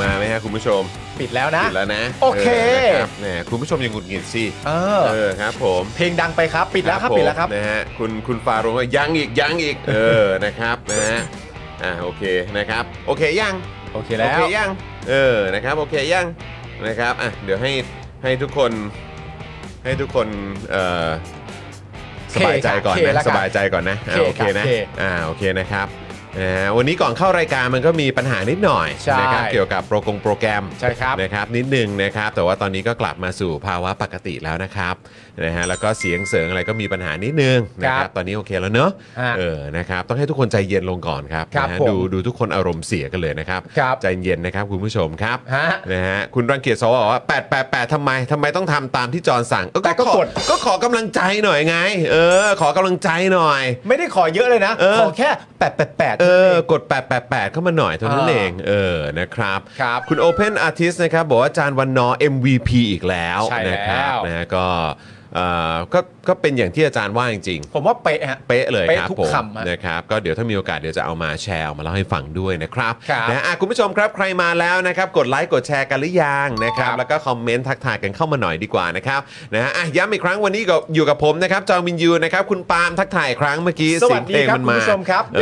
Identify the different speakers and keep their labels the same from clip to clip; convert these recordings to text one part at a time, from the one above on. Speaker 1: มาไหมฮะคุณผู้ชม
Speaker 2: ปิดแล้วนะ
Speaker 1: ปิดแล้วนะ
Speaker 2: โอเค
Speaker 1: นะครับแหมคุณผู้ชมอยังหงุดหงิดสิ
Speaker 2: เออ
Speaker 1: เออครับผม
Speaker 2: เพลงดังไปครับ ปิดแล้วครับ
Speaker 1: ผม
Speaker 2: ปิดแล้วครับ
Speaker 1: นะฮะคุณคุณฟาโรงว่ายังอีกยังอีก เออนะครับนะฮะอ่าโอเคนะครับ โอเคยัง
Speaker 2: โอเค
Speaker 1: โอ
Speaker 2: แล้
Speaker 1: เคว ยังเออนะครับโอเคยังนะครับอ่ะเดี๋ยวให้ให้ทุกคนให้ทุกคนเอ่อส
Speaker 2: เค
Speaker 1: บายใจก่อน
Speaker 2: ค่ะเค
Speaker 1: นะ
Speaker 2: ละกัน
Speaker 1: สบายใจก่อนนะอ่าโอ
Speaker 2: เค
Speaker 1: เค
Speaker 2: ครับ
Speaker 1: นะ
Speaker 2: เค
Speaker 1: อ่าโอเคนะครับนะฮะวันนี้ก่อนเข้ารายการมันก็มีปัญหานิดหน่อย
Speaker 2: ใช่
Speaker 1: นะครับเกี่ยวกับโปรกงโปรแกรม
Speaker 2: ใช่ครับ
Speaker 1: นะครับนิดนึงนะครับแต่ว่าตอนนี้ก็กลับมาสู่ภาวะปกติแล้วนะครับนะฮะแล้วก็เสียงเสริงอะไรก็มีปัญหานิดนึงนะค
Speaker 2: ครั
Speaker 1: รับบ ตอนนี้โอเคแล้วเนอะ
Speaker 2: ฮะ
Speaker 1: เออนะครับต้องให้ทุกคนใจเย็นลงก่อนครับ
Speaker 2: ครับ
Speaker 1: นะฮะ
Speaker 2: ผม
Speaker 1: ดูดูทุกคนอารมณ์เสียกันเลยนะครับ
Speaker 2: ครับ
Speaker 1: ใจเย็นนะครับคุณผู้ชมครับ
Speaker 2: ฮะ
Speaker 1: นะฮะคุณรังเกียจสวบอกว่า 8 8 8ทำไมทำไมต้องทำตามที่จอนสั่งเอ้ย
Speaker 2: แต่ก็
Speaker 1: ขอก
Speaker 2: ด
Speaker 1: ก็ขอกำลังใจหน่อยไง เออ ขอกำลังใจหน่อย
Speaker 2: ไม่ได้ขอเยอะเลยนะ
Speaker 1: เออ
Speaker 2: ขอแค่แปดแปดแปด
Speaker 1: เออกด 888 เข้ามาหน่อยเท่านั้น
Speaker 2: อ่า
Speaker 1: เอง เออ นะครับ
Speaker 2: ครับ
Speaker 1: คุณ Open Artist นะครับ บอกว่าจานวันนอ MVP อีกแล้ว
Speaker 2: ใช่แล้ว
Speaker 1: นะครับนะฮะก็เอ่อก็ก็เป็นอย่างที่อาจารย์ว่าจริง
Speaker 2: ผมว่าเป๊ะฮะ
Speaker 1: ๆ เป๊ะเลย
Speaker 2: เป๊ะ
Speaker 1: ครับ
Speaker 2: ทุก
Speaker 1: ผม
Speaker 2: คำฮะ
Speaker 1: นะครับก็เดี๋ยวถ้ามีโอกาสเดี๋ยวจะเอามาแชร์เอามาเล่าให้ฟังด้วยนะครับ
Speaker 2: ครับ
Speaker 1: นะอ่ะคุณผู้ชมครับใครมาแล้วนะครับ กดไลค์กดแชร์กันหรือยังนะครั
Speaker 2: ค
Speaker 1: บ
Speaker 2: รับ
Speaker 1: แล้วก็คอมเมนต์ทักทายกันเข้ามาหน่อยดีกว่านะครับนะฮะอ่ะย้ำอีกครั้งวันนี้ก็อยู่กับผมนะครับจอมินยูนะครับคุณปาล์มทักทายอีกครั้งเมื่อกี้
Speaker 2: สวัส
Speaker 1: เสียง
Speaker 2: ดี
Speaker 1: เพลง
Speaker 2: ครับ
Speaker 1: มั
Speaker 2: คุณ
Speaker 1: นมา
Speaker 2: ผู้ชมครับ
Speaker 1: เอ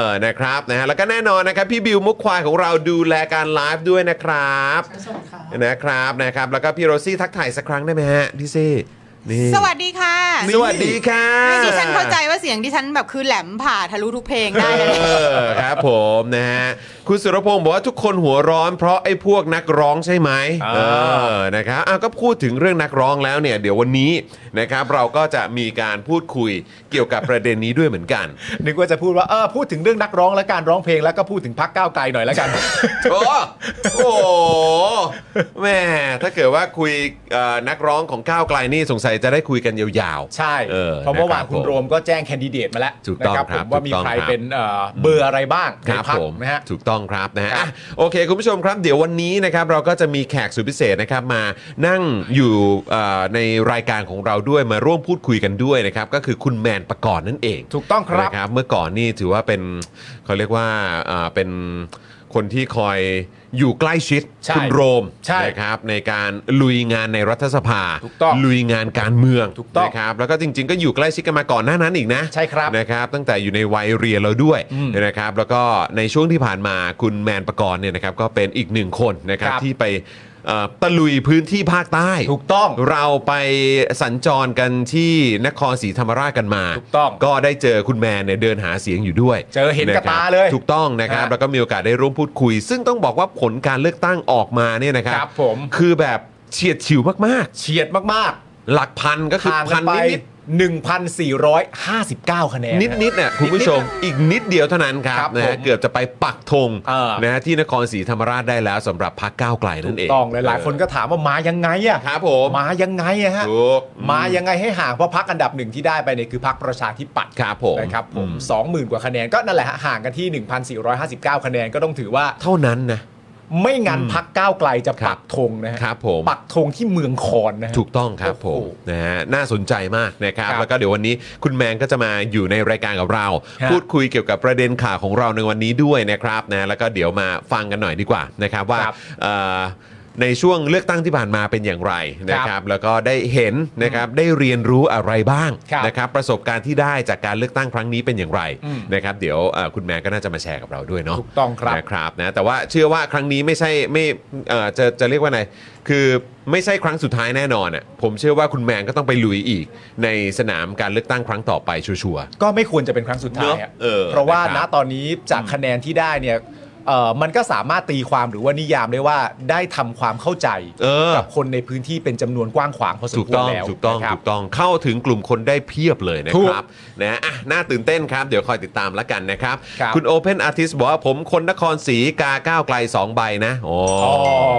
Speaker 1: อ นะครับนะฮะแล้วก็แน่นอนนะครับ พี่บิวมุกควายของเราดูแลการไลฟ์ด้วยนะครับนะครับนะครับ แล้วก็พี่โรซี่ทักทายสักครั้งได้ไหมฮะพี่ซี่นี่
Speaker 3: สวัสดีค่ะ
Speaker 1: สวัสดีค่ะ
Speaker 3: ให้ดิฉันเข้าใจว่าเสียงดิฉันแบบคือแหลมผ่าทะลุทุกเพลงได้นะ
Speaker 1: เออครับผมนะฮะคุณสุรพงศ์บอกว่าทุกคนหัวร้อนเพราะไอ้พวกนักร้องใช่ไหม
Speaker 2: อ่า
Speaker 1: เออนะครับอ่ะก็พูดถึงเรื่องนักร้องแล้วเนี่ย เดี๋ยววันนี้นะครับเราก็จะมีการพูดคุยเกี่ยวกับประเด็นนี้ด้วยเหมือนกัน
Speaker 2: นึกว่าจะพูดว่า เออ พูดถึงเรื่องนักร้องและการร้องเพลงแล้วก็พูดถึงพักก้าวไกลหน่อยแล้วกัน
Speaker 1: โอ้โหแม่ถ้าเกิดว่าคุยเอ่อนักร้องของก้าวไกลนี่สงสัยจะได้คุยกันยาว
Speaker 2: ใช่
Speaker 1: เออ
Speaker 2: เพราะเมื่อวาน
Speaker 1: นะครับ
Speaker 2: คุณโรมก็แจ้งแคนดิเดตมาแล้ว
Speaker 1: ถูกต้อง
Speaker 2: นะครับผมว่ามี
Speaker 1: ถูกต้อง
Speaker 2: ใคร
Speaker 1: ครับ
Speaker 2: เป็นเอ่อเบอร์อะไรบ้าง
Speaker 1: ๆครับ
Speaker 2: ในพรรค
Speaker 1: ผม
Speaker 2: นะฮะ
Speaker 1: ถูกต้องครับนะฮะ
Speaker 2: ครับ
Speaker 1: อ่ะโอเค คุณผู้ชมครับ เดี๋ยววันนี้นะครับเราก็จะมีแขกสุดพิเศษนะครับมานั่งอยู่เอ่อในรายการของเราด้วยมาร่วมพูดคุยกันด้วยนะครับก็คือคุณแมนประกอบนั่นเอง
Speaker 2: ถูกต้องครับ
Speaker 1: นะเมื่อก่อนนี่ถือว่าเป็นเขาเรียกว่าเอ่อเป็นคนที่คอยอยู่ใกล้ชิด
Speaker 2: ใช่
Speaker 1: คุณโรม
Speaker 2: ใช่
Speaker 1: นะครับในการลุยงานในรัฐสภา
Speaker 2: ถูกต้อง
Speaker 1: ลุยงานการเมือง
Speaker 2: ถูกต้อง
Speaker 1: นะครับแล้วก็จริง ๆ ก็อยู่ใกล้ชิดกันมาก่อนหน้านั้นอีกนะ
Speaker 2: ใช่ครับ
Speaker 1: นะครับ ตั้งแต่อยู่ในวัยเรียนเราด้วย
Speaker 2: อืม
Speaker 1: นะครับ แล้วก็ในช่วงที่ผ่านมาคุณแมนประกรณ์เนี่ยนะครับก็เป็นอีกหนึ่งคนนะครับ
Speaker 2: ครับ
Speaker 1: ที่ไปเอ่อตะลุยพื้นที่ภาคใต้
Speaker 2: ถูกต้อง
Speaker 1: เราไปสัญจรกันที่นครศรีธรรมราชกันมา
Speaker 2: ถูกต้อง
Speaker 1: ก็ได้เจอคุณแมนเนี่ยเดินหาเสียงอยู่ด้วย
Speaker 2: เจอเห็นกับ
Speaker 1: คบ
Speaker 2: ตาเลย
Speaker 1: ถูกต้องนะครับ
Speaker 2: ฮะ
Speaker 1: แล้วก็มีโอกาสได้ร่วมพูดคุย ซึ่งต้องบอกว่าผลการเลือกตั้งออกมาเนี่ยนะครับ
Speaker 2: ครับผม
Speaker 1: คือแบบเฉียดฉิวมากๆ
Speaker 2: เฉียดมาก
Speaker 1: หลักพันก็คือ
Speaker 2: ห่างกั
Speaker 1: พัน
Speaker 2: นไป
Speaker 1: นิด
Speaker 3: 1,459 คะแนน
Speaker 1: นิดนิดๆเนี่ยคุณผู้ชมอีกนิดเดียวเท่านั้นครั
Speaker 3: ครับ บ
Speaker 1: นะฮะ
Speaker 3: ผม
Speaker 1: เกือบจะไปปักธง
Speaker 3: เออ
Speaker 1: นะฮะที่นครศรีธรรมราชได้แล้วสำหรับพรรคก้าวไกลนั่นเอง
Speaker 3: ต้องหลายๆคนก็ถามว่ามายังไงอะ
Speaker 1: ครับผม
Speaker 3: มายังไงอะฮะ
Speaker 1: ถูก
Speaker 3: มายังไงให้ห่างเพราะพักอันดับหนึ่งที่ได้ไปเนี่ยคือพักประชาธิปัตย์
Speaker 1: ครับผม
Speaker 3: นะครับผม
Speaker 1: อืม
Speaker 3: สองหมื่นกว่าคะแนนก็นั่นแหละฮะห่างกันที่ 1,459 คะแนนก็ต้องถือว่า
Speaker 1: เท่านั้นนะ
Speaker 3: ไม่งั้นพักก้าวไกลจะปักธงนะฮะ
Speaker 1: ครับผม
Speaker 3: ปักธงที่เมืองคอนนะฮะ
Speaker 1: ถูกต้องครับผ
Speaker 3: โอ้
Speaker 1: ม
Speaker 3: โห
Speaker 1: นะฮะน่าสนใจมากนะครับ
Speaker 3: ครับ
Speaker 1: แล้วก็เดี๋ยววันนี้คุณแมนก็จะมาอยู่ในรายการกับเรา
Speaker 3: ฮะ
Speaker 1: พูดคุยเกี่ยวกับประเด็นข่าวของเราในวันนี้ด้วยนะครับนะแล้วก็เดี๋ยวมาฟังกันหน่อยดีกว่านะครับว่า
Speaker 3: ครับ
Speaker 1: เอ่อในช่วงเลือกตั้งที่ผ่านมาเป็นอย่างไรนะค
Speaker 3: ครั
Speaker 1: รับบ แล้วก็ได้เห็นนะครับได้เรียนรู้อะไรบ้าง
Speaker 3: ครับ
Speaker 1: นะครับประสบการณ์ที่ได้จากการเลือกตั้งครั้งนี้เป็นอย่างไร
Speaker 3: อืม
Speaker 1: นะครับเดี๋ยวเอ่อคุณแมนก็น่าจะมาแชร์กับเราด้วยเนาะ
Speaker 3: ถูกต้องครับ
Speaker 1: นะครับนะแต่ว่าเชื่อว่าครั้งนี้ไม่ใช่ไม่เอ่อจะจะเรียกว่าไงคือไม่ใช่ครั้งสุดท้ายแน่นอนอ่ะผมเชื่อว่าคุณแมนก็ต้องไปลุยอีก ในสนามการเลือกตั้งครั้งต่อไปชัวร์
Speaker 3: ก็ไม่ควรจะเป็นครั้งสุดท้าย
Speaker 1: เนอะ
Speaker 3: อะ
Speaker 1: เออ
Speaker 3: ราะว่า
Speaker 1: นะค
Speaker 3: ณ
Speaker 1: รับ
Speaker 3: ตอนนี้จากคะแนนที่ได้เนี่ยเอ่อมันก็สามารถตีความหรือว่านิยามได้ว่าได้ทำความเข้าใจ
Speaker 1: เออ
Speaker 3: กับคนในพื้นที่เป็นจำนวนกว้างขวางพอสม
Speaker 1: ถูก
Speaker 3: ควร
Speaker 1: ต้อง
Speaker 3: แล้ว
Speaker 1: ถูกต้อง
Speaker 3: นะครับ
Speaker 1: ถูกต้องเข้าถึงกลุ่มคนได้เพียบเลยนะครับนะอ่ะน่าตื่นเต้นครับ เดี๋ยวคอยติดตามละกันนะครับ
Speaker 3: ครับ
Speaker 1: ณ Open Artist บอกว่าผมคนนครศรีกาก้าวไกล 2 ใบนะโอ้
Speaker 3: อ๋อ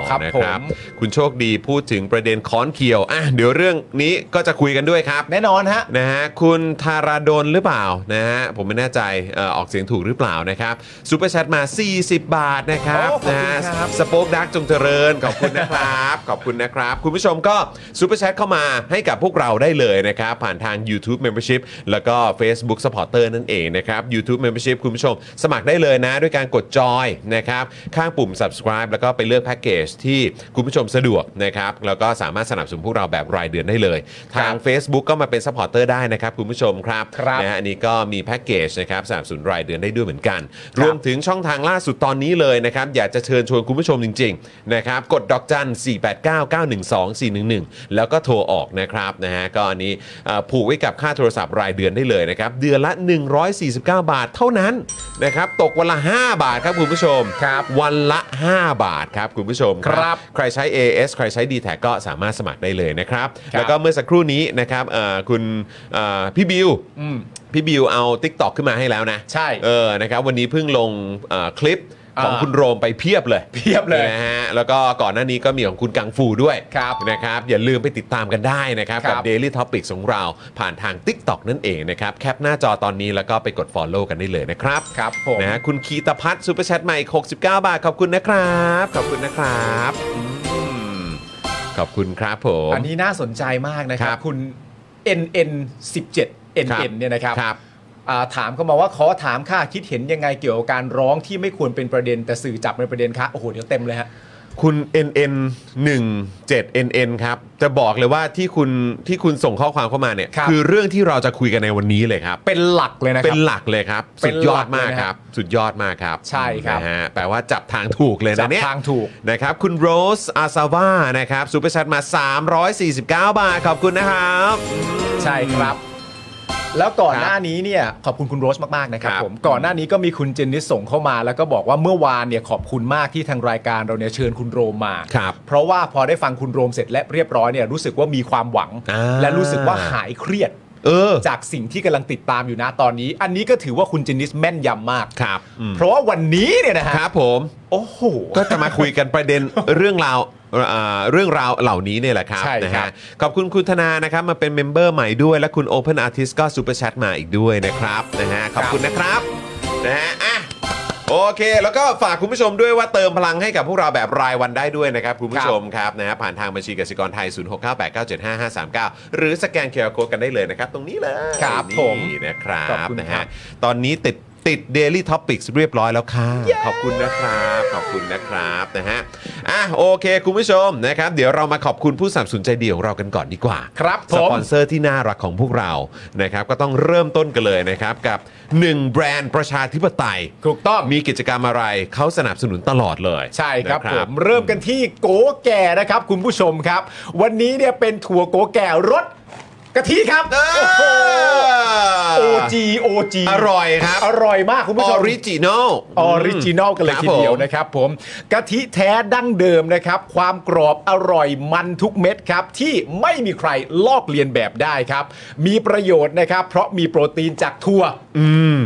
Speaker 3: ครับ
Speaker 1: นะ
Speaker 3: ผม
Speaker 1: คุณโชคดีพูดถึงประเด็นค้อนเคียวอ่ะเดี๋ยวเรื่องนี้ก็จะคุยกันด้วยครับ
Speaker 3: แน่นอนฮะ
Speaker 1: นะฮะคุณธาราดนหรือเปล่านะฮะผมไม่แน่ใจเอ่อออกเสียงถูกหรือเปล่านะครับซูเปอร์แชทมา 40 บาทนะครับ
Speaker 3: โอ้ขอบคุณ
Speaker 1: นะฮะ
Speaker 3: ครับ
Speaker 1: สปอคดักจงเจริญขอบคุณนะครับ ขอบคุณนะครับ คุณผู้ชมก็ซูเปอร์แชทเข้ามาให้กับพวกเราได้เลยนะครับ ผ่านทาง YouTube Membership แล้วก็ Facebook Supporter นั่นเองนะครับ YouTube Membership คุณผู้ชม สมัครได้เลยนะด้วยการกดจอยนะครับ ข้างปุ่ม subscribe แล้วก็ไปเลือกแพ็กเกจที่คุณผู้ชมสะดวกนะครับแล้วก็สามารถสนับสนุนพวกเราแบบรายเดือนได้เลย ทาง Facebook ก็มาเป็น s u p p อร์เตอร์ได้นะครับ คุณผู้ชมครับ
Speaker 3: ครับ
Speaker 1: นะฮะอันนี้ก็มีแพ็กเกจนะครับสนับสนุนรายเดือนได้ด้วยเหมือนกัน รวมถึงช่องทางล่าสุดตอนนี้เลยนะครับ อยากจะเชิญชวนคุณผู้ชมจริง ๆ นะครับ กดดอกจัน 489912411 แล้วก็โทรออกนะครับนะฮะก็อันนี้เอ่อผูกไว้กับค่าโทรศัพท์รายเดือนได้เลยนะครับ เดือนละ 149 บาทเท่านั้นนะครับตกวันละ 5 บาทครับคุณผู้ชมครับวันละ 5 บาทครับคุณผู้ชม
Speaker 3: ครับ
Speaker 1: ใครใช้ AS ใครใช้ d t แทก็สามารถสมัครได้เลยนะครับ
Speaker 3: ครับ
Speaker 1: แล้วก็เมื่อสักครู่นี้นะครับเอ่อคุณเอ่อพี่บิว
Speaker 3: อืม
Speaker 1: พี่บิวเอา TikTok ขึ้นมาให้แล้วนะ
Speaker 3: ใช่
Speaker 1: เออนะครับวันนี้เพิ่งลงเอ่อคลิปของ
Speaker 3: อ่า
Speaker 1: คุณโรมไปเพียบเลย
Speaker 3: เพียบเลย
Speaker 1: นะฮะแล้วก็ก่อนหน้านี้ก็มีของคุณกังฟูด้วย
Speaker 3: ครับ
Speaker 1: นะครับอย่าลืมไปติดตามกันได้นะครับ
Speaker 3: ครั
Speaker 1: กั
Speaker 3: บ
Speaker 1: บ Daily Topic ของเราผ่านทาง TikTok นั่นเองนะครับแคปหน้าจอตอนนี้แล้วก็ไปกด Follow กันได้เลยนะครับ
Speaker 3: ครับผม
Speaker 1: นะฮะคุณคีตพัฒน์ซูเปอร์แชทใหม่69 บาท ขอบคุณนะครับ ขอบคุณนะครับอืมขอบคุณครับผม
Speaker 3: อันนี้น่าสนใจมากนะครั
Speaker 1: ครับ บ
Speaker 3: คุณ NN 17
Speaker 1: ครับ
Speaker 3: NN เนี่ยนะครับ
Speaker 1: ครับ
Speaker 3: อ่าถามเข้ามาว่าขอถามค่าคิดเห็นยังไงเกี่ยวกับการร้องที่ไม่ควรเป็นประเด็นแต่สื่อจับเป็นประเด็นคะโอ้โหเดี๋ยวเต็มเลยฮะ
Speaker 1: คุณ NN 17 NN ครับ จะบอกเลยว่าที่คุณที่คุณส่งข้อความเข้ามาเนี่ย
Speaker 3: ครับ
Speaker 1: อเรื่องที่เราจะคุยกันในวันนี้เลยครับ
Speaker 3: เป็นหลักเลยนะค
Speaker 1: เป็
Speaker 3: รั
Speaker 1: นหลักเลยครับ
Speaker 3: เป็
Speaker 1: สุ
Speaker 3: น
Speaker 1: ด
Speaker 3: ห
Speaker 1: ย
Speaker 3: ลั
Speaker 1: อก ด
Speaker 3: เลย
Speaker 1: มาก
Speaker 3: นะครับ
Speaker 1: ครับ สุดยอดมากครับ
Speaker 3: ใช่ครับ
Speaker 1: นะฮะแปลว่าจับทางถูกเลย
Speaker 3: จั
Speaker 1: นะ
Speaker 3: บ
Speaker 1: เนี่ย
Speaker 3: ทางถูก
Speaker 1: นะครับ คุณโรสอาซาว่านะครับซูเปอร์แชทมา 349 บาท ขอบคุณนะครับ
Speaker 3: ใช่ครับ แล้วก่อน
Speaker 1: ครับ
Speaker 3: หน้านี้เนี่ยขอบคุณคุณโรสมากๆนะครับ
Speaker 1: ครับ
Speaker 3: ผมก่อนหน้านี้ก็มีคุณเจนนิสส่งเข้ามา แล้วก็บอกว่าเมื่อวานเนี่ยขอบคุณมากที่ทางรายการเราเนี่ยเชิญคุณโรมมา
Speaker 1: ครับ
Speaker 3: เพราะว่าพอได้ฟังคุณโรมเสร็จและเรียบร้อยเนี่ยรู้สึกว่ามีความหวัง
Speaker 1: อ่า
Speaker 3: และรู้สึกว่าหายเครียด
Speaker 1: เออ
Speaker 3: จากสิ่งที่กำลังติดตามอยู่นะตอนนี้ อันนี้ก็ถือว่าคุณเจนนิสแม่นยำมาก
Speaker 1: ครับอืม
Speaker 3: เพราะว่าวันนี้เนี่ยนะฮะ
Speaker 1: ครับผม
Speaker 3: โอ้โห
Speaker 1: ก็จะมาคุยกันประ เด็นเรื่องราวเอ่อเรื่องราวเหล่านี้เนี่ยแหละครับ
Speaker 3: ใช่
Speaker 1: นะ
Speaker 3: ครั
Speaker 1: ฮะ
Speaker 3: บ
Speaker 1: ขอบคุณคุณธนานะครับมาเป็นเมมเบอร์ใหม่ด้วย และคุณ Open Artist ก็ซูเปอร์แชทมาอีกด้วยนะครับนะฮะขอบคุณนะครับนะฮะอ่ะโอเค แล้วก็ฝากคุณผู้ชมด้วยว่าเติมพลังให้กับพวกเราแบบรายวันได้ด้วยนะครับ คุณผู้ชมครับนะฮะผ่านทางบัญชีกสิกรไทย 0698975539 หรือสแกนเคอร์โคดกันได้เลยนะครับ ตรงนี้เลย
Speaker 3: ครับ
Speaker 1: นี่
Speaker 3: ผม
Speaker 1: นะครับ
Speaker 3: ขอบคุณ
Speaker 1: นะ
Speaker 3: ครั
Speaker 1: ฮะ
Speaker 3: บ
Speaker 1: ตอนนี้ติดติด Daily Topics เรียบร้อยแล้วค่ะ ขอบคุณนะครับ ขอบคุณนะครับนะฮะอ่ะโอเค คุณผู้ชมนะครับ เดี๋ยวเรามาขอบคุณผู้สนับสนุนใจดีของเรากันก่อนดีกว่า
Speaker 3: ครับผ
Speaker 1: ส
Speaker 3: ม
Speaker 1: ปอนเซอร์ที่น่ารักของพวกเรานะครับ ก็ต้องเริ่มต้นกันเลยนะครับ กับ 1 แบรนด์ประชาธิปไตย
Speaker 3: ถูกต้อง
Speaker 1: มีกิจกรรมอะไรเขาสนับสนุนตลอดเลย
Speaker 3: ใช่ครับ
Speaker 1: นะ
Speaker 3: ผมเริ่มกันที่โกแก่นะครับ คุณผู้ชมครับ วันนี้เนี่ยเป็นถั่วโกแก่รสก ะทิครับ
Speaker 1: เออ
Speaker 3: โอ้โห OG OG
Speaker 1: อร่อยครับ
Speaker 3: อร่อยมากคุณผู้ช
Speaker 1: อ
Speaker 3: ม
Speaker 1: อริจินอล
Speaker 3: ออริจินอลกันเลย
Speaker 1: ครับ
Speaker 3: ทีเดียว
Speaker 1: ผม
Speaker 3: นะครับผมกะทิแท้ดั้งเดิมนะครับ ความกรอบอร่อยมันทุกเม็ดครับ ที่ไม่มีใครลอกเลียนแบบได้ครับ มีประโยชน์นะครับ เพราะมีโปรตีนจากถั่ว
Speaker 1: อืม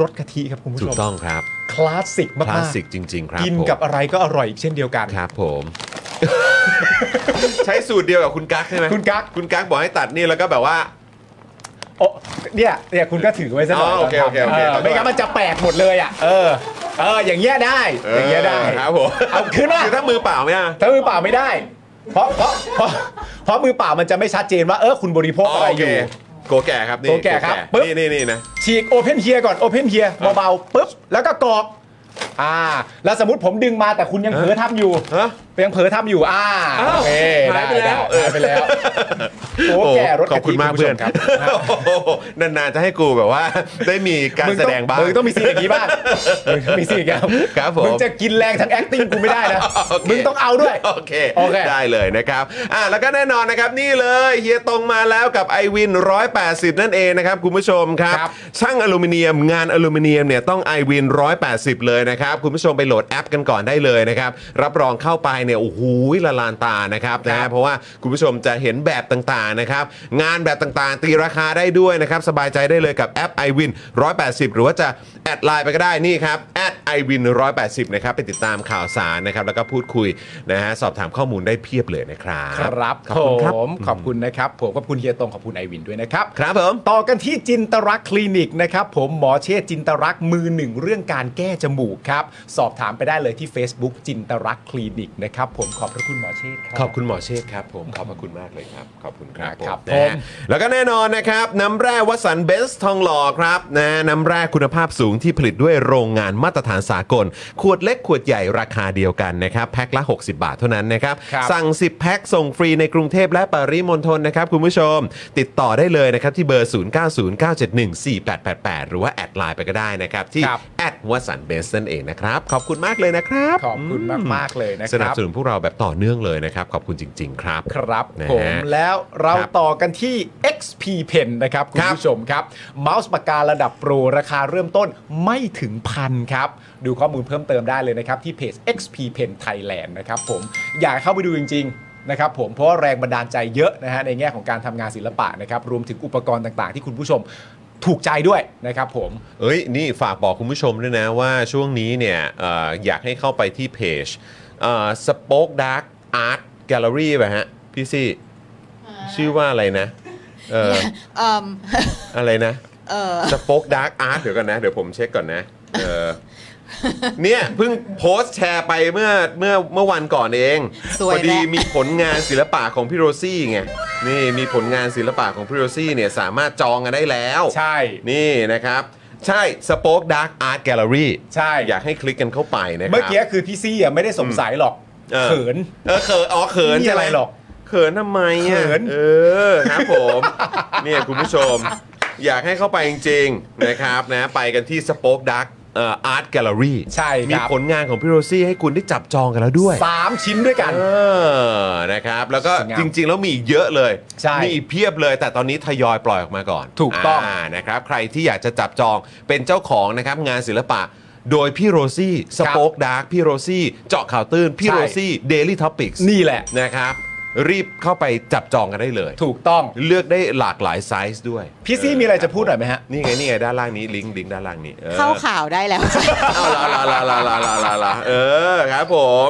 Speaker 3: รสกะทิครับคุณผู้
Speaker 1: ถู
Speaker 3: ช
Speaker 1: ก
Speaker 3: ม
Speaker 1: ต้องครับ
Speaker 3: คลาสสิกมา
Speaker 1: คลาส
Speaker 3: ก
Speaker 1: สิกจริง ๆ ครับ
Speaker 3: ๆกิน
Speaker 1: ผม
Speaker 3: กับอะไรก็อร่อยอีกเช่นเดียวกัน
Speaker 1: ครับผม ใช้สูตรเดียวกับคุณกั๊กใช่ไหม
Speaker 3: คุณกั๊ก
Speaker 1: คุณกั๊กบอกให้ตัดนี่แล้วก็แบบว่า
Speaker 3: โอ้เนี่ยเนี่ยคุณก็ถือไว้ซะหน่อย
Speaker 1: อ๋อโอเคโอเคโอเค
Speaker 3: เออไม่งั้นมันจะแปลกหมดเลยอ่ะเออเอออย่างเงี้ยได้อย่างเงี้ยได้
Speaker 1: ครับผม
Speaker 3: เอาขึ้นมา
Speaker 1: คือถ้ามือเปล่าไม่ได้
Speaker 3: ถ้ามือเปล่าไม่ได้ เพราะเพราะเพราะเพราะมือเปล่ามันจะไม่ชัดเจนว่าเออคุณบริโภคอะไรอยู่
Speaker 1: โกแก่ครับนี่
Speaker 3: โกแก่ครับปึ๊บ
Speaker 1: นี่นี่นี่นะ
Speaker 3: ฉีกโอเพนเฮียก่อนโอเพนเฮียเบาๆปุ๊บ แล้วก็กรอกอ่า แล้วสมมติผมดึงมาแต่คุณยังเผลอทำอยู่
Speaker 1: ฮะ
Speaker 3: ยังเผลอทำอยู่อ่า
Speaker 1: อ้าว
Speaker 3: โอเค
Speaker 1: หา
Speaker 3: ได้
Speaker 1: ยไปแล้ว
Speaker 3: ได้หายไปแล้ว โกแก่รสกะทิ
Speaker 1: ขอบคุณมาก
Speaker 3: คุณผู้
Speaker 1: เพื่
Speaker 3: ช
Speaker 1: อน
Speaker 3: มครับ
Speaker 1: โอ้โหนานๆจะให้กูแบบว่า ได้มีการแสดงบ้าง
Speaker 3: มึงต้องมีสิ่งอย่างนี้บ้างมึงต้องมีสิ่งอย่างนี้าง
Speaker 1: ครับผม
Speaker 3: มึงจะกินแรงทั้ง acting กูไม่ได้นะ
Speaker 1: โเค
Speaker 3: มึงต้องเอาด้วย
Speaker 1: โอเค
Speaker 3: โอเค
Speaker 1: ได้เลยนะครับ อ่ะแล้วก็แน่นอนนะครับนี่เลยเฮียตรงมาแล้วกับ i w วิน180 นั่นเองนะครับ คุณผู้ชมครับ
Speaker 3: ครับ
Speaker 1: ช่างอลูมิเนียมงานอลูมิเนียมเนี่ยต้อง i w วิน180 เลยนะครับ คุณผู้ชมไปโหลดแอปกันก่อนได้เลยนะครับ รับรองเข้าไปเนี่ยโอ้โหละลานตานะครับนะฮะเพราะว่าคุณผู้ชมจะเห็นแบบต่างๆนะครับ งานแบบต่างๆ ตีราคาได้ด้วยนะครับ สบายใจได้เลยกับแอป i w วิน180 หรือว่าจะแอดไลน์ไปก็ได้นี่ครับแอด i w วิน180 นะครับไปติดตามข่าวสารนะครับแล้วก็พูดคุยนะฮะสอบถามข้อมูลได้เพียบเลยนะครับ
Speaker 3: ครับ
Speaker 1: ขอบคุณครับ
Speaker 3: ผมขอบคุณนะครับ ผมขอบคุณเฮียตรงขอบคุณไอวินด้วยนะครับ
Speaker 1: ครับผม
Speaker 3: ต่อกันที่จินตรักษณ์คลินิกนะครับผมหมอเชษจินตรักษณ์มือหนึ่งเรื่องการแก้จมูกครับ สอบถามไปได้เลยที่ Facebook จินตรักษณ์คลินิกนะครับผมขอบพระคุณหมอเชษครับ
Speaker 1: ขอบคุณหมอเชษฐ์ครับผมขอบพระคุณมากเลยครับ ขอบคุณครับผ
Speaker 3: ครั
Speaker 1: ม
Speaker 3: บ
Speaker 1: นะฮะ
Speaker 3: ผม
Speaker 1: แล้วก็แน่นอนนะครับน้ำแร่วัสันเบนซ์ทองหล่อครับนะน้ำแร่คุณภาพสูงที่ผลิตด้วยโรงงานมาตรฐานสากล ขวดเล็กขวดใหญ่ราคาเดียวกันนะครับแพ็คละ 60 บาทเท่านั้นนะครับ
Speaker 3: ครับ
Speaker 1: สั่ง 10 แพ็คส่งฟรีในกรุงเทพและปริมณฑลนะครับคุณผู้ชม ติดต่อได้เลยนะครับที่เบอร์ 0909714888 หรือว่าแอดไลน์ไปก็ได้นะครับที่
Speaker 3: ครับ
Speaker 1: แอดวัสันเบนซ์นั่นเองนะครับขอบคุณมากเลยนะครับ
Speaker 3: ขอบคุณมาก ๆ เลยนะค
Speaker 1: สนับ
Speaker 3: รับ
Speaker 1: สนุนพวกเราแบบต่อเนื่องเลยนะครับ ขอบคุณจริง ๆ ครับ
Speaker 3: ครับ
Speaker 1: นะฮะ
Speaker 3: ผมแล้วเรา
Speaker 1: ครับ
Speaker 3: ต่อกันที่ XP Pen นะครับ คุ
Speaker 1: ค
Speaker 3: ณ
Speaker 1: รับ
Speaker 3: ผู้ชมครับเมาส์ปากการะดับโปร ราคาเริ่มต้นไม่ถึงพันครับ ดูข้อมูลเพิ่มเติมได้เลยนะครับ ที่เพจ XP Pen Thailand นะครับผมอยากเข้าไปดูจริง ๆ นะครับผมเพราะว่าแรงบันดาลใจเยอะนะฮะในแง่ของการทำงานศิลปะนะครับ รวมถึงอุปกรณ์ต่าง ๆ ที่คุณผู้ชมถูกใจด้วยนะครับผม
Speaker 1: เอ้ย นี่ฝากบอกคุณผู้ชมด้วยนะว่าช่วงนี้เนี่ยเอออยากให้เข้าไปที่เพจสป็อกดาร์กอาร์ตแกลเลอรี่ป่ะฮะ พี่ซี่ ชื่อว่าอะไรนะ เออ
Speaker 4: เอ่ม
Speaker 1: อะไรนะ
Speaker 4: เอ่อ
Speaker 1: สป็อกดาร์กอาร์ตเดี๋ยวกันนะ เดี๋ยวผมเช็คก่อนนะเอ อเนี่ยเพิ่งโพสต์แชร์ไปเมื่อเมื่อเมื่อวันก่อนเอง
Speaker 4: สวย
Speaker 1: พอดี
Speaker 4: แล้ว
Speaker 1: มีผลงานศิลปะของพี่โรซี่ไงนี่มีผลงานศิลปะของพี่โรซี่เนี่ยสามารถจองกันได้แล้ว
Speaker 3: ใช่
Speaker 1: นี่นะครับ ใช่สป็อกดาร์กอาร์ตแกลเลอรี่
Speaker 3: ใช่
Speaker 1: อยากให้คลิกกันเข้าไปนะครับ
Speaker 3: เมื่อกี้คือพี่ซี่อ่ะไม่ได้สงสัยหรอก
Speaker 1: เออ
Speaker 3: เขิน
Speaker 1: เออเขินอ๋อเขิน
Speaker 3: ไม่มีอะไร
Speaker 1: ใช่
Speaker 3: หรอก
Speaker 1: เขินทำไม
Speaker 3: เขิ
Speaker 1: อ่ะ
Speaker 3: น
Speaker 1: เออครับผม เนี่ยคุณผู้ชม อยากให้เข้าไปจริงๆนะครับนะไปกันที่สป็อกดาร์กอาร์ตแกลเลอรี่
Speaker 3: ใช่
Speaker 1: มี
Speaker 3: ครับ
Speaker 1: ผลงานของพี่โรซี่ให้คุณได้จับจองกันแล้วด้วย
Speaker 3: สามชิ้นด้วยกัน
Speaker 1: เออนะครับ แล้วก็
Speaker 3: สวยงาม
Speaker 1: จริง ๆ แล้วมีอีกเยอะเลย
Speaker 3: ใช่
Speaker 1: มีอีกเพียบเลย แต่ตอนนี้ทยอยปล่อยออกมาก่อน
Speaker 3: ถูกต้อง
Speaker 1: านะครับ ใครที่อยากจะจับจองเป็นเจ้าของนะครับ งานศิลปะ โดยพี่โรซี่สป็อกดาร์กพี่โรซี่เจาะข่าวตื้นพี่โรซี่เดลี่ท็อปิกส์
Speaker 3: นี่แหละ
Speaker 1: นะครับ รีบเข้าไปจับจองกันได้เลย
Speaker 3: ถูกต้อง
Speaker 1: เลือกได้หลากหลายไซส์ด้วย
Speaker 3: พี่ซี่มีอะไรจะพูดหน่อยไหมฮะ
Speaker 1: นี่ไงนี่ไงด้านล่างนี้ลิงก์ลิงก์ด้านล่างนี้ออ
Speaker 4: เข้าข่าวได้แล้ว
Speaker 1: เอาละละละละละละละเออครับผม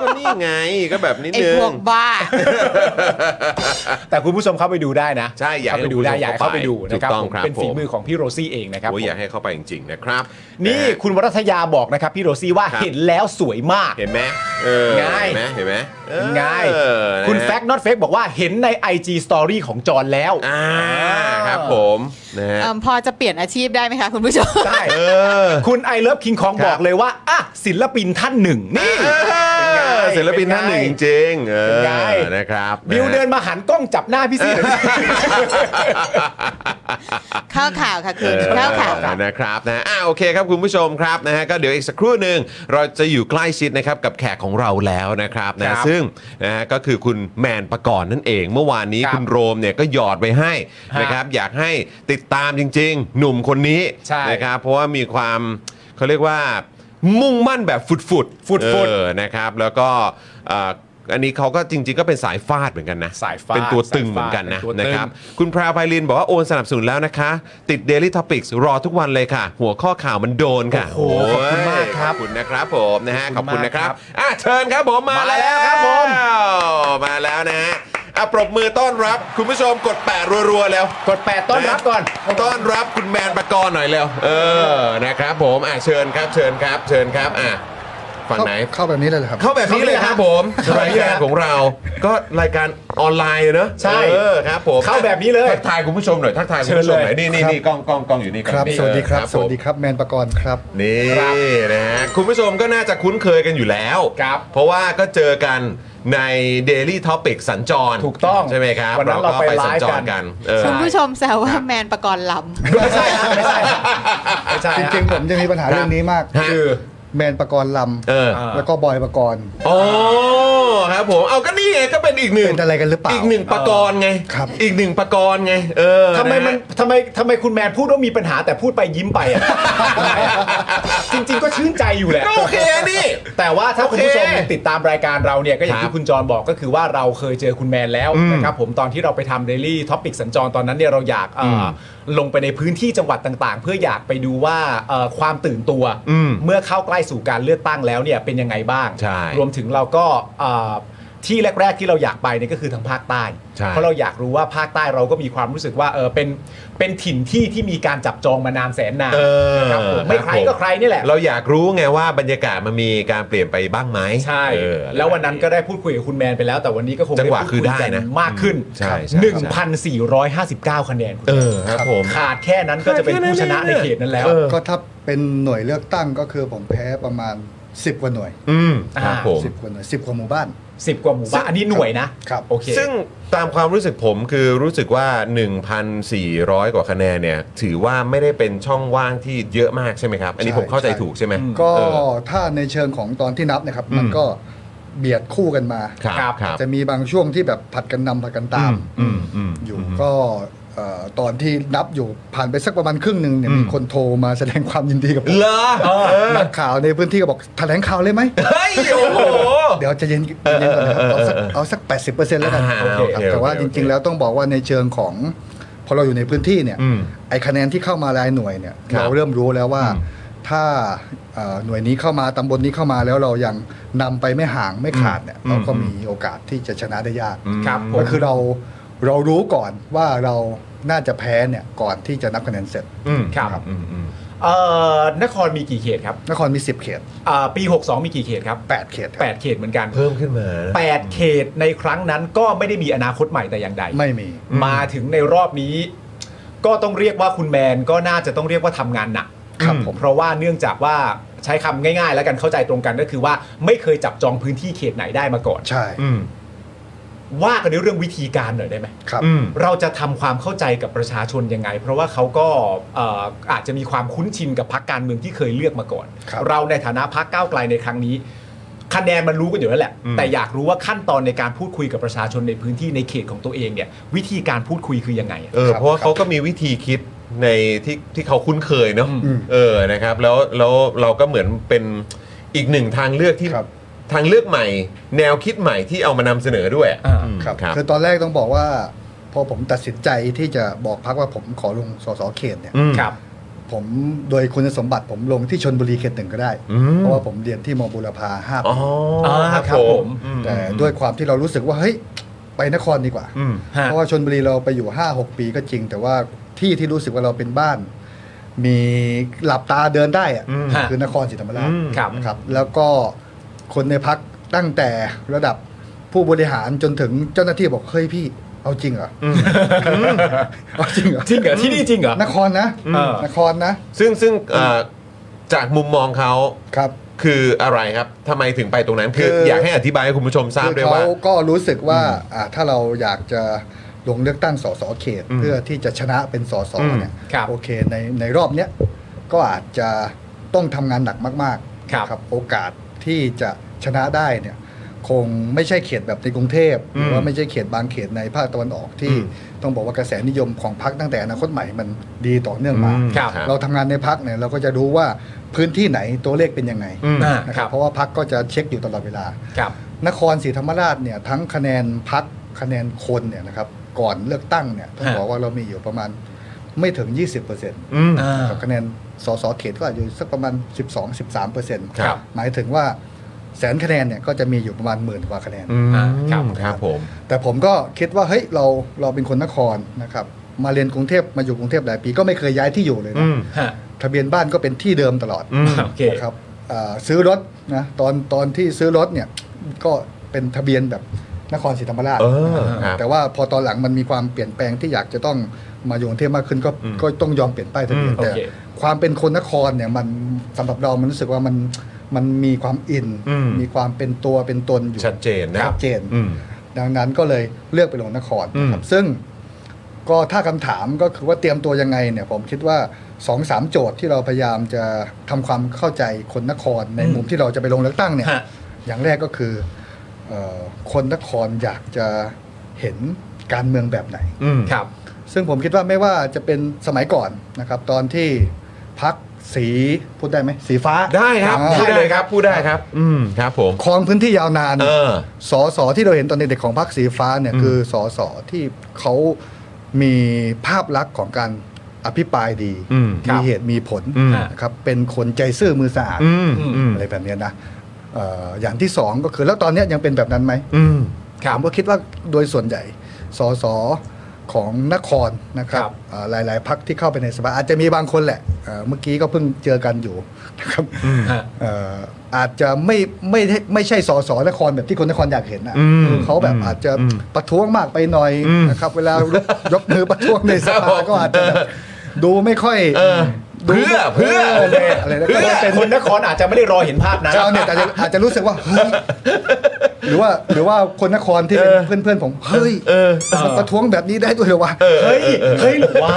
Speaker 1: ก็นี่ไงก็แบบนิด
Speaker 4: ไอ้
Speaker 1: นึ
Speaker 4: พว
Speaker 1: ง
Speaker 4: กบ้า
Speaker 3: แต่คุณผู้ชมเข้าไปดูได้นะ
Speaker 1: ใช่อยากให้
Speaker 3: เข้าไปดูได้
Speaker 1: คุณผู้ชม
Speaker 3: อยากให้เข้าไปดู
Speaker 1: ถู
Speaker 3: นะ
Speaker 1: ก
Speaker 3: ครับ
Speaker 1: ต้อง
Speaker 3: ผม
Speaker 1: ครับ
Speaker 3: เป็นฝี
Speaker 1: ผม
Speaker 3: มือของพี่โรซี่เองนะครับ
Speaker 1: โอ้ย
Speaker 3: ผม
Speaker 1: อยากให้เข้าไปจริง ๆ นะครับ
Speaker 3: นี่
Speaker 1: ะฮะ
Speaker 3: คุณวรัตยาบอกนะครับ พี่โรซี่ว่า
Speaker 1: ครับ
Speaker 3: เห็นแล้วสวยมาก
Speaker 1: เห็นไหมเออ
Speaker 3: ง่าย
Speaker 1: เห็นไหมเห็นไหมเออ
Speaker 3: ง่าย
Speaker 1: เออนะฮะ
Speaker 3: คุณแฟก not fake บอกว่าเห็นใน IG Story ของจอนแล้ว
Speaker 1: อ่าครับผมนะฮะ
Speaker 4: เอิ่มพอจะเปลี่ยนอาชีพได้ไหมคะคุณผู้ชม
Speaker 3: ใช่
Speaker 1: เออ
Speaker 3: คุณไอเลิฟคิงคอง
Speaker 1: ครับ
Speaker 3: บอกเลยว่า อ่ะ ศิลปินท่านหนึ่งนี่
Speaker 1: เออ ศิลปินท่านหนึ่งจริงๆเอ
Speaker 3: เป็นไง
Speaker 1: อนะครับ
Speaker 3: บิวเดินมาหันกล้องจับหน้าพี่ซี่
Speaker 4: ข้าวข่าวค่ะคุณข้าวข่าว
Speaker 1: เออนะครับนะอ่าโอเคครับคุณผู้ชมครับนะฮะก็เดี๋ยวอีกสักครู่หนึ่งเราจะอยู่ใกล้ชิดนะครับกับแขกของเราแล้วนะครับ
Speaker 3: ค
Speaker 1: นะ
Speaker 3: รับ
Speaker 1: ซึ่งนะฮะก็คือคุณแมนประกรณ์นั่นเอง เมื่อวานนี้
Speaker 3: ครับ
Speaker 1: คุณโรมเนี่ยก็หยอดไปให้
Speaker 3: ฮะ
Speaker 1: นะครับอยากให้ติดตามจริง ๆ หนุ่มคนนี้
Speaker 3: ใช่
Speaker 1: นะครับเพราะว่ามีความเขาเรียกว่ามุ่งมั่นแบบฟุดฟุด
Speaker 3: ฟุดๆ
Speaker 1: เออนะครับแล้วก็เอ่ออันนี้เขาก็จริง ๆ ก็เป็นสายฟาดเหมือนกันนะ
Speaker 3: สายฟาด
Speaker 1: เป็นตัว
Speaker 3: สายฟาด
Speaker 1: ตึงเหมือนกันนะ
Speaker 3: เป็นตัวตึง
Speaker 1: นะครับ คุณแพรวไพลินบอกว่าโอนสนับสนุนแล้วนะคะ ติด Daily Topics รอทุกวันเลยค่ะ หัวข้อข่าวมันโดนค่ะ
Speaker 3: โอ้โหขอบคุณมากครับ
Speaker 1: ขอบคุณนะครับผมนะฮะข
Speaker 3: ข
Speaker 1: อ
Speaker 3: อ
Speaker 1: บบ
Speaker 3: คุ
Speaker 1: คุณ
Speaker 3: ณ
Speaker 1: นะค
Speaker 3: มากครั
Speaker 1: รับบ อ่ะเชิญครับผมมา
Speaker 3: มาแล้
Speaker 1: แล้ว
Speaker 3: ว
Speaker 1: ค
Speaker 3: ครั
Speaker 1: รับบผ
Speaker 3: ผม ม
Speaker 1: มาแล้วนะฮะอ่ะปรบมือต้อนรับ คุณผู้ชมกดแปะรัวๆแล้ว
Speaker 3: กดแปดต้อนรับก่อน
Speaker 1: ต้อนรับคุณแมนประกรณ์หน่อยเร็วเออนะครับผมอ่ะเชิญครับเชิญครับ เชิญครับอ่ะฝั่งไหน
Speaker 5: เข้าแบบนี้เลยเหรอครับ
Speaker 1: เข้าแบบนี้เลยครับผม
Speaker 3: เข้าแบบ
Speaker 1: ราย
Speaker 3: นี้เลย
Speaker 1: การ
Speaker 3: ครับ
Speaker 1: ของเราก็รายการออนไลน์เนอะ
Speaker 3: ใช่
Speaker 1: เออครับผม
Speaker 3: เข้าแบบนี้เลย
Speaker 1: ทักทายคุณผู้ชมหน่อยทักทายคุณผู้ชมหน่อย
Speaker 3: เชิญเลย
Speaker 1: นี่นี่นี่กล้องกล้องกล้องอยู่นี่กล้อง
Speaker 5: ครับ
Speaker 1: นี่
Speaker 5: สวัสดีครับ
Speaker 1: เออ
Speaker 5: สวัสดีครับ แมนประกรณ์ครับ
Speaker 1: ผมนี่นะฮะคุณผู้ชมก็น่าจะคุ้นเคยกันอยู่แล้ว
Speaker 3: ครับ
Speaker 1: เพราะว่าก็เจอกันใน Daily Topic สัญจร
Speaker 3: ถูกต้อง
Speaker 1: ใช่ไหมครับ
Speaker 3: วันนั้นเราไป
Speaker 1: สัญจร
Speaker 3: ไลฟ์กัน
Speaker 1: กันเออ
Speaker 4: คุณผู้ชมแซวว่าแมนประกรณ์ล
Speaker 3: ไม่ใช่ฮะไม่ใช่ฮะไม่ใช่
Speaker 5: จ
Speaker 3: ฮะ
Speaker 5: ริงๆ ผมจะมีปัญหาเรื่องนี้มาก
Speaker 1: ฮะ
Speaker 3: คือ
Speaker 5: แมนประกรณ์ล
Speaker 1: เออ
Speaker 5: ำ แล้วก็บอยประกรณ์
Speaker 1: โอ้ครับผมเอาก็นี่ไงก็เป็นอีกหนึ่ง
Speaker 5: เป็นอะไรกันหรือเปล่า
Speaker 1: อีกหนึ่งประกรณ์ไง
Speaker 5: ครับ
Speaker 1: อีกหนึ่งประกรณ์ไงเออ
Speaker 3: ทำไมมันะ
Speaker 1: ฮะ
Speaker 3: ทำไมทำไมคุณแมนพูดว่ามีปัญหาแต่พูดไปยิ้มไปอ่ะ จริง ๆ ก็ชื่นใจอยู่แหละ
Speaker 1: ก็โอเคนี่
Speaker 3: แต่ว่าถ้า
Speaker 1: โอเค
Speaker 3: คุณผู้ชมยังติดตามรายการเราเนี่ยก็อย่าง
Speaker 1: ครั
Speaker 3: ที่
Speaker 1: บ
Speaker 3: คุณจรบอกก็คือว่าเราเคยเจอคุณแมนแล้ว
Speaker 1: อืม
Speaker 3: นะครับผมตอนที่เราไปทำเดลี่ท็อปิกสัญจรตอนนั้นเนี่ยเราอยากเอ่ออ
Speaker 1: ม
Speaker 3: ลงไปในพื้นที่จังหวัดต่างๆ เพื่ออยากไปดูว่าเอ่อความตื่นตัว
Speaker 1: อืม
Speaker 3: เมื่อเข้าใกล้สู่การเลือกตั้งแล้วเนี่ยเป็นยังไงบ้าง
Speaker 1: ใช่
Speaker 3: รวมถึงเราก็เอ่อที่แรก ๆ ที่เราอยากไปเนี่ยก็คือทางภาคใต้
Speaker 1: ใช่
Speaker 3: เพราะเราอยากรู้ว่าภาคใต้เราก็มีความรู้สึกว่าเออเป็นเป็นถิ่นที่ที่มีการจับจองมานานแสนนาน
Speaker 1: เออ
Speaker 3: ครับผมไม่ใครก็ใครนี่แหละ
Speaker 1: เราอยากรู้ไงว่าบรรยากาศมันมีการเปลี่ยนไปบ้างไหม
Speaker 3: ใช่
Speaker 1: เอออะไร
Speaker 3: แล้ววันนั้นก็ได้พูดคุยกับคุณแมนไปแล้ว แต่วันนี้ก็คง
Speaker 1: จังหวะ
Speaker 3: ไพู
Speaker 1: คือได้
Speaker 3: ยกั
Speaker 1: นะ
Speaker 3: มากขึ้น
Speaker 1: ใช่ใช่ใช่
Speaker 3: 1,459 คะแนน
Speaker 1: เออครับผม
Speaker 3: ขาดแค่นั้นก็จะเป็นผู้ชนะในเขตนั้นแล้ว
Speaker 1: เออ
Speaker 5: ก็ถ้าเป็นหน่วยเลือกตั้งก็คือผมแพ้ประมาณ 10 กว่าหน่วย
Speaker 1: อืมครับผม
Speaker 5: 10 กว่าหน่วย 10 กว่าหมู่บ้าน
Speaker 3: สิบกว่าหมู่บ้านอันนี้หน่วยนะครับ โอเค
Speaker 1: ซึ่งตามความรู้สึกผมคือรู้สึกว่า 1,400 กว่าคะแนนเนี่ย ถือว่าไม่ได้เป็นช่องว่างที่เยอะมากใช่ไหมครับ อันนี้
Speaker 5: ใช่
Speaker 1: ผมเข้าใจ
Speaker 5: ใช่
Speaker 1: ถูกใช่ไหม
Speaker 3: อืม
Speaker 5: ก็
Speaker 1: เออ
Speaker 5: ถ้าในเชิงของตอนที่นับนะครับ
Speaker 1: อืม
Speaker 5: มันก็เบียดคู่กันมา
Speaker 1: ครับ
Speaker 3: ค
Speaker 1: ค
Speaker 3: รั
Speaker 1: รับ บ
Speaker 5: จะมีบางช่วงที่แบบผัดกันนำผัดกันตาม
Speaker 1: อืมอืมม
Speaker 5: อยู่ก็เอ่อตอนที่นับอยู่ผ่านไปสักประมาณครึ่งหนึ่งเนี่ย
Speaker 1: อืม
Speaker 5: มีคนโทรมาแสดงความยินดีกับผม
Speaker 1: เหรอเออ
Speaker 5: นักข่าวในพื้นที่ก็บอกแถลงข่าวเลยไหม
Speaker 1: เฮ้ยโอ้โห
Speaker 5: เดี๋ยวจะเย็นเย็นๆก่อนนะครับเอาสักเอาสัก 80%แล้วกัน
Speaker 1: อ่าโอเค
Speaker 5: ค
Speaker 1: โอ
Speaker 5: รับ
Speaker 1: เค
Speaker 5: แต่ว่า
Speaker 1: โอเค
Speaker 5: จริงๆ แล้วต้องบอกว่าในเชิงของ พอเราอยู่ในพื้นที่เนี่ย
Speaker 1: อืม
Speaker 5: ไอคะแนนที่เข้ามารายหน่วยเนี่ย
Speaker 1: ครับ
Speaker 5: เราเริ่มรู้แล้วว่า
Speaker 1: อืม
Speaker 5: ถ้าเอ่อหน่วยนี้เข้ามาตำบลนี้เข้ามาแล้วเรายังนำไปไม่ห่างไม่ขาดเนี่ย
Speaker 1: อืม
Speaker 5: เราก็
Speaker 1: อืม
Speaker 5: มีโอกาสที่จะชนะได้ยาก
Speaker 1: อืม
Speaker 3: ครับผม
Speaker 5: ก็คือเราเรารู้ก่อนว่าเราน่าจะแพ้เนี่ยก่อนที่จะนับคะแนนเสร็จ
Speaker 1: อืม
Speaker 3: ครับ
Speaker 1: อืมอืม
Speaker 3: เอ่อนครมีกี่เขตครับ
Speaker 5: นครมี 10 เขต
Speaker 3: อ่าปี 62 มีกี่เขตครับ
Speaker 5: 8 เขตครับ
Speaker 3: 8 เขตเหมือนกัน
Speaker 1: เพิ่มขึ้นมานะ
Speaker 3: 8 เขตในครั้งนั้นก็ไม่ได้มีอนาคตใหม่แต่อย่างใด
Speaker 5: ไม่มี
Speaker 3: มาถึงในรอบนี้ ก็ต้องเรียกว่าคุณแมนก็น่าจะต้องเรียกว่าทำงานหนัก
Speaker 5: ครับผม
Speaker 3: เพราะว่าเนื่องจากว่าใช้คำง่ายๆ แล้วกันเข้าใจตรงกันก็คือว่าไม่เคยจับจองพื้นที่เขตไหนได้มาก่อน
Speaker 5: ใช่
Speaker 1: อืม
Speaker 3: ว่ากันในเรื่องวิธีการหน่อยได้ไหม
Speaker 5: ครับ
Speaker 1: อืม
Speaker 3: เราจะทำความเข้าใจกับประชาชนยังไง เพราะว่าเขาก็เอ่ออาจจะมีความคุ้นชินกับพรรคการเมืองที่เคยเลือกมาก่อน
Speaker 5: ครับ
Speaker 3: เราในฐานะพรรคก้าวไกลในครั้งนี้ คะแนนมันรู้กันอยู่แล้วแหละ
Speaker 1: อืม
Speaker 3: แต่อยากรู้ว่าขั้นตอนในการพูดคุยกับประชาชนในพื้นที่ในเขตของตัวเองเนี่ย วิธีการพูดคุยคือยังไงอะ
Speaker 1: เออ
Speaker 5: ครับ
Speaker 1: เพราะว่า
Speaker 5: ครับ
Speaker 1: เขาก็มีวิธีคิดในที่ที่เขาคุ้นเคยเนาะ
Speaker 3: อืม
Speaker 5: อืม
Speaker 1: เออนะครับแล้วแล้วเราก็เหมือนเป็นอีกหนึ่งทางเลือกที่
Speaker 5: ครับ
Speaker 1: ทางเลือกใหม่ แนวคิดใหม่ที่เอามานำเสนอด้วยอะ
Speaker 3: อ่า
Speaker 1: อืม
Speaker 5: ครับ
Speaker 1: ครับ
Speaker 5: คือตอนแรกต้องบอกว่าพอผมตัดสินใจที่จะบอกพักว่าผมขอลงสสเขตเนี่ย
Speaker 1: อืม
Speaker 3: ครับ
Speaker 5: ผมโดยคุณสมบัติผมลงที่ชนบุรีเขตหนึ่งก็ได้
Speaker 1: อืม
Speaker 5: เพราะว่าผมเรียนที่มอบุรพาห้า
Speaker 1: อ๋อ
Speaker 5: ปี
Speaker 3: อ่า
Speaker 1: ครับ
Speaker 3: ครับ
Speaker 1: ผ
Speaker 3: ผม ม
Speaker 1: อืม
Speaker 5: แต่ด้วยความที่เรารู้สึกว่าเฮ้ยไปนครดีกว่า
Speaker 1: อืม
Speaker 3: ฮะ
Speaker 5: เพราะว่าชนบุรีเราไปอยู่ 5 6 ปีก็จริง แต่ว่าที่ที่รู้สึกว่าเราเป็นบ้าน มีหลับตาเดินได้อะ
Speaker 1: อืม
Speaker 5: คือนครศรีธรรมราช
Speaker 1: อืม
Speaker 3: ครับ
Speaker 5: นะครับ แล้วก็คนในพักตั้งแต่ระดับผู้บริหารจนถึงเจ้าหน้าที่บอกเฮ้ยพี่เอาจริงเหรออเอาจริงเหรอ
Speaker 3: จริงเหรอที่นี่จริงเหรอ
Speaker 5: นครนะ
Speaker 3: อืม
Speaker 5: นครนะ
Speaker 1: ซึ่งซึ่งเอ่อจากมุมมองเขา
Speaker 5: ครับ
Speaker 6: คืออะไรครับทำไมถึงไปตรงนั้น คือ
Speaker 5: คือ
Speaker 6: อ
Speaker 5: อ
Speaker 6: ยากให้อธิบายให้คุณผู้ชมทราบ
Speaker 5: คือ
Speaker 6: ด้วย
Speaker 5: เขา
Speaker 6: ว่า
Speaker 5: ก็รู้สึกว่าอ่าถ้าเราอยากจะลงเลือกตั้งสสเขต
Speaker 6: อืม
Speaker 5: เพื่อที่จะชนะเป็นสส
Speaker 6: อืม
Speaker 5: เนี่ย
Speaker 3: ครับ
Speaker 5: โอเคในในรอบเนี้ยก็อาจจะต้องทำงานหนักมากๆ
Speaker 3: ครับ
Speaker 5: โอกาสที่จะชนะได้เนี่ยคงไม่ใช่เขตแบบในกรุงเทพหรือว่าไม่ใช่เขตบางเขตในภาคตะวันออกที่
Speaker 6: อืม
Speaker 5: ต้องบอกว่ากระแสนิยมของพรรคตั้งแต่อนาคตใหม่มันดีต่อเนื่องมา
Speaker 6: อืม
Speaker 3: ครับ
Speaker 5: เราทำงานในพักเนี่ยเราก็จะรู้ว่าพื้นที่ไหนตัวเลขเป็นยังไง
Speaker 6: อืม
Speaker 3: อ่า
Speaker 5: นะ
Speaker 3: ค
Speaker 5: ค
Speaker 3: รั
Speaker 5: รั
Speaker 3: บบ
Speaker 5: เพราะว่าพักก็จะเช็คอยู่ตลอดเวลา
Speaker 3: ครับ
Speaker 5: นครศรีธรรมราชเนี่ยทั้งคะแนนพักคะแนนคนเนี่ยนะครับก่อนเลือกตั้งเนี่ยต้อง
Speaker 3: ฮะ
Speaker 5: บอกว่าเรามีอยู่ประมาณไม่ถึง 20%น
Speaker 6: อืม
Speaker 3: อ่า
Speaker 5: ะครับคะแนนสสเขตก็อาจจะอยู่สักประมาณ 12-13%
Speaker 6: ครับ
Speaker 5: หมายถึงว่าแสนคะแนนเนี่ยก็จะมีอยู่ประมาณหมื่นกว่าคะแนน
Speaker 6: อืม
Speaker 3: อ่าครับ
Speaker 6: ครับผม
Speaker 5: แต่ผมก็คิดว่าเฮ้ยเราเราเป็นคนนครนะครับมาเรียนกรุงเทพมาอยู่กรุงเทพหลายปีก็ไม่เคยย้ายที่อยู่เลย
Speaker 6: อื
Speaker 5: นะ
Speaker 6: ม
Speaker 3: ฮะ
Speaker 5: ทะเบียนบ้านก็เป็นที่เดิมตลอด
Speaker 6: อืม
Speaker 3: โอเค
Speaker 5: นะครับอ่าซื้อรถนะตอนตอนที่ซื้อรถเนี่ยก็เป็นทะเบียนแบบนครศรีธรรมราช
Speaker 6: เออ
Speaker 5: นะครับ
Speaker 6: ครับ
Speaker 5: แต่ว่าพอตอนหลังมันมีความเปลี่ยนแปลงที่อยากจะต้องมาอยู่กรุงเทพมากขึ้นก็
Speaker 6: อืม
Speaker 5: ก็ต้องยอมเปลี่ยนป้ายทะเบียน
Speaker 3: อืม
Speaker 5: แต่
Speaker 3: โอเค
Speaker 5: ความเป็นคนนครเนี่ยมันสำหรับเรามันรู้สึกว่ามันมันมีความอิน
Speaker 6: อืม
Speaker 5: มีความเป็นตัวเป็นตนอยู่
Speaker 6: ชัดเจนนะ
Speaker 5: ชัดเจน
Speaker 6: อืม
Speaker 5: ดังนั้นก็เลยเลือกไปลงนครนะครับ
Speaker 6: อืม
Speaker 5: ซึ่งก็ถ้าคำถามก็คือว่าเตรียมตัวยังไงเนี่ยผมคิดว่า2อสามโจทย์ที่เราพยายามจะทำความเข้าใจคนนครในมุมที่เราจะไปลงเลือกตั้งเนี่ย
Speaker 3: ฮะ
Speaker 5: อย่างแรกก็คือเออคนนครอยากจะเห็นการเมืองแบบไหน
Speaker 3: ครับ
Speaker 5: ซึ่งผมคิดว่าไม่ว่าจะเป็นสมัยก่อนนะครับตอนที่พักสีพูดได้ไหมสีฟ้า
Speaker 6: ได้ครับ
Speaker 5: อ่า
Speaker 6: พูดเลยครับพูดได้ครับ อืมครับผม
Speaker 5: ครองพื้นที่ยาวนาน
Speaker 6: เออ
Speaker 5: สอสอที่เราเห็นตอนเด็กๆของพรรคสีฟ้าเนี่ย
Speaker 6: อืม
Speaker 5: คือสอสอที่เขามีภาพลักษณ์ของการอภิปรายดี
Speaker 6: อืมครับ
Speaker 5: มีเหตุมีผล
Speaker 6: อืม
Speaker 5: นะครับเป็นคนใจซื่อมือสะอาด
Speaker 6: อืมอืม
Speaker 5: อะไรแบบเนี้ยนะเอ่ออย่างที่สองก็คือแล้วตอนเนี้ยยังเป็นแบบนั้นไหม
Speaker 6: อืม
Speaker 3: ครับ
Speaker 5: ผมก็คิดว่าโดยส่วนใหญ่สอสอของนครนะครับ
Speaker 3: ครับ
Speaker 5: เอ่อหลายๆพักที่เข้าไปในสภาอาจจะมีบางคนแหละเอ่อเมื่อกี้ก็เพิ่งเจอกันอยู่นะครับ
Speaker 3: ฮะ
Speaker 5: เอ่ออาจจะไม่ไม่ได้ไม่ใช่สอสอนครแบบที่คนนครอยากเห็นนะ
Speaker 6: อืม
Speaker 5: เขาแบบ
Speaker 6: อืม
Speaker 5: อาจจะ
Speaker 6: อืม
Speaker 5: ประท้วงมากไปหน่อย
Speaker 6: อืม
Speaker 5: นะครับ เวลายก ยกมือประท้วงในส
Speaker 6: ครับผ
Speaker 5: ภามก็อาจจะแบบดูไม่ค่อย
Speaker 6: เออ
Speaker 5: ดู
Speaker 6: เพื่อเพื่อ
Speaker 5: อะไรนะ
Speaker 3: เพื่
Speaker 5: ก็
Speaker 3: อ
Speaker 5: จะเป็น
Speaker 3: คนนครอาจจะไม่ได้รอเห็นภาพนั้น
Speaker 5: ชาวเน็ตอาจจะอาจจะรู้สึกว่าเฮ้ยหรือว่าหรือว่าคนนครที่เป็นเพื่อนๆผมเฮ้ย
Speaker 6: เออ
Speaker 5: มันประท้วงแบบนี้ได้ด้วยเหรอวะ
Speaker 3: เฮ้ย เฮ้ยหรือวะ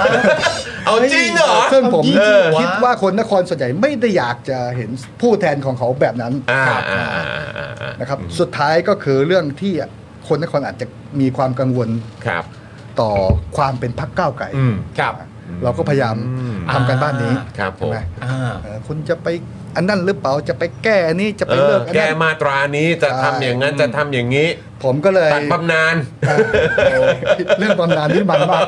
Speaker 6: เอาจริงเหรอ
Speaker 5: ซึ่งผม
Speaker 3: เออ
Speaker 5: คิดว่าคนนครส่วนใหญ่ไม่ได้อยากจะเห็นผู้แทนของเขาแบบนั้น
Speaker 6: อ่าอ่าอ่าอ่าอ่า
Speaker 5: นะครับสุดท้ายก็คือเรื่องที่คนนครอาจจะมีความกังวล
Speaker 6: ครับ
Speaker 5: ต่อความเป็นพักก้าวไกล
Speaker 6: อืม
Speaker 3: ครับ
Speaker 5: เราก็พยายาม
Speaker 6: อืม
Speaker 5: ทำกันบ้านนี้
Speaker 6: ครับผม
Speaker 5: ใช่ไห
Speaker 3: อ่า
Speaker 5: เอ่อคุณจะไปอันนั้นหรือเปล่าจะไปแก้อันนี้จะ
Speaker 6: เอ
Speaker 5: ไปเลิ
Speaker 6: อก
Speaker 5: อัน
Speaker 6: แก้
Speaker 5: นั้น
Speaker 6: มาตรานี้จะทำอย่างนั้นจะทำอย่างนี้
Speaker 5: ผมก็เลย
Speaker 6: ตัดบำนาญ
Speaker 5: เอ่อเรื่องบำนาญนี่มันมาก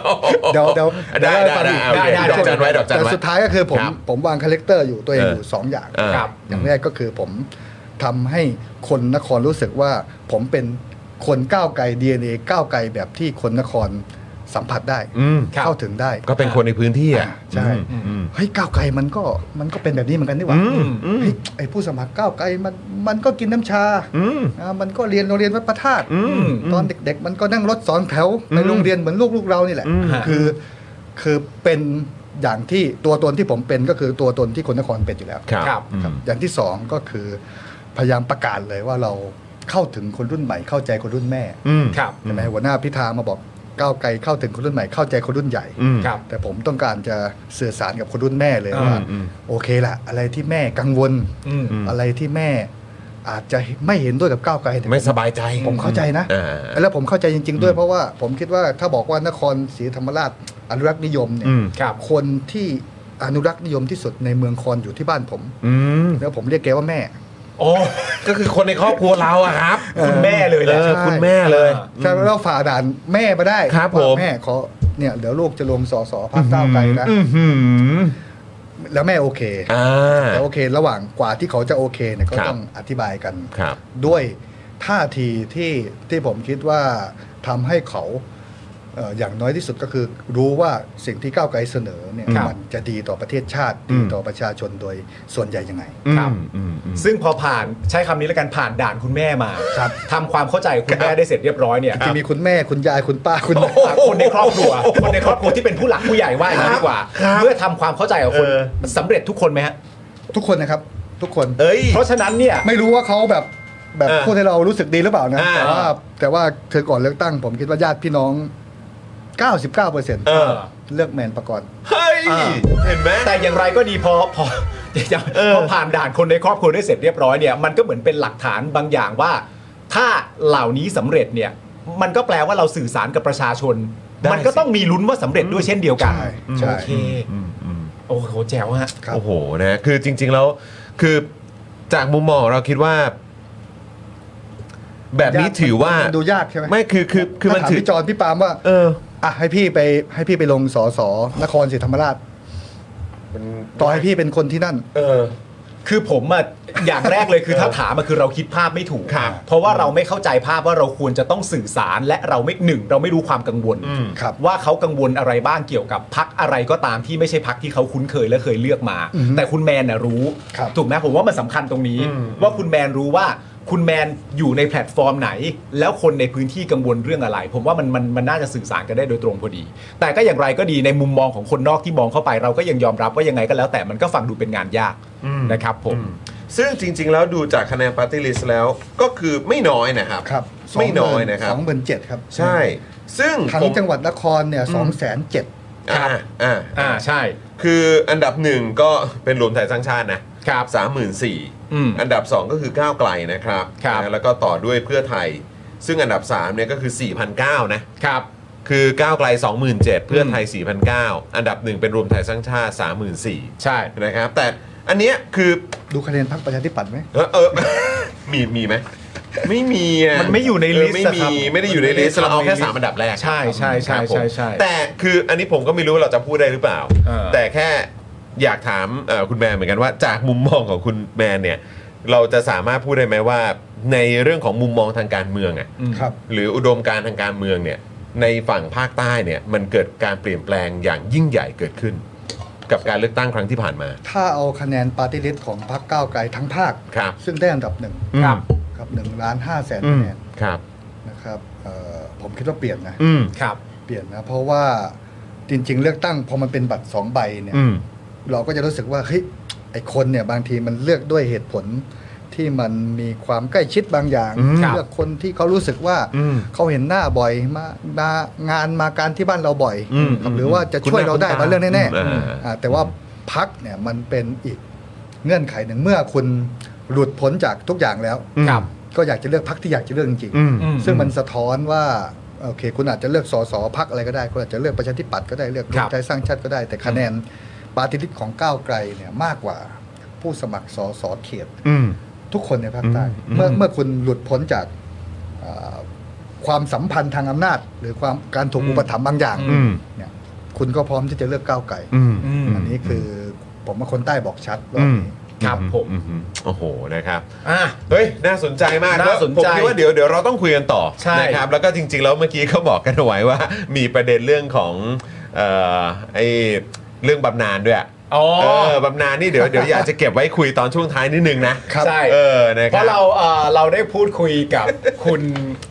Speaker 5: เดี๋ยวเดี๋ยวเยว
Speaker 6: ได้
Speaker 5: เล่า
Speaker 6: ได้
Speaker 5: ให้ฟังอีก
Speaker 6: ได้
Speaker 3: ได้
Speaker 6: ได้
Speaker 3: ได้
Speaker 6: ดอกจันไว้ดอกจัน
Speaker 5: แต่
Speaker 6: ไว้
Speaker 5: สุดท้ายก็คือผม
Speaker 6: ครับ
Speaker 5: ผมวางคาแรคเตอร์อยู่ตัวเอง
Speaker 6: เออ
Speaker 5: อ
Speaker 6: อ
Speaker 5: ยู่สองอย่าง
Speaker 6: อ่า
Speaker 3: ครับ
Speaker 5: อย่างแรกก็คือผมทำให้คนนครรู้สึกว่าผมเป็นคนก้าวไกล DNA ก้าวไกลแบบที่คนนครสัมผัสได้
Speaker 6: อืม
Speaker 3: ครับ
Speaker 5: เข้าถึงได้
Speaker 6: ก็เป็นคนในพื้นที่อ่ะ
Speaker 5: ใช่
Speaker 6: อืมอืม
Speaker 5: เฮ้ยก้าวไกลมันก็มันก็เป็นแบบนี้เหมือนกันนี่หว่า
Speaker 6: อืมอืม
Speaker 5: เฮ้ยไอ้ผู้สมัครก้าวไกลมันมันก็กินน้ำชา
Speaker 6: อืม
Speaker 5: อ่ามันก็เรียนโรงเรียนวัดพระธาตุ
Speaker 6: อืม
Speaker 5: ตอนเด็กๆ มันก็นั่งรถสองแถวไป
Speaker 6: อืม
Speaker 5: โรงเรียนเหมือนลูกๆเรานี่แหละ
Speaker 6: อืม
Speaker 5: คือคือเป็นอย่างที่ตัวตนที่ผมเป็นก็คือตัวตนที่คนนครเป็นอยู่แล้ว
Speaker 6: ครับ
Speaker 3: ครับ
Speaker 6: อืม
Speaker 5: อย่างที่สองก็คือพยายามประกาศเลยว่าเราเข้าถึงคนรุ่นใหม่เข้าใจคนรุ่นแม่
Speaker 6: อืม
Speaker 3: ครับ
Speaker 5: ใช่ไหมหัวหน้าพิธามาบอกก้าวไกลเข้าถึงคนรุ่นใหม่เข้าใจคนรุ่นใหญ่
Speaker 6: อืม
Speaker 3: ครับ
Speaker 5: แต่ผมต้องการจะสื่อสารกับคนรุ่นแม่เลย
Speaker 3: อ่า
Speaker 5: ว่า
Speaker 6: อืม
Speaker 5: โอเคละอะไรที่แม่กังวล
Speaker 3: อืม
Speaker 6: อืม
Speaker 5: อะไรที่แม่ อาจจะไม่เห็นด้วยกับก้าวไกลแต่
Speaker 6: ไม่สบายใจ
Speaker 5: ผมเข้าใจนะ
Speaker 6: อ่า
Speaker 5: แล้วผมเข้าใจจริง ๆ ด้วยเพราะว่าผมคิดว่าถ้าบอกว่านครศรีธรรมราชอนุรักษ์นิยมเนี่
Speaker 6: อื
Speaker 5: ย
Speaker 6: ม
Speaker 3: ครับ
Speaker 5: คนที่อนุรักษ์นิยมที่สุดในเมืองคอนอยู่ที่บ้านผม
Speaker 6: อืม
Speaker 5: แล้วผมเรียกแกว่าแม่
Speaker 3: โอ้
Speaker 6: ก็คือคนในครอบครัวเราอะครับ
Speaker 3: คุณแม่เลยแห
Speaker 6: เอ
Speaker 3: ละ
Speaker 6: อ
Speaker 5: ใช่
Speaker 6: คุณแม่เลย
Speaker 5: ใช่แล้วฝ่าด่านแม่มาได้
Speaker 6: ครับ
Speaker 5: ว่า
Speaker 6: ผม
Speaker 5: แม่ขอเนี่ยเดี๋ยวลูกจะลงสอสอพักก้าวไกลนะ
Speaker 6: อือหือ
Speaker 5: แล้วแม่โอเค
Speaker 6: อ่า
Speaker 5: แต่โอเค ระหว่างกว่าที่เขาจะโอเคเนี่ยก็
Speaker 6: ครับ
Speaker 5: ต้องอธิบายกัน
Speaker 6: ครับ
Speaker 5: ด้วยท่าทีที่ที่ผมคิดว่าทำให้เขาเอ่ออย่างน้อยที่สุดก็คือ รู้ว่าสิ่งที่ก้าวไกลเสนอเนี่ย
Speaker 3: ครับ
Speaker 5: มันจะดีต่อประเทศชาติ
Speaker 6: อื
Speaker 5: ดี
Speaker 6: ม
Speaker 5: ต่อประชาชนโดยส่วนใหญ่ยังไง
Speaker 3: ครับ
Speaker 6: อืมอืมอืม
Speaker 3: ซึ่งพอผ่านใช้คำนี้แล้วกันผ่านด่านคุณแม่มา
Speaker 5: ครับ
Speaker 3: ทำความเข้าใจกับคุณแม่ได้เสร็จเรียบร้อยเนี่ย
Speaker 5: ที่มีคุณแม่คุณยายคุณป้าคุณน้า
Speaker 3: จากคนในครอบครัว คนในครอบครัวที่เป็นผู้หลักผู้ใหญ่ว่าอย่างนี้ดีกว่า เพื่อทำความเข้าใจกับคน
Speaker 6: เออ
Speaker 3: สำเร็จทุกคนไหมฮะ
Speaker 5: ทุกคนนะครับ ทุกคน
Speaker 1: เอ้ย
Speaker 3: เพราะฉะนั้นเนี่ย
Speaker 5: ไม่รู้ว่าเขาแบบแบบ
Speaker 1: อ่า
Speaker 5: พูดให้เรารู้สึกดีหรือเปล่านะ
Speaker 1: อ่า
Speaker 5: แต่ว่าแต่ว่าเธอก่อนเลือกตั้ง ผมคิดว่าญาติพี่น้อง 99%เ
Speaker 1: เออ
Speaker 5: ลือกแมนประกอบ
Speaker 1: เฮ้ย
Speaker 3: อ่า
Speaker 1: เห็นไหม
Speaker 3: แต่อย่างไรก็ดีพอพอ
Speaker 1: เออ
Speaker 3: พอผ่านด่านคนในครอบครัวได้เสร็จเรียบร้อยเนี่ยมันก็เหมือนเป็นหลักฐานบางอย่างว่า ถ้าเหล่านี้สำเร็จเนี่ยมันก็แปลว่าเราสื่อสารกับประชาชน
Speaker 1: ได้
Speaker 3: มันก็ต้องมีลุ้นว่าสำเร็จด้วยเช่นเดียวกัน
Speaker 5: ใช่
Speaker 3: อืม
Speaker 5: ใช่
Speaker 3: โอเคโอ้โหแจ๋วฮะ
Speaker 5: ครับ
Speaker 1: โอ้โหนะคือจริง ๆ แล้ว คือจากมุมมองของเราคิดว่า แบบนี้ถือว่า
Speaker 5: ดูยากใช่ไหม
Speaker 1: ไม่คือคือคือมัน
Speaker 5: ถ้าถาม
Speaker 1: ถือ
Speaker 5: พี่จอนพี่ปาล์มว่า
Speaker 1: เออ
Speaker 5: อ่ะให้พี่ไปให้พี่ไปลงสอสอนครศรีธรรมราช ต่อให้พี่เป็นคนที่นั่น
Speaker 3: เออคือผมอะ อย่างแรกเลยคือถ้าถามอะคือเราคิดภาพไม่ถูก
Speaker 1: ครับ
Speaker 3: เพราะว่าเราไม่เข้าใจภาพว่าเราควรจะต้องสื่อสาร และเราไม่หนึ่ง เราไม่รู้ความกังวล
Speaker 1: อืม
Speaker 5: ครับ
Speaker 3: ว่าเขากังวลอะไรบ้างเกี่ยวกับพักอะไรก็ตามที่ไม่ใช่พักที่เขาคุ้นเคยและเคยเลือกมา
Speaker 5: อือฮึ
Speaker 3: แต่คุณแมนน่ะรู้
Speaker 5: ครับ
Speaker 3: ถูกไหมผมว่ามันสำคัญตรงนี้
Speaker 1: อืม
Speaker 3: ว่าคุณแมนรู้ว่าคุณแมนอยู่ในแพลตฟอร์มไหน แล้วคนในพื้นที่กังวลเรื่องอะไร ผมว่ามันมันมันน่าจะสื่อสารกันได้โดยตรงพอดี แต่ก็อย่างไรก็ดีในมุมมองของคนนอกที่มองเข้าไปเราก็ยังยอมรับว่ายังไงก็แล้วแต่มันก็ฟังดูเป็นงานยาก
Speaker 1: อืม
Speaker 3: นะครับผม
Speaker 1: ซึ่งจริง ๆ แล้วดูจากคะแนนปาร์ตี้ลิสต์แล้ว ก็คือไม่น้อยนะครับ
Speaker 5: ครับ
Speaker 1: ไม่น้อยนะครับ
Speaker 5: สองหมื่นเจ็ดครับ
Speaker 1: ใช่ ซึ่ง
Speaker 5: ทั้ง
Speaker 1: ผม
Speaker 5: จังหวัดนครเนี่ยสองแสนเจ็ด
Speaker 1: อ่าอ่า
Speaker 3: อ่าใช่
Speaker 1: คืออันดับหนึ่งก็เป็นรวมไทยสร้างชาตินะ
Speaker 3: ครับ
Speaker 1: สามหมื่นสี่
Speaker 3: อืม
Speaker 1: อันดับ 2 ก็คือก้าวไกลนะครับ
Speaker 3: ครับ
Speaker 1: นะแล้วก็ต่อด้วยเพื่อไทย ซึ่งอันดับ3เนี่ยก็คือ 4,009 นะ
Speaker 3: ครับ
Speaker 1: คือก้าวไกล 27,000 เพื่อไทย 4,009 อันดับ 1 เป็นรวมไทยสร้างชาติ 34,000
Speaker 3: ใช่
Speaker 1: นะครับ แต่อันเนี้ยคือ
Speaker 5: ดูคะแนนพรรคประชาธิปัตย์ไหม
Speaker 1: เออเอ อ มีมีไหมไม่มีอ่ะ
Speaker 3: มันไม่อยู่ในลิสต์
Speaker 1: เไม่มี
Speaker 3: อะครับ
Speaker 1: ไม่ได้อยู่ในลิสต์
Speaker 3: มัน
Speaker 1: เรา
Speaker 3: ไม่ได้
Speaker 1: เอาแค่
Speaker 3: ทำในลิสต์
Speaker 1: สามอันดับแรก
Speaker 3: ใช่ใช่ใช่
Speaker 1: ครับผม
Speaker 3: ใช่ใช่
Speaker 1: แต่คืออันนี้ผมก็ไม่รู้ว่าเราจะพูดได้หรือเปล่า
Speaker 3: เออ
Speaker 1: แต่แค่อยากถามเอ่อคุณแมนเหมือนกันว่า จากมุมมองของคุณแมนเนี่ย เราจะสามารถพูดได้ไหมว่า ในเรื่องของมุมมองทางการเมืองอ่ะ
Speaker 5: ครับ
Speaker 1: หรืออุดมการณ์ทางการเมืองเนี่ย ในฝั่งภาคใต้เนี่ย มันเกิดการเปลี่ยนแปลงอย่างยิ่งใหญ่เกิดขึ้น กับการเลือกตั้งครั้งที่ผ่านมา
Speaker 5: ถ้าเอาคะแนนปาร์ตี้ลิสต์ของพรรคก้าวไกลทั้งภาค
Speaker 1: ครับ
Speaker 5: ซึ่งได้อันดับหนึ่ง
Speaker 3: ครับ
Speaker 5: ครับหนึ่งล้านห้าแสน
Speaker 1: อื
Speaker 5: คะ
Speaker 1: ม
Speaker 5: แนน
Speaker 1: ครับ
Speaker 5: นะครับเอ่อผมคิดว่าเปลี่ยนนะ
Speaker 1: อืม
Speaker 3: ครับ
Speaker 5: เปลี่ยนนะ เพราะว่าจริง ๆ เลือกตั้งพอมันเป็นบัตรสองใบเนี่ย
Speaker 1: อืม
Speaker 5: เราก็จะรู้สึกว่าเฮ้ยไอคนเนี่ยบางทีมันเลือกด้วยเหตุผลที่มันมีความใกล้ชิดบางอย่าง
Speaker 1: อืมครับ
Speaker 5: เลือกคนที่เขารู้สึกว่า
Speaker 1: อืม
Speaker 5: เขาเห็นหน้าบ่อยมามางานมาการที่บ้านเราบ่อย
Speaker 1: อืม
Speaker 5: ครับหรือว่าจะช่วยเราได้
Speaker 1: คุ้นหน้า
Speaker 5: บางเรื่องแน่
Speaker 1: อืมอ่า
Speaker 5: ๆอ่าแต่ว่าพักเนี่ยมันเป็นอีกเงื่อนไขหนึ่งเมื่อคุณหลุดพ้นจากทุกอย่างแล้ว
Speaker 3: ครับ
Speaker 5: ก็อยากจะเลือกพักที่อยากจะเลือกจริงๆ
Speaker 1: อืม
Speaker 3: อื
Speaker 5: ซึ่งมันสะท้อนว่าโอเค คุณอาจจะเลือกสสพักอะไรก็ได้ คุณอาจจะเลือกประชาธิปัตย์ก็ได้เลือกรวมไทยสร้างชาติก็ได้ แต่คะแนนปาร์ติลิสต์ของก้าวไกลเนี่ยมากกว่าผู้สมัครสสเขต
Speaker 1: อืม
Speaker 5: ทุกคนในภาคใต้
Speaker 1: อืม
Speaker 5: เมื่อ
Speaker 1: อืม
Speaker 5: เมื่อคุณหลุดพ้นจากเอ่อความสัมพันธ์ทางอำนาจ หรือความการถูกอุปถัมภ์บางอย่าง
Speaker 1: อืม
Speaker 5: เนี่ยคุณก็พร้อมที่จะเลือกก้าวไกล
Speaker 1: อืม
Speaker 3: อืม
Speaker 5: อันนี้คือผมว่าคนใต้บอกชัดรอบนี้
Speaker 3: ครับผม
Speaker 1: อืมโอ้โหนะครับ
Speaker 3: อ่ะ
Speaker 1: เฮ้ย น่าสนใจมาก
Speaker 3: น่าสน
Speaker 1: ผ
Speaker 3: ใจ
Speaker 1: มคิดว่าเดี๋ยวเดี๋ยวเราต้องคุยกันต่อ
Speaker 3: ใช่
Speaker 1: นะครับ แล้วก็จริง ๆ แล้วเมื่อกี้เขาบอกกันเอาไว้ว่า มีประเด็นเรื่องของเอ่อไอเรื่องบำนาญด้วย
Speaker 3: อ๋อ
Speaker 1: เออบำนาญนี่เดี๋ยวเดี๋ยวอยากจะเก็บไว้คุยตอนช่วงท้ายนิดนึงนะ
Speaker 5: ครับ
Speaker 3: ใช่
Speaker 1: เออนะค
Speaker 3: เพ
Speaker 1: รับ
Speaker 3: ราะเราเอ่อเราได้พูดคุยกับ คุณ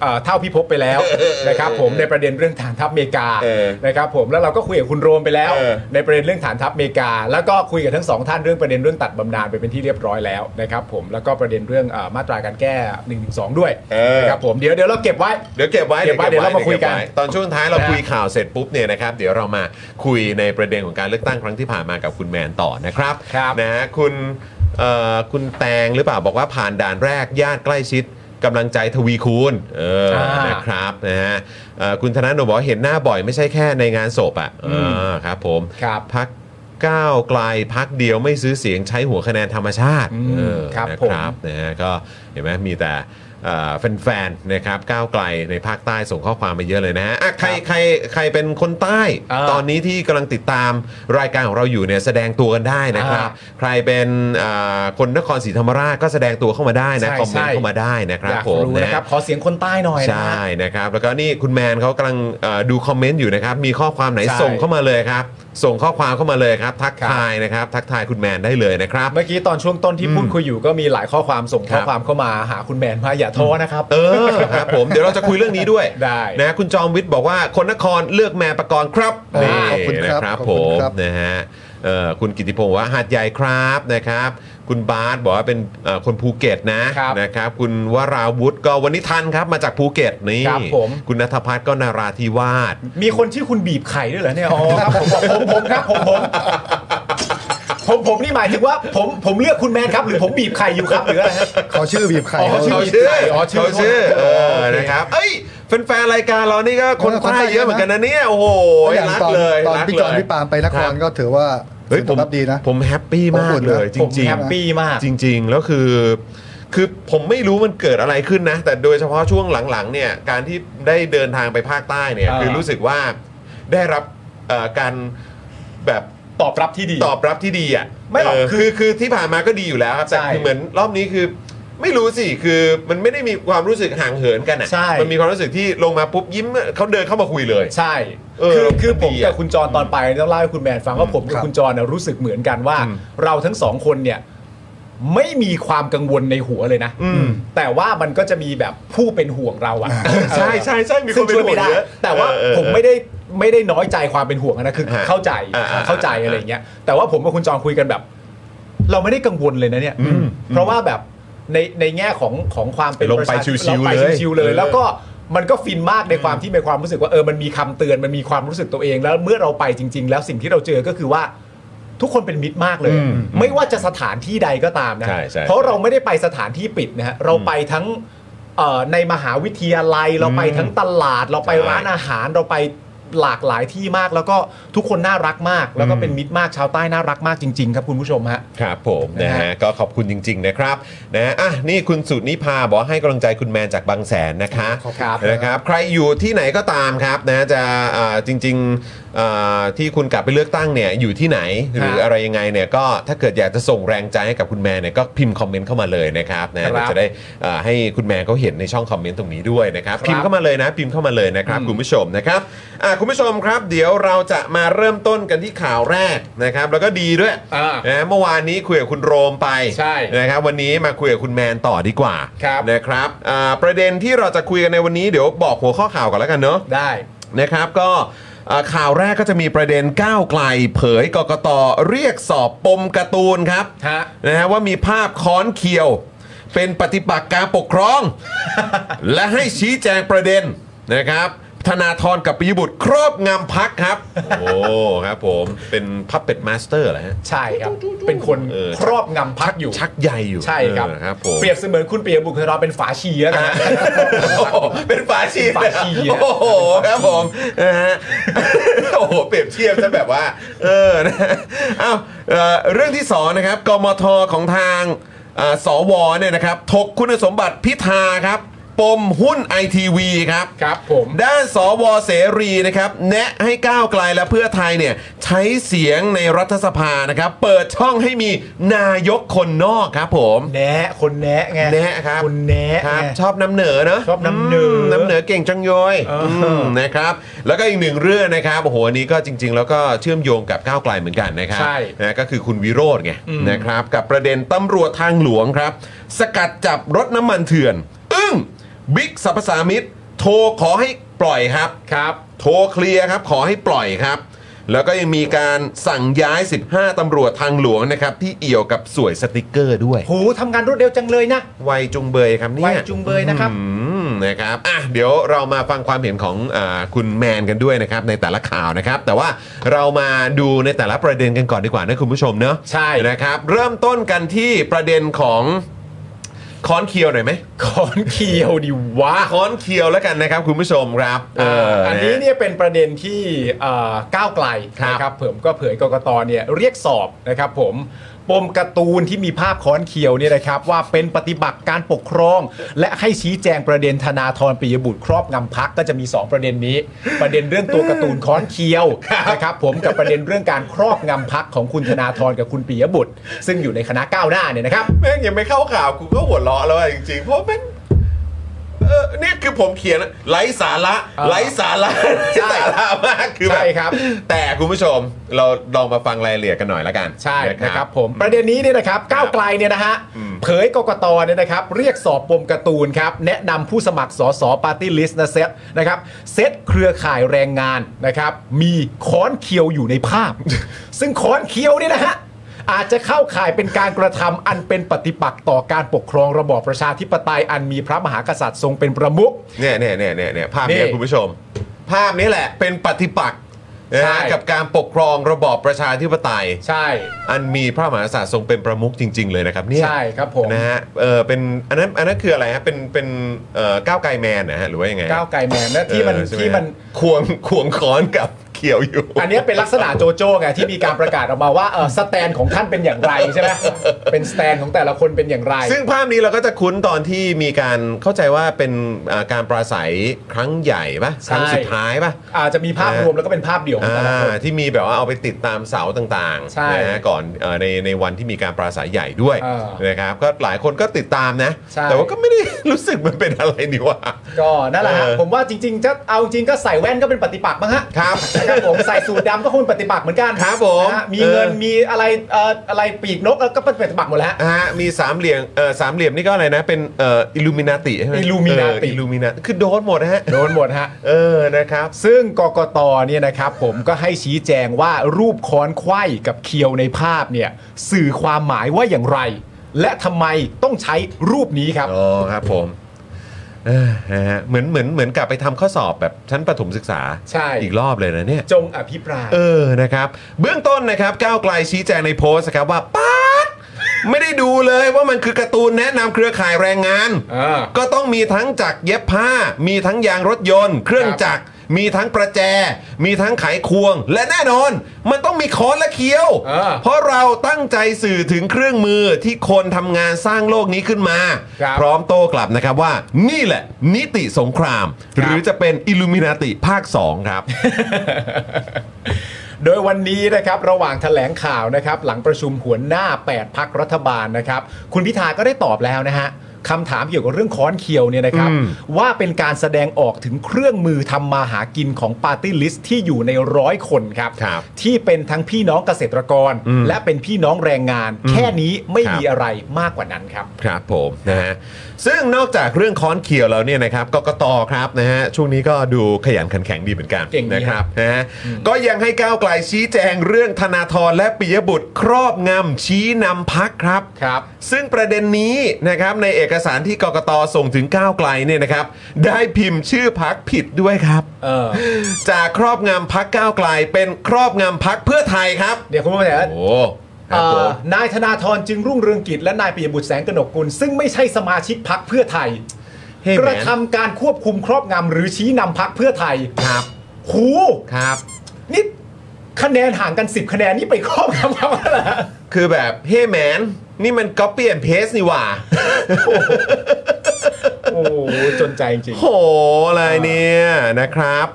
Speaker 3: เอ่อเท่าพิภพไปแล้วนะครับผมในประเด็นเรื่องฐานทัพอเมริกา
Speaker 1: เออ
Speaker 3: นะครับผมแล้วเราก็คุยกับคุณโรมไปแล้ว
Speaker 1: เออ
Speaker 3: ในประเด็นเรื่องฐานทัพอเมริกา แล้วก็คุยกับทั้งสองท่านเรื่องประเด็นเรื่องตัดบำนาญไปเป็นที่เรียบร้อยแล้วนะครับผมแล้วก็ประเด็นเรื่องเอ่อมาตราการแก้1นึด้วย
Speaker 1: เออ
Speaker 3: นะครับผมเดี๋ยวเดี๋ยวเราเก็บไว้
Speaker 1: เดี๋ยวเก็บไว้
Speaker 3: เก็บไว้เดี๋ยวเรามาคุยกัน
Speaker 1: เก็บไว้ตอนช่วงท้ายเรา
Speaker 3: นะ
Speaker 1: คุยข่าวเสร็จปุ๊บเนี่ยนะครับเดี๋ยวเรามาคุยในประเด็นของการเลือกตั้งครั้งที่ผ่านมากับคุณแมนต่อนะครับ
Speaker 3: ครับ
Speaker 1: นะฮะคุณเอ่อคุณแตงหรือเปล่าบอกว่าผ่านด่านแรกญาติใกล้ชิดกำลังใจทวีคูณเออ
Speaker 3: อ่าน
Speaker 1: นะครับนะฮะเอ่อคุณธนาโนบอกว่าเห็นหน้าบ่อยไม่ใช่แค่ในงานศพอ่ะเอออครับผม
Speaker 3: ครับ
Speaker 1: พักก้าวไกลพักเดียวไม่ซื้อเสียงใช้หัวคะแนนธรรมชาติ
Speaker 3: อืม
Speaker 1: เออ
Speaker 3: ครับ
Speaker 1: นะ
Speaker 3: ผม
Speaker 1: นะฮะก็เห็นไหมมีแต่เอ่อแฟนๆนะครับก้าวไกลในภาคใต้ส่งข้อความมาเยอะเลยนะฮะอ่ะใครใครใครเป็นคนใต้
Speaker 3: อ่า
Speaker 1: ตอนนี้ที่กำลังติดตามรายการของเราอยู่เนี่ยแสดงตัวกันได้นะครับ
Speaker 3: อ่
Speaker 1: ใครเป็นอ่าคนนครศรีธรรมราชก็แสดงตัวเข้ามาได้นะ
Speaker 3: ใช่
Speaker 1: คอมเมน
Speaker 3: ใช่
Speaker 1: ต์เข้ามาได้นะครั
Speaker 3: อบ ยาก
Speaker 1: ผม
Speaker 3: รู้
Speaker 1: นะ
Speaker 3: นะครับขอเสียงคนใต้หน่อยนะ
Speaker 1: ใช่
Speaker 3: ฮะ
Speaker 1: นะครับ แล้วก็นี่คุณแมนเขากำลังเอ่อดูคอมเมนต์อยู่นะครับ มีข้อความไหน
Speaker 3: ใช่
Speaker 1: ส่งเข้ามาเลยครับ ส่งข้อความเข้ามาเลยครับ ทัก
Speaker 3: ครับ
Speaker 1: ทายนะครับ ทักทายคุณแมนได้เลยนะครับ
Speaker 3: เมื่อกี้ตอนช่วงต้นที่พูดคุยอยู่ก็มีหลายข้อความส่งข้
Speaker 1: ค
Speaker 3: อ
Speaker 1: รับ
Speaker 3: ความเข้ามาหาคุณแมนว่าอย่าท้อนะครับ
Speaker 1: เออครับผมเดี๋ยวเราจะคุยเรื่องนี้ด้วย
Speaker 3: ได้
Speaker 1: นะคุณจอมวิทย์บอกว่าคนนครเลือกแมนประกรณ์ครับ
Speaker 5: อ๋อ
Speaker 1: นี่
Speaker 5: ขอบคุณครับ
Speaker 1: นะครับ
Speaker 5: ขอบ
Speaker 1: ผ
Speaker 5: คุณ
Speaker 1: ม
Speaker 5: ครับ
Speaker 1: นะฮะ เอ่อคุณกิติพงศ์บอกว่าหาดใหญ่ครับนะครับ คุณบาสบอกว่าเป็นเอ่อคนภูเก็ตนะครับ นะครับ คุณวราวุฒิก็วันนี้ทันครับมาจากภูเก็ตนี่
Speaker 3: ครับผม
Speaker 1: คุณนัทพัฒน์ก็นาราธิวาส
Speaker 3: มีคนชื่อคุณบีบไข่ด้วยเหรอเนี่ย อ๋อครับผมผมผมครับผมผม ผมผมนี่หมายถึงว่าผมผมเลือกคุณแมนครับ หรือผมบีบไข่อยู่ครับหรืออะไรฮะ
Speaker 5: เขาชื่อบีบไข่
Speaker 3: อ๋อ
Speaker 5: เขาชื่อ
Speaker 1: เขาชื่อ
Speaker 3: อ๋อชื่อ
Speaker 1: เขาชื่อเออ
Speaker 3: โอเค
Speaker 1: นะครับ เอ้ยแฟนๆรายการเรานี่ก็คน
Speaker 5: คนใต้
Speaker 1: ใต้เยอะเหมือนกันนะเนี่ยโอ้โห
Speaker 5: อย่าง
Speaker 1: รัก
Speaker 5: ตอน
Speaker 1: เลย
Speaker 5: ตอน
Speaker 1: รัก
Speaker 5: พี่จอน
Speaker 1: เลย
Speaker 5: พี่ปาล์มไปนคร
Speaker 1: บ
Speaker 5: ก็ถือว่า
Speaker 1: เฮ้ย
Speaker 5: ผ
Speaker 1: ผม ม
Speaker 5: รับดีนะ
Speaker 1: ผมแฮปปี้มา
Speaker 5: ผม
Speaker 1: ก
Speaker 5: อุ่นนะ
Speaker 1: เลยจ
Speaker 3: ผม
Speaker 1: ริง
Speaker 3: แฮปปี้มาก
Speaker 1: ๆจริง ๆ แล้วคือ คือผมไม่รู้มันเกิดอะไรขึ้นนะ แต่โดยเฉพาะช่วงหลังๆเนี่ยการที่ได้เดินทางไปภาคใต้เนี่ย
Speaker 3: อ่า
Speaker 1: คือรู้สึกว่าได้รับเอ่อการแบบ
Speaker 3: ตอบรับที่ดี
Speaker 1: ตอบรับที่ดีอ่ะ
Speaker 3: ไม่หรอกคือ
Speaker 1: เคือคือที่ผ่านมาก็ดีอยู่แล้วครับแต่
Speaker 3: ใช่
Speaker 1: คือเหมือนรอบนี้คือ ไม่รู้สิคือมันไม่ได้มีความรู้สึกห่างเหินกันอ่ะ
Speaker 3: ใช่
Speaker 1: มันมีความรู้สึกที่ลงมาปุ๊บยิ้มเขาเดินเข้ามาคุยเลย
Speaker 3: ใช่
Speaker 1: เออ
Speaker 3: คือคือผม
Speaker 1: ดีอะ
Speaker 3: กับคุณจรตอนไปต้องเล่าให้คุณแมนฟังว่าผมกับ
Speaker 5: ครับ
Speaker 3: คุณจรน่ะรู้สึกเหมือนกันว่า
Speaker 1: อืม
Speaker 3: เราทั้งสองคนเนี่ย ไม่มีความกังวลในหัวเลยนะ
Speaker 1: อืม
Speaker 3: แต่ว่ามันก็จะมีแบบผู้เป็นห่วงเราอะ
Speaker 1: ใช่ใช่ใช่มีค
Speaker 3: ซึ่
Speaker 1: น
Speaker 3: ง
Speaker 1: เป็น
Speaker 3: ช่วย
Speaker 1: ห่วง
Speaker 3: ไม่ได้
Speaker 1: เยอะ
Speaker 3: แต่ว่า
Speaker 1: เออเออ
Speaker 3: ผมไม่ได้ไม่ได้น้อยใจความเป็นห่วงนะคือ
Speaker 1: ฮะ
Speaker 3: เข้าใจ
Speaker 1: อ่าอ่า
Speaker 3: เข้าใจอะไรอย่างเงี้ย แต่ว่าผมกับคุณจรคุยกันแบบ เราไม่ได้กังวลเลยนะเนี่ย
Speaker 1: อืม
Speaker 3: เพราะว่าแบบในในแง่ของของความเป็น
Speaker 1: ลงไป
Speaker 3: ระชาชน
Speaker 1: ชิวๆ
Speaker 3: ราไป
Speaker 1: เลย
Speaker 3: ชิวๆเลย
Speaker 1: เออ
Speaker 3: แล้วก็ ก็มันก็ฟินมากในความที่มีความรู้สึกว่าเออมันมีคำเตือนมันมีความรู้สึกตัวเองแล้วเมื่อเราไปจริง ๆ แล้วสิ่งที่เราเจอก็คือว่า ทุกคนเป็นมิตรมากเลย
Speaker 1: อืม
Speaker 3: ไม่ว่าจะสถานที่ใดก็ตามนะ
Speaker 1: ใช่ใช่
Speaker 3: เพราะเราไม่ได้ไปสถานที่ปิดนะฮะเราไปทั้งเอ่อในมหาวิทยาลัยเราไปทั้งตลาด เราไป
Speaker 1: ใช่
Speaker 3: ร้านอาหารเราไปหลากหลายที่มาก แล้วก็ทุกคนน่ารักมาก แล้วก็เป็นมิตรมากชาวใต้น่ารักมากจริง ๆ ครับคุณผู้ชมฮะ
Speaker 1: ครับผมนะ
Speaker 3: นะ
Speaker 1: ฮะ
Speaker 3: ฮะ
Speaker 1: ก็ขอบคุณจริง ๆ นะครับนะอ่ะนี่คุณสุนิพาบอกให้กำลังใจคุณแมนจากบางแสนนะคะ
Speaker 3: ขอบคุณครับ
Speaker 1: นะครับ ใครอยู่ที่ไหนก็ตามครับนะจะอ่าจริงๆอ่าที่คุณกลับไปเลือกตั้งเนี่ยอยู่ที่ไหนหรืออะไรยังไงเนี่ยก็ถ้าเกิดอยากจะส่งแรงใจให้กับคุณแมนเนี่ยก็พิมพ์คอมเมนต์เข้ามาเลยนะครับนะเดี๋ยวจะได้อ่าให้คุณแมนเขาเห็นในช่องคอมเมนต์ตรงนี้ด้วยนะครับพิมพ์เข้ามาเลยนะพิมพ์เข้ามาเลยนะครับคุณผู้ชมนะครับอ่ะคุณผู้ชมครับ เดี๋ยวเราจะมาเริ่มต้นกันที่ข่าวแรกนะครับแล้วก็ดีด้วย
Speaker 3: อ่า
Speaker 1: นะเมื่อวานนี้คุยกับคุณโรมไป
Speaker 3: ใช่
Speaker 1: นะครับวันนี้มาคุยกับคุณแมนต่อดีกว่า
Speaker 3: ครับ
Speaker 1: นะครับอ่าประเด็นที่เราจะคุยกันในวันนี้เดี๋ยวบอกหัวข้อข่าวก่อนแล้วกันเนอะ
Speaker 3: ได้
Speaker 1: นะครับก็อ่าข่าวแรกก็จะมีประเด็นก้าวไกล เผยกกตเรียกสอบปมการ์ตูนครับ
Speaker 3: ฮะ
Speaker 1: นะฮะว่ามีภาพค้อนเคียว เป็นปฏิปักษ์การปกคร อง และให้ชี้แจงประเด็นนะครับธนาธรกับปิยบุตรครอบงำพักครับ โอ้ครับผมเป็นพับเป็ดมาสเตอร์เหรอฮะ
Speaker 3: ใช่ครับ เป็นคน
Speaker 1: เออ
Speaker 3: ครอบงำพักอยู่
Speaker 1: ชักใยอยู่
Speaker 3: ใช่ครับ
Speaker 1: เออครับผม
Speaker 3: เปรียบเสมือนคุณเปียบุคลาเป็นฝาชีแล้วกันนะ
Speaker 1: โอ้โหเป็นฝาชีพ
Speaker 3: ฝาชีพ
Speaker 1: โอ้โหครับผมนะฮะโอ้โหเปรียบเทียบซะแบบว่า เออนะเอ้าเอ่อเรื่องที่สองนะครับกมทของทางอ่าสวเนี่ยนะครับถกคุณสมบัติพิธาครับ ปมหุ้นไอทีวีครับ
Speaker 3: ครับผม
Speaker 1: ด้านสวเสรีนะครับ แนะให้ก้าวไกลและเพื่อไทยเนี่ยใช้เสียงในรัฐสภานะครับ เปิดช่องให้มีนายกคนนอกครับผม
Speaker 3: แนะ คนแนะไง
Speaker 1: แนะครับ
Speaker 3: คนแนะครับ ไง
Speaker 1: ชอบน้ำเหนือเนอะ
Speaker 3: ชอบน้ำเหนออื
Speaker 1: มน้ำเหนือเก่งจังโยย
Speaker 3: เอออื
Speaker 1: มนะครับ แล้วก็อีกหนึ่งเรื่องนะครับโอ้โหอันนี้ก็จริง ๆ แล้วก็เชื่อมโยงกับก้าวไกลเหมือนกันนะครับ
Speaker 3: ใช่
Speaker 1: นะก็คือคุณวิโรธไงนะครับ กับประเด็นตำรวจทางหลวงครับ สกัดจับรถน้ำมันเถื่อน อึ้งบิ๊กสรรพสามิตร โทรขอให้ปล่อยครับ
Speaker 3: ครับ
Speaker 1: โทรเคลียร์ครับ ขอให้ปล่อยครับ แล้วก็ยังมีการสั่งย้าย 15ตำรวจทางหลวงนะครับที่เอี่ยวกับสวยสติกเกอร์ด้วย
Speaker 3: โหทำงานรวดเร็วจังเลยนะ
Speaker 1: ไวยจุงเบยครับเนี่ย
Speaker 3: ไวจุงเบยนะครับ
Speaker 1: อืมนะครับอ่ะเดี๋ยวเรามาฟังความเห็นของอาคุณแมนกันด้วยนะครับในแต่ละข่าวนะครับ แต่ว่าเรามาดูในแต่ละประเด็นกันก่อนดีกว่านะคุณผู้ชมเนอะ
Speaker 3: ใช่
Speaker 1: นะครับ เริ่มต้นกันที่ประเด็นของคอนเคียวหน่อยไหม
Speaker 3: คอนเคียวดิวะ
Speaker 1: คอนเคียวแล้วกันนะครับ คุณผู้ชมครับเ
Speaker 3: อันนี้เนี่ยเป็นประเด็นที่เอ่อก้าวไกล
Speaker 1: ครับ
Speaker 3: นะครับผมก็เผยกกตเนี่ยเรียกสอบนะครับผมปมการ์ตูนที่มีภาพค้อนเคียวเนี่ยนะครับว่าเป็นปฏิบัติการปกครอง และให้ชี้แจงประเด็นธนาธรปิยบุตรครอบงำพักก็จะมี 2 ประเด็นนี้ ประเด็นเรื่องตัวการ์ตูนค้อนเคียวนะครับผมกับประเด็นเรื่องการครอบงำพักของคุณธนาธรกับคุณปิยบุตร ซึ่งอยู่ในคณะก้าวหน้าเนี่ยนะครับ
Speaker 1: แม่งยังไม่เข้าข่าวกูก็หัวเราะแล้วอะจริงๆเพราะแม่งเอ เออเนี่ยคือผมเขียนไร้สาระ
Speaker 3: อ่า
Speaker 1: ไร้สาระ
Speaker 3: ใช่
Speaker 1: ไร้สาระมากคือแบ
Speaker 3: ใช่ครับ
Speaker 1: แต่คุณผู้ชมเราลองมาฟังรายละเอียดกันหน่อยละกัน
Speaker 3: ใช่นะครับผมประเด็นนี้เนี่ยนะครับก้าวไกลเนี่ยนะฮะ
Speaker 1: อืม
Speaker 3: เผยกกตเนี่ยนะครับเรียกสอบปมการ์ตูนครับแนะนำผู้สมัครสสปาร์ตี้ลิสต์นะเซตนะครับเซตเครือข่ายแรงงานนะครับมีค้อนเคียวอยู่ในภา พ ซึ่งค้อนเคียวเนี่ยนะฮะอาจจะเข้าข่ายเป็นการกระทำอันเป็นปฏิปักษ์ต่อการปกครองระบอบประชาธิปไตยอันมีพระมหากษัตริย์ทรงเป็นประมุข
Speaker 1: เนี่ยเนี่ยเนี่ยเนี่ยเนี่ยภาพเนี้ย
Speaker 3: นี่
Speaker 1: คุณผู้ชม ภาพนี้แหละเป็นปฏิปักษ์นะ
Speaker 3: ใช่
Speaker 1: ฮะกับการปกครองระบอบประชาธิปไตย
Speaker 3: ใช่
Speaker 1: อันมีพระมหากษัตริย์ทรงเป็นประมุขจริง ๆ เลยนะครับเนี่ย
Speaker 3: ใช่ครับผม
Speaker 1: นะฮะเออเป็นอันนั้นอันนั้นคืออะไรฮะเป็นเป็นเอ่อก้าวไกลแมนนะฮะหรือว่ายังไงฮะ
Speaker 3: ก้าวไกลแมนนะที่มัน
Speaker 1: เออใช่ไห
Speaker 3: ที่มัน
Speaker 1: ฮะควง ควงค้อนกับเขียวอยู่
Speaker 3: อันเนี้ยเป็นลักษณะโจโจ้ไงที่มีการประกาศออกมาว่าเออสแตนของท่านเป็นอย่างไรใช่ไหมเป็นสแตนของแต่ละคนเป็นอย่างไร
Speaker 1: ซึ่งภาพนี้เราก็จะคุ้นตอนที่มีการเข้าใจว่าเป็นอ่าการปราศัยครั้งใหญ่ปะ
Speaker 3: ใช่
Speaker 1: ครั้งสุดท้ายปะ
Speaker 3: อาจจะมีภาพรวมแล้วก็เป็นภาพเดี่ยวของแต่ละคน
Speaker 1: อ่าที่มีแบบว่าเอาไปติดตามเสาต่าง
Speaker 3: ใช่
Speaker 1: ๆนะฮะก่อนเอ่อในในวันที่มีการปราศัยใหญ่ด้วย
Speaker 3: เออ
Speaker 1: นะครับก็หลายคนก็ติดตามนะ
Speaker 3: ใช่
Speaker 1: แต่ว่าก็ไม่ได้ รู้สึกมันเป็นอะไรนี่ว่า
Speaker 3: ก็นั่นแหละฮะ
Speaker 1: เออ
Speaker 3: ผมว่าจริงๆจะเอาจริงก็ใส่แว่นก็เป็นปฏิปักษ์มั้งฮะ
Speaker 1: ครับ
Speaker 3: นะครับผมใส่สูทดำก็คงเป็นปฏิปักษ์เหมือนกัน
Speaker 1: ครับผม
Speaker 3: นะฮะมีเงิน
Speaker 1: เออ
Speaker 3: มีอะไรเอ่ออะไรปีกนกแล้วก็เป็นปฏิปักษ์หมดแล้ว
Speaker 1: นะฮะมีสามเหลี่ยมเออสามเหลี่ยมนี่ก็อะไรนะเป็นเอออิลูมินาติใช่ไหม
Speaker 3: Illuminati
Speaker 1: อิลูมินาคือโดนหมดนะฮะ
Speaker 3: โดนหมดฮะ
Speaker 1: เออนะครับ
Speaker 3: ซึ่งกกตเนี่ยนะครับผมก็ให้ชี้แจงว่ารูปค้อนไขว้กับเคียวในภาพเนี่ยสื่อความหมายว่าอย่างไร และทำไมต้องใช้รูปนี้ครับ
Speaker 1: อ๋อครับผมเอ้อนะฮะเหมือนเหมือนเหมือนกลับไปทำข้อสอบแบบชั้นประถมศึกษา
Speaker 3: ใช่
Speaker 1: อีกรอบเลยนะเนี่ย
Speaker 3: จงอภิปราย
Speaker 1: เออนะครับ เบื้องต้นนะครับก้าวไกลชี้แจงในโพสต์นะครับว่าป๊าดไม่ได้ดูเลยว่ามันคือการ์ตูนแนะนำเครือข่ายแรงงาน
Speaker 3: อ่า
Speaker 1: ก็ต้องมีทั้งจักรเย็บผ้า มีทั้งยางรถยนต์ เครื่องจักร มีทั้งประแจ มีทั้งไขควง และแน่นอน มันต้องมีค้อนและเคี้ยว
Speaker 3: อ่า
Speaker 1: เพราะเราตั้งใจสื่อถึงเครื่องมือที่คนทำงานสร้างโลกนี้ขึ้นมา
Speaker 3: ครับ
Speaker 1: พร้อมโต้กลับนะครับว่า นี่แหละ นิติสงคราม หรือจะเป็นอิลูมินาติภาค 2 ครับ
Speaker 3: โดยวันนี้นะครับระหว่างแถลงข่าวนะครับหลังประชุมหัวหน้า 8 พักรัฐบาลนะครับคุณพิธาก็ได้ตอบแล้วนะฮะคำถามเกี่ยวกับเรื่องค้อนเคียวเนี่ยนะครับ ว่าเป็นการแสดงออกถึงเครื่องมือทำมาหากินของปาร์ตี้ลิสที่อยู่ในร้อยคนครับ
Speaker 1: ครับ
Speaker 3: ที่เป็นทั้งพี่น้องเกษตรกร และเป็นพี่น้องแรงงาน แค่นี้ไม่
Speaker 1: ครับ
Speaker 3: มีอะไรมากกว่านั้นครับ
Speaker 1: ครับผมนะฮะซึ่งนอกจากเรื่องค้อนเขียวแล้วเนี่ยนะครับกกตครับนะฮะช่วงนี้ก็ดูขยันขันแข็งดีเหมือนกัน
Speaker 3: เก่งดี
Speaker 1: นะครับนะฮะก็ยังให้ก้าวไกลชี้แจงเรื่องธนาธรและปิยบุตรครอบงำชี้นำพักครับ
Speaker 3: ครับ
Speaker 1: ซึ่งประเด็นนี้นะครับในเอกสารที่กกตส่งถึงก้าวไกลเนี่ยนะครับ ได้พิมพ์ชื่อพักผิดด้วยครับ
Speaker 3: เออ
Speaker 1: จากครอบงำพักก้าวไกลเป็นครอบงำพักเพื่อไทยครับ
Speaker 3: เดี๋ยวคุณผู้ชม
Speaker 1: โอ้โหค
Speaker 3: จะ
Speaker 1: รับผม
Speaker 3: เอ่อนายธนาธรจึงรุ่งเรืองกิจและนายปิยบุตรแสงกนกกุลซึ่งไม่ใช่สมาชิกพักเพื่อไทย
Speaker 1: Hey,
Speaker 3: กระทำการควบคุมครอบงำหรือชี้นำพักเพื่อไทย
Speaker 1: ครับ
Speaker 3: หู
Speaker 1: ครับ
Speaker 3: นี่คะแนนห่างกัน 10 คะแนนนี่ไปครอบงำเขาแล้วเหรอ
Speaker 1: คือแบบเฮ้แมนนี่มันก็เปลี่ยนเพสนี่หว่า
Speaker 3: โอ้โหจนใจจริง
Speaker 1: โหอะไรเนี่ยนะครับ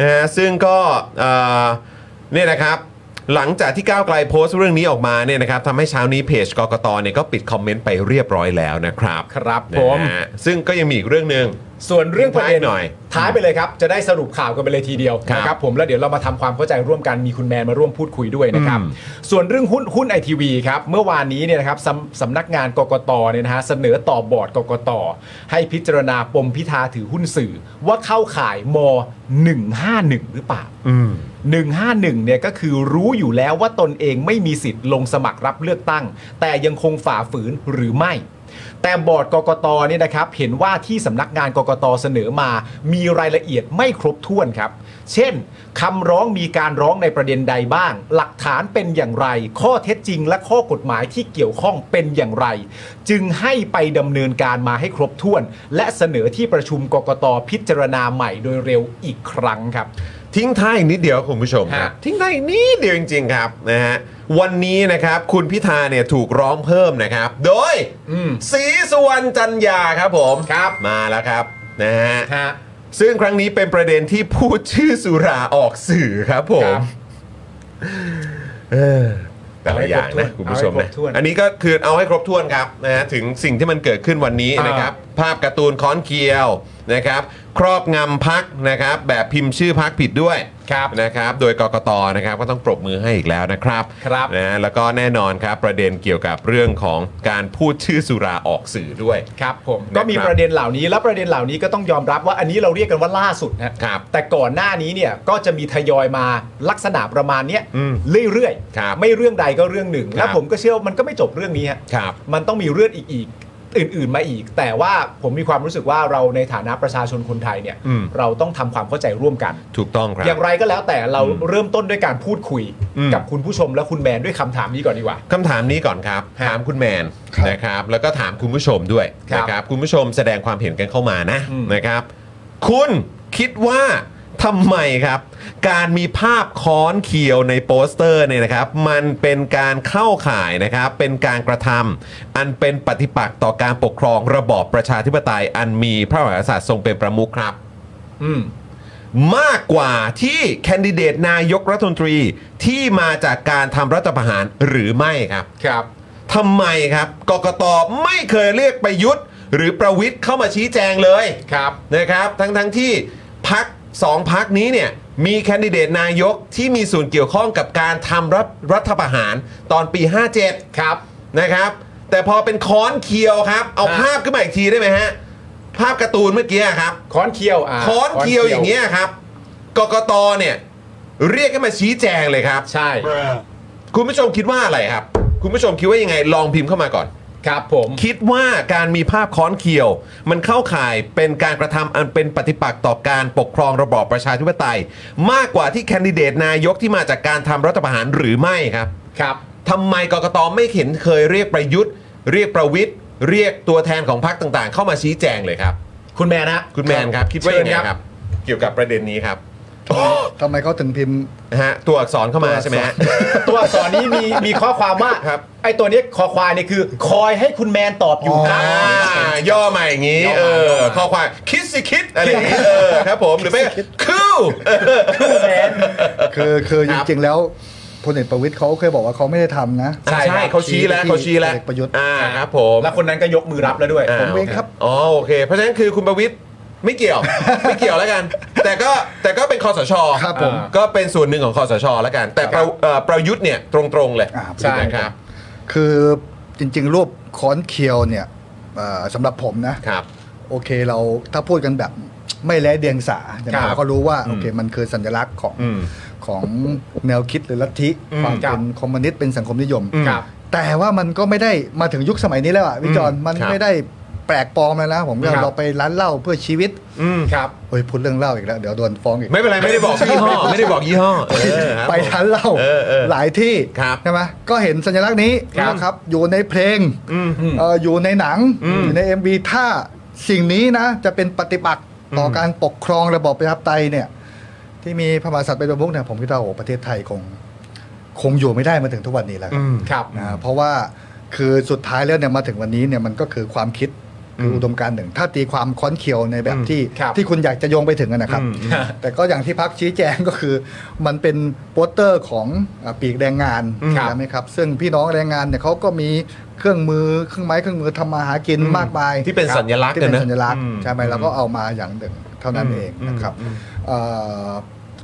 Speaker 1: นะฮะซึ่งก็เอ่อเนี่ยนะครับหลังจากที่ก้าวไกลโพสต์เรื่องนี้ออกมาเนี่ยนะครับทำให้เช้านี้เพจกกตเนี่ยก็ปิดคอมเมนต์ไปเรียบร้อยแล้วนะครับ
Speaker 3: ครับผม
Speaker 1: นะฮะซึ่งก็ยังมีอีกเรื่องหนึ่ง
Speaker 3: ส่วนเรื่องประเด็น
Speaker 1: ท้ายหน่อย
Speaker 3: ท้ายไปเลยครับ จะได้สรุปข่าวกันไปเลยทีเดียว
Speaker 1: ครับ
Speaker 3: นะครับผมแล้วเดี๋ยวเรามาทำความเข้าใจร่วมกันมีคุณแมนมาร่วมพูดคุยด้วยนะครับ
Speaker 1: อืม
Speaker 3: ส่วนเรื่องหุ้นหุ้นไอทีวีครับ เมื่อวานนี้เนี่ยนะครับสำสำนักงานกกตเนี่ยนะฮะเสนอต่อบอร์ดกกตให้พิจารณาปมพิธาถือหุ้นสื่อ ว่าเข้าข่ายม 151 หรือเปล่า 151 เนี่ยก็คือรู้อยู่แล้วว่าตนเองไม่มีสิทธิ์ลงสมัครรับเลือกตั้ง แต่ยังคงฝ่าฝืนหรือไม่ แต่บอร์ดกกตเนี่ยนะครับเห็นว่าที่สำนักงานกกตเสนอมา มีรายละเอียดไม่ครบถ้วนครับ เช่นคำร้องมีการร้องในประเด็นใดบ้าง หลักฐานเป็นอย่างไร ข้อเท็จจริงและข้อกฎหมายที่เกี่ยวข้องเป็นอย่างไร จึงให้ไปดำเนินการมาให้ครบถ้วน และเสนอที่ประชุมกกตพิจารณาใหม่โดยเร็วอีกครั้งครับ
Speaker 1: ทิ้งท้ายอีกนิดเดียวคุณผู้ชมครับ
Speaker 3: ฮะ
Speaker 1: ทิ้งท้ายอีกนิดเดียวจริง ๆ ครับนะฮะวันนี้นะครับคุณพิธาเนี่ยถูกร้องเพิ่มนะครับ โดย
Speaker 3: อืม
Speaker 1: สีสุวรรณจันยาครับผม
Speaker 3: ครับ
Speaker 1: มาแล้วครับนะฮะ
Speaker 3: ฮะ
Speaker 1: ซึ่งครั้งนี้เป็นประเด็นที่พูดชื่อสุราออกสื่อครับผ
Speaker 3: ค
Speaker 1: ม
Speaker 3: รับ
Speaker 1: เออ แต่ละอย่างนะ
Speaker 3: เอาให้คร
Speaker 1: คุณ
Speaker 3: บถ้วน
Speaker 1: ผู้ชม
Speaker 3: เอาให้
Speaker 1: นะ
Speaker 3: ครบถ้วน
Speaker 1: อันนี้ก็คือเอาให้ครบถ้วนครับนะฮะถึงสิ่งที่มันเกิดขึ้นวันนี้
Speaker 3: อ่าน
Speaker 1: นะครับ ภาพการ์ตูนค้อนเคียวนะครับ ครอบงำพักนะครับ แบบพิมพ์ชื่อพักผิดด้วย
Speaker 3: ครับ
Speaker 1: นะครับ โดยกกตนะครับก็ต้องปรบมือให้อีกแล้วนะครับ
Speaker 3: ครับ
Speaker 1: นะแล้วก็แน่นอนครับประเด็นเกี่ยวกับเรื่องของการพูดชื่อสุราออกสื่อด้วย
Speaker 3: ครับผม
Speaker 1: นะครับ
Speaker 3: ก็มีประเด็นเหล่านี้และประเด็นเหล่านี้ก็ต้องยอมรับว่าอันนี้เราเรียกกันว่าล่าสุดนะครับแต่ก่อนหน้านี้เนี่ยก็จะมีทยอยมาลักษณะประมาณเนี้ย
Speaker 1: อืม
Speaker 3: เรื่อย
Speaker 1: ครับ
Speaker 3: ๆไม่เรื่องใดก็เรื่องหนึ่ง
Speaker 1: ครั
Speaker 3: และ
Speaker 1: บ
Speaker 3: ผมก็เชื่อว่ามันก็ไม่จบเรื่องนี้ฮะ
Speaker 1: ครับ
Speaker 3: มันต้องมีเรื่องอีกอีกอื่น ๆ มาอีก แต่ว่าผมมีความรู้สึกว่าเราในฐานะประชาชนคนไทยเนี่ย
Speaker 1: อืม
Speaker 3: เราต้องทำความเข้าใจร่วมกัน
Speaker 1: ถูกต้องครับ
Speaker 3: อย่างไรก็แล้วแต่เราเริ่มต้นด้วยการพูดคุย
Speaker 1: อืม
Speaker 3: กับคุณผู้ชมและคุณแมนด้วยคำถามนี้ก่อนดีกว่า
Speaker 1: คำถามนี้ก่อนครับ
Speaker 3: ครับ
Speaker 1: ถามคุณแมน
Speaker 5: ครับ
Speaker 1: นะครับ แล้วก็ถามคุณผู้ชมด้วย
Speaker 3: ครับ
Speaker 1: นะครับ คุณผู้ชมแสดงความเห็นกันเข้ามานะ
Speaker 3: อืม
Speaker 1: นะครับ คุณคิดว่าทำไมครับ การมีภาพค้อนเขียวในโปสเตอร์เนี่ยนะครับ มันเป็นการเข้าข่ายนะครับ เป็นการกระทำอันเป็นปฏิปักษ์ต่อการปกครองระบอบประชาธิปไตยอันมีพระมหากษัตริย์ทรงเป็นประมุขครับ
Speaker 3: อืม
Speaker 1: มากกว่าที่แคนดิเดตนายกรัฐมนตรีที่มาจากการทำรัฐประหารหรือไม่ครับ
Speaker 3: ครับ
Speaker 1: ทำไมครับกกตไม่เคยเรียกประยุทธ์ หรือประวิทย์เข้ามาชี้แจงเลย
Speaker 3: ครับ
Speaker 1: นะครับทั้งทั้งที่พักสองพักนี้เนี่ยมีแคนดิเดตนายกที่มีส่วนเกี่ยวข้องกับการทำรัฐรัฐประหารตอนปี 57
Speaker 3: ครับ
Speaker 1: นะครับ แต่พอเป็นค้อนเคียวครับ เอา
Speaker 3: อ่า
Speaker 1: ภาพขึ้นมาอีกทีได้ไหมฮะ ภาพการ์ตูนเมื่อกี้ครับ
Speaker 3: ค้อนเคียวอ่า
Speaker 1: ค้อนเคียวอย่างเงี้ยครับกกตเนี่ยเรียกให้มาชี้แจงเลยครับ
Speaker 3: ใช่
Speaker 1: คุณผู้ชมคิดว่าอะไรครับ คุณผู้ชมคิดว่ายังไงลองพิมพ์เข้ามาก่อน
Speaker 3: ครับผม
Speaker 1: คิดว่าการมีภาพค้อนเคียว มันเข้าข่ายเป็นการกระทำอันเป็นปฏิปักษ์ต่อการปกครองระบอบประชาธิปไตย มากกว่าที่แคนดิเดตนายกที่มาจากการทำรัฐประหารหรือไม่ครับ
Speaker 3: ครับ
Speaker 1: ทำไมกกตไม่เห็นเคยเรียกประยุทธ์ เรียกประวิทย์เรียกตัวแทนของพรรคต่างๆ เข้ามาชี้แจงเลยครับ
Speaker 3: คุณแมนนะ
Speaker 1: คุณแมนครับ คิดว่ายังไง
Speaker 3: เชิญ
Speaker 1: ครับ เกี่ยวกับประเด็นนี้ ครับ
Speaker 5: ทำไมเขาถึงพิมพ์
Speaker 1: นะฮะตัวอักษรเข้ามาใช่ไหมฮะ
Speaker 3: ตัวอักษรนี้ มีมีข้อความว่า
Speaker 1: ครับ
Speaker 3: ไอตัวเนี้ยคอควายเนี่ยคือ คอยให้คุณแมนตอบอยู่
Speaker 5: อ๋อ
Speaker 3: นะ
Speaker 1: อ่าย่อมาอย่างนี้
Speaker 3: ย่อมา
Speaker 1: เออย่
Speaker 3: อ
Speaker 1: อ
Speaker 3: มา
Speaker 1: ข้อความคิดสิคิดอะไรอย่าง นี้เออครับผมหรือไม่ก็คิวเออ
Speaker 3: คุณแมน
Speaker 5: คือคือ
Speaker 1: ค
Speaker 5: จ
Speaker 1: รับ
Speaker 5: ริงๆแล้วพลเอกประวิตยเขาเคยบอกว่าเขาไม่ได้ทำนะ
Speaker 3: ใช่
Speaker 1: ใช่
Speaker 3: ครับ
Speaker 1: เขาชี้แล้ว
Speaker 5: ชี้
Speaker 1: เขาชี้แล้ว
Speaker 5: พลเอกประยุทธ์
Speaker 1: อ่าครับผม
Speaker 3: แล้วคนนั้นก็ยกมือรับแล้วด้วย
Speaker 1: า
Speaker 5: ผมเองครับ
Speaker 1: อ๋อโอเค เพราะฉะนั้นคือคุณประวิทย์ไม่เกี่ ยว ไม่เกี่ยวแล้วกัน แต่ก็แต่ก็เป็นคอสช
Speaker 5: ครับผม
Speaker 1: ก็เป็นส่วนหนึ่งของคอสชแล้วกัน แต่ประเอ่อประยุทธ์เนี่ยตรงๆเลย
Speaker 5: อ่า
Speaker 3: ใช่
Speaker 1: ครับ
Speaker 5: คือจริงๆ รูปค้อนเคียวเนี่ยเอ่อสำหรับผมนะ
Speaker 1: ครับ
Speaker 5: โอเคเราถ้าพูดกันแบบไม่แลเดียงสาเนี่ย
Speaker 3: ครับ
Speaker 5: เราก็รู้ว่าโอเคมันคือสัญลักษณ์ของ
Speaker 1: อืม
Speaker 5: ของแนวคิดหรือลัทธิ
Speaker 1: อืม
Speaker 5: ความ
Speaker 3: ครั
Speaker 5: เป็น
Speaker 3: บ
Speaker 5: คอมมิวนิสต์เป็นสังคมนิยม
Speaker 3: ครับ
Speaker 5: แต่ว่ามันก็ไม่ได้มาถึงยุคสมัยนี้แล้วอ่ะพี่จอน
Speaker 1: อืม
Speaker 5: มัน
Speaker 1: ครับ
Speaker 5: ไม่ได้แปลกปลอมเลยนะ ผมก็
Speaker 3: ครับ
Speaker 5: เราไปร้านเหล้าเพื่อชีวิต
Speaker 1: อืม
Speaker 3: ครับ
Speaker 5: โอ้ยพูดเรื่องเหล้าอีกแล้ว เดี๋ยวโดนฟ้องอีก
Speaker 1: ไม่เป็นไรไม่ได้บอกยี่ห้อไม่ได้บอกยี่ห้อเออครับ
Speaker 5: ไป
Speaker 1: ผม
Speaker 5: ร้านเหล้า
Speaker 1: เออเออ
Speaker 5: หลายที่
Speaker 1: ครับ
Speaker 5: ใช่ไหมก็เห็นสัญลักษณ์นี้
Speaker 1: ครับ
Speaker 5: นะครับอยู่ในเพลง
Speaker 1: อืม
Speaker 5: เอ่ออยู่ในหนังอยู่ใน MV ถ้าสิ่งนี้นะจะเป็นปฏิปักษ์ต่ออ
Speaker 1: ม
Speaker 5: การปกครองระบอบประชาธิปไตยเนี่ยที่มีพระมหากษัตริย์เป็นประมุขเนี่ยผมคิดว่าโอ้ประเทศไทยคงคงอยู่ไม่ได้มาถึงทุกวันนี้แล้วครับ
Speaker 1: อืม
Speaker 3: ครับ
Speaker 5: นะเพราะว่าคือสุดท้ายแล้วเนี่ยมาถึงวันนี้เนี่ยมันก็คือความคิดคือ
Speaker 1: ม
Speaker 5: อุดมการณ์หนึ่ง ถ้าตีความค้อนเคียวในแบบ
Speaker 1: อืม
Speaker 5: ที่
Speaker 3: ครับ
Speaker 5: ที่คุณอยากจะโยงไปถึงอะนะครับ
Speaker 1: อืม
Speaker 5: แต่ก็อย่างที่พักชี้แจงก็ คือ มันเป็นโปสเตอร์ของอ่าปีกแรงงาน
Speaker 1: อืม
Speaker 5: ใช่ไหมครับซึ่งพี่น้องแรงงานเนี่ยเขาก็มีเครื่องมือเครื่องไม้เครื่องมือทำมาหากินมากมาย
Speaker 1: ที่เป็น
Speaker 5: ครับ
Speaker 1: สัญลักษณ์
Speaker 5: ที่เป็
Speaker 1: เนี่ยนะ
Speaker 5: นสัญลักษณ์
Speaker 1: อืม
Speaker 5: ใช่ไหมเราก็เอามาอย่างหนึ่งเท่านั้น
Speaker 1: อืม
Speaker 5: เอง
Speaker 1: อืม
Speaker 5: นะครับ
Speaker 1: อืม
Speaker 5: เอ่อ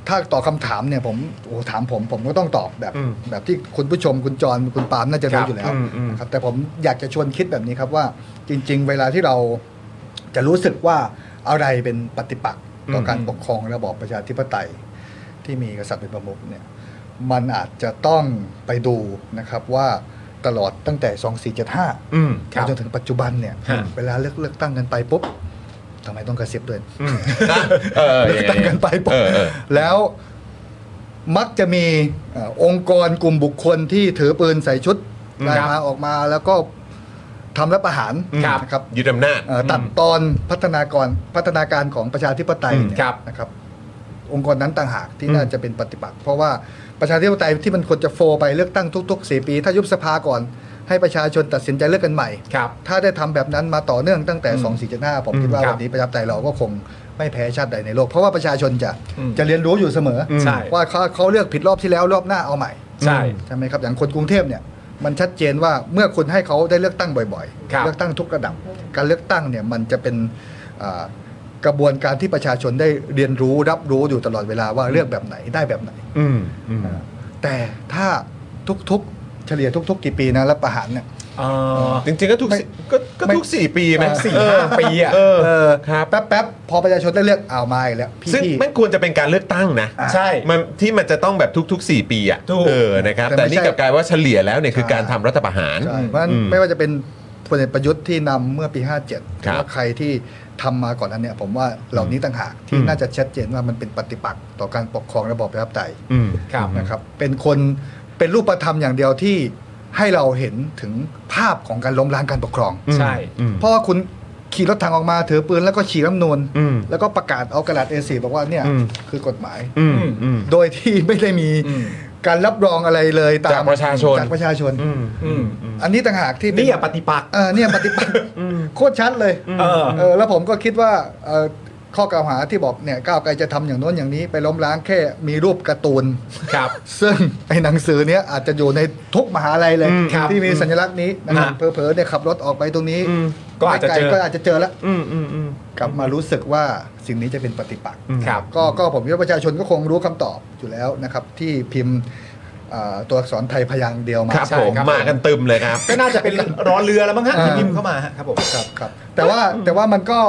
Speaker 5: ถ้าตอบคำถามเนี่ยผมโอ้ถามผมผมก็ต้องตอบแบบ
Speaker 1: อืม
Speaker 5: แบบที่คุณผู้ชมคุณจรคุณปาล์มน่าจะ
Speaker 3: ครั
Speaker 5: รู้
Speaker 3: บ
Speaker 5: อยู่แล้ว
Speaker 1: อืมอืม
Speaker 5: นะครับแต่ผมอยากจะชวนคิดแบบนี้ครับว่า จริง ๆ เวลาที่เราจะรู้สึกว่าอะไรเป็นปฏิปักษ์ต่ออ
Speaker 1: ม
Speaker 5: การปกครองระบอบประชาธิปไตย ที่มีกษัตริย์เป็นประมุขเนี่ยมันอาจจะต้องไปดูนะครับว่าตลอดตั้งแต่ 2475
Speaker 1: อืม
Speaker 3: ครับ
Speaker 5: จนถึงปัจจุบันเนี่ย
Speaker 3: ฮะ
Speaker 5: เวลาเลือกเลือกตั้งกันไปปุ๊บทำไมต้องกระซิบด้วย
Speaker 1: นะเออ
Speaker 5: เลือกตั้งกันไปปุ๊บ
Speaker 1: เออเออ
Speaker 5: แล้วมักจะมีเอ่อองค์กรกลุ่มบุคคลที่ถือปืนใส่ชุด
Speaker 1: อืม
Speaker 5: ลายพรางออกมาแล้วก็ทำรัฐประหาร
Speaker 3: ครับ
Speaker 5: นะครับ
Speaker 1: ยึดอำนาจ
Speaker 5: เอ่อตัดตอนพัฒนากรพัฒนาการของประชาธิปไตย
Speaker 1: อืม
Speaker 5: เนี่ย
Speaker 3: ครับ
Speaker 5: นะครับ องค์กรนั้นต่างหากที่
Speaker 1: อืม
Speaker 5: น่าจะเป็นปฏิปักษ์เพราะว่าประชาธิปไตยที่มันควรจะโฟไปเลือกตั้งทุกๆสี่ปี ถ้ายุบสภาก่อน ให้ประชาชนตัดสินใจเลือกกันใหม่
Speaker 3: ครับ
Speaker 5: ถ้าได้ทำแบบนั้นมาต่อเนื่องตั้งแต่
Speaker 3: อืม
Speaker 5: 2 4 7 5 ผมคิดว่า
Speaker 3: ครับ
Speaker 5: วันนี้ประชาธิปไตยเราก็คงไม่แพ้ชาติใดในโลก เพราะว่าประชาชนจะ
Speaker 3: อืม
Speaker 5: จะเรียนรู้อยู่เสมอ
Speaker 3: ใช่
Speaker 5: ว่าเขาเขาเลือกผิดรอบที่แล้วรอบหน้าเอาใหม่
Speaker 3: ใช่
Speaker 5: ใช่ไหมครับอย่างคนกรุงเทพเนี่ยมันชัดเจนว่าเมื่อคุณให้เขาได้เลือกตั้งบ่อย
Speaker 3: ครับ
Speaker 5: ๆ เลือกตั้งทุกระดับ การเลือกตั้งเนี่ยมันจะเป็นอ่ากระบวนการที่ประชาชนได้เรียนรู้รับรู้อยู่ตลอดเวลาว่าเลือกแบบไหนได้แบบไหน
Speaker 3: อืมอืม
Speaker 5: แต่ถ้าทุกๆเฉลี่ยทุก ๆ กี่ปีนะรับประหารเนี่ย
Speaker 3: อ่า
Speaker 1: จริงๆก็ทุก
Speaker 5: ไม่
Speaker 1: สี่ก็ก็
Speaker 5: ไม่
Speaker 1: ทุกสี่ปีไหม
Speaker 3: สี่
Speaker 1: เออ
Speaker 3: ห้าปีอ่ะ
Speaker 1: เออ
Speaker 5: เออ
Speaker 1: ครับ
Speaker 5: แป๊บๆ พอประชาชนได้เลือกเอาวมาอีกแล้วพี่
Speaker 1: ซึ่ง
Speaker 5: พี่
Speaker 1: ไม่ควรจะเป็นการเลือกตั้งนะ
Speaker 3: ใช่
Speaker 1: มันที่มันจะต้องแบบทุก ๆ 4 ปีอ่ะ
Speaker 3: ถูก
Speaker 1: เออนะครับ
Speaker 5: แต่
Speaker 1: แต่
Speaker 5: ไม่
Speaker 1: นี่
Speaker 5: ใช่
Speaker 1: กลับกลายว่าเฉลี่ยแล้วเนี่ยคือ
Speaker 5: ใช่
Speaker 1: การทำรัฐประหาร
Speaker 5: ใช่เพราะฉะนั้น
Speaker 1: อืม
Speaker 5: ไม่ว่าจะเป็นพลเอกประยุทธ์ที่นำเมื่อปี 57ห
Speaker 1: ครั
Speaker 5: รื
Speaker 1: บ
Speaker 5: ว่าใครที่ทำมาก่อนนั้นเนี่ยผมว่าเหล่านี้ต่างหากที่
Speaker 1: อืม
Speaker 5: น่าจะชัดเจนว่ามันเป็นปฏิปักษ์ต่อการปกครองระบอบประชาธิปไตย
Speaker 1: อืม
Speaker 3: ครับ
Speaker 5: นะครับเป็นคนเป็นรูปธรรมอย่างเดียวที่ให้เราเห็นถึงภาพของการล้มล้างการปกครอง
Speaker 3: ใช่
Speaker 5: เพราะว่าคุณขี่รถถังออกมาถือปืนแล้วก็ฉีกรัฐธรรมนูน
Speaker 1: อืม
Speaker 5: แล้วก็ประกาศเอากระดาษ A4 บอกว่าเนี่ย
Speaker 1: อืม
Speaker 5: คือกฎหมาย
Speaker 1: อืมอืม
Speaker 5: โดยที่ไม่ได้มี
Speaker 3: อืม
Speaker 5: การรับรองอะไรเลยตาม
Speaker 1: จากประชาชน
Speaker 5: จากประชาชน
Speaker 1: อืม
Speaker 3: อืม
Speaker 5: อันนี้ต่างหากที่เป็
Speaker 3: นี่อย่าปฏิปักษ์
Speaker 5: เออเนี่ยปฏิบัติโคตรชัดเลย
Speaker 3: เออ
Speaker 5: เออแล้วผมก็คิดว่าเอ่อข้อกล่าวหาที่บอกเนี่ยก้าวไกลจะทำอย่างโน้นอย่างนี้ไปล้มล้างแค่มีรูปการ์ตูน
Speaker 3: ครับ
Speaker 5: ซึ่งไอ้หนังสือเนี้ยอาจจะอยู่ในทุกมหาลัยเลย
Speaker 1: อืมครับ
Speaker 5: ที่มีสัญลักษณ์นี้นะครับ
Speaker 3: อ่ะ
Speaker 5: เผลอๆเนี่ยขับรถออกไปตรงนี้
Speaker 1: อืม
Speaker 3: ก็อาจจะเจอ
Speaker 5: ไกลๆก็อาจจะเจอแล้ว
Speaker 1: อืมอืมอืม
Speaker 5: กลับมารู้สึกว่าสิ่งนี้จะเป็นปฏิปักษ์
Speaker 3: ครับ
Speaker 5: ก็ก็ผมคิดว่าประชาชนก็คงรู้คำตอบอยู่แล้วนะครับที่พิมพ์เอ่อตัวอักษรไทยพยางค์เดียวมา
Speaker 1: ครับ
Speaker 3: ใช่
Speaker 1: ผม
Speaker 3: ครับ
Speaker 1: มากันตึมเลยครับ
Speaker 3: ก็น่าจะเป็น รอเรือแล้วมั้งฮะ
Speaker 5: อ่า
Speaker 3: ที่พิมพ์เข้ามาฮะครับผม
Speaker 5: ครับครับแต่ว่าแต่ว่ามันก็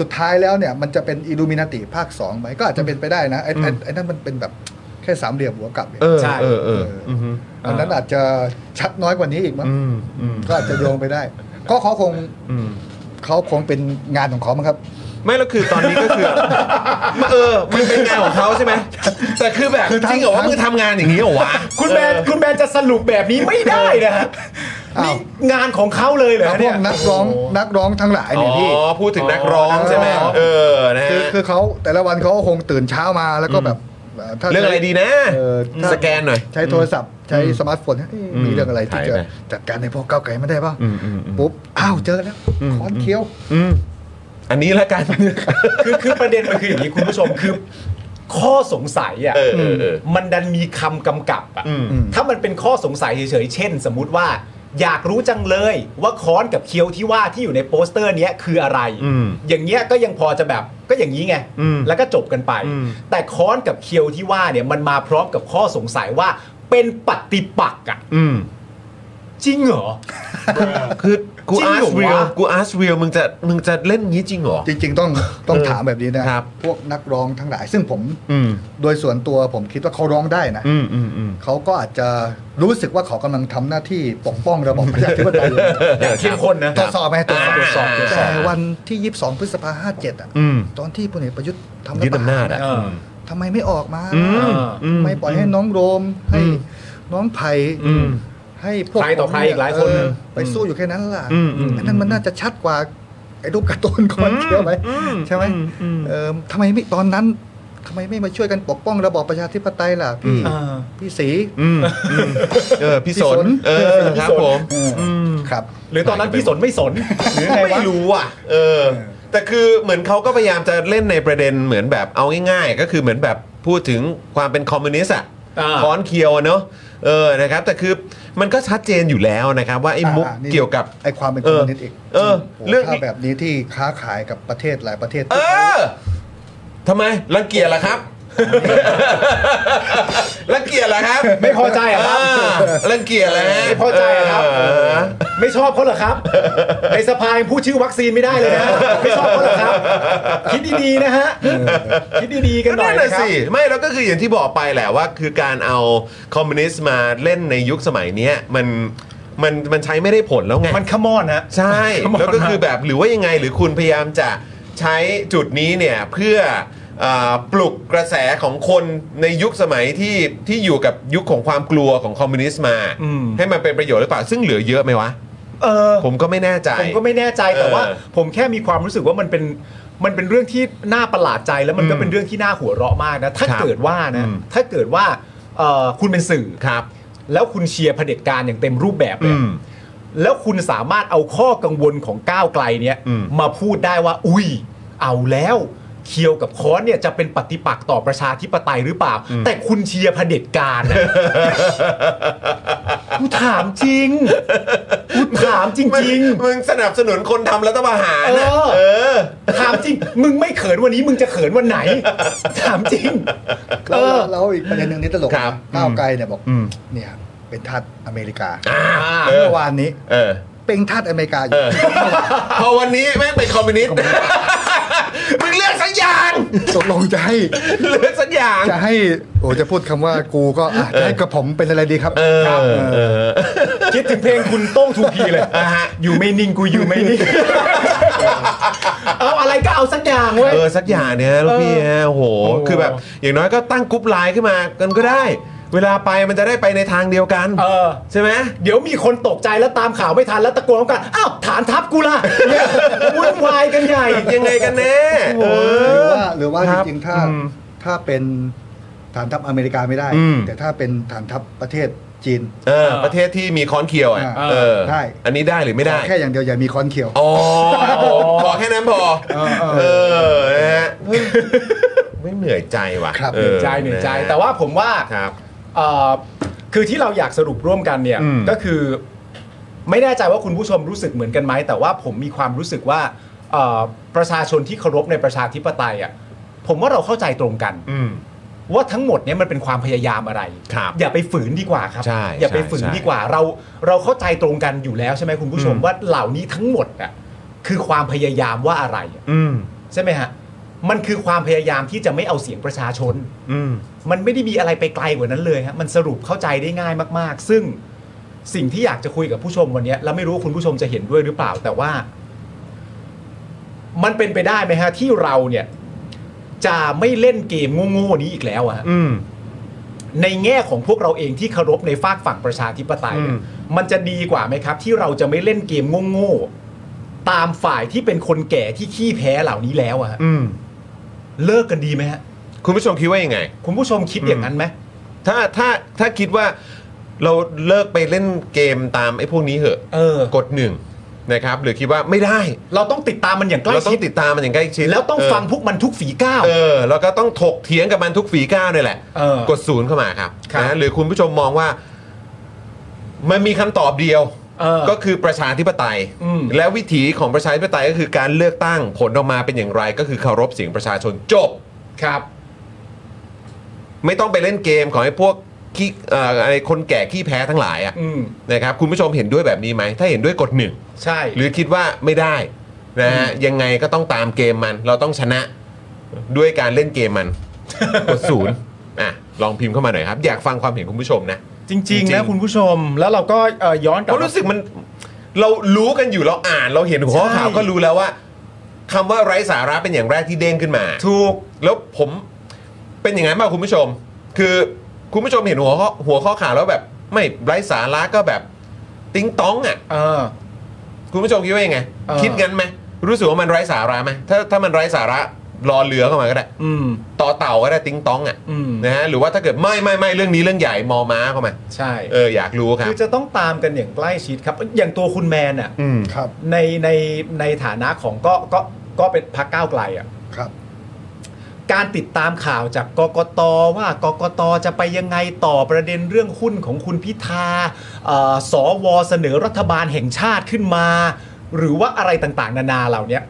Speaker 5: สุดท้ายแล้วเนี่ย มันจะเป็นอิลูมินาติภาค2ไหมก็อาจจะเป็นไปได้นะไอ้ไอ้ไอ้นั่นมันเป็นแบบแค่สามเหลี่ยมหัวกลับเนี่ย
Speaker 1: เออ
Speaker 3: ใช่
Speaker 1: เออเอออืม
Speaker 5: อันนั้นอาจจะชัดน้อยกว่านี้อีกมั้ง
Speaker 1: อืมอืม
Speaker 5: ก็อาจจะโยงไปได้ ก็เขาคง
Speaker 1: อืม
Speaker 5: เขาคงเป็นงานของเขามั้งครับ
Speaker 1: ไม่แล้วคือตอนนี้ก็คือ มาเออมันเป็นงานของเขาใช่ไหมแต่คือแบบ
Speaker 5: คือ
Speaker 1: จ
Speaker 5: ทั้ง
Speaker 1: ริงเหรอว่ามึงทำงานอย่างนี้เหรอวะ
Speaker 3: คุณแบนคุณแบนจะสรุปแบบนี้ไม่ได้นะฮะ
Speaker 5: อ้าว
Speaker 3: นี่งานของเขาเลยเหรอ
Speaker 5: แล้ว
Speaker 3: ฮะ
Speaker 5: พ
Speaker 3: เนี่
Speaker 5: วย กนักร้องนักร้องทั้งหลายเนี่ยพี่
Speaker 1: อ๋อ พูดถึงนักร้องใช่ไหม
Speaker 5: อ๋อ
Speaker 1: เออนะฮะ
Speaker 5: คือคือเขาแต่ละวันเขาก็คงตื่นเช้ามาแล้วก็แบบถ้า
Speaker 1: เรื่องอะไรดีนะ
Speaker 5: เออถ้า
Speaker 1: สแกนหน่อย
Speaker 5: ใช้โทรศัพท์ใช้สมาร์ทโฟนเอ๊ะ
Speaker 1: อืม
Speaker 5: มีเรื่องอะไรที่จะ
Speaker 1: หายไป
Speaker 5: จัดการในพวกเก้าวไกลไม่ได้ป่ะ
Speaker 1: อืมอืมอืม
Speaker 5: ปุ๊บอ้าวเจอแล้ว
Speaker 1: อืม
Speaker 5: ค้อนเคี้ยว
Speaker 1: อืมอันนี้ละกัน
Speaker 3: คือคือประเด็นมันคืออย่างนี้คุณผู้ชมคือ ข้อสงสัยอ่ะ
Speaker 1: เออเออเออ
Speaker 3: มันดันมีคำกำกับอ่ะ
Speaker 1: อืม
Speaker 3: ถ้ามันเป็นข้อสงสัยเฉยๆ เช่น สมมุติว่า อยากรู้จังเลยว่าค้อนกับเคี้ยวที่ว่าที่อยู่ในโปสเตอร์เนี้ยคืออะไร
Speaker 1: อืม
Speaker 3: อย่างเงี้ยก็ยังพอจะแบบก็อย่างนี้ไง
Speaker 1: อืม
Speaker 3: แล้วก็จบกันไป
Speaker 1: อืม
Speaker 3: แต่ค้อนกับเคี้ยวที่ว่าเนี่ยมันมาพร้อมกับข้อสงสัยว่าเป็นปฏิปักษ์อ่ะ
Speaker 1: อืม
Speaker 3: จริงเหรอ
Speaker 1: คือกู
Speaker 3: จริง
Speaker 1: อาร์
Speaker 3: เหร
Speaker 1: ต
Speaker 3: อ
Speaker 1: เรียว
Speaker 3: ะ
Speaker 1: กูอาร์ตเรียมึงจะมึงจะเล่นงี้จริงเหรอ
Speaker 5: จริงๆ ต้องต้อง
Speaker 1: เออ
Speaker 5: ถามแบบนี้นะ
Speaker 1: ครับ
Speaker 5: พวกนักร้องทั้งหลาย ซึ่งผม
Speaker 1: อืม
Speaker 5: โดยส่วนตัวผมคิดว่าเขาร้องได้นะ
Speaker 1: อืมอืมอืม
Speaker 5: เขาก็อาจจะรู้สึกว่าเขากำลังทำหน้าที่ปกป้องระบอบประชาธิปไตยอยู่
Speaker 3: อย่างเข้มข้นนะ
Speaker 5: ตรวจสอบไหมตรวจสอบ
Speaker 1: อ่า
Speaker 5: ตรวจ
Speaker 1: อ่า
Speaker 5: สอบแต่วันที่ 22 พฤษภาห้าเจ็ดอ่ะ
Speaker 1: อืม
Speaker 5: ตอนที่พลเอกประยุทธ์ทำ
Speaker 1: ยึดอำนาจอ่ะ
Speaker 3: เออ
Speaker 5: ทำไมไม่ออกมา
Speaker 1: อืมอื
Speaker 5: ไม่ปล่อยให้น้องโรมให้น้องไผ่
Speaker 1: อืม
Speaker 5: ให้พวก
Speaker 3: ใครต่อใครอีกหลายคน
Speaker 5: เอไปสู้อยู่แค่นั้นล่ะ
Speaker 1: อืมอืม
Speaker 5: อันนั้นมันน่าจะชัดกว่าไอ้รูปการ์ตูนคอนเคี้ยวไหม
Speaker 1: อื
Speaker 5: ใช่ไหม
Speaker 1: อืม
Speaker 5: เออทำไมไม่ตอนนั้นทำไมไม่มาช่วยกันปกป้องระบอบประชาธิปไตยล่ะพี่
Speaker 3: อ่า
Speaker 5: พี่สี
Speaker 1: อืมอืมเออพี่
Speaker 5: พี่
Speaker 1: สน
Speaker 5: สน
Speaker 1: เออครับผม
Speaker 5: เอออ
Speaker 1: ม
Speaker 5: ครับ
Speaker 3: หรือตอนนั้นพี่สนไม่สน หรือไงวะ
Speaker 1: ไม่รู้อ่ะ เออ แต่คือเหมือนเขาก็พยายามจะเล่นในประเด็นเหมือนแบบเอาง่ายๆ ก็คือเหมือนแบบพูดถึงความเป็นคอมมิวนิสต์อ่ะ
Speaker 3: อ่า
Speaker 1: ค้อนเคียวอะเนอะเออนะครับ แต่คือมันก็ชัดเจนอยู่แล้วนะครับ ว่าไอ้มุก
Speaker 5: อ่านี่
Speaker 1: เกี่ยวกับ
Speaker 5: ไอความเป็นคอมมิวนิสต์อีก
Speaker 1: เออ
Speaker 5: โโห
Speaker 1: เรื่อง
Speaker 5: ถ้า
Speaker 1: อีก
Speaker 5: แบบนี้ที่ค้าขายกับประเทศหลายประเทศ
Speaker 1: เออทำไมรังเกียจเหรอครับ รังเกียจเหรอครับ
Speaker 3: ไม่พอใจเหรอครับ
Speaker 1: ารังเกียจเหรอฮะ
Speaker 3: ไม่พอใจเหรอครับ
Speaker 1: เออ
Speaker 3: ไม่ชอบเขาเหรอครับ ในสภายังพูดชื่อวัคซีนไม่ได้เลยนะ ไม่ชอบเขาเหรอครับ คิดดีๆนะฮะ คิดดีๆกันหน่อย
Speaker 1: ก็แห
Speaker 3: นะค
Speaker 1: ละ
Speaker 3: รับ
Speaker 1: สิไม่แล้วก็คืออย่างที่บอกไปแหละว่า คือการเอาคอมมิวนิสต์มาเล่นในยุคสมัยเนี้ยมันมันมันใช้ไม่ได้ผลแล้วไง
Speaker 3: มันขมอนฮะ
Speaker 1: ใช่
Speaker 3: มัน
Speaker 1: แล้วก็คือแบบหรือว่ายังไงหรือคุณพยายามจะใช้จุดนี้เนี่ยเพื่อเอ่อปลุกกระแสของคนในยุคสมัยที่ที่อยู่กับยุคของความกลัวของคอมมิวนิสต์มา ให้มันเป็นประโยชน์หรือเปล่าซึ่งเหลือเยอะไหมวะ
Speaker 3: เออ
Speaker 1: ผมก็ไม่แน่ใจ
Speaker 3: ผมก็ไม่แน่ใจแต่
Speaker 1: เออ
Speaker 3: ว่า ผมแค่มีความรู้สึกว่ามันเป็นมันเป็นเรื่องที่น่าประหลาดใจแล้วมันก็เป็นเรื่องที่น่าหัวเราะมากนะถ้า
Speaker 1: ครับ
Speaker 3: เกิดว่านะ
Speaker 1: อืม
Speaker 3: ถ้าเกิดว่าเอ่อคุณเป็นสื่อ
Speaker 1: ครับ
Speaker 3: แล้วคุณเชียร์เผด็จการอย่างเต็มรูปแบบเลย
Speaker 1: อืม
Speaker 3: แล้วคุณสามารถเอาข้อกังวลของก้าวไกลเนี่ย
Speaker 1: อืม
Speaker 3: พูดได้ว่า อุ้ย เอาแล้ว เคียวกับค้อนเนี่ยจะเป็นปฏิปักษ์ต่อประชาธิปไตยหรือเปล่า แต่คุณเชียร์เผด็จการ นะ กูถามจริงกูถามจริง
Speaker 1: มึงสนับสนุนคนทำรัฐประหารนะ
Speaker 3: เออ
Speaker 1: เออ
Speaker 3: ๆถามจริง มึงไม่เขินวันนี้มึงจะเขินวันไหน ถามจริง
Speaker 5: แล้
Speaker 3: เอ
Speaker 5: ว
Speaker 3: อ
Speaker 5: แล้วอีกประเด็นหนึ่งนี่ตลก
Speaker 1: ครับ
Speaker 5: นะก้าวไกลเนี่ยบอก
Speaker 3: อืม
Speaker 5: เนี่ยเป็นทาสอเมริกา
Speaker 1: อ่าเอ
Speaker 5: เมื่
Speaker 1: อ
Speaker 5: อวานนี้
Speaker 1: เออ
Speaker 5: เป็นทาสอเมริกาอ
Speaker 1: เอยู่ อ พอวันนี้แม่งเป็นคอมมิวนิสต์ มึง เลือกสัญญาณ
Speaker 5: ตกลงจะ ให้
Speaker 1: เลือกสัญญาณ
Speaker 5: จะให้โอ้จะพูดคำว่ากูก็อ่ะจะให้กระผมเป็นอะไรดีครับ
Speaker 1: เออ
Speaker 5: ครับ
Speaker 1: เอ
Speaker 5: เออ
Speaker 1: อ
Speaker 3: คิดถึงเพลงคุณโต้งทูพีเลย
Speaker 1: อ่าฮะ
Speaker 3: อยู่ไม่นิ่งกูอยู่ไม่นิ่ง เอาอะไรก็เอาสักอย่างเว้ย
Speaker 1: เออสักอย่างเนี่ยลูกพี่ฮะโอ้โห คือแบบอย่างน้อยก็ตั้งกรุ๊ปไลน์ขึ้นมากันก็ได้ เวลาไปมันจะได้ไปในทางเดียวกัน
Speaker 3: เออ
Speaker 1: ใช่ไหม
Speaker 3: เดี๋ยวมีคนตกใจแล้วตามข่าวไม่ทันแล้วตะโกนพร้อมกัน อ้าว ฐานทัพกูล่ะ วุ่นวายกันใหญ่
Speaker 1: ยังไงกันแน่เอ
Speaker 5: หรื
Speaker 1: อ
Speaker 5: อว่าหรือว่า
Speaker 1: ครับ
Speaker 5: จริงๆถ้าถ้าเป็นฐานทัพอเมริกาไม่ได้
Speaker 1: อืม
Speaker 5: แต่ถ้าเป็นฐานทัพประเทศจีน
Speaker 1: เออ ประเทศที่มีค้อนเคียวอ่ะ
Speaker 5: อ่า
Speaker 1: เออ
Speaker 5: ได้
Speaker 1: อันนี้ได้หรือไม่ได้
Speaker 5: ขอแค่อย่างเดียวอย่ามีค้อนเขียว
Speaker 1: อ๋อขอแค่นั้นพอ เออนะฮะไม่เหนื่อยใจว่ะ
Speaker 5: ครับ
Speaker 1: อ
Speaker 3: เหนื่อย
Speaker 1: อ
Speaker 3: ใจเหนื่อยใจ
Speaker 1: ะฮะ
Speaker 3: แต่ว่าผมว่า
Speaker 1: ครับ
Speaker 3: เอ่อคือที่เราอยากสรุปร่วมกันเนี่ย
Speaker 1: อืม
Speaker 3: ก็คือ ไม่แน่ใจว่าคุณผู้ชมรู้สึกเหมือนกันไหมแต่ว่าผมมีความรู้สึกว่าเอ่อประชาชนที่เคารพในประชาธิปไตยอ่ะผมว่าเราเข้าใจตรงกันว่าทั้งหมดเนี่ยมันเป็นความพยายามอะไร
Speaker 1: ครับ
Speaker 3: อย่าไปฝืนดีกว่าครับ
Speaker 1: ใช่
Speaker 3: อย่าไป
Speaker 1: ใช่
Speaker 3: ฝืน
Speaker 1: ใช่
Speaker 3: ดีกว่าเราเราเข้าใจตรงกันอยู่แล้วใช่ไหมคุณผู้ชม
Speaker 1: อืม
Speaker 3: ว่าเหล่านี้ทั้งหมดอ่ะคือความพยายามว่าอะไรอะ
Speaker 1: อืม
Speaker 3: ใช่ไหมฮะมันคือความพยายามที่จะไม่เอาเสียงประชาชน
Speaker 1: อืม
Speaker 3: มันไม่ได้มีอะไรไปไกลกว่านั้นเลยฮะมันสรุปเข้าใจได้ง่ายมาก ๆ ซึ่งสิ่งที่อยากจะคุยกับผู้ชมวันเนี้ยแล้วไม่รู้ว่าคุณผู้ชมจะเห็นด้วยหรือเปล่า แต่ว่า มันเป็นไปได้ไหมฮะ ที่เราเนี่ย จะไม่เล่นเกมโง่ๆนี้อีกแล้วอะฮะ
Speaker 1: อืม
Speaker 3: ในแง่ของพวกเราเองที่เคารพในฝากฝั่งประชาธิปไตยเนี่ย
Speaker 1: อืม
Speaker 3: มันจะดีกว่าไหมครับ ที่เราจะไม่เล่นเกมโง่ๆตามฝ่ายที่เป็นคนแก่ที่ขี้แพ้เหล่านี้แล้วอะฮะ
Speaker 1: อืม
Speaker 3: เลิกกันดีไหมฮะ
Speaker 1: คุณผู้ชมคิดว่ายังไง
Speaker 3: คุณผู้ชมคิดอย่างนั้นไหม
Speaker 1: ถ้าถ้าถ้าคิดว่าเราเลิกไปเล่นเกมตามไอ้พวกนี้เหอะ
Speaker 3: เออ
Speaker 1: กดหนึ่งนะครับ หรือคิดว่าไม่ได้
Speaker 3: เราต้องติดตามมันอย่างใกล้
Speaker 1: เราต้อ
Speaker 3: ชิ
Speaker 1: ง
Speaker 3: ด
Speaker 1: ติดตามมันอย่างใกล้ชิด
Speaker 3: แล้วต้อง
Speaker 1: เ
Speaker 3: ฟังพวกมันทุกฝีก้าว
Speaker 1: เออแล้วก็ต้องถกเถียงกับมันทุกฝีก้าวเนี่ยแหละ
Speaker 3: เออก
Speaker 1: ดศูนย์เข้ามาครับ
Speaker 3: ครับ
Speaker 1: นะหรือคุณผู้ชมมองว่า มันมีคำตอบเดียว
Speaker 3: เออ
Speaker 1: ก็คือประชาธิปไตย
Speaker 3: อืม
Speaker 1: และวิถีของประชาธิปไตยก็คือการเลือกตั้งผลออกมาเป็นอย่างไร ก็คือเคารพเสียงประชาชนจบ
Speaker 3: ครับ
Speaker 1: ไม่ต้องไปเล่นเกมของไอ้พวกขี้เอ่ออะไรคนแก่ขี้แพ้ทั้งหลายอะ
Speaker 3: อืม
Speaker 1: นะครับคุณผู้ชมเห็นด้วยแบบนี้ไหม ถ้าเห็นด้วยกดหนึ่ง
Speaker 3: ใช่
Speaker 1: หรือคิดว่าไม่ได้นะฮะยังไงก็ต้องตามเกมมัน เราต้องชนะด้วยการเล่นเกมมัน กดศูนย์ อ่ะลองพิมพ์เข้ามาหน่อยครับ อยากฟังความเห็นคุณผู้ชมนะ
Speaker 3: จริง
Speaker 1: จริ
Speaker 3: ๆ
Speaker 1: ง
Speaker 3: นะคุณผู้ชม แล้วเราก็เอ่อย้อนก
Speaker 1: เพ
Speaker 3: ลับ
Speaker 1: ราะรู้สึกมันเรารู้กันอยู่เราอ่านเราเห็นหัว
Speaker 3: ใช่
Speaker 1: ข่าวก็รู้แล้วว่าคำว่าไร้สาระเป็นอย่างแรกที่เด้งขึ้นมา
Speaker 3: ถูก
Speaker 1: แล้วผมเป็นอย่างนั้นป่ะคุณผู้ชม คือคุณผู้ชมเห็นหัวข้อหัวข้อข่าวแล้วแบบ ไม่ไร้สาระก็แบบติ๊งต้องอ่ะ
Speaker 3: เออ
Speaker 1: คุณผู้ชมคิดว่ายังไง
Speaker 3: เออ
Speaker 1: คิดงั้นไหมรู้สึกว่ามันไร้สาระไหมถ้าถ้ามันไร้สาระรอเรือเข้ามาก็ได้
Speaker 3: อืม
Speaker 1: ต่อเต่าก็ได้ติ้งต้องอ่ะ
Speaker 3: อืม
Speaker 1: นะฮะหรือว่าถ้าเกิดไม่ไม่ไม่เรื่องนี้เรื่องใหญ่มอม้าเข้ามา
Speaker 3: ใช่
Speaker 1: เอออยากรู้ครับ
Speaker 3: คือจะต้องตามกันอย่างใกล้ชิดครับ อย่างตัวคุณแมนอ่ะ
Speaker 1: อืม
Speaker 5: ครับ
Speaker 3: ในในในฐานะของก็ก็ก็เป็นพักก้าวไกลอ่ะ
Speaker 5: ครับ
Speaker 3: การติดตามข่าวจากกกตว่ากกตจะไปยังไงต่อประเด็นเรื่องหุ้นของคุณพิธาเอ่อสวเสนอรัฐบาลแห่งชาติขึ้นมา หรือว่าอะไรต่างๆ นานาเหล่าเนี้ย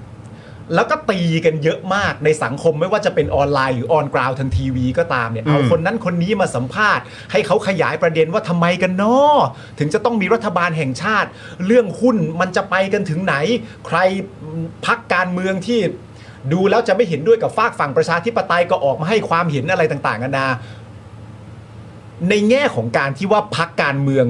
Speaker 3: แล้วก็ตีกันเยอะมากในสังคมไม่ว่าจะเป็นออนไลน์หรือออนกราวทางทีวีก็ตามเนี่ยเอาคนนั้นคนนี้มาสัมภาษณ์ ให้เขาขยายประเด็นว่าทำไมกันเนาะถึงจะต้องมีรัฐบาลแห่งชาติ เรื่องหุ้นมันจะไปกันถึงไหน ใครพักการเมืองที่ ดูแล้วจะไม่เห็นด้วยกับฝากฝั่งประชาธิปไตยก็ออกมาให้ความเห็นอะไรต่างๆกันานาในแง่ของการที่ว่าพักการเมือง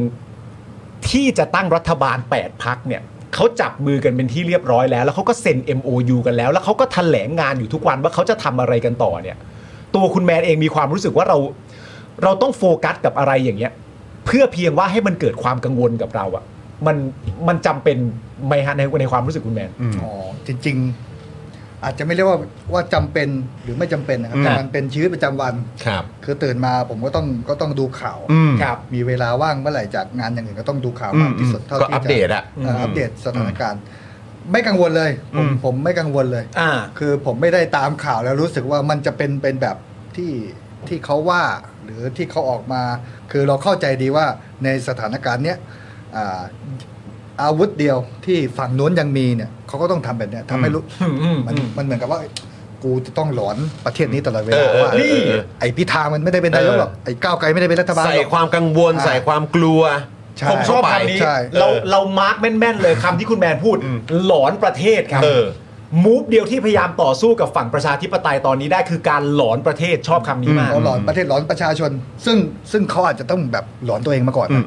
Speaker 3: ที่จะตั้งรัฐบาล 8พักเนี่ยเขาจับมือกันเป็นที่เรียบร้อยแล้ว แล้วเขาก็เซ็น MOU กันแล้ว แล้วเขาก็แถลงงานอยู่ทุกวันว่าเขาจะทำอะไรกันต่อเนี่ย ตัวคุณแมนเองมีความรู้สึกว่าเรา เราต้องโฟกัสกับอะไรอย่างเงี้ย เพื่อเพียงว่าให้มันเกิดความกังวลกับเราอะมันมันจำเป็นไหมฮะในในความรู้สึกคุณแมน
Speaker 5: อ๋อจริง ๆ อาจจะไม่เรียกว่าว่าจำเป็นหรือไม่จำเป็นนะครับแต่มันเป็นชีวิตประจำวัน
Speaker 1: ครับ
Speaker 5: คือตื่นมาผมก็ต้องก็ต้องดูข่าว
Speaker 1: อืม
Speaker 3: ครับ
Speaker 5: มีเวลาว่างเมื่อไหร่จากงานอย่างอื่นก็ต้องดูข่าวมากที่สุดเท่า
Speaker 1: ก็
Speaker 5: ที่
Speaker 1: อัปเดตอะ
Speaker 5: จเอ่ออัปเดตสถานการณ์ ไม่กังวลเลยผ
Speaker 3: อื
Speaker 5: ม
Speaker 3: ม
Speaker 5: ผมไม่กังวลเลย
Speaker 3: อ่า
Speaker 5: คือผมไม่ได้ตามข่าวแล้วรู้สึกว่ามันจะเป็นเป็นแบบที่ที่เขาว่า หรือที่เขาออกมา คือเราเข้าใจดีว่าในสถานการณ์เนี้ยอ่าอาวุธเดียวที่ฝั่งโน้นยังมีเนี่ยเขาก็ต้องทำแบบเนี้ยทำให้รู้
Speaker 3: อืมอืม
Speaker 5: มัน
Speaker 3: อืม
Speaker 5: มันเหมือนกับว่า กูจะต้องหลอนประเทศนี้ตลอดเวลา
Speaker 1: เออ
Speaker 5: ว่า
Speaker 1: เออเออ
Speaker 5: ไอ้พิธามันไม่ได้เป็นนายกหรอกไอ้ก้าวไกลไม่ได้เป็นรัฐบาล
Speaker 1: ใส่
Speaker 5: หรอก
Speaker 1: ความกังวล
Speaker 5: อ่า
Speaker 1: ใส่ความกลัว
Speaker 5: ใช่
Speaker 3: ผมชอบคำนี้
Speaker 5: ใช่
Speaker 3: เรา
Speaker 1: เออ
Speaker 3: เรามาร์กแม่น ๆ เลยคำที่คุณแมนพูด หลอนประเทศครับ
Speaker 1: เออ
Speaker 3: มูฟเดียวที่พยายามต่อสู้กับฝั่งประชาธิปไตยตอนนี้ได้คือการหลอนประเทศชอบคำนี้มาก
Speaker 5: เขาหลอนประเทศหลอนประชาชน ซึ่งซึ่งเขาอาจจะต้องแบบหลอนตัวเองมาก่อนนะ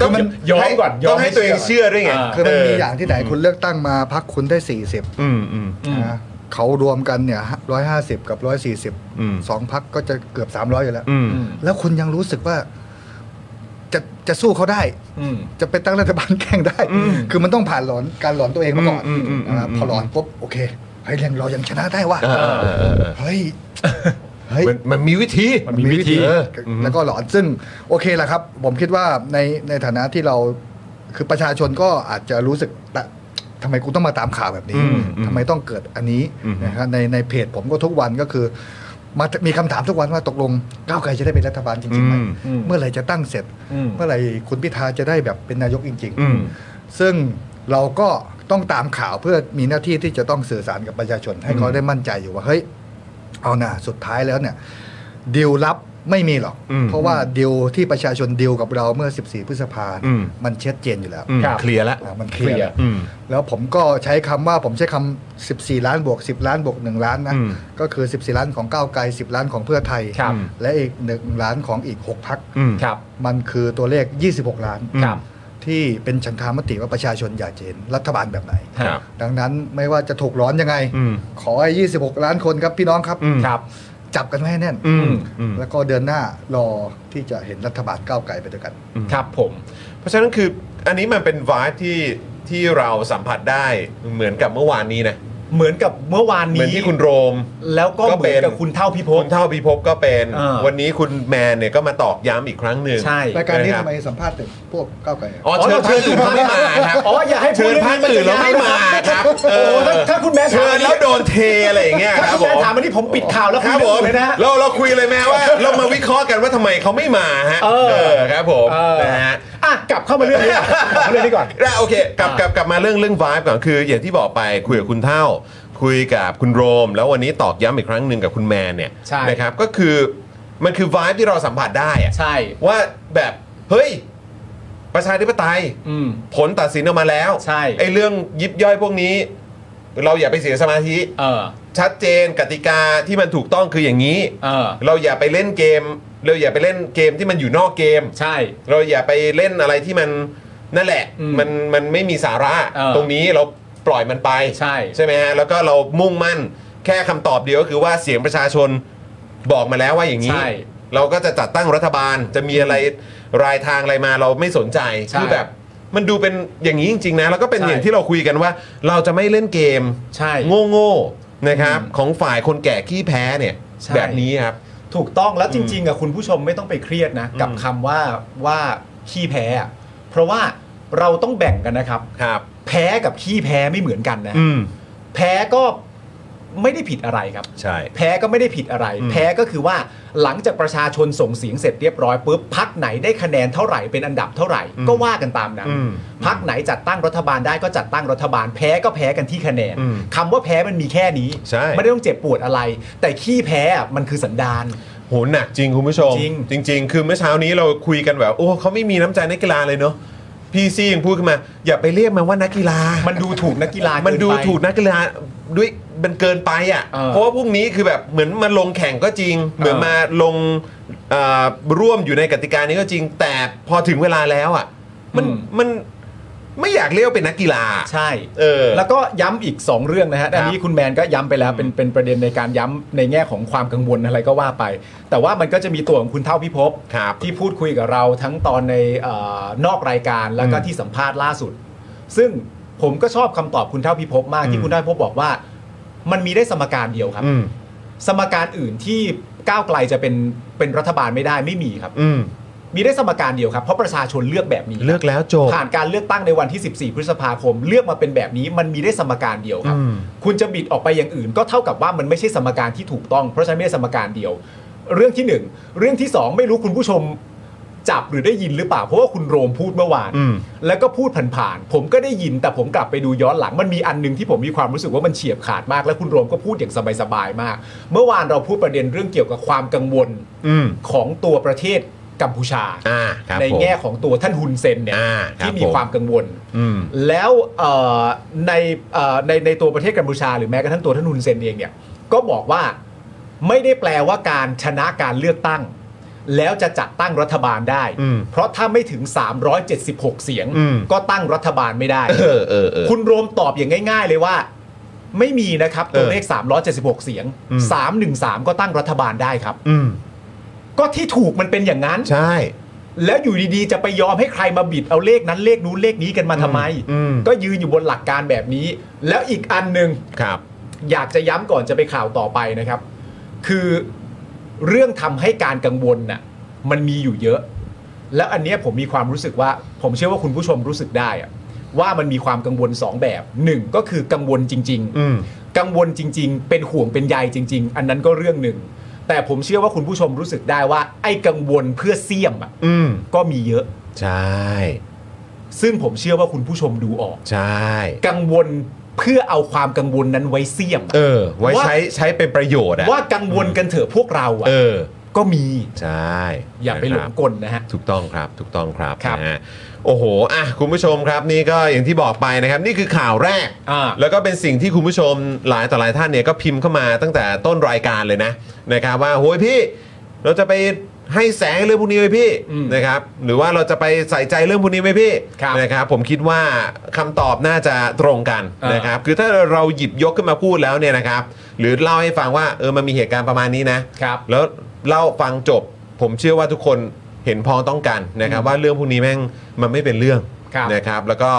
Speaker 3: ต้อง
Speaker 5: มัน
Speaker 3: ยอมก่อนย
Speaker 1: ต้
Speaker 3: อ
Speaker 1: อ
Speaker 3: ม
Speaker 1: งให้ตัวเองเชื่อด้วยไง
Speaker 3: า
Speaker 5: คือมันมีอย่างที่ไหนคุณเลือกตั้งมาพักคุณได้ 40
Speaker 7: อืมอืม
Speaker 5: นะเขารวมกันเนี่ยร้อยห้าสิบกับร้อยสี่สิบ
Speaker 7: อืม
Speaker 5: สองพักก็จะเกือบสามร้อยอยู่แล้ว
Speaker 7: อืม
Speaker 5: แล้วคุณยังรู้สึกว่าจะจะสู้เขาได้
Speaker 3: อืม
Speaker 5: จะไปตั้งรัฐบาลแข่งได้
Speaker 7: อืม
Speaker 5: คือมันต้องผ่านหลอนการหลอนตัวเองมาก่อน
Speaker 7: อืมอืมอืม
Speaker 5: นะครับ
Speaker 7: อืม
Speaker 5: พอหลอนปุ๊บโอเคเฮ้ยเรายังชนะได้ว่ะ
Speaker 1: เออเออเออเออ
Speaker 5: เฮ้ยเฮ้ย
Speaker 1: มันมันมีวิธี
Speaker 3: มันมีวิธี
Speaker 1: เออ
Speaker 5: แล้วก็หลอนซึ่งโอเคแหละครับ ผมคิดว่าในในฐานะที่เราคือประชาชนก็อาจจะรู้สึกตะทำไมกูต้องมาตามข่าวแบบนี้
Speaker 7: อืมอืม
Speaker 5: ทำไมต้องเกิดอันนี้
Speaker 7: อืม
Speaker 5: นะครับในในเพจผมก็ทุกวันก็คือมามีคำถามทุกวันว่าตกลงก้าวไกลจะได้เป็นรัฐบาลจริงๆไหม
Speaker 3: อืม
Speaker 5: เมื่อไหร่จะตั้งเสร็จ
Speaker 3: อืม
Speaker 5: เมื่อไหร่คุณพิธาจะได้แบบเป็นนายกจริง
Speaker 7: อืม
Speaker 5: ๆ ซึ่งเราก็ต้องตามข่าวเพื่อมีหน้าที่ที่จะต้องสื่อสารกับประชาชน ให้เขาได้มั่นใจอยู่ว่าเฮ้ย เอานะสุดท้ายแล้วเนี่ยดิวลับไม่มีหรอก
Speaker 7: อืม
Speaker 5: เพราะว่าดิวที่ประชาชนดิวกับเราเมื่อ 14 พฤษภา
Speaker 7: อืม
Speaker 5: มันเช็ดเจนอยู่แล้ว
Speaker 7: อืม
Speaker 3: ครับ
Speaker 1: เคลียร์แล้ว
Speaker 5: อ่ะมันเค
Speaker 3: เค
Speaker 5: ลี
Speaker 3: ลี
Speaker 5: ย
Speaker 3: ย
Speaker 5: ร์
Speaker 3: ร์
Speaker 7: อืม
Speaker 5: แล้วผมก็ใช้คำว่าผมใช้คำ14 ล้านบวก 10 ล้านบวก 1 ล้านนะ
Speaker 7: อืม
Speaker 5: ก็คือ 14 ล้านของก้าวไกล 10 ล้านของเพื่อไทย
Speaker 3: ครับ
Speaker 5: และอีก 1 ล้านของอีก 6พัก
Speaker 7: อืม
Speaker 3: ครับ
Speaker 5: มันคือตัวเลข 26 ล้าน
Speaker 3: ครับ
Speaker 5: ที่เป็นฉันทามติว่าประชาชนอยากจะเห็นรัฐบาลแบบไหน
Speaker 3: ครับ
Speaker 5: ดังนั้นไม่ว่าจะถูกร้อนยังไง
Speaker 7: อืม
Speaker 5: ขอให้26 ล้านคนครับพี่น้องครับ
Speaker 7: อืม
Speaker 3: ครับ
Speaker 5: จับกันไว้ให้แน่น
Speaker 7: อืมอืม
Speaker 5: แล้วก็เดือนหน้ารอที่จะเห็นรัฐบาลก้าวไกลไปด้วยกัน
Speaker 3: ครับผม
Speaker 1: เพราะฉะนั้นคืออันนี้มันเป็นวายที่ที่เราสัมผัสได้เหมือนกับเมื่อวานนี้นะ
Speaker 3: เหมือนกับเมื่อวาน
Speaker 1: เห
Speaker 3: นี้
Speaker 1: มือนที่คุณโรม
Speaker 3: แล้วก็
Speaker 1: ก็
Speaker 3: เห
Speaker 1: เป็
Speaker 3: มือน นกับคุณเท่าพิภพ
Speaker 1: คุณเท่าพิภพก็เป็น
Speaker 3: อ่า
Speaker 1: วันนี้คุณแมนเนี่ยก็มาตอกย้ำอีกครั้งหนึ่ง
Speaker 3: ใช่
Speaker 5: รายการนี้
Speaker 1: นะครับ
Speaker 5: ทำไมสัมภาษณ์แต่พวกก้าวไกลอะ
Speaker 1: อ๋อเชิญเชิญอื่นไม่มาครับ
Speaker 3: อ๋ออย่าให้พู
Speaker 1: เชิ
Speaker 3: ด
Speaker 1: ญ
Speaker 3: รื่อง
Speaker 1: พักอื่นแล้วไม่มาครับเอ
Speaker 3: โอ้
Speaker 1: อ
Speaker 3: ถ้าถ้าคุณแม่ถาม
Speaker 1: เชิญแล้วโดนเทอะไรอย่างเงี้ย
Speaker 3: ถ้า
Speaker 1: ครั
Speaker 3: คุ
Speaker 1: บ
Speaker 3: ณ
Speaker 1: ผ
Speaker 3: แม่
Speaker 1: ม
Speaker 3: ถามวันนี้ผมปิดข่าวแล้ว
Speaker 1: ครับ
Speaker 3: ณ
Speaker 1: ผม
Speaker 3: ไเลยนะ
Speaker 1: เราเราคุยเลยแม่ว่า เรามาวิเคราะห์กันว่าทำไมเขาไม่มาฮะ
Speaker 3: เออ
Speaker 1: ครับผม
Speaker 3: เออ
Speaker 1: นะฮะ
Speaker 3: อ่ะกลับเข้ามาเรื่องนี้ ก่อนกลับมาเรื่องนี้ก่อน
Speaker 1: ได้โอเคกลับ
Speaker 3: อ่ะ
Speaker 1: กลับกลับมาเรื่องเรื่อง vibe ก่อนคือ อย่างที่บอกไปคุยกับคุณเท่า คุยกับคุณโรม แล้ววันนี้ตอกย้ำอีกครั้งหนึ่งกับคุณแมนเนี่ย
Speaker 3: ใช่
Speaker 1: นะครับก็คือมันคือ vibe ที่เราสัมผัสได้อะ
Speaker 3: ใช่
Speaker 1: ว่าแบบเฮ้ย ประชาธิปไตย
Speaker 3: อืม
Speaker 1: ผลตัดสินออกมาแล้ว
Speaker 3: ใช่
Speaker 1: ไอ้เรื่องยิบย่อยพวกนี้ เราอย่าไปเสียสมาธิ
Speaker 3: เออ
Speaker 1: ชัดเจนกติกาที่มันถูกต้องคืออย่างนี้
Speaker 3: เออ
Speaker 1: เราอย่าไปเล่นเกม เราอย่าไปเล่นเกมที่มันอยู่นอกเกม
Speaker 3: ใช่
Speaker 1: เราอย่าไปเล่นอะไรที่มันนั่นแหละ
Speaker 3: อืม
Speaker 1: มันมันไม่มีสาระ
Speaker 3: เออ
Speaker 1: ตรงนี้เราปล่อยมันไป
Speaker 3: ใช่
Speaker 1: ใช่ไหมฮะแล้วก็เรามุ่งมั่นแค่คำตอบเดียวก็คือว่าเสียงประชาชนบอกมาแล้วว่าอย่างนี้
Speaker 3: ใช่
Speaker 1: เราก็จะจัดตั้งรัฐบาลจะมีอะไรรายทางอะไรมาเราไม่สนใจ
Speaker 3: ใช่
Speaker 1: คือแบบมันดูเป็นอย่างนี้จริง ๆ นะแล้วก็เป็น
Speaker 3: ใช่
Speaker 1: อย่างที่เราคุยกันว่า เราจะไม่เล่นเกม
Speaker 3: ใช่
Speaker 1: โง่โง่ๆนะครับของฝ่ายคนแก่ขี้แพ้เนี่ย
Speaker 3: ใช่
Speaker 1: แบบนี้ครับ
Speaker 3: ถูกต้องแล้วจริงๆอะคุณผู้ชมไม่ต้องไปเครียดนะ กับคำว่าว่าขี้แพ้อะเพราะว่าเราต้องแบ่งกันนะครับ
Speaker 1: ครับ
Speaker 3: แพ้กับขี้แพ้ไม่เหมือนกันนะ
Speaker 7: อืม
Speaker 3: แพ้ก็ไม่ได้ผิดอะไรครับ
Speaker 1: ใช่
Speaker 3: แพ้ก็ไม่ได้ผิดอะไร แพ้ก็คือว่าหลังจากประชาชนส่งเสียงเสร็จเรียบร้อยปุ๊บพักไหนได้คะแนนเท่าไหร่เป็นอันดับเท่าไหร่ ก็ว่ากันตามนั้น
Speaker 7: อืม
Speaker 3: พักไหนจัดตั้งรัฐบาลได้ก็จัดตั้งรัฐบาล แพ้ก็แพ้กันที่คะแนน
Speaker 7: อืม
Speaker 3: คำว่าแพ้มันมีแค่นี้
Speaker 1: ใช่
Speaker 3: ไม่ได้ต้องเจ็บปวดอะไร แต่ขี้แพ้อะมันคือสันดาน
Speaker 1: โหหนักจริงคุณผู้ชม
Speaker 3: จริง
Speaker 1: จริง ๆ คือเมื่อเช้านี้เราคุยกันแบบ โอ้เขาไม่มีน้ำใจนักกีฬาเลยเนาะพี่ซียังพูดขึ้นมา อย่าไปเรียกมันว่านักกีฬา
Speaker 3: มันดูถูกนักกีฬา
Speaker 1: มัน
Speaker 3: เไป
Speaker 1: ดูถูกนักกีฬาด้วยมันเกินไปอ่ะ
Speaker 3: เออ
Speaker 1: เพราะว่าพวกนี้คือแบบเหมือนมาลงแข่งก็จริง เหมือนมาลงเอ่อร่วมอยู่ในกติกานี้ก็จริง แต่พอถึงเวลาแล้วอ่ะ มัน
Speaker 3: อืม
Speaker 1: มันไม่อยากเรียกว่าเป็นนักกีฬา
Speaker 3: ใช่
Speaker 1: เออ
Speaker 3: แล้วก็ย้ำอีก 2 เรื่องนะฮะอันนี้คุณแมนก็ย้ำไปแล้วเป็นเป็นประเด็นในการย้ำในแง่ของความกังวลอะไรก็ว่าไป แต่ว่ามันก็จะมีตัวของคุณเท่าพิภพ
Speaker 1: ครับ
Speaker 3: ที่พูดคุยกับเราทั้งตอนในเออนอกรายการแล้วก็ที่สัมภาษณ์ล่าสุด ซึ่งผมก็ชอบคำตอบคุณเท่าพิภพมากที่คุณเท่าพิภพบอกว่า มันมีได้สมการเดียวครับ
Speaker 7: อืม
Speaker 3: สมการอื่นที่ก้าวไกลจะเป็นเป็นรัฐบาลไม่ได้ไม่มีครับ
Speaker 7: อืม
Speaker 3: มีได้สมการเดียวครับ เพราะประชาชนเลือกแบบนี้
Speaker 1: เลือกแล้วจบ
Speaker 3: ผ่านการเลือกตั้งในวันที่ 14 พฤษภาคม เลือกมาเป็นแบบนี้มันมีได้สมการเดียวครับ
Speaker 1: อืม
Speaker 3: คุณจะบิดออกไปอย่างอื่น ก็เท่ากับว่ามันไม่ใช่สมการที่ถูกต้อง เพราะฉะนั้นไม่ใช่สมการเดียว เรื่องที่หนึ่งเรื่องที่สองไม่รู้คุณผู้ชมจับหรือได้ยินหรือเปล่าเพราะว่าคุณโรมพูดเมื่อวาน
Speaker 1: อืม
Speaker 3: แล้วก็พูดผ่านๆ ผมก็ได้ยินแต่ผมกลับไปดูย้อนหลัง มันมีอันหนึงที่ผมมีความรู้สึกว่ามันเฉียบขาดมาก และคุณโรมก็พูดอย่างสบายๆ มาก เมื่อวานเราพูดประเด็นเรื่องเกี่ยวกับความกังวล
Speaker 1: อืม
Speaker 3: ของตัวประเทศกัมพูชา
Speaker 1: อ่าครับ
Speaker 3: ใน
Speaker 1: ผม
Speaker 3: แง่ของตัวท่านฮุนเซนเนี่ย
Speaker 1: อ่าครับ
Speaker 3: ที่มี
Speaker 1: ผม
Speaker 3: ความกังวล
Speaker 1: อืม
Speaker 3: แล้วเอ่อในเอ่อในในตัวประเทศกัมพูชา หรือแม้กระทั่งตัวท่านฮุนเซนเองเนี่ยก็บอกว่าไม่ได้แปลว่าการชนะการเลือกตั้ง แล้วจะจัดตั้งรัฐบาลได้
Speaker 1: อืม
Speaker 3: เพราะถ้าไม่ถึง 376 เสียง
Speaker 1: อืม
Speaker 3: ก็ตั้งรัฐบาลไม่ได้
Speaker 1: เออเออเออ
Speaker 3: คุณโรมตอบอย่างง่าย ๆ เลยว่า ไม่มีนะครับตัวเลข 376 เสียง
Speaker 1: อืม
Speaker 3: 313 ก็ตั้งรัฐบาลได้ครับ
Speaker 1: อืม
Speaker 3: ก็ที่ถูกมันเป็นอย่างนั้น
Speaker 1: ใช่
Speaker 3: แล้วอยู่ดีๆ จะไปยอมให้ใครมาบิดเอาเลขนั้นเลขนู้นเลขนี้กันมาทำไม
Speaker 1: อืม
Speaker 3: ก็ยืนอยู่บนหลักการแบบนี้ แล้วอีกอันหนึ่ง
Speaker 1: ครับ
Speaker 3: อยากจะย้ำก่อนจะไปข่าวต่อไปนะครับ คือเรื่องทำให้การกังวลน่ะมันมีอยู่เยอะ แล้วอันเนี้ยผมมีความรู้สึกว่า ผมเชื่อว่าคุณผู้ชมรู้สึกได้อะว่ามันมีความกังวลสองแบบหนึ่งก็คือกังวลจริง ๆ
Speaker 1: อืม
Speaker 3: กังวลจริง ๆ เป็นห่วงเป็นใยจริง ๆ อันนั้นก็เรื่องหนึ่ง แต่ผมเชื่อว่าคุณผู้ชมรู้สึกได้ว่า ไอ้กังวลเพื่อเสี่ยมอะ
Speaker 1: อืม
Speaker 3: ก็มีเยอะ
Speaker 1: ใช่
Speaker 3: ซึ่งผมเชื่อว่าคุณผู้ชมดูออก
Speaker 1: ใช่
Speaker 3: กังวลเพื่อเอาความกังวลนั้นไว้เสี่ยมอะ
Speaker 1: เออ ไว้
Speaker 3: ว่า
Speaker 1: ใช้ใช้เป็นประโยชน์อะ
Speaker 3: ว่ากังวลกันเถอะพวกเราอะ
Speaker 1: เออ
Speaker 3: ก็มี
Speaker 1: ใช่
Speaker 3: อย่าไปหล
Speaker 1: นะค
Speaker 3: ง
Speaker 1: รับ
Speaker 3: กลนะฮะ
Speaker 1: ถูกต้องครับ ถูกต้องครับ
Speaker 3: ครับ
Speaker 1: นะฮะโอ้โหอ่ะคุณผู้ชมครับนี่ก็อย่างที่บอกไปนะครับ นี่คือข่าวแรก
Speaker 3: อ่า
Speaker 1: แล้วก็เป็นสิ่งที่คุณผู้ชมหลายต่อหลายท่านเนี่ยก็พิมพ์เข้ามาตั้งแต่ต้นรายการเลยนะนะครับ ว่าโอ้ยพี่เราจะไปให้แสงเรื่องพวกนี้ไหมพี่
Speaker 3: อืม
Speaker 1: นะครับหรือว่าเราจะไปใส่ใจเรื่องพวกนี้ไหมพี่
Speaker 3: ครับ
Speaker 1: นะครับ ผมคิดว่าคำตอบน่าจะตรงกัน
Speaker 3: อ่าน
Speaker 1: นะครับ คือถ้าเราหยิบยกขึ้นมาพูดแล้วเนี่ยนะครับ หรือเล่าให้ฟังว่าเออมันมีเหตุการณ์ประมาณนี้นะ
Speaker 3: ครับ
Speaker 1: แล้วเล่าฟังจบ ผมเชื่อว่าทุกคนเห็นพ้องต้องกันนะครับ ว่าเรื่องพวกนี้แม่งมันไม่เป็นเรื่อง
Speaker 3: ครับ
Speaker 1: นะครับ แล้วก็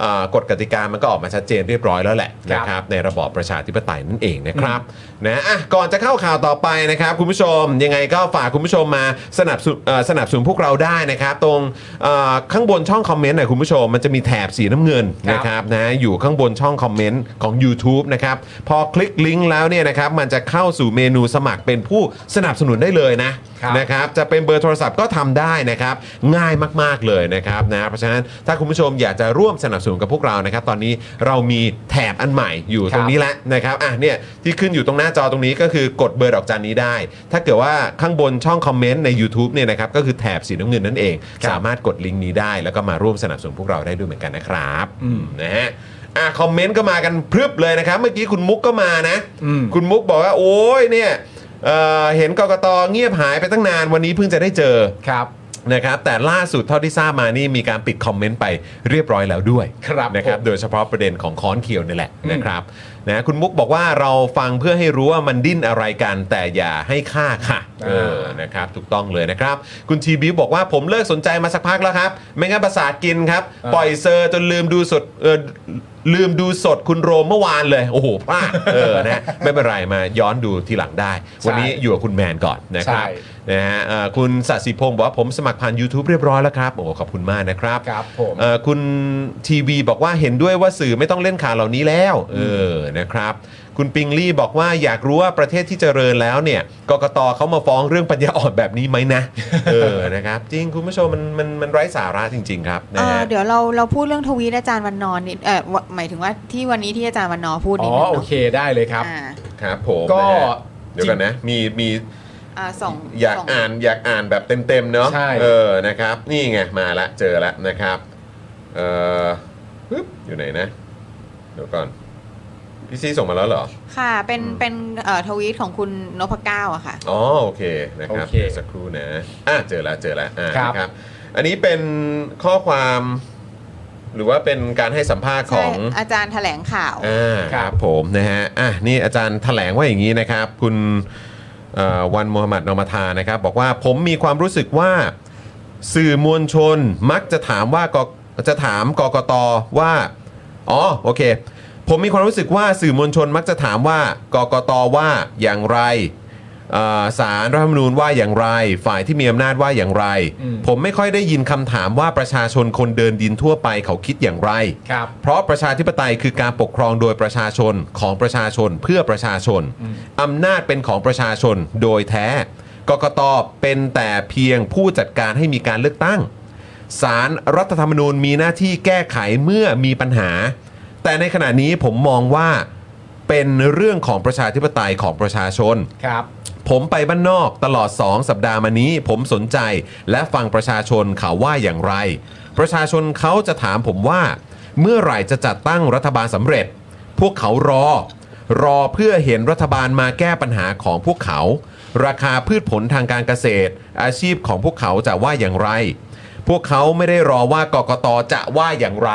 Speaker 1: เอ่อกฎกติกามันก็ออกมาชัดเจนเรียบร้อยแล้วแหละ
Speaker 3: ครับ
Speaker 1: นะครับในระบอบประชาธิปไตยนั่นเองนะครับนะอ่ะก่อนจะเข้าข่าวต่อไปนะครับ คุณผู้ชมยังไงก็ฝากคุณผู้ชมมาสนับสนุนเอ่อสนับสนุนพวกเราได้นะครับ ตรงเอ่อข้างบนช่องคอมเมนต์หน่อยคุณผู้ชมมันจะมีแถบสีน้ำเงินนะครับ นะครับนะอยู่ข้างบนช่องคอมเมนต์ของ YouTube นะครับพอคลิกลิงก์แล้วเนี่ยนะครับมันจะเข้าสู่เมนูสมัครเป็นผู้สนับสนุนได้เลยนะครับ นะครับจะเป็นเบอร์โทรศัพท์ก็ทำได้นะครับง่ายมากๆเลยนะครับนะเพราะฉะนั้นถ้าคุณผู้ชมอยากจะร่วมสนับสนุนกับพวกเรานะครับตอนนี้เรามีแถบอันใหม่อยู่
Speaker 3: ครับ
Speaker 1: ตรงนี้แล้วนะครับอ่ะเนี่ยที่ขึ้นอยู่ตรงหน้าจอตรงนี้ก็คือกดเบอร์ดอกจันนี้ได้ ถ้าเกิดว่าข้างบนช่องคอมเมนต์ใน YouTube เนี่ยนะครับก็คือแถบสีน้ำเงินนั่นเอง
Speaker 3: ครับ
Speaker 1: สามารถกดลิงก์นี้ได้แล้วก็มาร่วมสนับสนุนพวกเราได้ด้วยเหมือนกันนะครับ
Speaker 3: อืม
Speaker 1: นะฮะอ่ะคอมเมนต์ก็มากันพรึบเลยนะครับ เมื่อกี้คุณมุกก็มานะ
Speaker 3: อืม
Speaker 1: คุณมุกบอกว่า โอ้ยเนี่ยเอ่อเห็นกกตเงียบหายไปตั้งนานวันนี้เพิ่งจะได้เจอ
Speaker 3: ครับ
Speaker 1: นะครับ แต่ล่าสุดเท่าที่ทราบมานี่มีการปิดคอมเมนต์ไปเรียบร้อยแล้วด้วย
Speaker 3: ครับ
Speaker 1: นะครับ
Speaker 3: ผม
Speaker 1: โดยเฉพาะประเด็นของค้อนเขียวนี่แหละ
Speaker 3: อืม
Speaker 1: นะครับนะคุณมุกบอกว่าเราฟังเพื่อให้รู้ว่ามันดิ้นอะไรกัน แต่อย่าให้ค่าค่ะเออนะครับถูกต้องเลยนะครับ คุณทีบิวบอกว่าผมเลิกสนใจมาสักพักแล้วครับ ไม่งั้นประสาทกินครับ ปล่อยเซอร์จนลืมดูสดเออลืมดูสดคุณโรมเมื่อวานเลย โอ้โหพลาดเออนะ ไม่เป็นไรมาย้อนดูทีหลังได้ วันนี้อยู่กับคุณแมนก่อนนะครับ
Speaker 3: ใช่
Speaker 1: นะฮะเอ่อคุณสัสิพงศ์บอกว่าผมสมัครผ่าน YouTube เรียบร้อยแล้วครับโอ้โหขอบคุณมากนะครับ
Speaker 3: ครับผม
Speaker 1: เอ่อคุณทีวีบอกว่าเห็นด้วยว่าสื่อไม่ต้องเล่นข่าวเหล่านี้แล้วเออนะครับ คุณปิงลี่บอกว่าอยากรู้ว่าประเทศที่เจริญแล้วเนี่ยกกตเขามาฟ้องเรื่องปัญญาอ่อนแบบนี้ไหม นะ เออนะครับ จริงคุณผู้ชมมันมันมันไร้สาระจริง ๆ ครับนะ
Speaker 4: เอ่อ
Speaker 1: ฮะ
Speaker 4: เดี๋ยวเราเราพูดเรื่องทวีตอาจารย์วันนอนนิดเออวะหมายถึงว่าที่วันนี้ที่อาจารย์วันนอพูด
Speaker 3: อ๋
Speaker 4: นิ
Speaker 3: อ
Speaker 4: ดนึง
Speaker 3: โอ
Speaker 4: เนาะ
Speaker 3: เคได้เลยครับ
Speaker 4: อ่า
Speaker 1: ครับผม
Speaker 3: ก็
Speaker 1: นะฮะเดี๋ยวกันนะ มีมี
Speaker 4: อ่าสอง
Speaker 1: อยาก
Speaker 4: สง
Speaker 1: อ่านอยากอ่านแบบเต็ม ๆ เนาะ
Speaker 3: ใช่
Speaker 1: เออนะครับ นี่ไง มาละเจอละนะครับเออปึ๊บอยู่ไหนนะ เดี๋ยวก่อนพี่ซีส่งมาแล้วเหรอ
Speaker 4: ค่ะ เป็น
Speaker 1: อืม
Speaker 4: เป็นเอ่อทวีตของคุณนพเก้าอะค่ะ
Speaker 1: อ๋อโอเคนะครับ
Speaker 3: โอเค
Speaker 1: เดี๋ยวสักครู่นะอ่ะเจอแล้วเจอแล้วอ่ะ
Speaker 3: ครับ
Speaker 1: นะครับ อันนี้เป็นข้อความ หรือว่าเป็นการให้สัมภาษณ์ข
Speaker 4: ใช่
Speaker 1: อง
Speaker 4: อาจารย์แถลงข่าว
Speaker 1: อ่า
Speaker 3: ค
Speaker 1: ครับ รับผมนะฮะอ่ะนี่อาจารย์แถลงว่าอย่างนี้นะครับ คุณเอ่อวันมูฮัมหมัดนอมทานะครับ บอกว่าผมมีความรู้สึกว่าสื่อมวลชนมักจะถามว่ากจะถามกกตว่า อ๋อโอเค ผมมีความรู้สึกว่าสื่อมวลชนมักจะถามว่ากกตว่าอย่างไร เอ่อสารรัฐธรรมนูญว่าอย่างไร ฝ่ายที่มีอำนาจว่าอย่างไร
Speaker 3: อืม
Speaker 1: ผมไม่ค่อยได้ยินคำถามว่าประชาชนคนเดินดินทั่วไปเขาคิดอย่างไร
Speaker 3: ครับ
Speaker 1: เพราะประชาธิปไตยคือการปกครองโดยประชาชนของประชาชนเพื่อประชาชน อำนาจเป็นของประชาชนโดยแท้ กกตเป็นแต่เพียงผู้จัดการให้มีการเลือกตั้ง สารรัฐธรรมนูญมีหน้าที่แก้ไขเมื่อมีปัญหา แต่ในขณะนี้ผมมองว่าเป็นเรื่องของประชาธิปไตยของประชาชน
Speaker 3: ครับ
Speaker 1: ผมไปบ้านนอกตลอด 2 สัปดาห์มานี้ ผมสนใจและฟังประชาชนเขาว่าอย่างไร ประชาชนเขาจะถามผมว่า เมื่อไหร่จะจัดตั้งรัฐบาลสำเร็จ พวกเขารอ รอเพื่อเห็นรัฐบาลมาแก้ปัญหาของพวกเขา ราคาพืชผลทางการเกษตร อาชีพของพวกเขาจะว่าอย่างไร พวกเขาไม่ได้รอว่ากกตจะว่าอย่างไร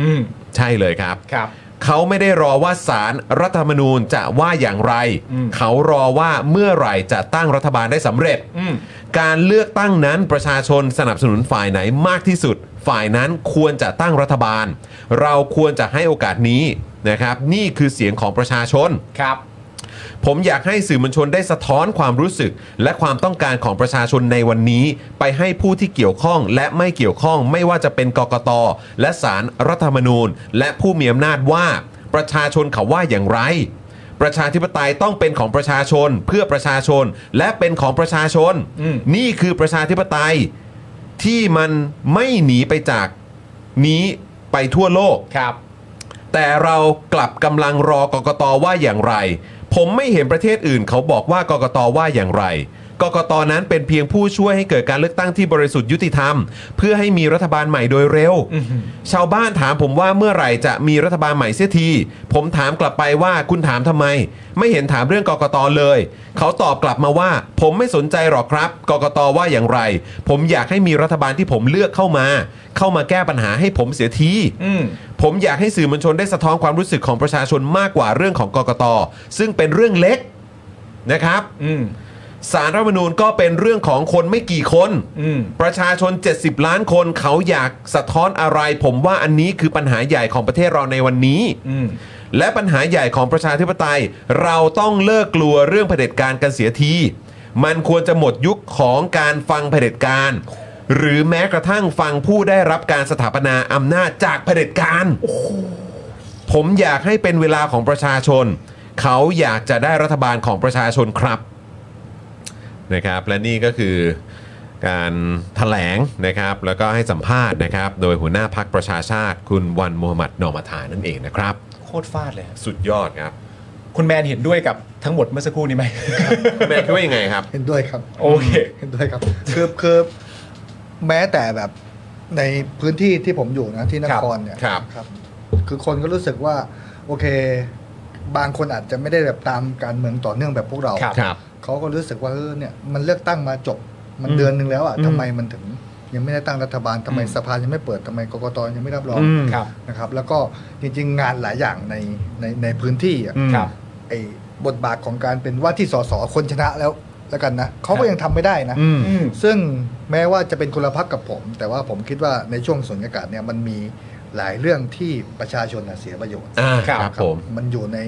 Speaker 3: อืม
Speaker 1: ใช่เลยครับ
Speaker 3: ครับ
Speaker 1: เขาไม่ได้รอว่าสารรัฐธรรมนูญจะว่าอย่างไร
Speaker 3: อืม
Speaker 1: เขารอว่าเมื่อไหร่จะตั้งรัฐบาลได้สำเร็จ
Speaker 3: อืม
Speaker 1: การเลือกตั้งนั้นประชาชนสนับสนุนฝ่ายไหนมากที่สุด ฝ่ายนั้นควรจะตั้งรัฐบาล เราควรจะให้โอกาสนี้นะครับ นี่คือเสียงของประชาชน
Speaker 3: ครับ
Speaker 1: ผมอยากให้สื่อมวลชนได้สะท้อนความรู้สึก และความต้องการของประชาชนในวันนี้ ไปให้ผู้ที่เกี่ยวข้องและไม่เกี่ยวข้องไม่ว่าจะเป็นกกตและสารรัฐธรรมนูญ และผู้มีอำนาจว่า ประชาชนเขาว่าอย่างไร ประชาธิปไตยต้องเป็นของประชาชนเพื่อประชาชนและเป็นของประชาชน
Speaker 3: อืม
Speaker 1: นี่คือประชาธิปไตย ที่มันไม่หนีไปจากนี้ไปทั่วโลก
Speaker 3: ครับ
Speaker 1: แต่เรากลับกำลังรอกกตว่าอย่างไร ผมไม่เห็นประเทศอื่นเขาบอกว่ากกตว่าอย่างไร กกตนั้นเป็นเพียงผู้ช่วยให้เกิดการเลือกตั้งที่บริสุทธิ์ยุติธรรม เพื่อให้มีรัฐบาลใหม่โดยเร็ว ชาวบ้านถามผมว่าเมื่อไหร่จะมีรัฐบาลใหม่เสียที ผมถามกลับไปว่าคุณถามทำไม ไม่เห็นถามเรื่องกกตเลย เขาตอบกลับมาว่า ผมไม่สนใจหรอกครับ กกตว่าอย่างไร ผมอยากให้มีรัฐบาลที่ผมเลือกเข้ามา เข้ามาแก้ปัญหาให้ผมเสียที
Speaker 3: อืม
Speaker 1: ผมอยากให้สื่อมวลชนได้สะท้อนความรู้สึกของประชาชนมากกว่าเรื่องของกกต ซึ่งเป็นเรื่องเล็กนะครับ
Speaker 3: อืม
Speaker 1: สารรัฐธรรมนูญก็เป็นเรื่องของคนไม่กี่คน
Speaker 3: อืม
Speaker 1: ประชาชน 70 ล้านคนเขาอยากสะท้อนอะไร ผมว่าอันนี้คือปัญหาใหญ่ของประเทศเราในวันนี้
Speaker 3: อืม
Speaker 1: และปัญหาใหญ่ของประชาธิปไตย เราต้องเลิกกลัวเรื่องเผด็จการกันเสียที มันควรจะหมดยุคของการฟังเผด็จการ หรือแม้กระทั่งฟังผู้ได้รับการสถาปนาอำนาจจากเผด็จการ ผมอยากให้เป็นเวลาของประชาชน เขาอยากจะได้รัฐบาลของประชาชนครับนะครับและนี่ก็คือการแถลงนะครับ แล้วก็ให้สัมภาษณ์นะครับ โดยหัวหน้าพักประชาชาติ คุณวันมูฮัมหมัดนอมาทานั่นเองนะครับ
Speaker 3: โคตรฟาดเลยครับ
Speaker 1: สุดยอดครับ
Speaker 3: คุณแมนเห็นด้วยกับทั้งหมดเมื่อสักครู่นี้ไหม
Speaker 1: แม่คิดว่ายังไงครับ
Speaker 5: เห็นด้วยครับ
Speaker 3: โอเค
Speaker 5: เห็นด้วยครับ คือคือแม้แต่แบบในพื้นที่ที่ผมอยู่นะที่นครเนี่ย
Speaker 1: ครับ
Speaker 5: ครับ คือคนก็รู้สึกว่า โอเค บางคนอาจจะไม่ได้แบบตามการเมืองต่อเนื่องแบบพวกเรา
Speaker 3: ครับ
Speaker 1: ครับ
Speaker 5: เขาก็รู้สึกว่าเออเนี่ยมันเลือกตั้งมาจบ มันเดือนหนึ่งแล้วอ่ะทำไมมันถึง ยังไม่ได้ตั้งรัฐบาลทำไม
Speaker 3: อืม
Speaker 5: สภายังไม่เปิดทำไมกกตยังไม่รับรอง
Speaker 1: อืม
Speaker 3: ครับ
Speaker 5: นะครับ แล้วก็จริง ๆ งานหลายอย่างในในในพื้นที่อ่ะ
Speaker 1: อืม
Speaker 3: ครับ
Speaker 5: ไอ้บทบาทของการเป็นว่าที่สสคนชนะแล้วแล้วกันนะเขาก็ยังทำไม่ได้นะ
Speaker 1: อืม
Speaker 3: อืม
Speaker 5: ซึ่งแม้ว่าจะเป็นคนละพักกับผม แต่ว่าผมคิดว่าในช่วงสุญญากาศเนี่ยมันมีหลายเรื่องที่ประชาชนน่ะเสียประโยชน์
Speaker 1: อ่า
Speaker 3: ครับ
Speaker 1: ครับผม
Speaker 5: มันอยู่ใน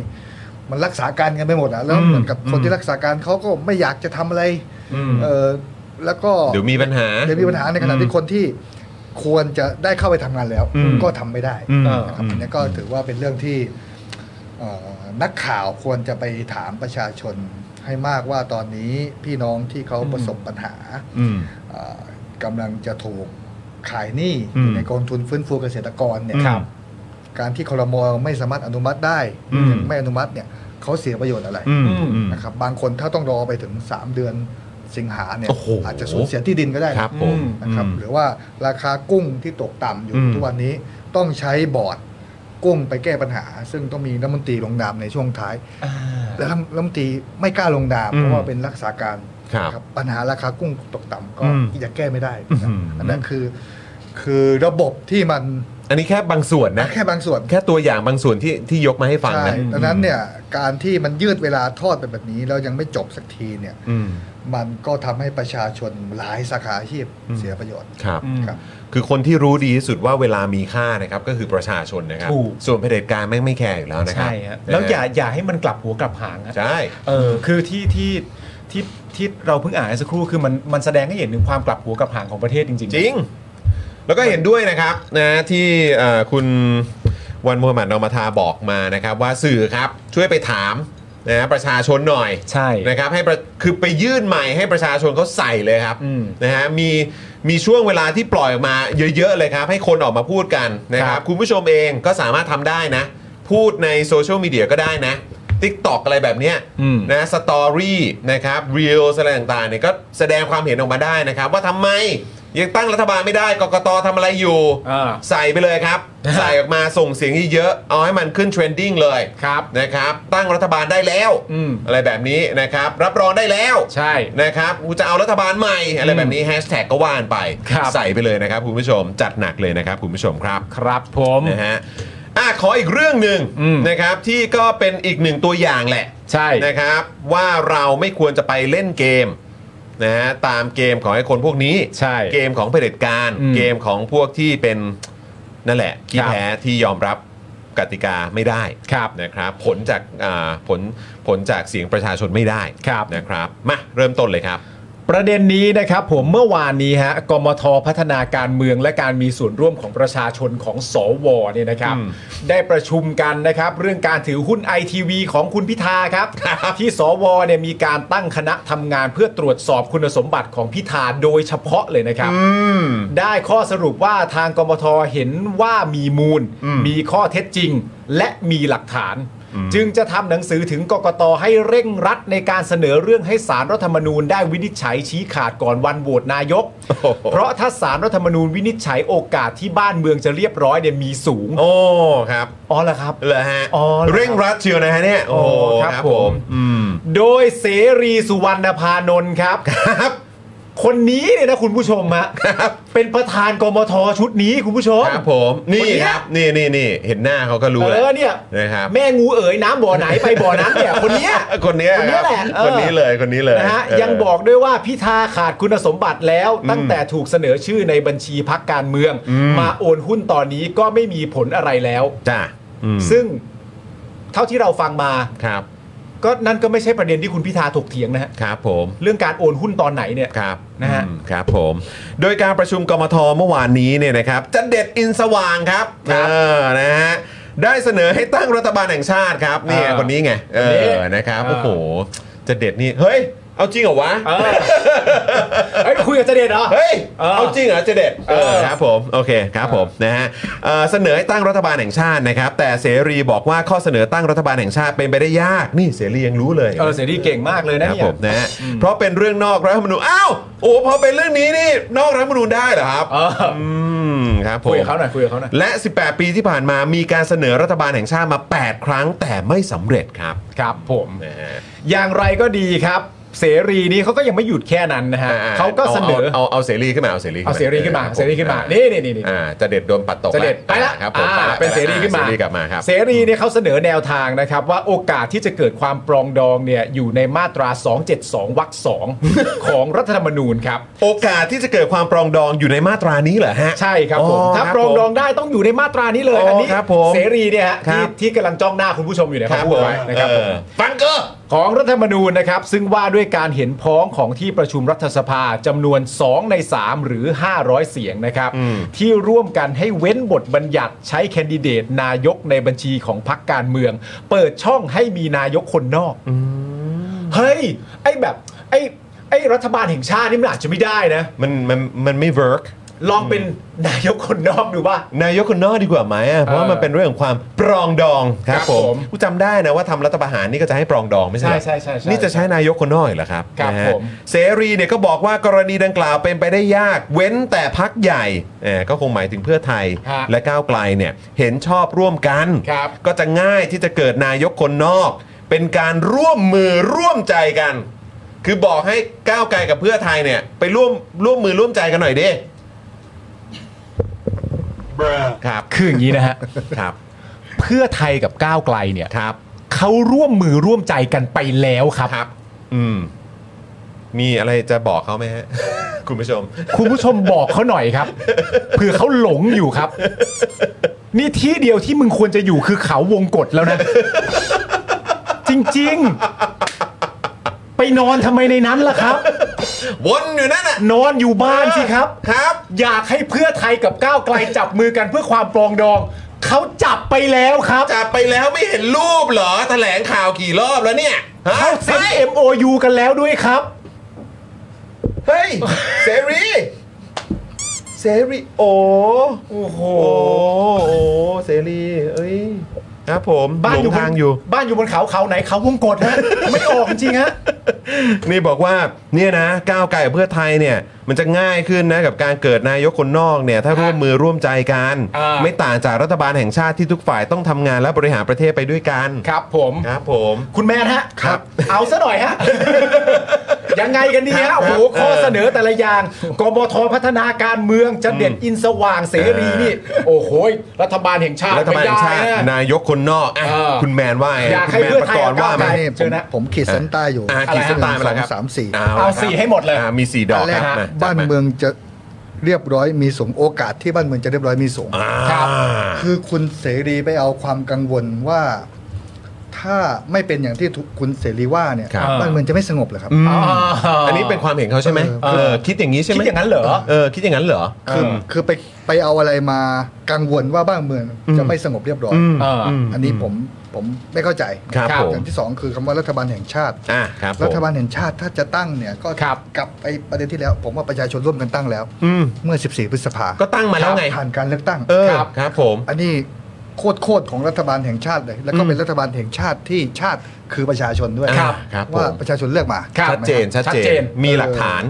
Speaker 5: มันรักษาการกันไปหมดอะแล้วเหมือนกับคนที่รักษาการเขาก็ไม่อยากจะทำอะไรเออแล้วก็
Speaker 1: เดี๋ยวมีปัญหา
Speaker 5: เดี๋ยวมีปัญหาในขณะที่คนที่ควรจะได้เข้าไปทำงานแล้ว
Speaker 1: อืม
Speaker 5: ก็ทำไม่ได้
Speaker 1: อืม
Speaker 3: เออ
Speaker 5: นะครับอันนี้ก็ถือว่าเป็นเรื่องที่เอ่อนักข่าวควรจะไปถามประชาชนให้มากว่าตอนนี้พี่น้องที่เขาประสบปัญหา
Speaker 1: อืม
Speaker 5: เอ่อกำลังจะถูกขายหนี้
Speaker 1: อืม
Speaker 5: ในกองทุนฟื้นฟูเกษตรกรเนี่ย
Speaker 3: ครับ
Speaker 5: การที่คลมไม่สามารถอนุมัติได้
Speaker 1: อืม
Speaker 5: ยังไม่อนุมัติเนี่ยเขาเสียประโยชน์อะไร
Speaker 1: อืม
Speaker 3: อื
Speaker 1: อืม
Speaker 3: ม
Speaker 5: นะครับบางคนถ้าต้องรอไปถึง 3 เดือนสิงหาเนี่ย
Speaker 1: โอ้โห
Speaker 5: อาจจะสูญเสียที่ดินก็ได้นะ
Speaker 1: ครับผม
Speaker 5: นะครับ
Speaker 1: อืม
Speaker 5: หรือว่าราคากุ้งที่ตกต่ำอยู่
Speaker 1: อืม
Speaker 5: ทุกวันนี้ต้องใช้บอร์ดกุ้งไปแก้ปัญหา ซึ่งต้องมีรัฐมนตรีลงนามในช่วงท้าย และรัฐมนตรีไม่กล้าลงนามเพราะว่าเป็นรักษาการ
Speaker 1: ครับ
Speaker 5: นะครับปัญหาราคากุ้งตกต่ำก็
Speaker 1: อืม
Speaker 5: ยังแก้ไม่ได้
Speaker 1: อื้อหืออั
Speaker 5: อันนั้นคือ คือระบบที่มัน
Speaker 1: อันนี้แค่บางส่วนนะ
Speaker 5: แค่บางส่วน
Speaker 1: แค่ตัวอย่างบางส่วนที่ที่ยกมาให้ฟัง
Speaker 5: ใช่
Speaker 1: นะ
Speaker 5: ดังนั้นเนี่ยการที่มันยืดเวลาทอดไปแบบนี้แล้วยังไม่จบสักทีเนี่ย
Speaker 1: อืม
Speaker 5: มันก็ทำให้ประชาชนหลายสาขาอาชีพเสียประโยชน์
Speaker 1: ครับ
Speaker 5: ครับ
Speaker 1: คือคนที่รู้ดีที่สุดว่าเวลามีค่านะครับ ก็คือประชาชนนะครับ
Speaker 3: ถูก
Speaker 1: ส่วนเผด็จการแม่งไม่แคร์อยู่แล้วนะครั
Speaker 3: ใช่
Speaker 1: บ
Speaker 3: ฮะแล้วอย่า
Speaker 1: นะฮะ
Speaker 3: อย่าให้มันกลับหัวกลับหางฮะ
Speaker 1: ใช่
Speaker 3: เออคือที่ที่ ที่ที่เราเพิ่งอ่านสักครู่คือมันมันแสดงให้เห็นถึงความกลับหัวกลับหางของประเทศจริงๆ
Speaker 1: จริง แล้วก็เห็นด้วยนะครับนะที่เอ่อคุณวันมูฮัมหมัดนอมาทาบอกมานะครับ ว่าสื่อครับช่วยไปถามนะประชาชนหน่อย
Speaker 3: ใช่
Speaker 1: นะครับให้ประคือไปยื่นใหม่ให้ประชาชนเขาใส่เลยครับ
Speaker 3: อืม
Speaker 1: นะฮะมีมีช่วงเวลาที่ปล่อยออกมาเยอะ ๆ เลยครับ ให้คนออกมาพูดกันนะค
Speaker 3: ค
Speaker 1: รั
Speaker 3: รั
Speaker 1: บบ คุณผู้ชมเองก็สามารถทำได้นะ พูดในโซเชียลมีเดียก็ได้นะ Tik t o อกอะไรแบบเนี้ย
Speaker 3: อืม
Speaker 1: นะสตอรี่นะครับเรียลอะไรต่างๆเนี่ยก็แสดงความเห็นออกมาได้นะครับ ว่าทำไมยังตั้งรัฐบาลไม่ได้กกตทำอะไรอยู่
Speaker 3: อ่า
Speaker 1: ใส่ไปเลย ครับ ใส่ออกมาส่งเสียงเยอะๆเอาให้มันขึ้นเทรนดิ้งเลย
Speaker 3: ครับ
Speaker 1: นะครับตั้งรัฐบาลได้แล้ว
Speaker 3: อืม
Speaker 1: อะไรแบบนี้นะครับ รับรองได้แล้ว
Speaker 3: ใช่
Speaker 1: นะครับกูจะเอารัฐบาลใหม่อะไรแบบนี้แฮชแท็กก็ว่านไป
Speaker 3: ครับ
Speaker 1: ใส่ไปเลยนะครับคุณผู้ชมจัดหนักเลยนะครับคุณผู้ชมครับ
Speaker 3: ครับผม
Speaker 1: นะฮะอ่ะขออีกเรื่องหนึ่ง
Speaker 3: อืม
Speaker 1: นะครับที่ก็เป็นอีกหนึ่งตัวอย่างแหละ
Speaker 3: ใช่
Speaker 1: นะครับว่าเราไม่ควรจะไปเล่นเกมนะฮะตามเกมของไอ้คนพวกนี้
Speaker 3: ใช่
Speaker 1: เกมของเผด็จการ
Speaker 3: อืม
Speaker 1: เกมของพวกที่เป็นนั่นแหละที่
Speaker 3: ครับ
Speaker 1: แพ้ที่ยอมรับกติกาไม่ได้
Speaker 3: ครับ
Speaker 1: นะครับผลจากอ่าผลผลจากเสียงประชาชนไม่ได้
Speaker 3: ครับ
Speaker 1: นะครับมาเริ่มต้นเลยครับ
Speaker 3: ประเด็นนี้นะครับผมเมื่อวานนี้ฮะกมทพัฒนาการเมืองและการมีส่วนร่วมของประชาชนของสวเนี่ยนะครับ
Speaker 1: อืม
Speaker 3: ได้ประชุมกันนะครับ เรื่องการถือหุ้นไอทีวีของคุณพิธาครับ ที่สวเนี่ยมีการตั้งคณะทำงานเพื่อตรวจสอบคุณสมบัติของพิธาโดยเฉพาะเลยนะครับ
Speaker 1: ม
Speaker 3: ได้ข้อสรุปว่าทางกมทเห็นว่ามีมูล มีข้อเท็จจริง และมีหลักฐาน จึงจะทำหนังสือถึงกกตให้เร่งรัดในการเสนอเรื่องให้สารรัฐธรรมนูญได้วินิจฉัยชี้ขาดก่อนวันโหวตนายก
Speaker 1: โอ้โห
Speaker 3: เพราะถ้าสารรัฐธรรมนูญวินิจฉัยโอกาสที่บ้านเมืองจะเรียบร้อยเนี่ยมีสูง
Speaker 1: โอ้ครับ
Speaker 3: อ๋อเหรอครับ
Speaker 1: เหรอฮะ
Speaker 3: อ๋อเหรอครับ
Speaker 1: เร่งรัดเชียวนะฮะเนี่ยโอ้โห
Speaker 3: โอ้ครับผม
Speaker 1: อืม
Speaker 3: โดยเสรีสุวรรณพานนท์ครับ
Speaker 1: ครับ
Speaker 3: คนนี้เนี่ยนะคุณผู้ชมฮะ
Speaker 1: ครับ
Speaker 3: เป็นประธานกมทชุดนี้คุณผู้ชม
Speaker 1: ครับผมนี่
Speaker 3: คนเนี้ย
Speaker 1: ครับนี่นี่นี่เห็นหน้าเขาก็รู้
Speaker 3: เอ
Speaker 1: แล้ว
Speaker 3: อเนี่ย
Speaker 1: นะครับ
Speaker 3: แม่งูเอ๋ยน้ำบ่อไหนไปบ่อนั้นเนี่ยคนเนี้ย
Speaker 1: คนเนี้ย
Speaker 3: คนเนี้ยแหละ
Speaker 1: ครับ
Speaker 3: เออ
Speaker 1: คนนี้เลยคนนี้เลย
Speaker 3: นะฮะ
Speaker 1: เ
Speaker 3: ยังบอกด้วยว่าพิธาขาดคุณสมบัติแล้ว ตั้งแต่ถูกเสนอชื่อในบัญชีพักการเมือง มาโอนหุ้นตอนนี้ก็ไม่มีผลอะไรแล้ว
Speaker 1: จ้ะอืม
Speaker 3: ซึ่งเท่าที่เราฟังมา
Speaker 1: ครับ
Speaker 3: ก็นั่นก็ไม่ใช่ประเด็นที่คุณพิธาถกเถียงนะฮะ
Speaker 1: ครับผม
Speaker 3: เรื่องการโอนหุ้นตอนไหนเนี่ย
Speaker 1: ครับ
Speaker 3: นะฮะ
Speaker 1: อืมครับผม โดยการประชุมกมทเมื่อวานนี้เนี่ยนะครับจะเด็ดอินสว่างครับ
Speaker 3: ครับ
Speaker 1: เออนะฮะได้เสนอให้ตั้งรัฐบาลแห่งชาติครับเนี่ย
Speaker 3: เออ
Speaker 1: คนนี้ไงเอ
Speaker 3: คนนี้
Speaker 1: อนะครับ
Speaker 3: เออ
Speaker 1: โอ้โหจะเด็ดนี่เฮ้ยเอาจริงเหรอวะ
Speaker 3: เออเฮ้ยคุยกับเจเดนเหรอ
Speaker 1: เฮ้ย
Speaker 3: เออ
Speaker 1: เอาจริงเหรอเจเด็ด
Speaker 3: เออ
Speaker 1: ครับผม โอเคครับผมนะฮะเอ่อเสนอให้ตั้งรัฐบาลแห่งชาตินะครับ แต่เสรีบอกว่าข้อเสนอตั้งรัฐบาลแห่งชาติเป็นไปได้ยาก นี่เสรียังรู้เลย
Speaker 3: เออเสรีเก่งมากเลยนะครับ
Speaker 1: ผม
Speaker 3: เนี่ย
Speaker 1: นะฮะเพราะเป็นเรื่องนอกรัฐธรรมนูญ อ้าว โอ้พอเป็นเรื่องนี้นี่นอกรัฐธรรมนูญได้เหรอครับ
Speaker 3: เอออื
Speaker 1: มครับผม
Speaker 3: คุยกับเขาหน่อยคุยกับเขาหน่อย
Speaker 1: และ 18 ปีที่ผ่านมามีการเสนอรัฐบาลแห่งชาติมา 8 ครั้งแต่ไม่สำเร็จครับ
Speaker 3: ครับผม
Speaker 1: นะฮะ
Speaker 3: อย่างไรก็ดีครับ เสรีนี้เขาก็ยังไม่หยุดแค่นั้นนะฮะ
Speaker 1: อ่ๆ
Speaker 3: เขาก็เสนอ
Speaker 1: เอาเอาเสรีขึ้นมาเอาเสรี
Speaker 3: เอาเสรีขึ้นมา
Speaker 1: ออ
Speaker 3: เสรีขึ้นมา
Speaker 1: อ่
Speaker 3: นี่นี่นี่นี่
Speaker 1: อ่าจะเด็ดโดนปัดตก
Speaker 3: เสรีไปละ
Speaker 1: ครับผม
Speaker 3: อ่า
Speaker 1: ไละ
Speaker 3: เป็น
Speaker 1: ไละ
Speaker 3: เสรีขึ้นมา
Speaker 1: เสรีกลับมาครับ
Speaker 3: เสรีเนี่ยเขาเสนอแนวทางนะครับ ว่าโอกาสที่จะเกิดความปรองดองเนี่ยอยู่ในมาตรา 272วรรคสอง ของรัฐธรรมนูญครับ
Speaker 1: โอกาสที่จะเกิดความปรองดองอยู่ในมาตรานี้เหรอฮะ
Speaker 3: ใช่ครับผม
Speaker 1: อ๋อ
Speaker 3: ถ้า
Speaker 1: ครับ
Speaker 3: ปรองดองได้ต้องอยู่ในมาตรานี้เลย
Speaker 1: อ๋ออั
Speaker 3: อันนี้
Speaker 1: ครับผม
Speaker 3: เสรีเนี่ยฮะ
Speaker 1: ครั
Speaker 3: ที่
Speaker 1: บ
Speaker 3: ที่กำลังจ้องหน้าคุณผู้ชมอยู่เนี่ย
Speaker 1: ค
Speaker 3: เขา
Speaker 1: รับผ
Speaker 3: พูด
Speaker 1: ม
Speaker 3: ไว้นะครับ
Speaker 1: เอ
Speaker 3: ผ
Speaker 1: อ
Speaker 3: ม
Speaker 1: ฟังเกอร์
Speaker 3: ของรัฐธรรมนูญนะครับ ซึ่งว่าด้วยการเห็นพ้องของที่ประชุมรัฐสภาจำนวน 2 ใน 3 หรือ 500 เสียงนะครับ
Speaker 1: อืม
Speaker 3: ที่ร่วมกันให้เว้นบทบัญญัติใช้แคนดิเดตนายกในบัญชีของพรรคการเมือง เปิดช่องให้มีนายกคนนอกเฮ้ย ไอ้แบบไอ้ไอ้รัฐบาลแห่งชาตินี่มันอาจจะไม่ได้นะ
Speaker 1: มันมันมันไม่เวิร์ก
Speaker 3: ลองเป็นนายกคนนอกดูบ้าง
Speaker 1: นายกคนนอกดีกว่าไหมอะเพราะว่ามันเป็นเรื่องของความปรองดองครับ
Speaker 3: ครับ
Speaker 1: ผ
Speaker 3: ผม ม
Speaker 1: กูจำได้นะว่าทำรัฐประหารนี่ก็จะให้ปรองดองไม่ใช่เหรอ
Speaker 3: ใช่ใช่ใช่
Speaker 1: นี่จะใช้นายกคนนอกอีกเหรอครับ
Speaker 3: ครับ
Speaker 1: นะฮะ
Speaker 3: ผม
Speaker 1: เสรีเนี่ยก็บอกว่ากรณีดังกล่าวเป็นไปได้ยาก เว้นแต่พักใหญ่เอ่อก็คงหมายถึงเพื่อไทย
Speaker 3: ฮะ
Speaker 1: และก้าวไกลเนี่ยเห็นชอบร่วมกัน
Speaker 3: ครับ
Speaker 1: ก็จะง่ายที่จะเกิดนายกคนนอก เป็นการร่วมมือร่วมใจกัน คือบอกให้ก้าวไกลกับเพื่อไทยเนี่ย ไปร่วมร่วมมือร่วมใจกันหน่อยดิครับ
Speaker 3: คืออย่างนี้นะฮะ
Speaker 1: ครับ
Speaker 3: เพื่อไทยกับก้าวไกลเนี่ย
Speaker 1: ครับ
Speaker 3: เขาร่วมมือร่วมใจกันไปแล้วครับ
Speaker 1: ครับ อืม มีอะไรจะบอกเขาไหมฮะ คุณผู้ชม
Speaker 3: คุณผู้ชมบอกเขาหน่อยครับ เผื่อเขาหลงอยู่ครับ นี่ที่เดียวที่มึงควรจะอยู่คือเขาวงกฏแล้วนะ จริง ๆ ไป ไปนอนทำไมในนั้นล่ะครับ
Speaker 1: วนอยู่นั่นน่ะ
Speaker 3: นอนอยู่บ้านสิครับ
Speaker 1: ครับ
Speaker 3: อยากให้เพื่อไทยกับก้าวไกลจับมือกันเพื่อความปรองดอง เขาจับไปแล้วครับ
Speaker 1: จับไปแล้วไม่เห็นรูปเหรอแถลงข่าวกี่รอบแล้วเนี่ยฮะ
Speaker 3: เขาเซ็น
Speaker 1: เฮ้ย
Speaker 3: MOU กันแล้วด้วยครับ
Speaker 1: เฮ้ยเสรี
Speaker 6: เสรีโอ
Speaker 3: โอ้โห
Speaker 6: โอ้โอ้เสรีเอ้ย
Speaker 1: ครับผม
Speaker 3: บ้านอยู่
Speaker 1: หล
Speaker 3: บนบ้านอยู่บนเขาเขาไหนเขาวงกดฮะ ไม่ออกจริงๆฮะ
Speaker 1: นี่บอกว่าเนี่ยนะก้าวไกลกับเพื่อไทยเนี่ยมันจะง่ายขึ้นนะกับการเกิดนายกคนนอกเนี่ยถ้าร่วมมือร่วมใจกัน
Speaker 3: อ่า
Speaker 1: ไม่ต่างจากรัฐบาลแห่งชาติที่ทุกฝ่ายต้องทำงานและบริหารประเทศไปด้วยกัน
Speaker 3: ครับผม
Speaker 1: ครับผม
Speaker 3: คุณแม่ฮะ
Speaker 1: ครับ
Speaker 3: เอาซะหน่อยฮะ ยังไงกันดี
Speaker 1: ครับ
Speaker 3: ฮะโอ้โห
Speaker 1: ครับ
Speaker 3: ข้อเสนอแต่ละอย่างกบทพัฒนาการเมืองจะเด็ดอินสว่างเสรี
Speaker 1: เออ
Speaker 3: นี่ โอ้โหรัฐบาลแห่งชาติ
Speaker 1: รัฐบาลแห่งชาติ
Speaker 3: ไม่ได้นะ
Speaker 1: นายกคนนอกอ่ะ
Speaker 3: เออ
Speaker 1: คุณแมนว่าไง
Speaker 3: อยาก
Speaker 1: คุ
Speaker 3: ให้
Speaker 1: ณแมน
Speaker 3: เพื่อ
Speaker 1: ประ
Speaker 3: ไทย
Speaker 1: กรณ์
Speaker 3: กับก้
Speaker 1: ว่าไหม
Speaker 3: ไกล
Speaker 5: นี่
Speaker 3: เชิ
Speaker 5: ผ
Speaker 3: ญ
Speaker 5: ม
Speaker 3: นะ
Speaker 5: ผมขีดเส้นใต้อยู่
Speaker 1: อ่าขีดเส้นใต้มาแล้วครับ
Speaker 5: สองสามสี่
Speaker 1: เอ
Speaker 3: เอา
Speaker 1: ละครับ
Speaker 3: สี่ให้หมดเลย
Speaker 1: อ่ามีสี่ดอก
Speaker 5: อันแรก
Speaker 1: ครับ
Speaker 5: ฮะ
Speaker 1: มจัดม
Speaker 5: บ้านเมืองจะเรียบร้อยมีสูงโอกาสที่บ้านเมืองจะเรียบร้อยมีสูง
Speaker 3: ครับ
Speaker 5: คือคุณเสรีไปเอาความกังวลว่า ถ้าไม่เป็นอย่างที่ทุกคุณเสรีว่าเนี่ย
Speaker 1: ครับ
Speaker 5: บ้านเมืองจะไม่สงบเหรอครับ
Speaker 1: มอันนี้เป็นความเห็นเขาใช่ไหม
Speaker 5: เออ
Speaker 1: เออคิดอย่างนี้ใช่ไหม
Speaker 3: คิดอย่างนั้นเหรอ
Speaker 1: เออคิดอย่างนั้นเหรอ
Speaker 5: คือคือไปไปเอาอะไรมากังวลว่าบ้านเมืองจะไม่สงบเรียบร้อย
Speaker 3: เออ
Speaker 5: อันนี้ผมผมไม่เข้าใจ
Speaker 1: ครับผม
Speaker 5: อย่างที่สองคือคำว่ารัฐบาลแห่งชาติ
Speaker 1: อ่ะครับผม
Speaker 5: รัฐบาลแห่งชาติถ้าจะตั้งเนี่ยก็
Speaker 3: ครับ
Speaker 5: กลับไปประเด็นที่แล้ว ผมว่าประชาชนร่วมกันตั้งแล้ว
Speaker 1: อืม
Speaker 5: เมื่อ 14 พฤษภา
Speaker 1: ก็ตั้งมาแล้วไง
Speaker 5: ผ่านการเลือกตั้ง
Speaker 1: เออครับผม
Speaker 5: อันนี้โคตรโคตรๆของรัฐบาลแห่งชาติเลย แล้วก็เป็นรัฐบาลแห่งชาติที่ชาติคือประชาชนด้วย
Speaker 1: ครับครับ
Speaker 5: ว่า
Speaker 1: ผม
Speaker 5: ประชาชนเลือกมา
Speaker 3: ครับ
Speaker 1: ชัดเจนชัด
Speaker 3: ชัดเจ
Speaker 1: เจ
Speaker 3: น
Speaker 1: นมีหลักฐาน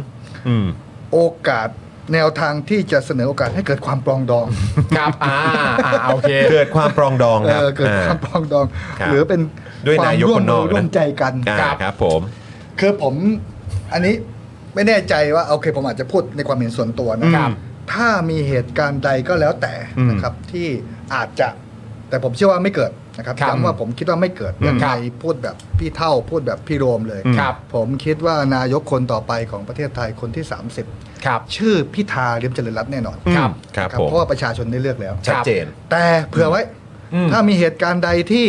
Speaker 1: อืม
Speaker 5: โอกาสแนวทางที่จะเสนอโอกาสให้เกิดความปรองดอง
Speaker 3: ครับอ่าอ่าโอเค
Speaker 1: เกิดความปรองดองครับ
Speaker 5: เออเกิดความป
Speaker 1: อ่
Speaker 5: รองดอง
Speaker 1: ครับ
Speaker 5: หรือเป็น
Speaker 1: ด้วย
Speaker 5: ความ
Speaker 1: นายก
Speaker 5: ร่ว
Speaker 1: ค
Speaker 5: ม
Speaker 1: นน
Speaker 5: มื
Speaker 1: อก
Speaker 5: อ
Speaker 1: นะ
Speaker 5: ร่วมใจกัน
Speaker 1: าอ่าครับผม
Speaker 5: คือผมอันนี้ไม่แน่ใจว่าโอเคผมอาจจะพูดในความเห็นส่วนตัวนะ
Speaker 3: อืมครับ
Speaker 5: ถ้ามีเหตุการณ์ใดก็แล้วแต่นะครับที่อาจจะแต่ผมเชื่อว่าไม่เกิดนะครับ
Speaker 3: ครับ
Speaker 5: ย้ำว่าผมคิดว่าไม่เกิดยังไงพูดแบบพี่เท่า พูดแบบพี่โรมเลย
Speaker 3: ครับ
Speaker 5: ผมคิดว่านายกคนต่อไปของประเทศไทยคนที่
Speaker 3: ครับ
Speaker 5: 30 ชื่อพิธาเลียมเจริญรัตน์แน่นอน
Speaker 3: ครับ
Speaker 1: ครับ
Speaker 5: ครับ
Speaker 1: ผม
Speaker 5: เพราะว่าประชาชนได้เลือกแล้ว
Speaker 1: ชัดเจน
Speaker 5: แต่เผื่อไว้
Speaker 3: อืม
Speaker 5: ถ้ามีเหตุการณ์ใดที่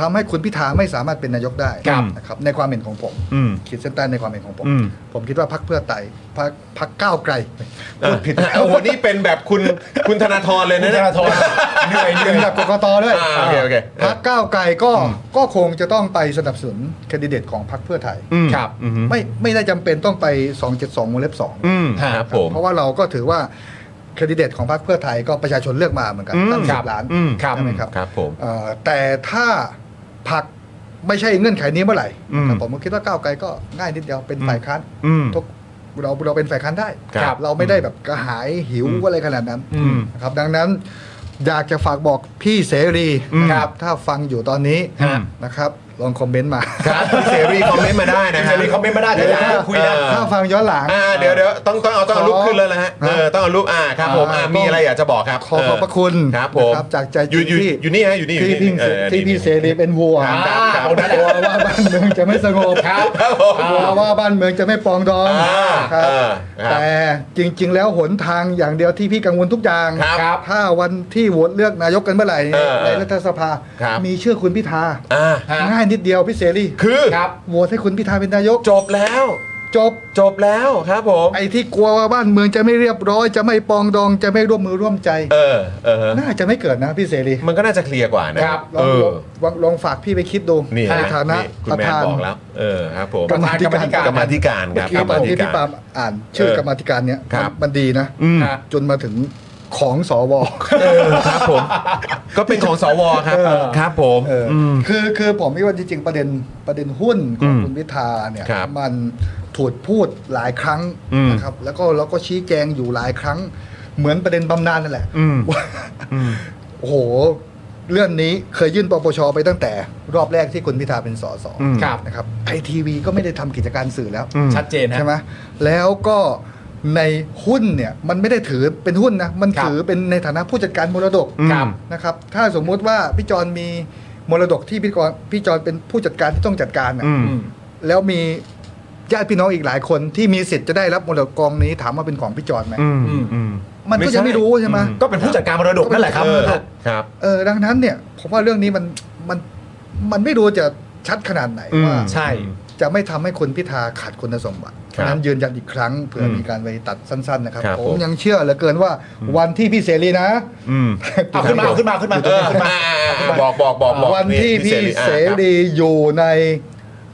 Speaker 5: ทำให้คุณพิธาไม่สามารถเป็นนายกได้
Speaker 3: ครับ
Speaker 5: นะครับในความเห็นของผม
Speaker 1: อืม
Speaker 5: ขีดเส้นใต้ในความเห็นของผม
Speaker 1: อืม
Speaker 5: ผมคิดว่าพักเพื่อไตพรรคพักก้าวไกล
Speaker 1: พูดผิดโอ้โหนี่เป็นแบบคุณคุณธนาธรเลยนะ
Speaker 3: ธ
Speaker 1: เนี่ย
Speaker 3: นาธรเหนื่อยเหนื่อน
Speaker 5: เป็
Speaker 3: ย
Speaker 5: แบบกกตด้วย
Speaker 1: อ่าโอเคโอเค
Speaker 5: พักก้าวไกลก็ก็คงจะต้องไปสนับสนุนแคนดิเดตของพักเพื่อไทย
Speaker 1: อืม
Speaker 3: ครับ
Speaker 1: อืม
Speaker 5: ไม่ไม่ได้จำเป็นต้องไป 272วงเล็บสอง
Speaker 1: อืมครับผม
Speaker 5: เพราะว่าเราก็ถือว่าแคนดิเดตของพรรคเพื่อไทยก็ประชาชนเลือกมาเหมือนกัน
Speaker 1: อืม
Speaker 5: ตั้ง
Speaker 3: ค
Speaker 5: สิ
Speaker 3: รับบ
Speaker 5: ล้าน
Speaker 1: อืม
Speaker 3: ครับ
Speaker 5: ใช่ไหมครับ
Speaker 1: ครับผม
Speaker 5: เอ่อแต่ถ้าพักไม่ใช่เงื่อนไขนี้เมื่อไหร่
Speaker 1: อืม
Speaker 5: ครับผมก็คิดว่าก้าวไกลก็ง่ายนิดเดียวเป็นฝ่ายค้าน
Speaker 1: อืม
Speaker 5: ทุกเราเราเป็นฝ่ายค้านได้
Speaker 1: ครับ
Speaker 5: เราไม่ได้แบบกระหายหิวอะไรขนาดนั้น
Speaker 3: อืม
Speaker 5: นะครับดังนั้นอยากจะฝากบอกพี่เสรีนะครับถ้าฟังอยู่ตอนนี้
Speaker 3: ฮะ
Speaker 5: นะครับลองคอมเมนต์มา
Speaker 1: ครับคุณเสรีคอมเมนต์มาได้นะ
Speaker 3: เฉ
Speaker 1: ฮะ
Speaker 3: ลี่ยคอมเมนต์ไม่ได้แต่อยากให้คุยนะ
Speaker 1: เออ
Speaker 5: ถ้าฟังย้อนหลัง
Speaker 1: อ่าเดี๋ยวเดี๋ยวต้องต้องเอาต้องเอารูปขึ้นแล้วนะฮะเออต้องเอารูปอ่าครับผมอ่ามีอะไรอยากจะบอกครับ
Speaker 5: ขอขอบพระคุณ
Speaker 1: ครับผม
Speaker 5: นะครับจากใจ
Speaker 1: อยู่อยู่
Speaker 5: ที่
Speaker 1: อยู่นี่ฮะอยู่นี่อยู่
Speaker 5: ที่
Speaker 1: นี่
Speaker 5: พี่
Speaker 1: เออ
Speaker 5: ที่พี่
Speaker 1: นี่
Speaker 5: เสรีเป็นวัว
Speaker 1: ครับ
Speaker 5: กลัวว่าบ้านเมืองจะไม่สงบ
Speaker 3: ครับ
Speaker 1: ครับผม
Speaker 5: กลัวว่าบ้านเมืองจะไม่ปรองดอง
Speaker 1: อ่า
Speaker 5: ครั
Speaker 1: เอบ อครับ
Speaker 5: แต่จริง ๆ แล้วหนทางอย่างเดียวที่พี่กังวลทุกอย่าง
Speaker 1: ครับ
Speaker 3: ครับ
Speaker 5: ถ้าวันที่โหวตเลือกนายกกันเมื่อไหร่
Speaker 1: เออ
Speaker 5: ในรัฐสภา
Speaker 1: ครับ
Speaker 5: มีชื่อคุณพิธา
Speaker 1: อ่า
Speaker 3: ฮะ
Speaker 5: ง่ายนิดเดียวพี่เสรี
Speaker 1: คือ
Speaker 3: ครับ
Speaker 5: โหวตให้คุณพิธาเป็นนายก
Speaker 1: จบแล้ว
Speaker 5: จบ
Speaker 1: จบแล้วครับผม
Speaker 5: ไอ้ที่กลัวว่าบ้านเมืองจะไม่เรียบร้อย จะไม่ปรองดองจะไม่ร่วมมือร่วมใจ
Speaker 1: เออเออ
Speaker 5: น่าจะไม่เกิดนะพี่เสรี
Speaker 1: มันก็น่าจะเคลียร์กว่านะครับ
Speaker 5: ล
Speaker 1: เอ
Speaker 5: อง
Speaker 1: อ
Speaker 5: ลองลองฝากพี่ไปคิดดู
Speaker 1: นี่
Speaker 5: ใน
Speaker 1: ฮะ
Speaker 5: ฐานะ
Speaker 1: นี่คุณ
Speaker 5: ประ
Speaker 1: แม่
Speaker 5: ธาน
Speaker 1: บอกแล้ว เออครับผม
Speaker 5: กรรมาธิการ
Speaker 1: กรรมาธิการครับ
Speaker 5: ที่
Speaker 1: กรรมา
Speaker 5: ผม
Speaker 1: ธิ
Speaker 5: ที่
Speaker 1: กา
Speaker 5: พี่
Speaker 1: ร
Speaker 5: ปาล์มอ่านชื่อ
Speaker 1: เออก
Speaker 5: รรมาธิการเนี้ย
Speaker 1: ครับ
Speaker 5: มันดีนะ
Speaker 1: อืม
Speaker 3: ฮะ
Speaker 5: จนมาถึงของสว
Speaker 1: เออครับผม ก็เป็นของสวครับ
Speaker 5: เออ
Speaker 1: ครับผม
Speaker 5: เอออ
Speaker 1: ม
Speaker 5: คือคือผมคิดว่าจริงๆประเด็นประเด็นหุ้นของ
Speaker 1: อืม
Speaker 5: คุณพิธาเนี่ย
Speaker 1: ครับ
Speaker 5: มันถูกพูดหลายครั้ง
Speaker 1: อืม
Speaker 5: นะครับแล้วก็แล้วก็ชี้แจงอยู่หลายครั้ง เหมือนประเด็นบำนาญนั่นแหละ
Speaker 1: อืม
Speaker 5: ว่า
Speaker 1: อืม
Speaker 5: โอ้โห เรื่องนี้เคยยื่นปปชไปตั้งแต่รอบแรกที่คุณพิธาเป็นสส
Speaker 1: อืม
Speaker 3: ครับ
Speaker 5: นะครับไอทีวีก็ไม่ได้ทำกิจการสื่อแล้ว
Speaker 1: อืม
Speaker 3: ชัดเจนฮะ
Speaker 5: ใช่ไหมแล้วก็ในหุ้นเนี่ยมันไม่ได้ถือเป็นหุ้นนะมัน
Speaker 3: ครับ
Speaker 5: ถือเป็นในฐานะผู้จัดการมรดก
Speaker 3: ครับ
Speaker 5: นะครับถ้าสมมุติว่าพี่จอนมีมรดกที่พี่กรณ์พี่จอนเป็นผู้จัดการที่ต้องจัดการน่ะ
Speaker 1: อืม
Speaker 5: แล้วมีญาติพี่น้องอีกหลายคนที่มีสิทธิ์จะได้รับมรดกกองนี้ถามว่าเป็นของพี่จอนไหม
Speaker 1: อืม
Speaker 3: อืม
Speaker 1: อืม
Speaker 5: มันก็ยังไม่รู้ใช่ไหม
Speaker 3: ก็เป็นผู้จัดการมรดกนั่นแหละครับ
Speaker 1: เออครับ
Speaker 5: เออดังนั้นเนี่ยผมว่าเรื่องนี้มันมันมันไม่รู้จะชัดขนาดไหน
Speaker 1: อืม
Speaker 5: ว่า
Speaker 3: ใช่
Speaker 5: จะไม่ทำให้คุณพิธาขาดคุณสมบัติเพราะฉะนั้นยืนยันอีกครั้งเผื่อ
Speaker 1: ม
Speaker 5: มีการไปตัดสั้นๆนะครับ
Speaker 1: ครับ
Speaker 5: ผ
Speaker 1: ผม ม
Speaker 5: ยังเชื่อเหลือเกินว่าวันที่พี่เสรีนะ
Speaker 1: อืม
Speaker 3: เอาขึ้นมาเอาขึ้นมาเอาขึ้นมา
Speaker 1: เออ
Speaker 3: เอาขึ้นมา
Speaker 1: อ่าบอกบอกบอกบอก
Speaker 5: วันที่พี่
Speaker 1: อ่ะ
Speaker 5: เส
Speaker 1: ครับ
Speaker 5: รีอยู่ใน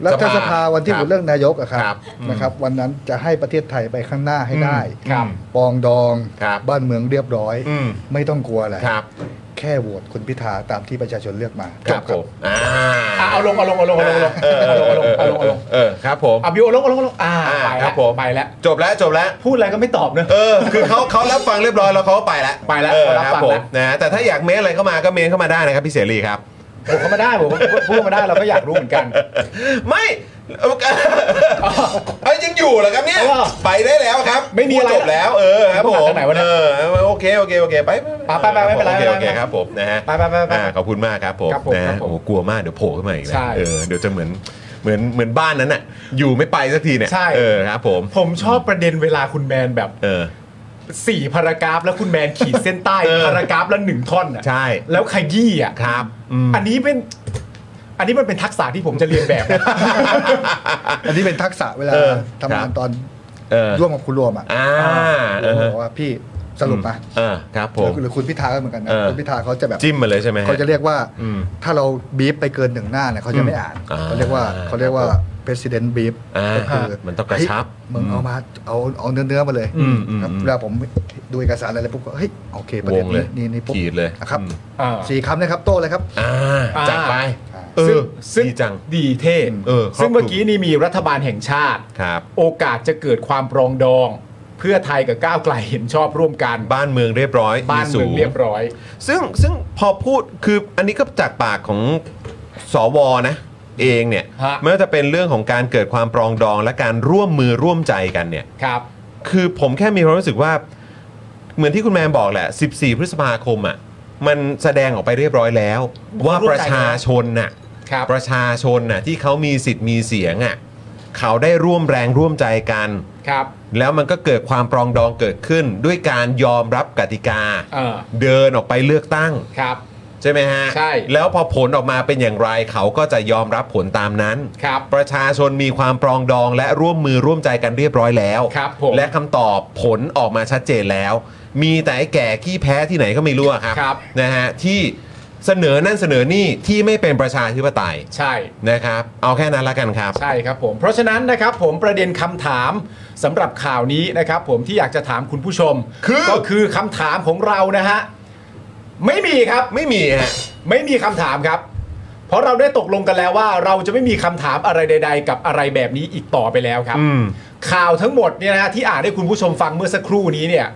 Speaker 5: รัฐส
Speaker 1: สภา
Speaker 5: ภาวันที่
Speaker 1: ค
Speaker 5: โห
Speaker 1: รับ
Speaker 5: วตเลือกนายกอะครั
Speaker 1: ครับ บอืม
Speaker 5: นะครับ วันนั้นจะให้ประเทศไทยไปข้างหน้าให้ได้
Speaker 1: อืมครับ
Speaker 5: ปองดอง
Speaker 1: ครับ
Speaker 5: นเมืองเรียบร้อย
Speaker 1: อืม
Speaker 5: ไม่ต้องกลัวอะไร
Speaker 1: ครับ
Speaker 5: แค่โหวตคุณพิธาตามที่ประชาชนเลือกมา
Speaker 1: ค
Speaker 5: จ
Speaker 1: รับผมอ่า
Speaker 3: อ่ะเอาลงเอาลงเอาลงเอาลงเอาลง
Speaker 1: เออ
Speaker 3: เอาลงเอาลงเอาลงเอาลง
Speaker 1: เออครับผม
Speaker 3: อ่ะบิวเอาลงเอาลงเอาลงอ่า
Speaker 1: อ่า
Speaker 3: ไป
Speaker 1: ครั
Speaker 3: แล้ว
Speaker 1: บผม
Speaker 3: ไปแล้ว
Speaker 1: จบแล้วจบแล้ว
Speaker 3: พูดอะไรก็ไม่ตอบเนอะ
Speaker 1: เออ คือเขาเขารับฟังเรียบร้อยแล้วเขาก็ไปแล้ว
Speaker 3: ไปแล้ว
Speaker 1: เออ
Speaker 3: เขารับ
Speaker 1: ครับ
Speaker 3: ฟัง
Speaker 1: ผม
Speaker 3: แล้ว
Speaker 1: นะฮะแต่ถ้าอยากเมนอะไรเข้ามาก็เมนเข้ามาได้นะครับพี่เสรีครับ
Speaker 3: ผมก็มาได้ผมผมพูดมาได้เราก็อยากรู้เหมือนกัน
Speaker 1: ไม่เอ้ยเอ้ยยังอยู่เหรอครับเนี่ย
Speaker 3: เออ
Speaker 1: ไปได้แล้วครับ
Speaker 3: ไม่มีอะไร
Speaker 1: จบแล้วเออครับผ
Speaker 3: ผม มมาจากไหนวะเนี่ย
Speaker 1: เออโอเคโอเคโอเคไป
Speaker 3: อ่ะไปไปไม่เป็นไร
Speaker 1: โอเคโอ
Speaker 3: ไม่เป็นไร
Speaker 1: เคครับผมนะฮะ
Speaker 3: ไปไปไปไป
Speaker 1: อ่าขอบคุณมากครับผม
Speaker 3: ครับผม
Speaker 1: นะ
Speaker 3: ครั
Speaker 1: ฮะ
Speaker 3: บผม
Speaker 1: โอ้โหกลัวมากเดี๋ยวโผล่ขึ้นมาอีกนะ
Speaker 3: ใช่
Speaker 1: เออเดี๋ยวจะเหมือนเหมือนเหมือนบ้านนั้นน่ะอยู่ไม่ไปสักทีเนี่ย
Speaker 3: ใช่
Speaker 1: เออครับผม
Speaker 3: ผมชอบประเด็นเวลาคุณแมนแบบ
Speaker 1: เออ
Speaker 3: สี่พารากราฟแล้วคุณแมนขีดเส้นใต้
Speaker 1: เออ
Speaker 3: พารากราฟละหนึ่งท่อนอ่ะ
Speaker 1: ใช่
Speaker 3: แล้วขยี้อ่ะ
Speaker 1: ครับอืม
Speaker 3: อันนี้เป็น อันนี้มันเป็นทักษะที่ผมจะเรียนแบบนะ
Speaker 5: อันนี้เป็นทักษะเวลา
Speaker 1: เออ
Speaker 5: ทำงาน
Speaker 1: ครับ
Speaker 5: ตอน
Speaker 1: เออ
Speaker 5: ร่วมกับคุณรวมอ่ะ
Speaker 1: อ่าเอ
Speaker 5: ผม
Speaker 1: อ
Speaker 5: บอกว่าพี่สรุปมา
Speaker 1: เออครับผม
Speaker 5: หรือคุณพิธาก็เหมือนกันนะ
Speaker 1: เออ
Speaker 5: คุณพิธาเขาจะแบบ
Speaker 1: จิ้มมาเลยใช่ไหมฮ
Speaker 5: เขาจะเรียกว่า
Speaker 1: อืม
Speaker 5: ถ้าเราบีฟไปเกินหนึ่งหน้าเนี่ยเขาจะไม่อ่าน
Speaker 1: อ่า
Speaker 5: เขาเรียกว่าเขาเรียกว่า president brief
Speaker 1: อ่า
Speaker 5: ก็คือ
Speaker 1: มันต้องกระชับ
Speaker 5: เฮ้ยมึงเอามาเอาเอาเนื้อเนื้อๆมาเลย
Speaker 1: อืมอืม
Speaker 5: ครับ
Speaker 1: อืม
Speaker 5: เวลาผมดูเอกสารอะไรปุ๊บก็เฮ้ยโอเคประ
Speaker 1: ว
Speaker 5: เด็
Speaker 1: ง
Speaker 5: น
Speaker 1: เลย
Speaker 5: นี้นี่นี่ปุ๊บ
Speaker 1: ขีดเลย
Speaker 5: นะครับ
Speaker 1: อืม
Speaker 3: อ่า
Speaker 5: สี่คำนะครับโต้เลยครับ
Speaker 1: อ่า
Speaker 3: อ่า
Speaker 1: จัดไป
Speaker 5: อ่า
Speaker 1: เอ
Speaker 3: ซึ่ง
Speaker 1: อ
Speaker 3: ซึ่ง
Speaker 1: ดีจัง
Speaker 3: ดีเทศ
Speaker 1: เออครอบคลุม
Speaker 3: ซึ่งเมื่อกี้นี่มีรัฐบาลแห่งชาติ
Speaker 1: ครับ
Speaker 3: โอกาสจะเกิดความปรองดอง เพื่อไทยกับก้าวไกลเห็นชอบร่วมกัน
Speaker 1: บ้านเมืองเรียบร้อย
Speaker 3: บ้าน
Speaker 1: สู
Speaker 3: เมืองเรียบร้อย
Speaker 1: ซึ่งซึ่งพอพูดคืออันนี้ก็จากปากของสวนะ เองเนี่ย
Speaker 3: ฮะ
Speaker 1: ไม่ว่าจะเป็นเรื่องของการเกิดความปรองดองและการร่วมมือร่วมใจกันเนี่ย
Speaker 3: ครับ
Speaker 1: คือผมแค่มีความรู้สึกว่า เหมือนที่คุณแมนบอกแหละ 14 พฤษภาคมอ่ะมันแสดงออกไปเรียบร้อยแล้ว ว่าประชาชนน่ะ
Speaker 3: ครับ
Speaker 1: ประชาชนน่ะที่เขามีสิทธิ์มีเสียงอ่ะเขาได้ร่วมแรงร่วมใจกัน
Speaker 3: ครับ
Speaker 1: แล้วมันก็เกิดความปรองดองเกิดขึ้น ด้วยการยอมรับกติกา
Speaker 3: เออ
Speaker 1: เดินออกไปเลือกตั้ง
Speaker 3: ครับ
Speaker 1: ใช่ไหมฮะ
Speaker 3: ใช่
Speaker 1: แล้วพอผลออกมาเป็นอย่างไรเขาก็จะยอมรับผลตามนั้น
Speaker 3: ครับ
Speaker 1: ประชาชนมีความปรองดองและร่วมมือร่วมใจกันเรียบร้อยแล้ว
Speaker 3: ครับผม
Speaker 1: และคำตอบผลออกมาชัดเจนแล้ว มีแต่ไอ้แก่ขี้แพ้ที่ไหนก็ไม่รู้อะครับ
Speaker 3: ครับ
Speaker 1: นะฮะที่เสนอนั่นเสนอนี่ที่ไม่เป็นประชาธิปไตย
Speaker 3: ใช่
Speaker 1: นะครับ เอาแค่นั้นละกันครับ
Speaker 3: ใช่ครับผม เพราะฉะนั้นนะครับผมประเด็นคำถามสำหรับข่าวนี้นะครับผมที่อยากจะถามคุณผู้ชม
Speaker 1: คือ
Speaker 3: ก็คือคำถามของเรานะฮะ ไม่มีครับ
Speaker 1: ไม่มีฮะ
Speaker 3: ไม่มีคำถามครับ เพราะเราได้ตกลงกันแล้วว่า เราจะไม่มีคำถามอะไรใด ๆ กับอะไรแบบนี้อีกต่อไปแล้วครับ
Speaker 1: อืม
Speaker 3: ข่าวทั้งหมดเนี่ยนะฮะที่อ่านให้คุณผู้ชมฟังเมื่อสักครู่นี้เนี่ย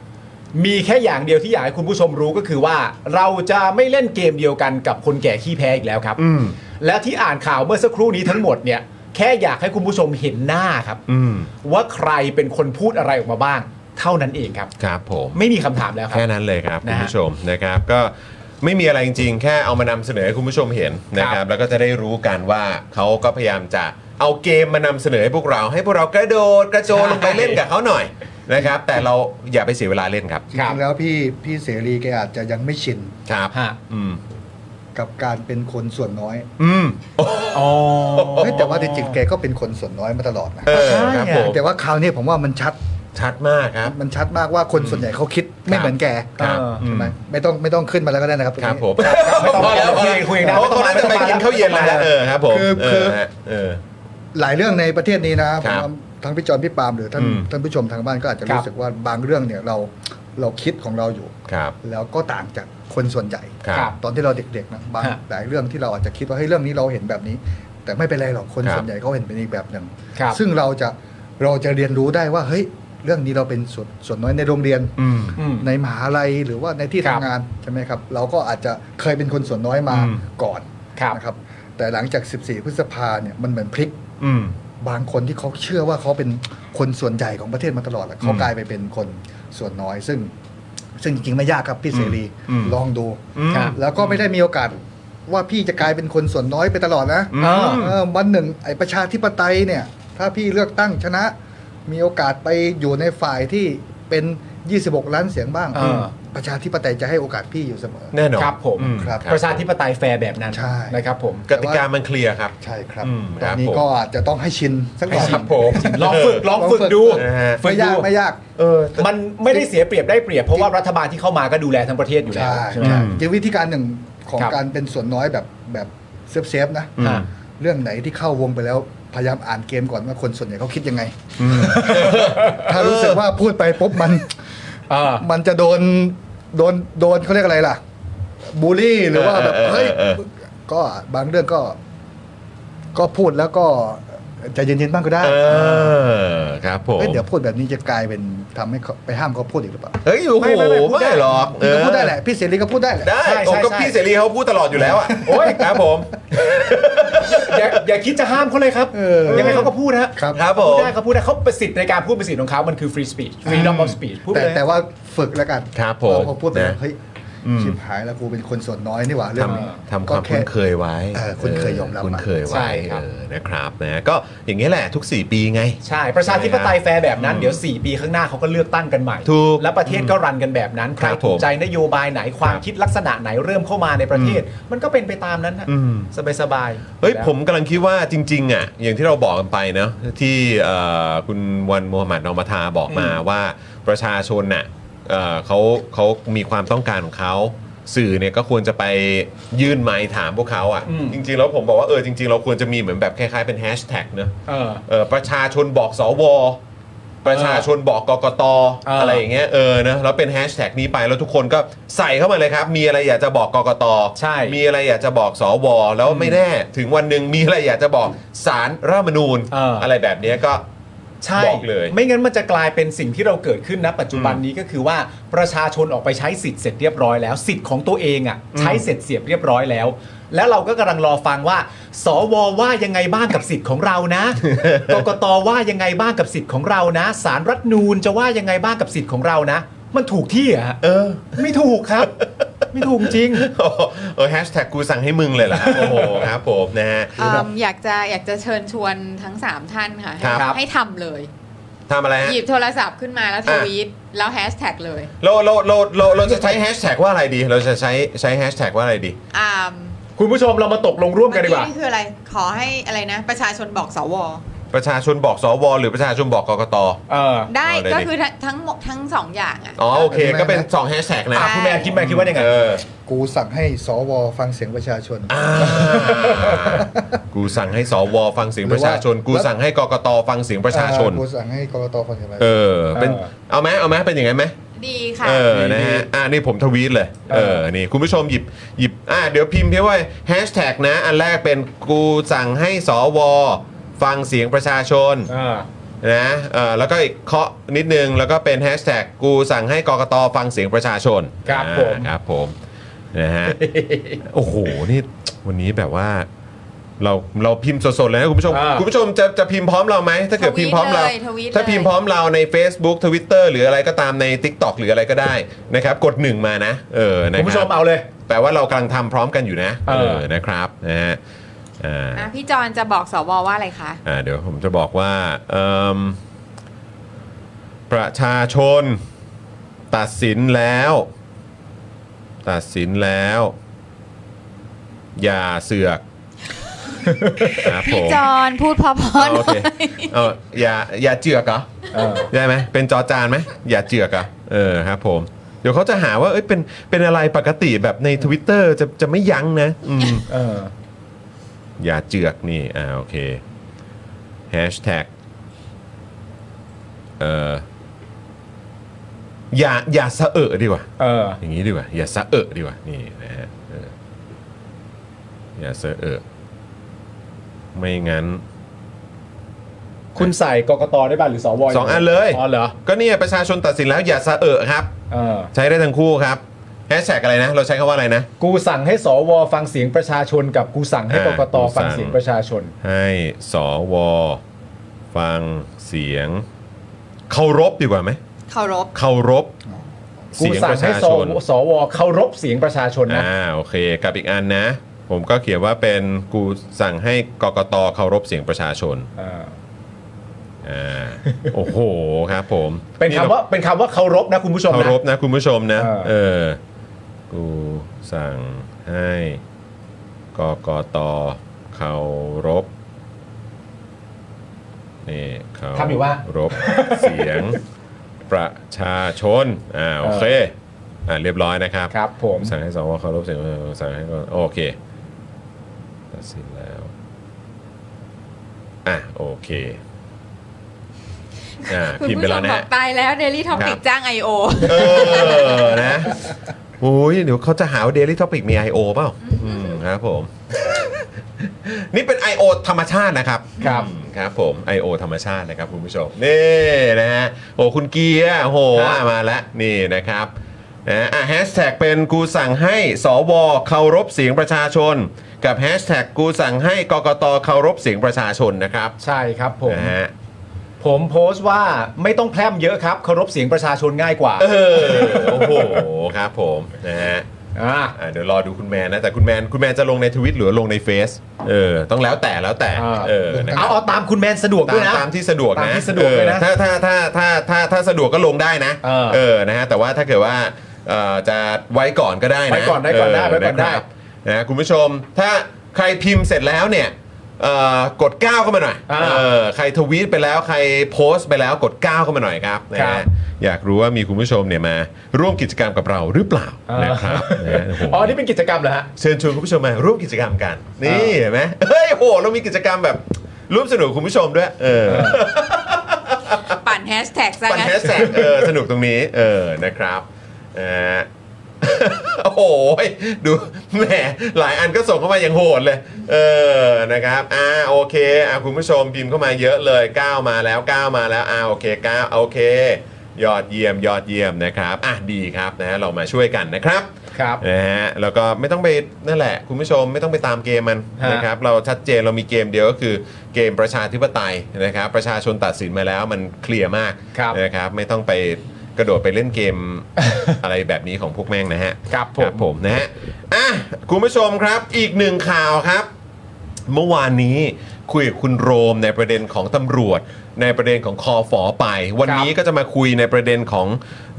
Speaker 3: มีแค่อย่างเดียวที่อยากให้คุณผู้ชมรู้ก็คือว่า เราจะไม่เล่นเกมเดียวกันกับคนแก่ขี้แพ้อีกแล้วครับ
Speaker 1: อืม
Speaker 3: และที่อ่านข่าวเมื่อสักครู่นี้ทั้งหมดเนี่ยแค่อยากให้คุณผู้ชมเห็นหน้าครับ
Speaker 1: อืม
Speaker 3: ว่าใครเป็นคนพูดอะไรออกมาบ้าง เท่านั้นเองครับ
Speaker 1: ครับผม
Speaker 3: ไม่มีคำถามแล้วครั
Speaker 1: แค่นั้นเลยครับคุ
Speaker 3: นะ
Speaker 1: ณ
Speaker 3: ฮะ
Speaker 1: ผู้ชมนะครับก็ไม่มีอะไรจริงๆ แค่เอามานำเสนอให้คุณผู้ชมเห็นนะค
Speaker 3: ครั
Speaker 1: รับบ แล้วก็จะได้รู้กันว่าเขาก็พยายามจะเอาเกมมานำเสนอให้พวกเรา ให้พวกเรากระโดดกระโจน
Speaker 3: ใช่
Speaker 1: ลงไปเล่นกับเขาหน่อยนะครับ แต่เราอย่าไปเสียเวลาเล่นครับ
Speaker 5: จ
Speaker 3: ครั
Speaker 5: ริ
Speaker 3: บ
Speaker 5: งๆแล้วพี่พี่เสรีแกอาจจะยังไม่ชิน
Speaker 1: ครับ
Speaker 3: ฮะ
Speaker 1: อืม
Speaker 5: กับการเป็นคนส่วนน้อย
Speaker 1: อืม
Speaker 3: อ๋อ
Speaker 5: เฮ้ยแต่ว่าจริงๆแกก็เป็นคนส่วนน้อยมาตลอดนะ
Speaker 1: เออ
Speaker 3: ใช่ไง
Speaker 1: ครับผม
Speaker 5: แต่ว่าคราวนี้ผมว่ามันชัด
Speaker 1: ชัดมากครับ
Speaker 5: มันชัดมากว่าคนส่วนใหญ่เขาคิดไม่เหมือนแก
Speaker 1: ครับ
Speaker 5: ใช่ไหมไม่ต้องไม่ต้องขึ้นมาแล้วก็ได้นะครับตง
Speaker 1: ครับ
Speaker 5: นี้
Speaker 1: ผม
Speaker 3: ไม่ต้อง
Speaker 1: พอแล้วพอ
Speaker 3: คุย
Speaker 1: แล้ว
Speaker 3: คุยกันนะ
Speaker 1: เพราะเขาน่าจะไป
Speaker 3: ไม่ต้องมา
Speaker 1: กินข้าวเย็นแล้ว
Speaker 3: ไม่
Speaker 1: นะ
Speaker 3: ต้องมา
Speaker 1: เออครับผม
Speaker 5: คือ
Speaker 1: เ
Speaker 5: คือ
Speaker 1: ฮะเออ
Speaker 5: หลายเรื่องในประเทศนี้นะ
Speaker 1: ค
Speaker 5: ผ
Speaker 1: รั
Speaker 5: ม
Speaker 1: บ
Speaker 5: ว่าทั้งพี่จอนพี่ปาล์มหรือท่าน
Speaker 1: อืม
Speaker 5: ท่านผู้ชมทางบ้านก็อาจจะ
Speaker 3: ครั
Speaker 5: รู้
Speaker 3: บ
Speaker 5: สึกว่าบางเรื่องเนี่ยเราเราคิดของเราอยู่
Speaker 1: ครับ
Speaker 5: แล้วก็ต่างจากคนส่วนใหญ่
Speaker 1: ครับ
Speaker 3: ครับ
Speaker 5: ตอนที่เราเด็กๆนะบาง
Speaker 3: ฮะ
Speaker 5: หลายเรื่องที่เราอาจจะคิดว่าเฮ้ยเรื่องนี้เราเห็นแบบนี้ แต่ไม่เป็นไรหรอกคน
Speaker 1: ครับ
Speaker 5: ส่วนใหญ่เขาเห็นเป็นอีกแบบหนึ่ง
Speaker 3: ครับ
Speaker 5: ซึ่งเราจะเราจะเรียนรู้ได้ว่าเฮ้ยเรื่องนี้เราเป็นส่วนส่วนน้อยในโรงเรียน
Speaker 1: อืม
Speaker 3: อืม
Speaker 5: ในมหาลัยหรือว่าในที่
Speaker 3: ครั
Speaker 5: ทำ
Speaker 3: บ
Speaker 5: งานใช่ไหมครับ เราก็อาจจะเคยเป็นคนส่วนน้อยมา
Speaker 1: อืม
Speaker 5: ก่อน
Speaker 3: ครับ
Speaker 5: นะครับ แต่หลังจาก 14 พฤษภาเนี่ยมันเหมือนพลิก
Speaker 1: อืม
Speaker 5: บางคนที่เขาเชื่อว่าเขาเป็นคนส่วนใหญ่ของประเทศมาตลอดอะเขา
Speaker 1: อืม
Speaker 5: กลายไปเป็นคนส่วนน้อย ซึ่งซึ่งจริงๆไม่ยากครับพี่เสรี
Speaker 1: อืม
Speaker 5: ลองดู
Speaker 1: อืม
Speaker 3: ครับ
Speaker 5: แล้วก็ไม่ได้มีโอกาสว่าพี่จะกลายเป็นคนส่วนน้อยไปตลอดนะ
Speaker 1: อืม
Speaker 3: อ่า
Speaker 5: เออวันหนึ่งไอ้ประชาธิปไตยเนี่ย ถ้าพี่เลือกตั้งชนะ มีโอกาสไปอยู่ในฝ่ายที่เป็น 26 ล้านเสียงบ้าง
Speaker 3: เออ
Speaker 5: ประชาธิปไตยจะให้โอกาสพี่อยู่เสมอ
Speaker 1: แน่นอน
Speaker 3: ครับผม
Speaker 1: อืมครับ
Speaker 3: ประชาธิปไตยแฟร์แบบนั้น
Speaker 5: ใช่
Speaker 3: นะครับผม
Speaker 1: กติกามันเคลียร์ครับ
Speaker 5: ใช่ครับ
Speaker 1: อืม
Speaker 5: ตอนนี้
Speaker 1: ครับผม
Speaker 5: ก็อาจจะต้องให้ชินสักหน่อย
Speaker 1: ครับผม
Speaker 3: ลองฝึกลองฝึกดู
Speaker 1: นะฮะ
Speaker 3: ฝึ
Speaker 5: ไม่ยาก
Speaker 3: ดู
Speaker 5: ไม่ยาก
Speaker 1: เออ
Speaker 3: มันไม่ได้เสียเปรียบได้เปรียบ เพราะว่ารัฐบาลที่เข้ามาก็ดูแลทั้งประเทศอยู่แล้ว
Speaker 5: ใช่
Speaker 3: ใช่ไหม
Speaker 5: ใช่
Speaker 1: อืม
Speaker 5: จริงวิธีการหนึ่งของ
Speaker 3: ครับ
Speaker 5: การเป็นส่วนน้อยแบบแบบเซฟเซฟๆนะ
Speaker 1: อืม
Speaker 3: ฮะ
Speaker 5: เรื่องไหนที่เข้าวงไปแล้วพยายามอ่านเกมก่อนว่าคนส่วนใหญ่เขาคิดยังไง ถ้ารู้สึกว่าพูดไปปุ๊บมัน
Speaker 3: อ่า
Speaker 5: มันจะโดนโดนโดนเขาเรียกอะไรล่ะบูลลี่หรือว่าแบบ
Speaker 1: เออเออเออ
Speaker 5: เฮ้ย
Speaker 1: เออ
Speaker 5: ก็บางเรื่องก็ ก็พูดแล้วก็ใจเย็นๆบ้างก็ได้
Speaker 1: เออครับผม
Speaker 5: เฮ้ยเดี๋ยวพูดแบบนี้จะกลายเป็นทำให้เขาไปห้ามเขาพูดอีกหรือเปล่า
Speaker 1: เฮ้ยโอ้โห
Speaker 3: ไม่ไม่ไม่พูดได้
Speaker 1: ไม่หรอก
Speaker 5: พี่ก็พูดได้
Speaker 1: เออ
Speaker 5: แหละพี่เสรีก็พูดได้แหละ
Speaker 1: ได้
Speaker 3: ใช่
Speaker 1: ผม
Speaker 3: ใช่
Speaker 1: ก็
Speaker 3: ใช่
Speaker 1: พี่เสรีเขาพูดตลอดอยู่แล้วอ่ะโอ้ยครับผม
Speaker 3: อย่าอย่าคิดจะห้ามเขาเลยครับ
Speaker 5: เออ
Speaker 3: ยังไงเขาก็พูดนะฮะ
Speaker 5: ครับ
Speaker 1: ครับผ
Speaker 3: พูด
Speaker 1: ม
Speaker 3: ได้เขาพูดได้เขาเป็นสิทธิ์ในการพูดเป็นสิทธิ์ของเขามันคือ free speech freedom of speech พูดไป
Speaker 5: แต่
Speaker 3: เลย
Speaker 5: แต่ว่าฝึกแล้วกัน
Speaker 1: ครับผม
Speaker 5: พอพูดไปแล้ว
Speaker 1: นะ
Speaker 5: เฮ้ย
Speaker 1: อืม
Speaker 5: ชิบหายแล้วกูเป็นคนส่วนน้อยนี่หว่าเรื่องนี้
Speaker 1: ทำทำความคุ้นเคยไว้
Speaker 5: เออคุ้นเคยยอมรับ
Speaker 1: คุ้นเคย
Speaker 3: ใช่
Speaker 1: ไว้
Speaker 3: ครับ
Speaker 1: เออนะครับนะก็อย่างนี้ยแหละทุก 4 ปีไง
Speaker 3: ใช่ประชาธิปไตยแฟร์แบบนั้นเดี๋ยว 4 ปีข้างหน้าเขาก็เลือกตั้งกันใหม่
Speaker 1: ถูก
Speaker 3: และประเทศก็รันกันแบบนั้น ใคร
Speaker 1: ครับผม
Speaker 3: ถูกใจนโยบายไหนความคิดลักษณะไหนเริ่มเข้ามาในประเทศ มันก็เป็นไปตามนั้นนะ
Speaker 1: อืม
Speaker 3: สบายสบายๆ
Speaker 1: เฮ้ยผมกำลังคิดว่าจริงๆอ่ะอย่างที่เราบอกกันไปเนาะที่เอ่อคุณวันมูฮัมหมัดนอมทาบอกมาว่าประชาชนน่ะเอ่อเขาเขามีความต้องการของเขาสื่อเนี่ยก็ควรจะไปยื่นไม้ถามพวกเขาอ่ะ
Speaker 3: อืม
Speaker 1: จริงๆแล้วผมบอกว่าเออจริงๆเราควรจะมีเหมือนแบบคล้ายๆเป็นแฮชแท็กเนาะ
Speaker 3: เออ
Speaker 1: เออประชาชนบอกสว ประชาชนบอกกกต
Speaker 3: เอออ
Speaker 1: อะไรอย่างเงี้ยเออนะแล้วเป็นแฮชแท็กนี้ไปแล้วทุกคนก็ใส่เข้ามาเลยครับ มีอะไรอยากจะบอกกกต
Speaker 3: ใช่
Speaker 1: มีอะไรอยากจะบอกสว แล้วไม่แน่ ถึงวันหนึ่งมีอะไรอยากจะบอกสารรัฐธรรมนูญ
Speaker 3: เอออ
Speaker 1: อะไรแบบเนี้ยก็
Speaker 3: ใช่
Speaker 1: บอกเลย
Speaker 3: ไม่งั้นมันจะกลายเป็นสิ่งที่เราเกิดขึ้นนะปัจจุบันนี้ก็คือว่าประชาชนออกไปใช้สิทธิ์เสร็จเรียบร้อยแล้วสิทธิ์ของตัวเองอะ่ะใช้เสร็จเสียบเรียบร้อยแล้ว แล้วเราก็กำลังรอฟังว่า สวว่ายังไงบ้างกับสิทธิ์ของเรา นะ กกตว่ายังไงบ้างกับสิทธิ์ของเรานะสารรัฐธรรมนูนจะว่ายังไงบ้างกับสิทธิ์ของเรานะ มันถูกที่เหรอฮะ
Speaker 1: เออ
Speaker 3: ไม่ถูกครับ ไม่ถูกจริง
Speaker 1: โอ้โหเออแฮชแท็กกูสั่งให้มึงเลยล่ะ โอ้โหครับผมนะฮะ
Speaker 4: อืมอยากจะอยากจะเชิญชวนทั้ง 3 ท่านค่ะ ให้
Speaker 1: ครับ
Speaker 4: ให้ทำเลย
Speaker 1: ทำอะไรฮะ
Speaker 4: หยิบโทรศัพท์ขึ้นมาแล้ว
Speaker 1: อ่ะ
Speaker 4: ทวีตแล้วแฮชแท็กเลย
Speaker 1: เราเราเราเราเราจะใช้แฮชแท็กว่าอะไรดี เราจะใช้ใช้แฮชแท็กว่าอะไรดี
Speaker 4: อ่า
Speaker 3: คุณผู้ชมเรามาตกลงร่วมกันดีกว่า
Speaker 4: เอนี่คืออะไรขอให้อะไรนะ ประชาชนบอกสว
Speaker 1: ประชาชนบอกสว หรือประชาชนบอกกกต
Speaker 3: เออ
Speaker 4: ได้
Speaker 1: เอาได้
Speaker 4: ก็คือทั้งทั้งหมดทั้งสองอย่างอ่ะ
Speaker 1: อ๋อโอเค
Speaker 5: แบบนี้ไหม
Speaker 1: ก็เป็น2แฮชแท็กนะ
Speaker 4: อ่ะคุณแมนคิดแมนคิดว่ายั
Speaker 1: งไงเออ
Speaker 5: กูสั่งให้สวฟังเสียงประชาชน
Speaker 1: อ่า กูสั่งให้สวฟังเสียงประชาชน
Speaker 5: หรือว่า
Speaker 1: กูสั่งให้กกตฟังเสียงประชาชน
Speaker 5: เออกูสั่งให้กรตฟังเสียงประชาชน
Speaker 1: เออเป็นเอาไหมเอาไหมเป็นอย่างไงไหม
Speaker 4: ดีค่ะ
Speaker 1: เออนะฮะอ่านี่ผมทวีตเลยเออนี่คุณผู้ชมหยิบหยิบอ่าเดี๋ยวพิมพ์เพียงว่าแฮชแท็กนะ อันแรกเป็นกูสั่งให้สวฟังเสียงประชาชน
Speaker 3: เออ
Speaker 1: นะเอ่อแล้วก็อีกเคาะนิดนึง แล้วก็เป็นแฮชแท็กกูสั่งให้กกตฟังเสียงประชาชน
Speaker 3: ครับ
Speaker 1: อ่า
Speaker 3: ผม
Speaker 1: ครับผมนะ ฮะ โอ้โห นี่วันนี้แบบว่า เราเราพิมพ์สดๆเลยนะคุณผู้ชม
Speaker 3: อ่า
Speaker 1: คุณผู้ชมจะจะพิมพ์พร้อมเราไหม ถ้าเกิด
Speaker 4: ทวีต
Speaker 1: พิมพ์พร้อมเรา
Speaker 4: เลยทวีตเลย
Speaker 1: ถ้าพิมพ์พร้อมเราใน Facebook Twitter หรืออะไรก็ตามใน TikTok หรืออะไรก็ได้ นะครับกดหนึ่งมานะ เออนะ
Speaker 3: คุณผู้
Speaker 1: ค
Speaker 3: ช
Speaker 1: รับ
Speaker 3: มเอาเลย
Speaker 1: แปลว่าเรากำลังทำพร้อมกันอยู่นะ
Speaker 3: เออ
Speaker 1: นะครับนะฮะอ่า
Speaker 4: อ่ะพี่จอนจะบอกสวว่าอะไรคะ
Speaker 1: อ่าเดี๋ยวผมจะบอกว่าเอิ่มประชาชนตัดสินแล้ว ตัดสินแล้ว อย่าเสือกครับผ
Speaker 4: พี่
Speaker 1: ม
Speaker 4: จอนพูดพอ
Speaker 1: เอาโอ
Speaker 4: ๆหน่อ
Speaker 1: เค
Speaker 4: ย
Speaker 1: เอาอย่าอย่าเจือกเหรอ
Speaker 3: เออ
Speaker 1: ได้ไหมเป็นจอจานไหมอย่าเจือกเหรอเออครับผม เดี๋ยวเขาจะหาว่าเอ้ยเป็นเป็นอะไรปกติแบบใน Twitter จะจะไม่ยั้งนะอืม
Speaker 3: เออ
Speaker 1: อย่าเจือกนี่ อ่า โอเคแฮชแท็กเอ่ออย่าอย่าสะเอะดีกว่า
Speaker 3: เออ
Speaker 1: อย่างนี้ดีกว่า อย่าสะเอะดีกว่า นี่นะฮะเอออย่าสะเอะไม่งั้น
Speaker 3: คุณใส่กกตได้ป่ะหรือสว
Speaker 1: สองอันเลย
Speaker 3: อ๋อเหรอ
Speaker 1: ก็เนี่ยประชาชนตัดสินแล้วอย่าสะเอะครับ
Speaker 3: เออ
Speaker 1: ใช้ได้ทั้งคู่ครับแฮชแท็กอะไรนะ เราใช้คำว่าอะไรนะ
Speaker 3: กูสั่งให้สวฟังเสียงประชาชนกับกูสั่งให้
Speaker 1: อ่าก
Speaker 3: กต
Speaker 1: กูสั่
Speaker 3: ฟั
Speaker 1: ง
Speaker 3: งเสียงประชาชน
Speaker 1: ให้สว ฟังเสียงเคารพดีกว่าไหม
Speaker 4: เคารพ
Speaker 1: เคารพ
Speaker 3: กู
Speaker 1: เสียง
Speaker 3: สั่
Speaker 1: ป
Speaker 3: ง
Speaker 1: ระ
Speaker 3: ให้
Speaker 1: ชา
Speaker 3: ส
Speaker 1: ช
Speaker 3: วน สวเคารพเสียงประชาชนนะ
Speaker 1: อ่าโอเคกับอีกอันนะ ผมก็เขียนว่าเป็นกูสั่งให้กกตเคารพเสียงประชาชน
Speaker 3: เออ
Speaker 1: อ่าโอ้โหครับผม
Speaker 3: เป็นคำว่าเป็นคำว่าเคารพนะคุณผู้ชม
Speaker 1: เคา
Speaker 3: นะ
Speaker 1: รพนะคุณผู้ชมนะ
Speaker 3: เออ
Speaker 1: เออ กูสั่งให้กกตเคารพนี่เขา
Speaker 3: ทำอยู่ว่า
Speaker 1: รบเสียงประชาชนอ่าโอเคอ่าเรียบร้อยนะครับ
Speaker 3: ครับผม
Speaker 1: สั่งให้สวเคารพเสียงประชาชนสั่งให้ก่อนโอเคตัดสินแล้ว อ่ะ โอเค อ่า
Speaker 4: คุณ
Speaker 1: พิมพ์ไป
Speaker 4: ผู้ช
Speaker 1: แล้ว
Speaker 4: ม
Speaker 1: นะ
Speaker 4: บอ
Speaker 1: ฮะ
Speaker 4: กตายแล้ว Daily
Speaker 1: ค
Speaker 4: Topic
Speaker 1: รับ
Speaker 4: จ้าง I.O.
Speaker 1: เออ นะโอ้ยเดี๋ยวเขาจะหาว่า Daily Topic มี I.O. เปล่า อืม ครับผม นี่เป็น I.O. ธรรมชาตินะครับ
Speaker 3: ครับ
Speaker 1: ครับผม I.O. ธรรมชาตินะครับคุณผู้ชม นี่นะฮะโอ้คุณเกียร์โอ้โห
Speaker 3: ครับ
Speaker 1: อ่ะมาแล้วนี่นะครับนะอ่ะแฮชแท็กเป็นกูสั่งให้สวเคารพเสียงประชาชน กับแฮชแท็กกูสั่งให้กกตเคารพเสียงประชาชนนะครับ
Speaker 3: ใช่ครับผม
Speaker 1: นะฮะ
Speaker 3: ผมโพสต์ว่าไม่ต้องแพร่มเยอะครับเคารพเสียงประชาชนง่ายกว่า
Speaker 1: เออโอ้โหครับผมนะฮะ
Speaker 3: อ่า
Speaker 1: อ่ะเดี๋ยวรอดูคุณแมนนะแต่คุณแมนคุณแมนจะลงในทวิตหรือลงในเฟซเออต้องแล้วแต่แล้วแต่เออนะครั
Speaker 3: เอา
Speaker 1: บ
Speaker 3: เอาตามคุณแมนสะดวกด้
Speaker 1: ตา
Speaker 3: วย
Speaker 1: ม
Speaker 3: นะ
Speaker 1: ตามที่สะดวกนะ
Speaker 3: ตามที่สะดวกเลยนะ
Speaker 1: เออถ้าถ้าถ้าถ้าถ้าถ้าสะดวกก็ลงได้นะ
Speaker 3: เออ
Speaker 1: นะฮะแต่ว่าถ้าเกิดว่าเอ่อจะไว้ก่อนก็ได้นะ
Speaker 3: ไว้ก่อนได้ก่อนได้ไว้ก่อนได้
Speaker 1: ะครับนะคุณผู้ชม ถ้าใครพิมพ์เสร็จแล้วเนี่ยเอ่อกด9เข้ามาหน่อย
Speaker 3: อ่า
Speaker 1: เออใครทวีตไปแล้วใครโพสต์ไปแล้วกด9เข้ามาหน่อยครับนะ
Speaker 3: ครั
Speaker 1: ฮะ
Speaker 3: บ
Speaker 1: อยากรู้ว่ามีคุณผู้ชมเนี่ยมาร่วมกิจกรรมกับเราหรือเปล่านะครับนะฮะโโห
Speaker 3: อ๋อนี่เป็นกิจกรรมเหรอฮะ
Speaker 1: เชิญชวนคุณผู้ชมมาร่วมกิจกรรมกัน นี่
Speaker 3: อ่า
Speaker 1: เห็นไหมเฮ้ยโหเรามีกิจกรรมแบบร่วมสนุกกับคุณผู้ชมด้วย เออ
Speaker 4: ปั่นแฮชแท็กซะ
Speaker 1: ปั่น
Speaker 4: งั้น
Speaker 1: แฮชแท็กเออสนุกตรงนี้ เออนะครับเออ โอ้โหดูแหมหลายอันก็ส่งเข้ามาอย่างโหดเลย เออนะครับอ่าโอเคอ่าคุณผู้ชมพิมพ์เข้ามาเยอะเลย9มาแล้ว9มาแล้วอ่าโอเค9โอเค ยอดเยี่ยมยอดเยี่ยมนะครับอ่ะดีครับนะเรามาช่วยกันนะครับ
Speaker 3: ครับ
Speaker 1: นะฮะแล้วก็ไม่ต้องไปนั่นแหละ คุณผู้ชมไม่ต้องไปตามเกมมัน
Speaker 3: ฮะ
Speaker 1: นะครับเราชัดเจนเรามีเกมเดียวก็คือเกมประชาธิปไตยนะครับประชาชนตัดสินมาแล้วมันเคลียร์มาก
Speaker 3: ครับ
Speaker 1: นะครับไม่ต้องไปกระโดดไปเล่นเกม อะไรแบบนี้ของพวกแม่งนะฮะ
Speaker 3: ครับผม
Speaker 1: ผมนะฮะอ่ะคุณผู้ชมครับอีกหนึ่งข่าวครับ เมื่อวานนี้คุยกับคุณโรมในประเด็นของตำรวจ ในประเด็นของคอฝอไป วันนี้ก็จะมาคุยในประเด็นของ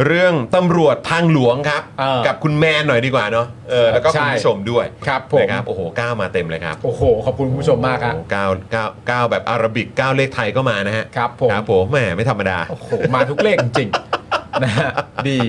Speaker 1: เรื่องตำรวจทางหลวงครับ
Speaker 3: เออ
Speaker 1: กับคุณแมนหน่อยดีกว่าเนาะเออแล้วก็
Speaker 3: ใช่
Speaker 1: คุณผู้ชมด้วย
Speaker 3: ครับผม
Speaker 1: นะครับโอ้โหก้าวมาเต็มเลยครับ
Speaker 3: โอ้โห ขอบคุณคุณผู้ชมมากครับ
Speaker 1: โอ้โหก้าวก้าวก้าวแบบอาราบิกก้าวเลขไทยก็มานะฮะ
Speaker 3: ครับผม
Speaker 1: ครับผมแหมไม่ธรรมดา
Speaker 3: โอ้โห มาทุกเลขจริงๆ นะฮะดี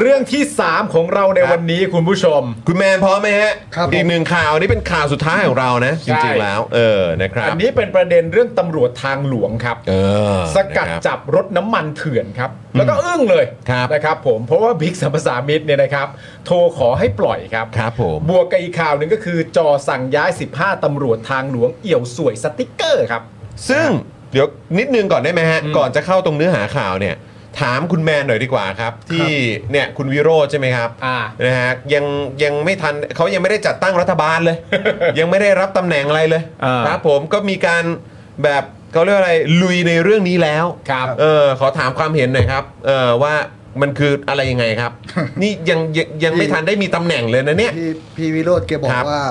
Speaker 3: เรื่องที่ 3 ของเราใน
Speaker 1: ครับ
Speaker 3: วันนี้คุณผู้ชม
Speaker 1: คุณแมนพร้อมไหมฮะ
Speaker 5: ครับ
Speaker 1: อีกหนึ่งข่าวนี่เป็นข่าวสุดท้ายของเรานะจ
Speaker 3: ใช่
Speaker 1: ริงๆแล้ว เออนะครับ
Speaker 3: อันนี้เป็นประเด็นเรื่องตำรวจทางหลวงครับ
Speaker 1: เออ
Speaker 3: สกัด
Speaker 1: นะครับ
Speaker 3: จับรถน้ำมันเถื่อนครับ แล้วก็อึ้งเลย
Speaker 1: ครับ
Speaker 3: นะครับผมเพราะว่าบิ๊กสัมภาษามิตรเนี่ยนะครับ โทรขอให้ปล่อยครับ
Speaker 1: ครับผม
Speaker 3: บวกกับอีกข่าวหนึ่งก็คือจอสั่งย้าย 15ตำรวจทางหลวงเอี่ยวสวยสติกเกอร์ครับ
Speaker 1: ซึ่งเดี๋ยวนิดนึงก่อนได้ไหมฮะ ก่อนจะเข้าตรงเนื้อหาข่าวเนี่ย ถามคุณแมนหน่อยดีกว่าครับ ที่เนี่ยคุณวิโรจน์ใช่ไหมครับ
Speaker 3: อ่า
Speaker 1: นะฮะยังยังไม่ทันเขายังไม่ได้จัดตั้งรัฐบาล เลย ยังไม่ได้รับตำแหน่งอะไรเลย
Speaker 3: อ่า
Speaker 1: ครับผมก็มีการแบบเขาเรียกว่าอะไรลุยในเรื่องนี้แล้ว
Speaker 3: ครับ
Speaker 1: เออขอถามความเห็นหน่อยครับเออว่ามันคืออะไรยังไงครับ นี่ยังยังยังไม่ทันได้มีตำแหน่งเลยนะ เนี่ย
Speaker 5: พี่พี่วิโรธแกบอ
Speaker 1: ค
Speaker 5: ก
Speaker 1: รับ
Speaker 5: ว่า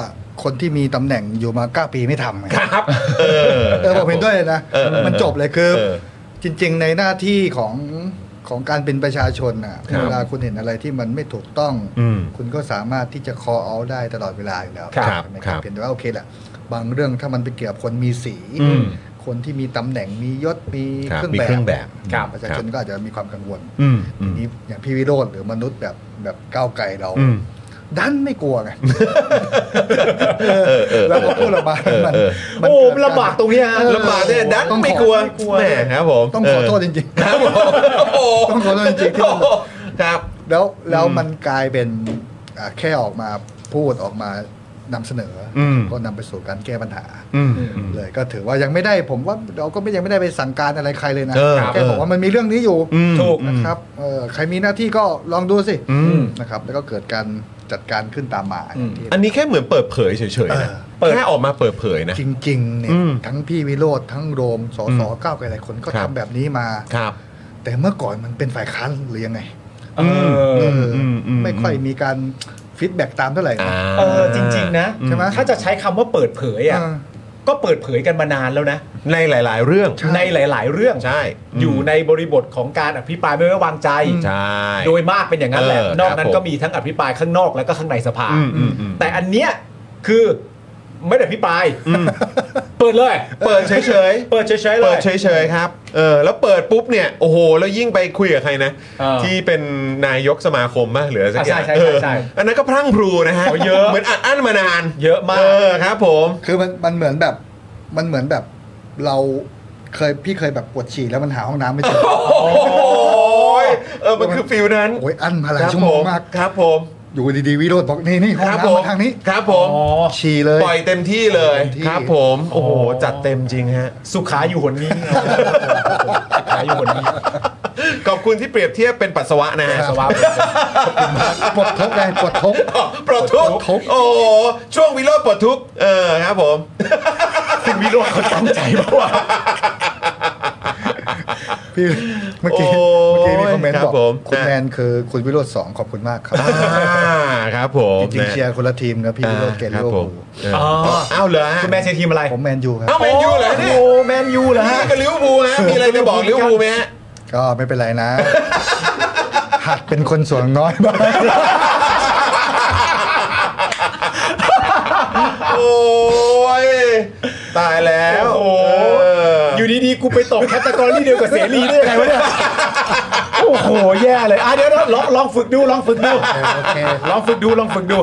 Speaker 5: คนที่มีตำแหน่งอยู่มาเก้าปีไม่ทำไง
Speaker 1: ครับ เออ
Speaker 5: เออผมเห็นด้วยเลยนะ
Speaker 1: เออเออ
Speaker 5: มันจบเลยคือ
Speaker 1: เออ
Speaker 5: จริง ๆ ในหน้าที่ของของการเป็นประชาชนน่ะ
Speaker 1: ครับ
Speaker 5: เวลาคุณเห็นอะไรที่มันไม่ถูกต้อง
Speaker 1: อืม
Speaker 5: คุณก็สามารถที่จะ call out ได้ตลอดเวลาอยู่แล้ว
Speaker 1: ครับ
Speaker 5: ใช่ไหม
Speaker 1: ครับ
Speaker 5: เพียงแต่ว่าโอเคแหละบางเรื่องถ้ามันไปเกี่ยวกับคนมีสี
Speaker 1: อืม
Speaker 5: คนที่มีตำแหน่งมียศมี
Speaker 1: ครับ
Speaker 5: เครื่อง
Speaker 1: มี
Speaker 5: แบ
Speaker 1: เครื่องแบบ
Speaker 5: บ
Speaker 1: ครับ
Speaker 5: ประชา
Speaker 1: ครั
Speaker 5: ช
Speaker 1: บ
Speaker 5: นก็อาจจะมีความกังวล
Speaker 1: อืมอื
Speaker 5: ที
Speaker 1: ม
Speaker 5: นี้อย่างพี่วิโรธหรือมนุษย์แบบแบบก้าวไกลเรา
Speaker 1: อืม
Speaker 5: ดันไม่กลัวไง
Speaker 1: เออเออ
Speaker 5: เราก็พูดออกมามัน
Speaker 1: เออ
Speaker 5: มัน
Speaker 3: โอ้
Speaker 5: เกิด
Speaker 3: ลำบากตรงเนี้ยฮะ
Speaker 5: เออ
Speaker 1: ลำบากเนี่ยดัน
Speaker 5: ต้อง
Speaker 1: ไม่
Speaker 5: ขอก
Speaker 1: ลัว
Speaker 5: ไม่กลัว
Speaker 1: แหมครับผม
Speaker 5: ต้องขอโทษจริง
Speaker 1: ๆครับผมโอ้โห
Speaker 5: ต้องขอโทษจริงๆที่มัน
Speaker 1: ครับ
Speaker 5: ๆ แล้วแล้วมันกลายเป็นอ่าแค่ออกมาพูดออกมานำเสนออ
Speaker 1: ม
Speaker 5: ก็นำไปสู่การแก้ปัญหา
Speaker 1: อืม
Speaker 5: เลยก็ถือว่ายังไม่ได้ผมว่าเราก็ไม่ยังไม่ได้ไปสั่งการอะไรใครเลยนะ
Speaker 1: เออ
Speaker 5: แกบอกว่ามันมีเรื่องนี้อยู่
Speaker 1: อืมถูก
Speaker 5: นะครับเออใครมีหน้าที่ก็ลองดูสิ
Speaker 1: อืม
Speaker 5: นะครับแล้วก็เกิดการจัดการขึ้นตามมา
Speaker 3: อืม
Speaker 5: ที่
Speaker 1: อันนี้แค่เหมือนเปิดเผยเฉยๆนะ
Speaker 3: เออ
Speaker 1: แค่ออกมาเปิดเผยนะ
Speaker 5: จริงๆเนี่ย
Speaker 1: อืม
Speaker 5: ทั้งพี่วิโรธทั้งโรมส
Speaker 1: อื
Speaker 5: ส
Speaker 1: ม
Speaker 5: ก้าวไกลหลายคนก็
Speaker 1: ครับ
Speaker 5: ทำแบบนี้มา
Speaker 1: ครับ
Speaker 5: แต่เมื่อก่อนมันเป็นฝ่ายค้านหรือยังไง
Speaker 3: เอ
Speaker 5: เอ
Speaker 3: อ
Speaker 5: ออ
Speaker 1: มอืม
Speaker 5: ไม่ค่อยมีการฟีดแบ็กตามเท่าไหร่นะ
Speaker 3: เออจริง ๆ นะ
Speaker 5: ใช่ไหม
Speaker 3: ถ้าจะใช้คำว่าเปิดเผยอ่ะ
Speaker 5: เออ
Speaker 3: ก็เปิดเผยกันมานานแล้วนะ
Speaker 1: ในหลาย ๆ เรื่อง
Speaker 3: ในหลาย ๆ เรื่อง
Speaker 1: ใช่ม
Speaker 3: อยู่ในบริบทของการอภิปรายไม่ไว้วางใจ
Speaker 1: ใช่
Speaker 3: โดยมากเป็นอย่างนั้นแหละ
Speaker 1: เออน
Speaker 3: อก
Speaker 1: ครั
Speaker 3: นั้
Speaker 1: บ
Speaker 3: น
Speaker 1: ผม
Speaker 3: ก็มีทั้งอภิปรายข้างนอกแล้วก็ข้างในสภา
Speaker 1: อืมอืมอืม
Speaker 3: แต่อันเนี้ยคือไม่ได้อภิปรายเปิดเลย
Speaker 1: เปิดเฉยๆ
Speaker 3: เปิดเฉยๆเล
Speaker 1: เปิด
Speaker 3: ย
Speaker 1: เฉยๆครับ เออ แล้วเปิดปุ๊บเนี่ย โอ้โห แล้วยิ่งไปคุยกับใครนะ
Speaker 3: เออ
Speaker 1: ที่เป็นนายกสมาคมมะหรืออะไรสักอย่าง
Speaker 3: อ่ะใช่ใช่
Speaker 1: เออ
Speaker 3: ใช่
Speaker 1: อันนั้นก็พรั่งพรูนะฮะ
Speaker 3: โอ้เยอะ
Speaker 1: เหมือนอัดอั้นมานาน
Speaker 3: เยอะมาก
Speaker 1: เออครับผม
Speaker 5: คือมันมันเหมือนแบบมันเหมือนแบบเราเคยพี่เคยแบบปวดฉี่แล้วมันหาห้องน้ำ ไม่เจอ
Speaker 1: โอ้ยเออ มันคือฟิลนั้น
Speaker 5: โอ้ยอั้นมาหลาย
Speaker 1: ครับ
Speaker 5: ชั่วโม
Speaker 1: ผ
Speaker 5: ง
Speaker 1: ม
Speaker 5: มาก
Speaker 1: ครับผม
Speaker 5: อยู่ดีๆวิโรธบอกนี่นี่ห้อ
Speaker 1: ค
Speaker 5: ง
Speaker 1: รับผ
Speaker 5: น้ำ
Speaker 1: ม
Speaker 5: มาทางนี้
Speaker 1: ครับผม
Speaker 3: อ๋อ
Speaker 5: ฉี่เลย
Speaker 1: ปล่อยเต็มที่เลย
Speaker 5: เต็มที่
Speaker 1: ครับผม โอ้โห จัดเต็มจริงฮะ
Speaker 3: สุขาอยู่หน นี้ สุขาอยู่หนนี้
Speaker 1: ขอบคุณที่เปรียบเทียบเป็นปัสสาวะนะฮะ
Speaker 3: สวัสดี
Speaker 5: ปวดท้องไงปวดท้อง
Speaker 1: อ๋อปลดทุกข์
Speaker 5: ปลดทุกข์
Speaker 1: โอ้โหช่วงวิโรจน์ปลดทุกข์เออครับผม
Speaker 3: คุณวิโรจน์เขาตั้งใจมากว่า
Speaker 5: พี่เมื่อกี้
Speaker 1: โอ้ย
Speaker 5: เมื่อกี้มีคอมเมนต์
Speaker 1: ครับ
Speaker 5: บอก
Speaker 1: ผม
Speaker 5: คุณแมนคือคุณวิโรธสองขอบคุณมากครับ
Speaker 1: อ่าครับผม
Speaker 5: จริงๆเชียร์คนละทีมนะพี่วิโรธเกณฑ์
Speaker 1: ครับ
Speaker 5: โลก
Speaker 1: ผมเออ
Speaker 3: อ๋
Speaker 1: อ๋
Speaker 3: อ
Speaker 1: ออ้าวเหรอฮะ
Speaker 3: คุณแม่เชียร์ทีมอะไร
Speaker 5: ผมแมนยูครับ
Speaker 1: อ้าวแมนยูเหรอเนี่ย
Speaker 3: โอ้แมนยูเหรอ
Speaker 1: ฮะ
Speaker 3: ฮะ
Speaker 1: กับลิเวอร์พูลฮะมีอะไรจะบอกลิเวอร์พูลไหมฮะ
Speaker 5: ก็ไม่เป็นไรนะ หัดเป็นคนส่วนน้อยบ้าง
Speaker 1: โอ้ยตายแล้ว
Speaker 3: โอ้โห
Speaker 1: เออ
Speaker 3: อยู่ดีๆ กูไปตกแคตตากรีเดียวกับเสรีได้ยังไงวะเนี่ย โอ้โห แย่เลย อ่ะเดี๋ยวๆลองลองฝึกดู ลองฝึกดู
Speaker 5: โอเค
Speaker 3: ลองฝึกดู ลองฝึกดู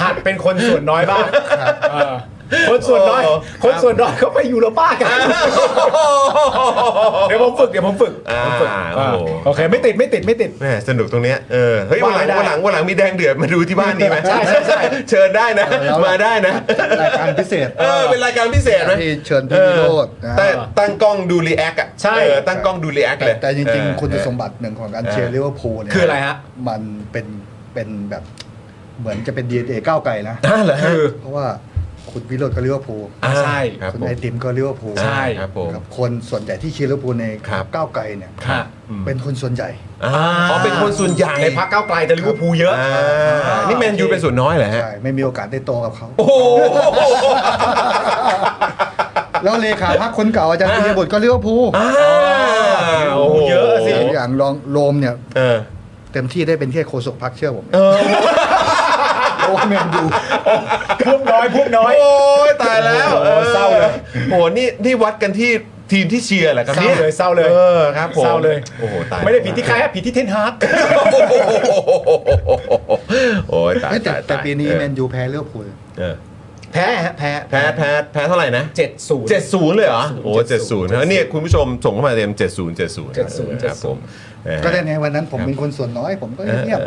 Speaker 3: หัดเป็นคนส่วนน้อยบ้างเออคนส่วนน้อย คนส่วนน้อยเขาไปยูโรป้ากัน เดี๋ยวผมฝึก เดี๋ยวผมฝึก
Speaker 1: อ่า
Speaker 3: ผมฝึก
Speaker 1: โอ้โห
Speaker 3: โอเค ไม่ติด ไม่ติด ไม่ติด
Speaker 1: แม่สนุกตรงเนี้ยเออเฮ้ยวันหลังวันหลังวันหลังมีแดงเดือดมาดูที่บ้านนี้ไหม
Speaker 3: ใช่ใช่ใช่
Speaker 1: เชิญได้นะ
Speaker 5: เออแล้ว
Speaker 1: มาได้นะ
Speaker 5: รายการพิเศษ
Speaker 1: เออเป็นรายการพิเศษไหม
Speaker 5: ที่เชิญพี่วิโรธนะ
Speaker 1: แต่ตั้งกล้องดูรีแอคอะ
Speaker 3: ใช่
Speaker 1: เออตั้งกล้องดูรีแอค
Speaker 5: แต่
Speaker 1: เลย
Speaker 5: แต่จริง
Speaker 1: เออ
Speaker 5: ๆ คุณสมบัติหนึ่งของการเชียร์ลิเวอร์พูลเนี่ย
Speaker 3: คืออะไรฮะ
Speaker 5: มันเป็นเป็นแบบเหมือนจะเป็น DNA ก้าวไกลนะ
Speaker 1: อ่าเหรอฮะ
Speaker 3: คือ
Speaker 5: เพราะว่าคุณวิโรธก็ลิเวอร์พูล
Speaker 3: อ่าใช่
Speaker 1: ครับ
Speaker 5: คุณ
Speaker 1: ผม
Speaker 5: ไอติมก็ลิเวอร์พูล
Speaker 3: ใช่
Speaker 1: ครับผม
Speaker 5: ครับคนส่วนใหญ่ที่เชียร์ลิเวอร์พูลใน
Speaker 1: ครับ
Speaker 5: ก้าวไกลเนี่ย
Speaker 3: ฮะ
Speaker 5: เป็นคนส่วนใหญ่
Speaker 1: อ๋อเป็นคนส่วนใหญ่
Speaker 3: ในพักเก้าวไกลแต่ลิเวอร์พูลเยอะ
Speaker 1: อ่านี่แมนยูเป็นส่วนน้อยเหรอฮะ
Speaker 5: ใช่ ไม่มีโอกาสได้โตกับเขา
Speaker 1: โอ้โห
Speaker 5: แล้วเลขาพักคนเก่าอาจารย์ปิยบุตรก็ลิเวอร์พูล
Speaker 1: อ่าโโห
Speaker 3: เยอะสิ
Speaker 5: อย่างรองโรมเนี่ย
Speaker 1: เออ
Speaker 5: เต็มที่ได้เป็นแค่โฆษกพักเชื่อผม
Speaker 1: เออ
Speaker 5: โอ้แมนยู
Speaker 3: พวกน้อย พวกน้อย
Speaker 1: โอ้ยตายแล้ว
Speaker 3: โอ้โหเศร้าเลย
Speaker 1: โอ้โหนี่นี่วัดกันที่ทีมที่เชียร์แหละครับนี่
Speaker 3: เศร้าเลยเศร้าเลย
Speaker 1: ออครับผม
Speaker 3: เศร้าเลย
Speaker 1: โอ้โหตาย
Speaker 3: ไม่ได้ผิดที่ใครฮะผิดที่เทนฮาร์ก
Speaker 1: โอ้โหโอ้ยตาย
Speaker 5: เฮ้ยแต่
Speaker 1: ตายาย
Speaker 5: แต่ปีนี้
Speaker 1: เออ
Speaker 5: แมนยูแพ้ลิเวอร์พูล
Speaker 1: เออ
Speaker 3: แพ้ฮะแพ้
Speaker 1: แพ้แพ้แพ้เท่าไหร่นะ
Speaker 3: เจ็ดศูนย์
Speaker 1: 70 เลยเหรอ โอ้70
Speaker 3: 70
Speaker 1: นะเนี่ยคุณผู้ชมส่งเข้ามาเต็ม 70 70
Speaker 3: 70
Speaker 1: ครับผมเออ
Speaker 5: ก็ได้ในวันนั้นผมเป็นคนส่วนน้อย ผมก็เงียบ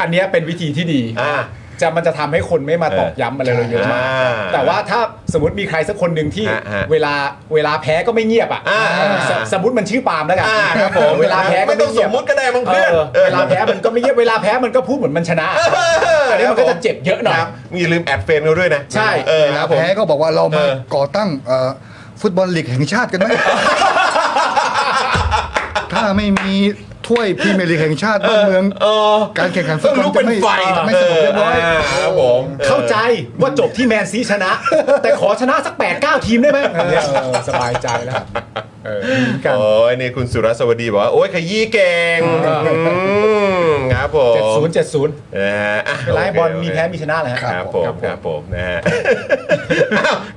Speaker 3: อันเนี้ยเป็นวิธีที่ดี
Speaker 1: อ่า
Speaker 3: จะมันจะทำให้คนไม่มาตอกย้ำอะไรเราเยอะมาก
Speaker 1: อ่า
Speaker 3: แต่ว่าถ้าสมมติมีใครสักคนหนึ่งที่
Speaker 1: ฮะฮะ
Speaker 3: เวลาเวลาแพ้ก็ไม่เงียบอ่ะ
Speaker 1: อ่า
Speaker 3: สสมมติมันชื่อปาล์มแล้วกัน
Speaker 1: อ่าครับผม
Speaker 3: เวลาแพ้ก็
Speaker 1: ไม่ต้อง
Speaker 3: เงียบ
Speaker 1: สมมุติก็ได้บางเพื่อนเออ
Speaker 3: เวลาแพ้มันก็ไม่เงียบเวลาแพ้มันก็พูดเหมือนมันชนะอันนี้มันก็จะเจ็บเยอะหน่อย
Speaker 1: ครับอย่าลืมแอดเฟนเขาด้วยนะ
Speaker 3: ใช่
Speaker 1: เออครับผม
Speaker 5: แพ้ก็บอกว่าเรามา
Speaker 1: เออ
Speaker 5: ก่อตั้งเอ่อฟุตบอลลีกแห่งชาติกันไหม ถ้าไม่มีถ้วยพรีเมียร์ลีกแห่งชาติบ้านเมือง
Speaker 1: เออ
Speaker 5: การแข่งขันฟุ
Speaker 1: ต้
Speaker 5: ต
Speaker 1: อง
Speaker 5: บอล
Speaker 1: รู้
Speaker 5: จะ
Speaker 1: เป็น
Speaker 5: ไม่
Speaker 1: ไฟ
Speaker 5: ไม่สงบเรียบร้อย
Speaker 1: าครับผม
Speaker 3: เข้าใจว่าจบที่แมนซีชนะ แต่ขอชนะสัก8ปดเก้าทีมได้ไหมเนี่ยเออสบายใจแล้ว เออเหมือนกัน
Speaker 1: โอ้ยนี่คุณสุรสวัสดีบอกว่า โอ้ยขยี้เก่ง
Speaker 3: เอออื
Speaker 1: มครับผม
Speaker 3: เจ็ดศูนย์เจ็ดศูนย์
Speaker 1: นะฮะอ่ะ
Speaker 3: ไล่บอลมีแพ้
Speaker 1: โเค
Speaker 3: มีชนะแหละฮะ
Speaker 1: ครับผมครับผมนะฮะ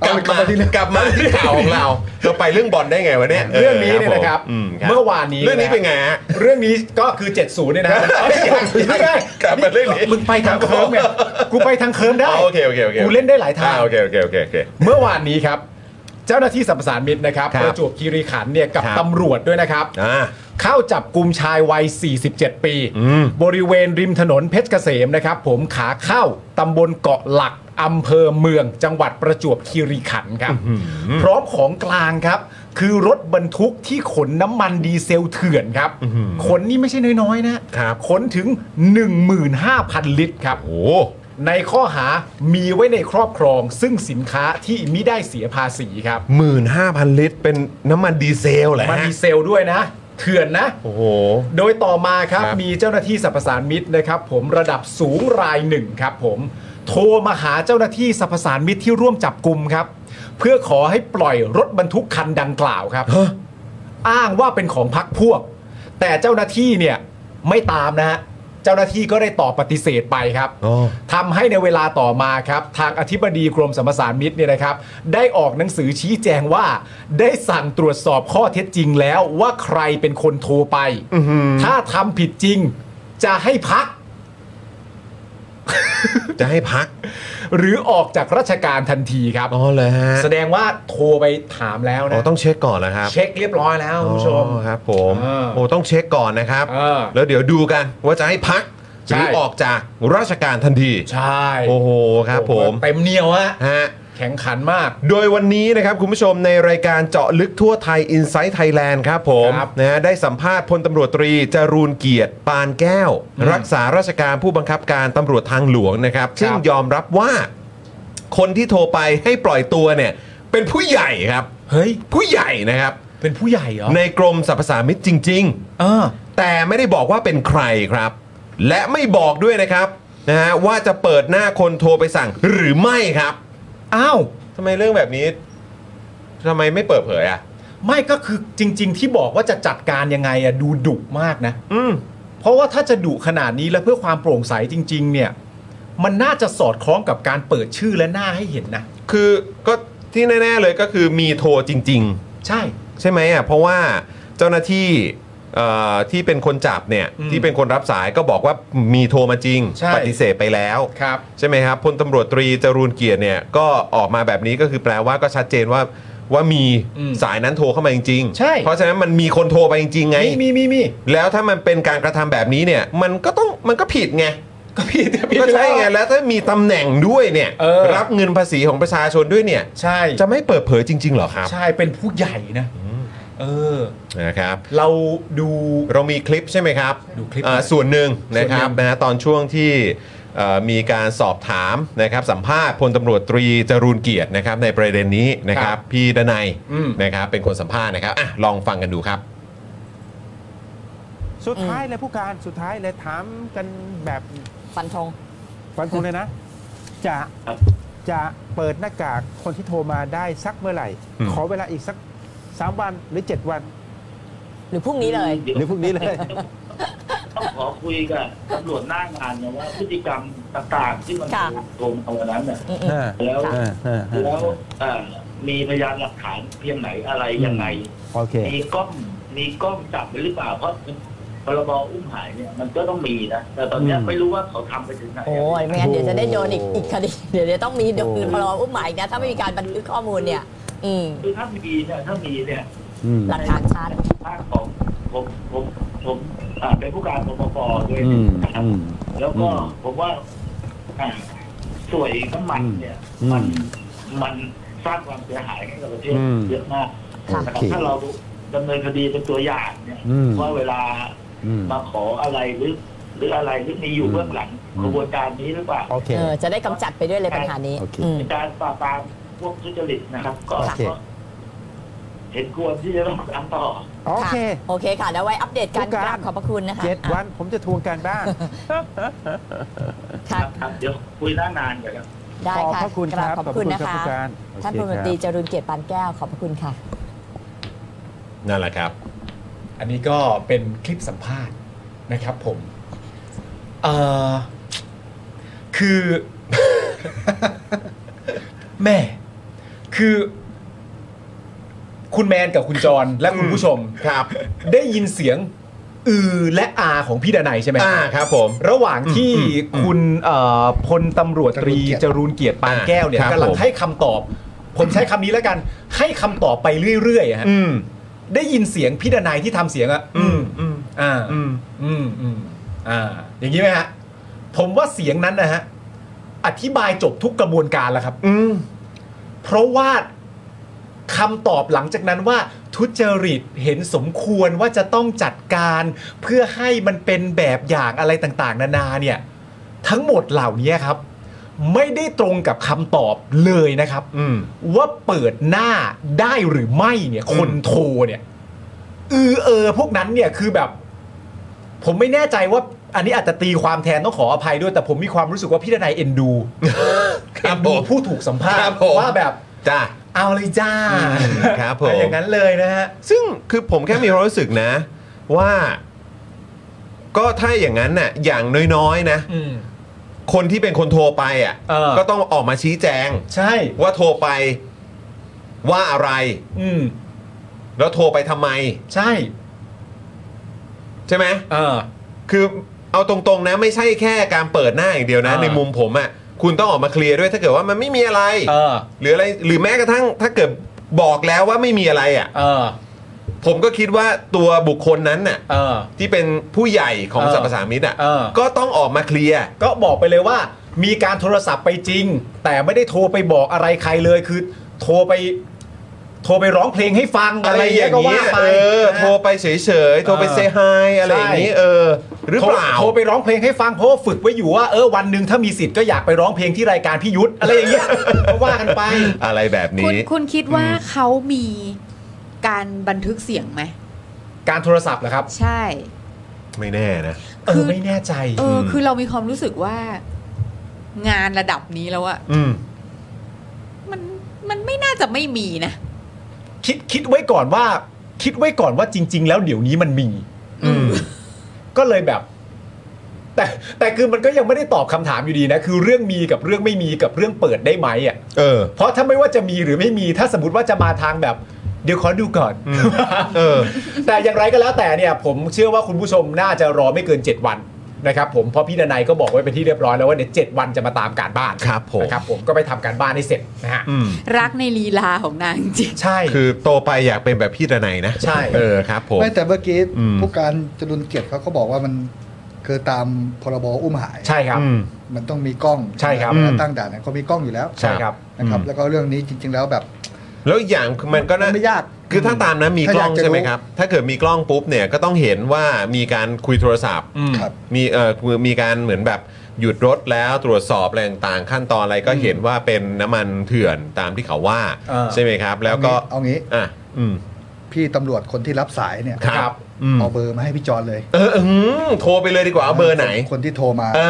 Speaker 1: ก
Speaker 5: เอา
Speaker 1: ลับ
Speaker 5: กลับ
Speaker 1: มา
Speaker 5: มาที่เรื่อง
Speaker 1: กลับมาที่ข่าวของเรา เราไปเรื่องบอลได้ไงวะเนี่ย
Speaker 3: เรื่องนี้เนี่ยนะครับ
Speaker 1: ผมอืม
Speaker 3: เมื่อวานนี้
Speaker 1: เรื่องนี้เป็นไงฮะ
Speaker 3: เรื่องนี้ก็คือ 70เนี่ยนะฮะเอ้ยยังไม่ได้
Speaker 1: กลับมาเรื่องนี้
Speaker 3: มึงไปทางเคิร์มไงกูไปทางเคิร์มได้
Speaker 1: อ๋อโอเคโอเคโอเค
Speaker 3: กูเล่นได้หลายทาง
Speaker 1: อ่โอเคโอเคโอเคโอเค
Speaker 3: เมื่อวานนี้ครับ เจ้าหน้าที่สรรพสานมิตรนะครับ
Speaker 1: ครับ
Speaker 3: ประจวบคีรีขันธ์เนี่ยกับ
Speaker 1: ครับ
Speaker 3: ตำรวจด้วยนะครับ
Speaker 1: อ่า
Speaker 3: เข้าจับกลุ่มชายวัย 47 ปี
Speaker 1: อืม
Speaker 3: บริเวณริมถนนเพชรเกษมนะครับ ผมขาเข้าตำบลเกาะหลักอำเภอเมือง จังหวัดประจวบคีรีขันธ์ครับ พร้อมของกลางครับ คือรถบรรทุกที่ขนน้ำมันดีเซลเถื่อนครับ ขนนี่ไม่ใช่น้อยๆ นะครับ ขนถึง 15,000 ลิตรครับ
Speaker 1: โอ้
Speaker 3: ในข้อหามีไว้ในครอบครอง ซึ่งสินค้าที่มิได้เสียภาษีครับ
Speaker 1: หมื่นห้าพันลิตรเป็นน้ำมันดีเซลแหละ
Speaker 3: มันดีเซลด้วยนะ เถื่อนนะ
Speaker 1: โอ้โห
Speaker 3: โดยต่อมาครับ
Speaker 1: ครับ
Speaker 3: มีเจ้าหน้าที่สรรพสานมิตรนะครับ ผมระดับสูงรายหนึ่งครับผม โทรมาหาเจ้าหน้าที่สรรพสานมิตรที่ร่วมจับกลุ่มครับ เพื่อขอให้ปล่อยรถบรรทุกคันดังกล่าวครับ อ้างว่าเป็นของพักพวก แต่เจ้าหน้าที่เนี่ยไม่ตามนะฮะเจ้าหน้าที่ก็ได้ตอบปฏิเสธไปครับ
Speaker 1: อ๋อ
Speaker 3: ทำให้ในเวลาต่อมาครับ ทางอธิบดีกรมสรรพสานมิตรเนี่ยนะครับ ได้ออกหนังสือชี้แจงว่า ได้สั่งตรวจสอบข้อเท็จจริงแล้วว่าใครเป็นคนโทรไป ถ้าทำผิดจริง จะให้พัก
Speaker 1: จะให้พัก
Speaker 3: หรือออกจากราชการทันทีครับ
Speaker 1: อ๋อเลยฮะ
Speaker 3: แสดงว่าโทรไปถามแล้ว
Speaker 1: อ๋อ
Speaker 3: นะ
Speaker 1: ต้องเช็คก่อนแล้วครับ
Speaker 3: เช็คเรียบร้อยแล้วคุณผู้ชม
Speaker 1: อ๋อครับผม
Speaker 3: เออ
Speaker 1: โอ้ต้องเช็คก่อนนะครับ
Speaker 3: เออ
Speaker 1: แล้วเดี๋ยวดูกันว่าจะให้พักห
Speaker 3: ใช่
Speaker 1: รือออกจากราชการทันที
Speaker 3: ใช่
Speaker 1: โอ้โหครับผม
Speaker 3: เต็มเหนียวฮะ
Speaker 1: ฮะ
Speaker 3: แข็งขันมาก
Speaker 1: โดยวันนี้นะครับคุณผู้ชมในรายการเจาะลึกทั่วไทย i n s i ซ e Thailand ครับผม
Speaker 3: ครับ
Speaker 1: นะฮะได้สัมภาษณ์พลตำรวจตรีจรูนเกียรติ ปานแก้ว
Speaker 3: อืม
Speaker 1: รักษาราชการผู้บังคับการตำรวจทางหลวงนะครับ ซึ่งยอมรับว่า คนที่โทรไปให้ปล่อยตัวเนี่ย เป็นผู้ใหญ่ครับ
Speaker 3: เฮ้ย
Speaker 1: ผู้ใหญ่นะครับ
Speaker 3: เป็นผู้ใหญ่เหรอ
Speaker 1: ในกรมสรรพสามิตจริง
Speaker 3: เออ
Speaker 1: ๆ แต่ไม่ได้บอกว่าเป็นใครครับ และไม่บอกด้วยนะครับนะฮะว่าจะเปิดหน้าคนโทรไปสั่งหรือไม่ครับ
Speaker 3: อ้าว
Speaker 1: ทำไมเรื่องแบบนี้ทำไมไม่เปิดเผยอ่ะ
Speaker 3: ไม่ก็คือจริง ๆ ที่บอกว่าจะจัดการยังไงอะดูดุมากนะ
Speaker 1: อืม
Speaker 3: เพราะว่าถ้าจะดุขนาดนี้และเพื่อความโปร่งใสจริง ๆ เนี่ย มันน่าจะสอดคล้องกับการเปิดชื่อและหน้าให้เห็นนะ
Speaker 1: คือก็ที่แน่ ๆ เลยก็คือมีโทรจริง
Speaker 3: ใช่
Speaker 1: ๆ ใช่ไหมอ่ะเพราะว่าเจ้าหน้าที่เอ่อที่เป็นคนจับเนี่ย
Speaker 3: อืม
Speaker 1: ที่เป็นคนรับสายก็บอกว่ามีโทรมาจริง
Speaker 3: ใช่
Speaker 1: ปฏิเสธไปแล้ว
Speaker 3: ครับ
Speaker 1: ใช่ไหมครับพลตำรวจตรีจรูนเกียรติเนี่ยก็ออกมาแบบนี้ก็คือแปลว่าก็ชัดเจนว่าว่ามี
Speaker 3: อืม
Speaker 1: สายนั้นโทรเข้ามาจริงๆ
Speaker 3: ใช่
Speaker 1: เพราะฉะนั้นมันมีคนโทรไปจริงๆไง
Speaker 3: มีมีมีมี
Speaker 1: แล้วถ้ามันเป็นการกระทำแบบนี้เนี่ยมันก็ต้องมันก็ผิดไง
Speaker 3: ก็พี่พี่
Speaker 1: ก็ใช่ไงแล้วถ้ามีตำแหน่งด้วยเนี่ย
Speaker 3: เออ
Speaker 1: รับเงินภาษีของประชาชนด้วยเนี่ย
Speaker 3: ใช่
Speaker 1: จะไม่เปิดเผยจริง ๆ เหรอครับ
Speaker 3: ใช่เป็นผู้ใหญ่นะเออ
Speaker 1: นะครับ
Speaker 3: เราดู
Speaker 1: เรามีคลิปใช่ไหมครับ
Speaker 3: ดูคลิป
Speaker 1: อ่าส่วนหนึ่งนะครับ
Speaker 3: ส่วนหนึ่ง
Speaker 1: นะฮะตอนช่วงที่เอ่อมีการสอบถามนะครับสัมภาษณ์พลตำรวจตรีจรูนเกียรตินะครับในประเด็นนี้นะค
Speaker 3: ค
Speaker 1: รั
Speaker 3: รั
Speaker 1: บบ พี่ดนัย
Speaker 3: อืม
Speaker 1: นะครับเป็นคนสัมภาษณ์นะครับอ่ะลองฟังกันดูครับ
Speaker 8: สุดท้ายเลยผู้การสุดท้ายเลยถามกันแบบ
Speaker 9: ฟันธง
Speaker 8: ฟันธงเลยนะ จะจะเปิดหน้ากากคนที่โทรมาได้สักเมื่อไหร่
Speaker 1: อืม
Speaker 8: ขอเวลาอีกสักสามวันหรือเจ็ดวัน
Speaker 9: หรือพรุ่งนี้เลย
Speaker 8: หรือพรุ่งนี้เลย
Speaker 10: ต้องขอคุยกับตำรวจหน้างานเนี่ยว่าพฤติกรรมต่างๆ ที่มัน
Speaker 9: ค่ะ
Speaker 10: โดนเอาวันนั้นเนี่ย
Speaker 9: อืมอืม
Speaker 10: แล้ว
Speaker 9: ค่ะ
Speaker 10: แล้วเอ่อมีพยานหลักฐานเพียงไหนอะไรยังไง
Speaker 8: โอเค
Speaker 10: มีกล้องมีกล้องจับไว้หรือเปล่า เพราะพรบอุ้มหายเนี่ยมันก็ต้องมีนะ แต่ตอนเนี้ย
Speaker 8: อืม
Speaker 10: ไม่รู้ว่าเขาทำไปถึงไหน
Speaker 9: โอ้ยไม่งั้นเดี๋ยวจะได้โดนอีกอีกคดี เดี๋ยวจะต้องมีโดนพรบอุ้มหมายนะถ้าไม่มีการบันทึกข้อมูลเนี่ย อืม
Speaker 10: คือถ้ามีเนี่ยถ้ามีเนี่ย
Speaker 9: หลักฐานชัด
Speaker 10: ภาคของผมผมผมอ่าเป็นผู้การปปปด้วยนะครับ แล้วก็ผมว่าอ่าสวยน้ำมันเนี่ย มันมันสร้างความเสียหายให้กับประเทศ
Speaker 8: อืม
Speaker 10: เยอะมาก
Speaker 9: ค่ะ
Speaker 10: นะครับ
Speaker 8: โอเค
Speaker 10: ถ้าเราดำเนินคดีเป็นตัวอย่างเนี่ย
Speaker 8: อืม
Speaker 10: ว่าเวลา
Speaker 8: อืม
Speaker 10: มาขออะไรหรือ หรืออะไรหรือมีอยู่เบื้องหลัง
Speaker 8: อืม
Speaker 10: กระบวนการนี้หรือเปล่า
Speaker 8: โอเค
Speaker 9: เออจะได้กำจัดไปด้วยเลยปัญหานี้
Speaker 8: โอเค
Speaker 9: อืม
Speaker 10: เป็นการปราบปรามพวกทุจริตนะครับ ก็
Speaker 8: โอเค
Speaker 10: ก็เห็นควรที่จะต้องตามต่อ
Speaker 8: โอเค
Speaker 9: โอเคค่ะแล้วไว้อัปเดตกัน
Speaker 8: ผู้การ
Speaker 9: กราบขอบพระคุณนะคะ
Speaker 8: เจ็ดวันผมจะทวงการบ้าน
Speaker 9: ค่ะ
Speaker 10: ครับ เดี๋ยวคุยหน้างานกันครับ
Speaker 9: ได้
Speaker 8: ขอบ
Speaker 9: ค่ะ
Speaker 8: พระคุณ
Speaker 9: ก
Speaker 8: ค
Speaker 9: รา
Speaker 8: รั
Speaker 9: บบขอบพระคุณนะ
Speaker 8: รั
Speaker 9: คะ
Speaker 8: ผู้การโอเค
Speaker 9: ท่านพลตำรว
Speaker 8: ค
Speaker 9: จ
Speaker 8: รับ
Speaker 9: ตรีจรุนเกียรติปานแก้วขอบพระคุณค่ะ
Speaker 1: นั่นแหละครับ
Speaker 3: อันนี้ก็เป็นคลิปสัมภาษณ์นะครับผมเออคือ แม่ คือ คุณแมนกับคุณจรและคุณผู้ชม
Speaker 1: ครับ
Speaker 3: ได้ยินเสียงอือและอาของพี่ดนัยใช่ไหม
Speaker 1: อ่าครับผม
Speaker 3: ระหว่างที่
Speaker 1: อืม
Speaker 3: คุณเอ่อพลตำรวจตรีจ
Speaker 5: จรู
Speaker 3: รูน
Speaker 5: ญเกี
Speaker 3: เกีย
Speaker 5: ย
Speaker 3: ร
Speaker 5: รติ
Speaker 3: ติปานแก้วเนี่ย
Speaker 1: อ่าครับ
Speaker 3: กำลั
Speaker 1: ผ
Speaker 3: ง
Speaker 1: ม
Speaker 3: ให้คำตอบ ผมใช้คำนี้แล้วกัน ให้คำตอบไปเรื่อยๆอะฮะ
Speaker 1: อืม
Speaker 3: ได้ยินเสียงพี่ดนายที่ทำเสียงอะอืม
Speaker 1: อืม
Speaker 3: อ่า
Speaker 1: อืม
Speaker 3: อืมอืมอ่า อย่างนี้ไหมฮะ ผมว่าเสียงนั้นนะฮะ อธิบายจบทุกกระบวนการแล้วครับ
Speaker 1: อืม
Speaker 3: เพราะว่าคำตอบหลังจากนั้นว่า ทุจริตเห็นสมควรว่าจะต้องจัดการ เพื่อให้มันเป็นแบบอย่างอะไรต่างๆ นานาเนี่ย ทั้งหมดเหล่านี้ครับ ไม่ได้ตรงกับคำตอบเลยนะครับ
Speaker 1: อืม
Speaker 3: ว่าเปิดหน้าได้หรือไม่เนี่ยคน
Speaker 1: อืม
Speaker 3: โทรเนี่ย อือเออ พวกนั้นเนี่ยคือแบบ ผมไม่แน่ใจว่า อันนี้อาจจะตีความแทนต้องขออภัยด้วย แต่ผมมีความรู้สึกว่าพี่ดนายเอ็นดู
Speaker 1: ค
Speaker 3: เอ็
Speaker 1: รับผ
Speaker 3: นดู
Speaker 1: ม
Speaker 3: ผู้ถูกสัมภาษ
Speaker 1: ครั
Speaker 3: ณ์
Speaker 1: บผม
Speaker 3: ว่าแบบ
Speaker 1: จ้า
Speaker 3: เอาเลยจ้า
Speaker 1: ครับผม
Speaker 3: อะไรอย่างนั้นเลยนะฮะ
Speaker 1: ซึ่งคือผมแค่มีความรู้สึกนะ ว่า ก็ถ้าอย่างนั้นน่ะอย่างน้อยๆนะ คนที่เป็นคนโทรไปอ่ะ
Speaker 3: เออ
Speaker 1: ก็ต้องออกมาชี้แจง
Speaker 3: ใช่
Speaker 1: ว่าโทรไปว่าอะไร
Speaker 3: อืม
Speaker 1: แล้วโทรไปทำไม
Speaker 3: ใช่
Speaker 1: ใช่ไหม
Speaker 3: เออ
Speaker 1: คือเอาตรงๆนะไม่ใช่แค่การเปิดหน้าอย่างเดียวนะ
Speaker 3: อ่า
Speaker 1: ในมุมผมอ่ะคุณต้องออกมาเคลียร์ด้วยถ้าเกิดว่ามันไม่มีอะไร
Speaker 3: เออ
Speaker 1: หรืออะไรหรือแม้กระทั่งถ้าเกิดบอกแล้วว่าไม่มีอะไรอ่ะ
Speaker 3: เออ
Speaker 1: ผมก็คิดว่าตัวบุคคลนั้นน่ะ
Speaker 3: เออ
Speaker 1: ที่เป็นผู้ใหญ่ของ
Speaker 3: เออ
Speaker 1: สรรพสามิตอ่ะ
Speaker 3: เออ
Speaker 1: ก็ต้องออกมาเคลียร์
Speaker 3: ก็บอกไปเลยว่า มีการโทรศัพท์ไปจริง แต่ไม่ได้โทรไปบอกอะไรใครเลยคือ โทรไป โทรไปร้องเพลงให้ฟัง
Speaker 1: อะ
Speaker 3: อะไร ไร
Speaker 1: อ
Speaker 3: อย่า
Speaker 1: ย่าง ง
Speaker 3: เงี้ยก็
Speaker 1: เงี้
Speaker 3: ว่าย ไป
Speaker 1: เออ
Speaker 3: นะฮะ
Speaker 1: โทรไปเฉยๆโทรไป
Speaker 3: เออ
Speaker 1: เซฮายอะไรอย่างงี้
Speaker 3: ใช่
Speaker 1: เออ หรือเปล่า
Speaker 3: โทรโทรไปร้องเพลงให้ฟังเพราะว่าฝึกไว้อยู่ว่าเออวันหนึ่งถ้ามีสิทธิ์ก็อยากไปร้องเพลงที่รายการพี่ยุทธอะไรอย่างเงี้ย ก็ว่ากันไป
Speaker 1: อะไรแบบ
Speaker 4: คุณ
Speaker 1: นี้
Speaker 4: คุณคิดว่าเขามีการบันทึกเสียงไหม
Speaker 3: การโทรศัพท์เหรอครับ
Speaker 4: ใช่
Speaker 1: ไม่แน่นะ
Speaker 3: เอ
Speaker 4: คือ อ
Speaker 3: ไม่แน่ใจ
Speaker 4: เอออ
Speaker 1: ม
Speaker 4: คือเรามีความรู้สึกว่างานระดับนี้แล้วอะ
Speaker 1: อืม
Speaker 4: มันมันไม่น่าจะไม่มีนะ
Speaker 3: คิดคิดไว้ก่อนว่า คิดไว้ก่อนว่าจริง ๆ แล้วเดี๋ยวนี้มันมี
Speaker 1: อืม
Speaker 3: ก็เลยแบบ แต่แต่คือมันก็ยังไม่ได้ตอบคำถามอยู่ดีนะ คือเรื่องมีกับเรื่องไม่มีกับเรื่องเปิดได้ไหมอ่ะ
Speaker 1: เออ
Speaker 3: เพราะถ้าไม่ว่าจะมีหรือไม่มีถ้าสมมติว่าจะมาทางแบบ เดี๋ยวขอดูก่อน
Speaker 1: เออ
Speaker 3: แต่อย่างไรก็แล้วแต่เนี่ย ผมเชื่อว่าคุณผู้ชมน่าจะรอไม่เกิน 7 วันนะครับผมเพราะพี่ดนัยก็บอกไว้เป็นที่เรียบร้อยแล้วว่าเดี๋ยวเจ็ดวันจะมาตามการบ้าน
Speaker 1: ครับผม
Speaker 3: นะครับผมก็ไปทำการบ้านให้เสร็จนะฮะ
Speaker 1: อืม
Speaker 4: รักในลีลาของนางจริง
Speaker 3: ใช่
Speaker 1: คือโตไปอยากเป็นแบบพี่ดนัยนะ
Speaker 3: ใช่
Speaker 1: เออครับผม
Speaker 5: ไม่แต่เมื่อกี้
Speaker 1: อืม
Speaker 5: ผู้การจรุนเกียรติเขาก็บอกว่ามันคือตามพรบอุ้มหาย
Speaker 3: ใช่ครับ
Speaker 1: อืม
Speaker 5: มันต้องมีกล้อง
Speaker 3: ใช่ครับ
Speaker 5: เวลาตั้งด่านเนี่ยเขามีกล้องอยู่แล้ว
Speaker 3: ใช่ครับ
Speaker 5: นะครับ
Speaker 1: อืม
Speaker 5: แล้วก็เรื่องนี้จริง ๆ แล้วแบบ
Speaker 1: แล้วอีกอย่างคือมันก็น่า
Speaker 5: ไม่ยาก
Speaker 1: คือถ้าตามนั้นมีกล้อง
Speaker 5: ถ้าอยากจะ
Speaker 1: ใช่ไหม
Speaker 5: รู้
Speaker 1: ครับ ถ้าเกิดมีกล้องปุ๊บเนี่ยก็ต้องเห็นว่ามีการคุยโทรศัพท์
Speaker 3: อืม
Speaker 5: ครับ
Speaker 1: มีเออคือมีการเหมือนแบบหยุดรถแล้วตรวจสอบอะไรต่างๆขั้นตอนอะไรก็เห็นว่าเป็นน้ำมันเถื่อนตามที่เขาว่า
Speaker 3: เออ
Speaker 1: ใช่ไหมครับ แล้วก็
Speaker 5: เอางี้
Speaker 1: อ่ะอืม
Speaker 5: พี่ตำรวจคนที่รับสายเนี่ย
Speaker 1: ครับอืม
Speaker 5: เอาเบอร์มาให้พี่จอนเลย
Speaker 1: เอออืมโทรไปเลยดีกว่าเอาเบอร์ไหน
Speaker 5: คนที่โทรมา
Speaker 1: เอ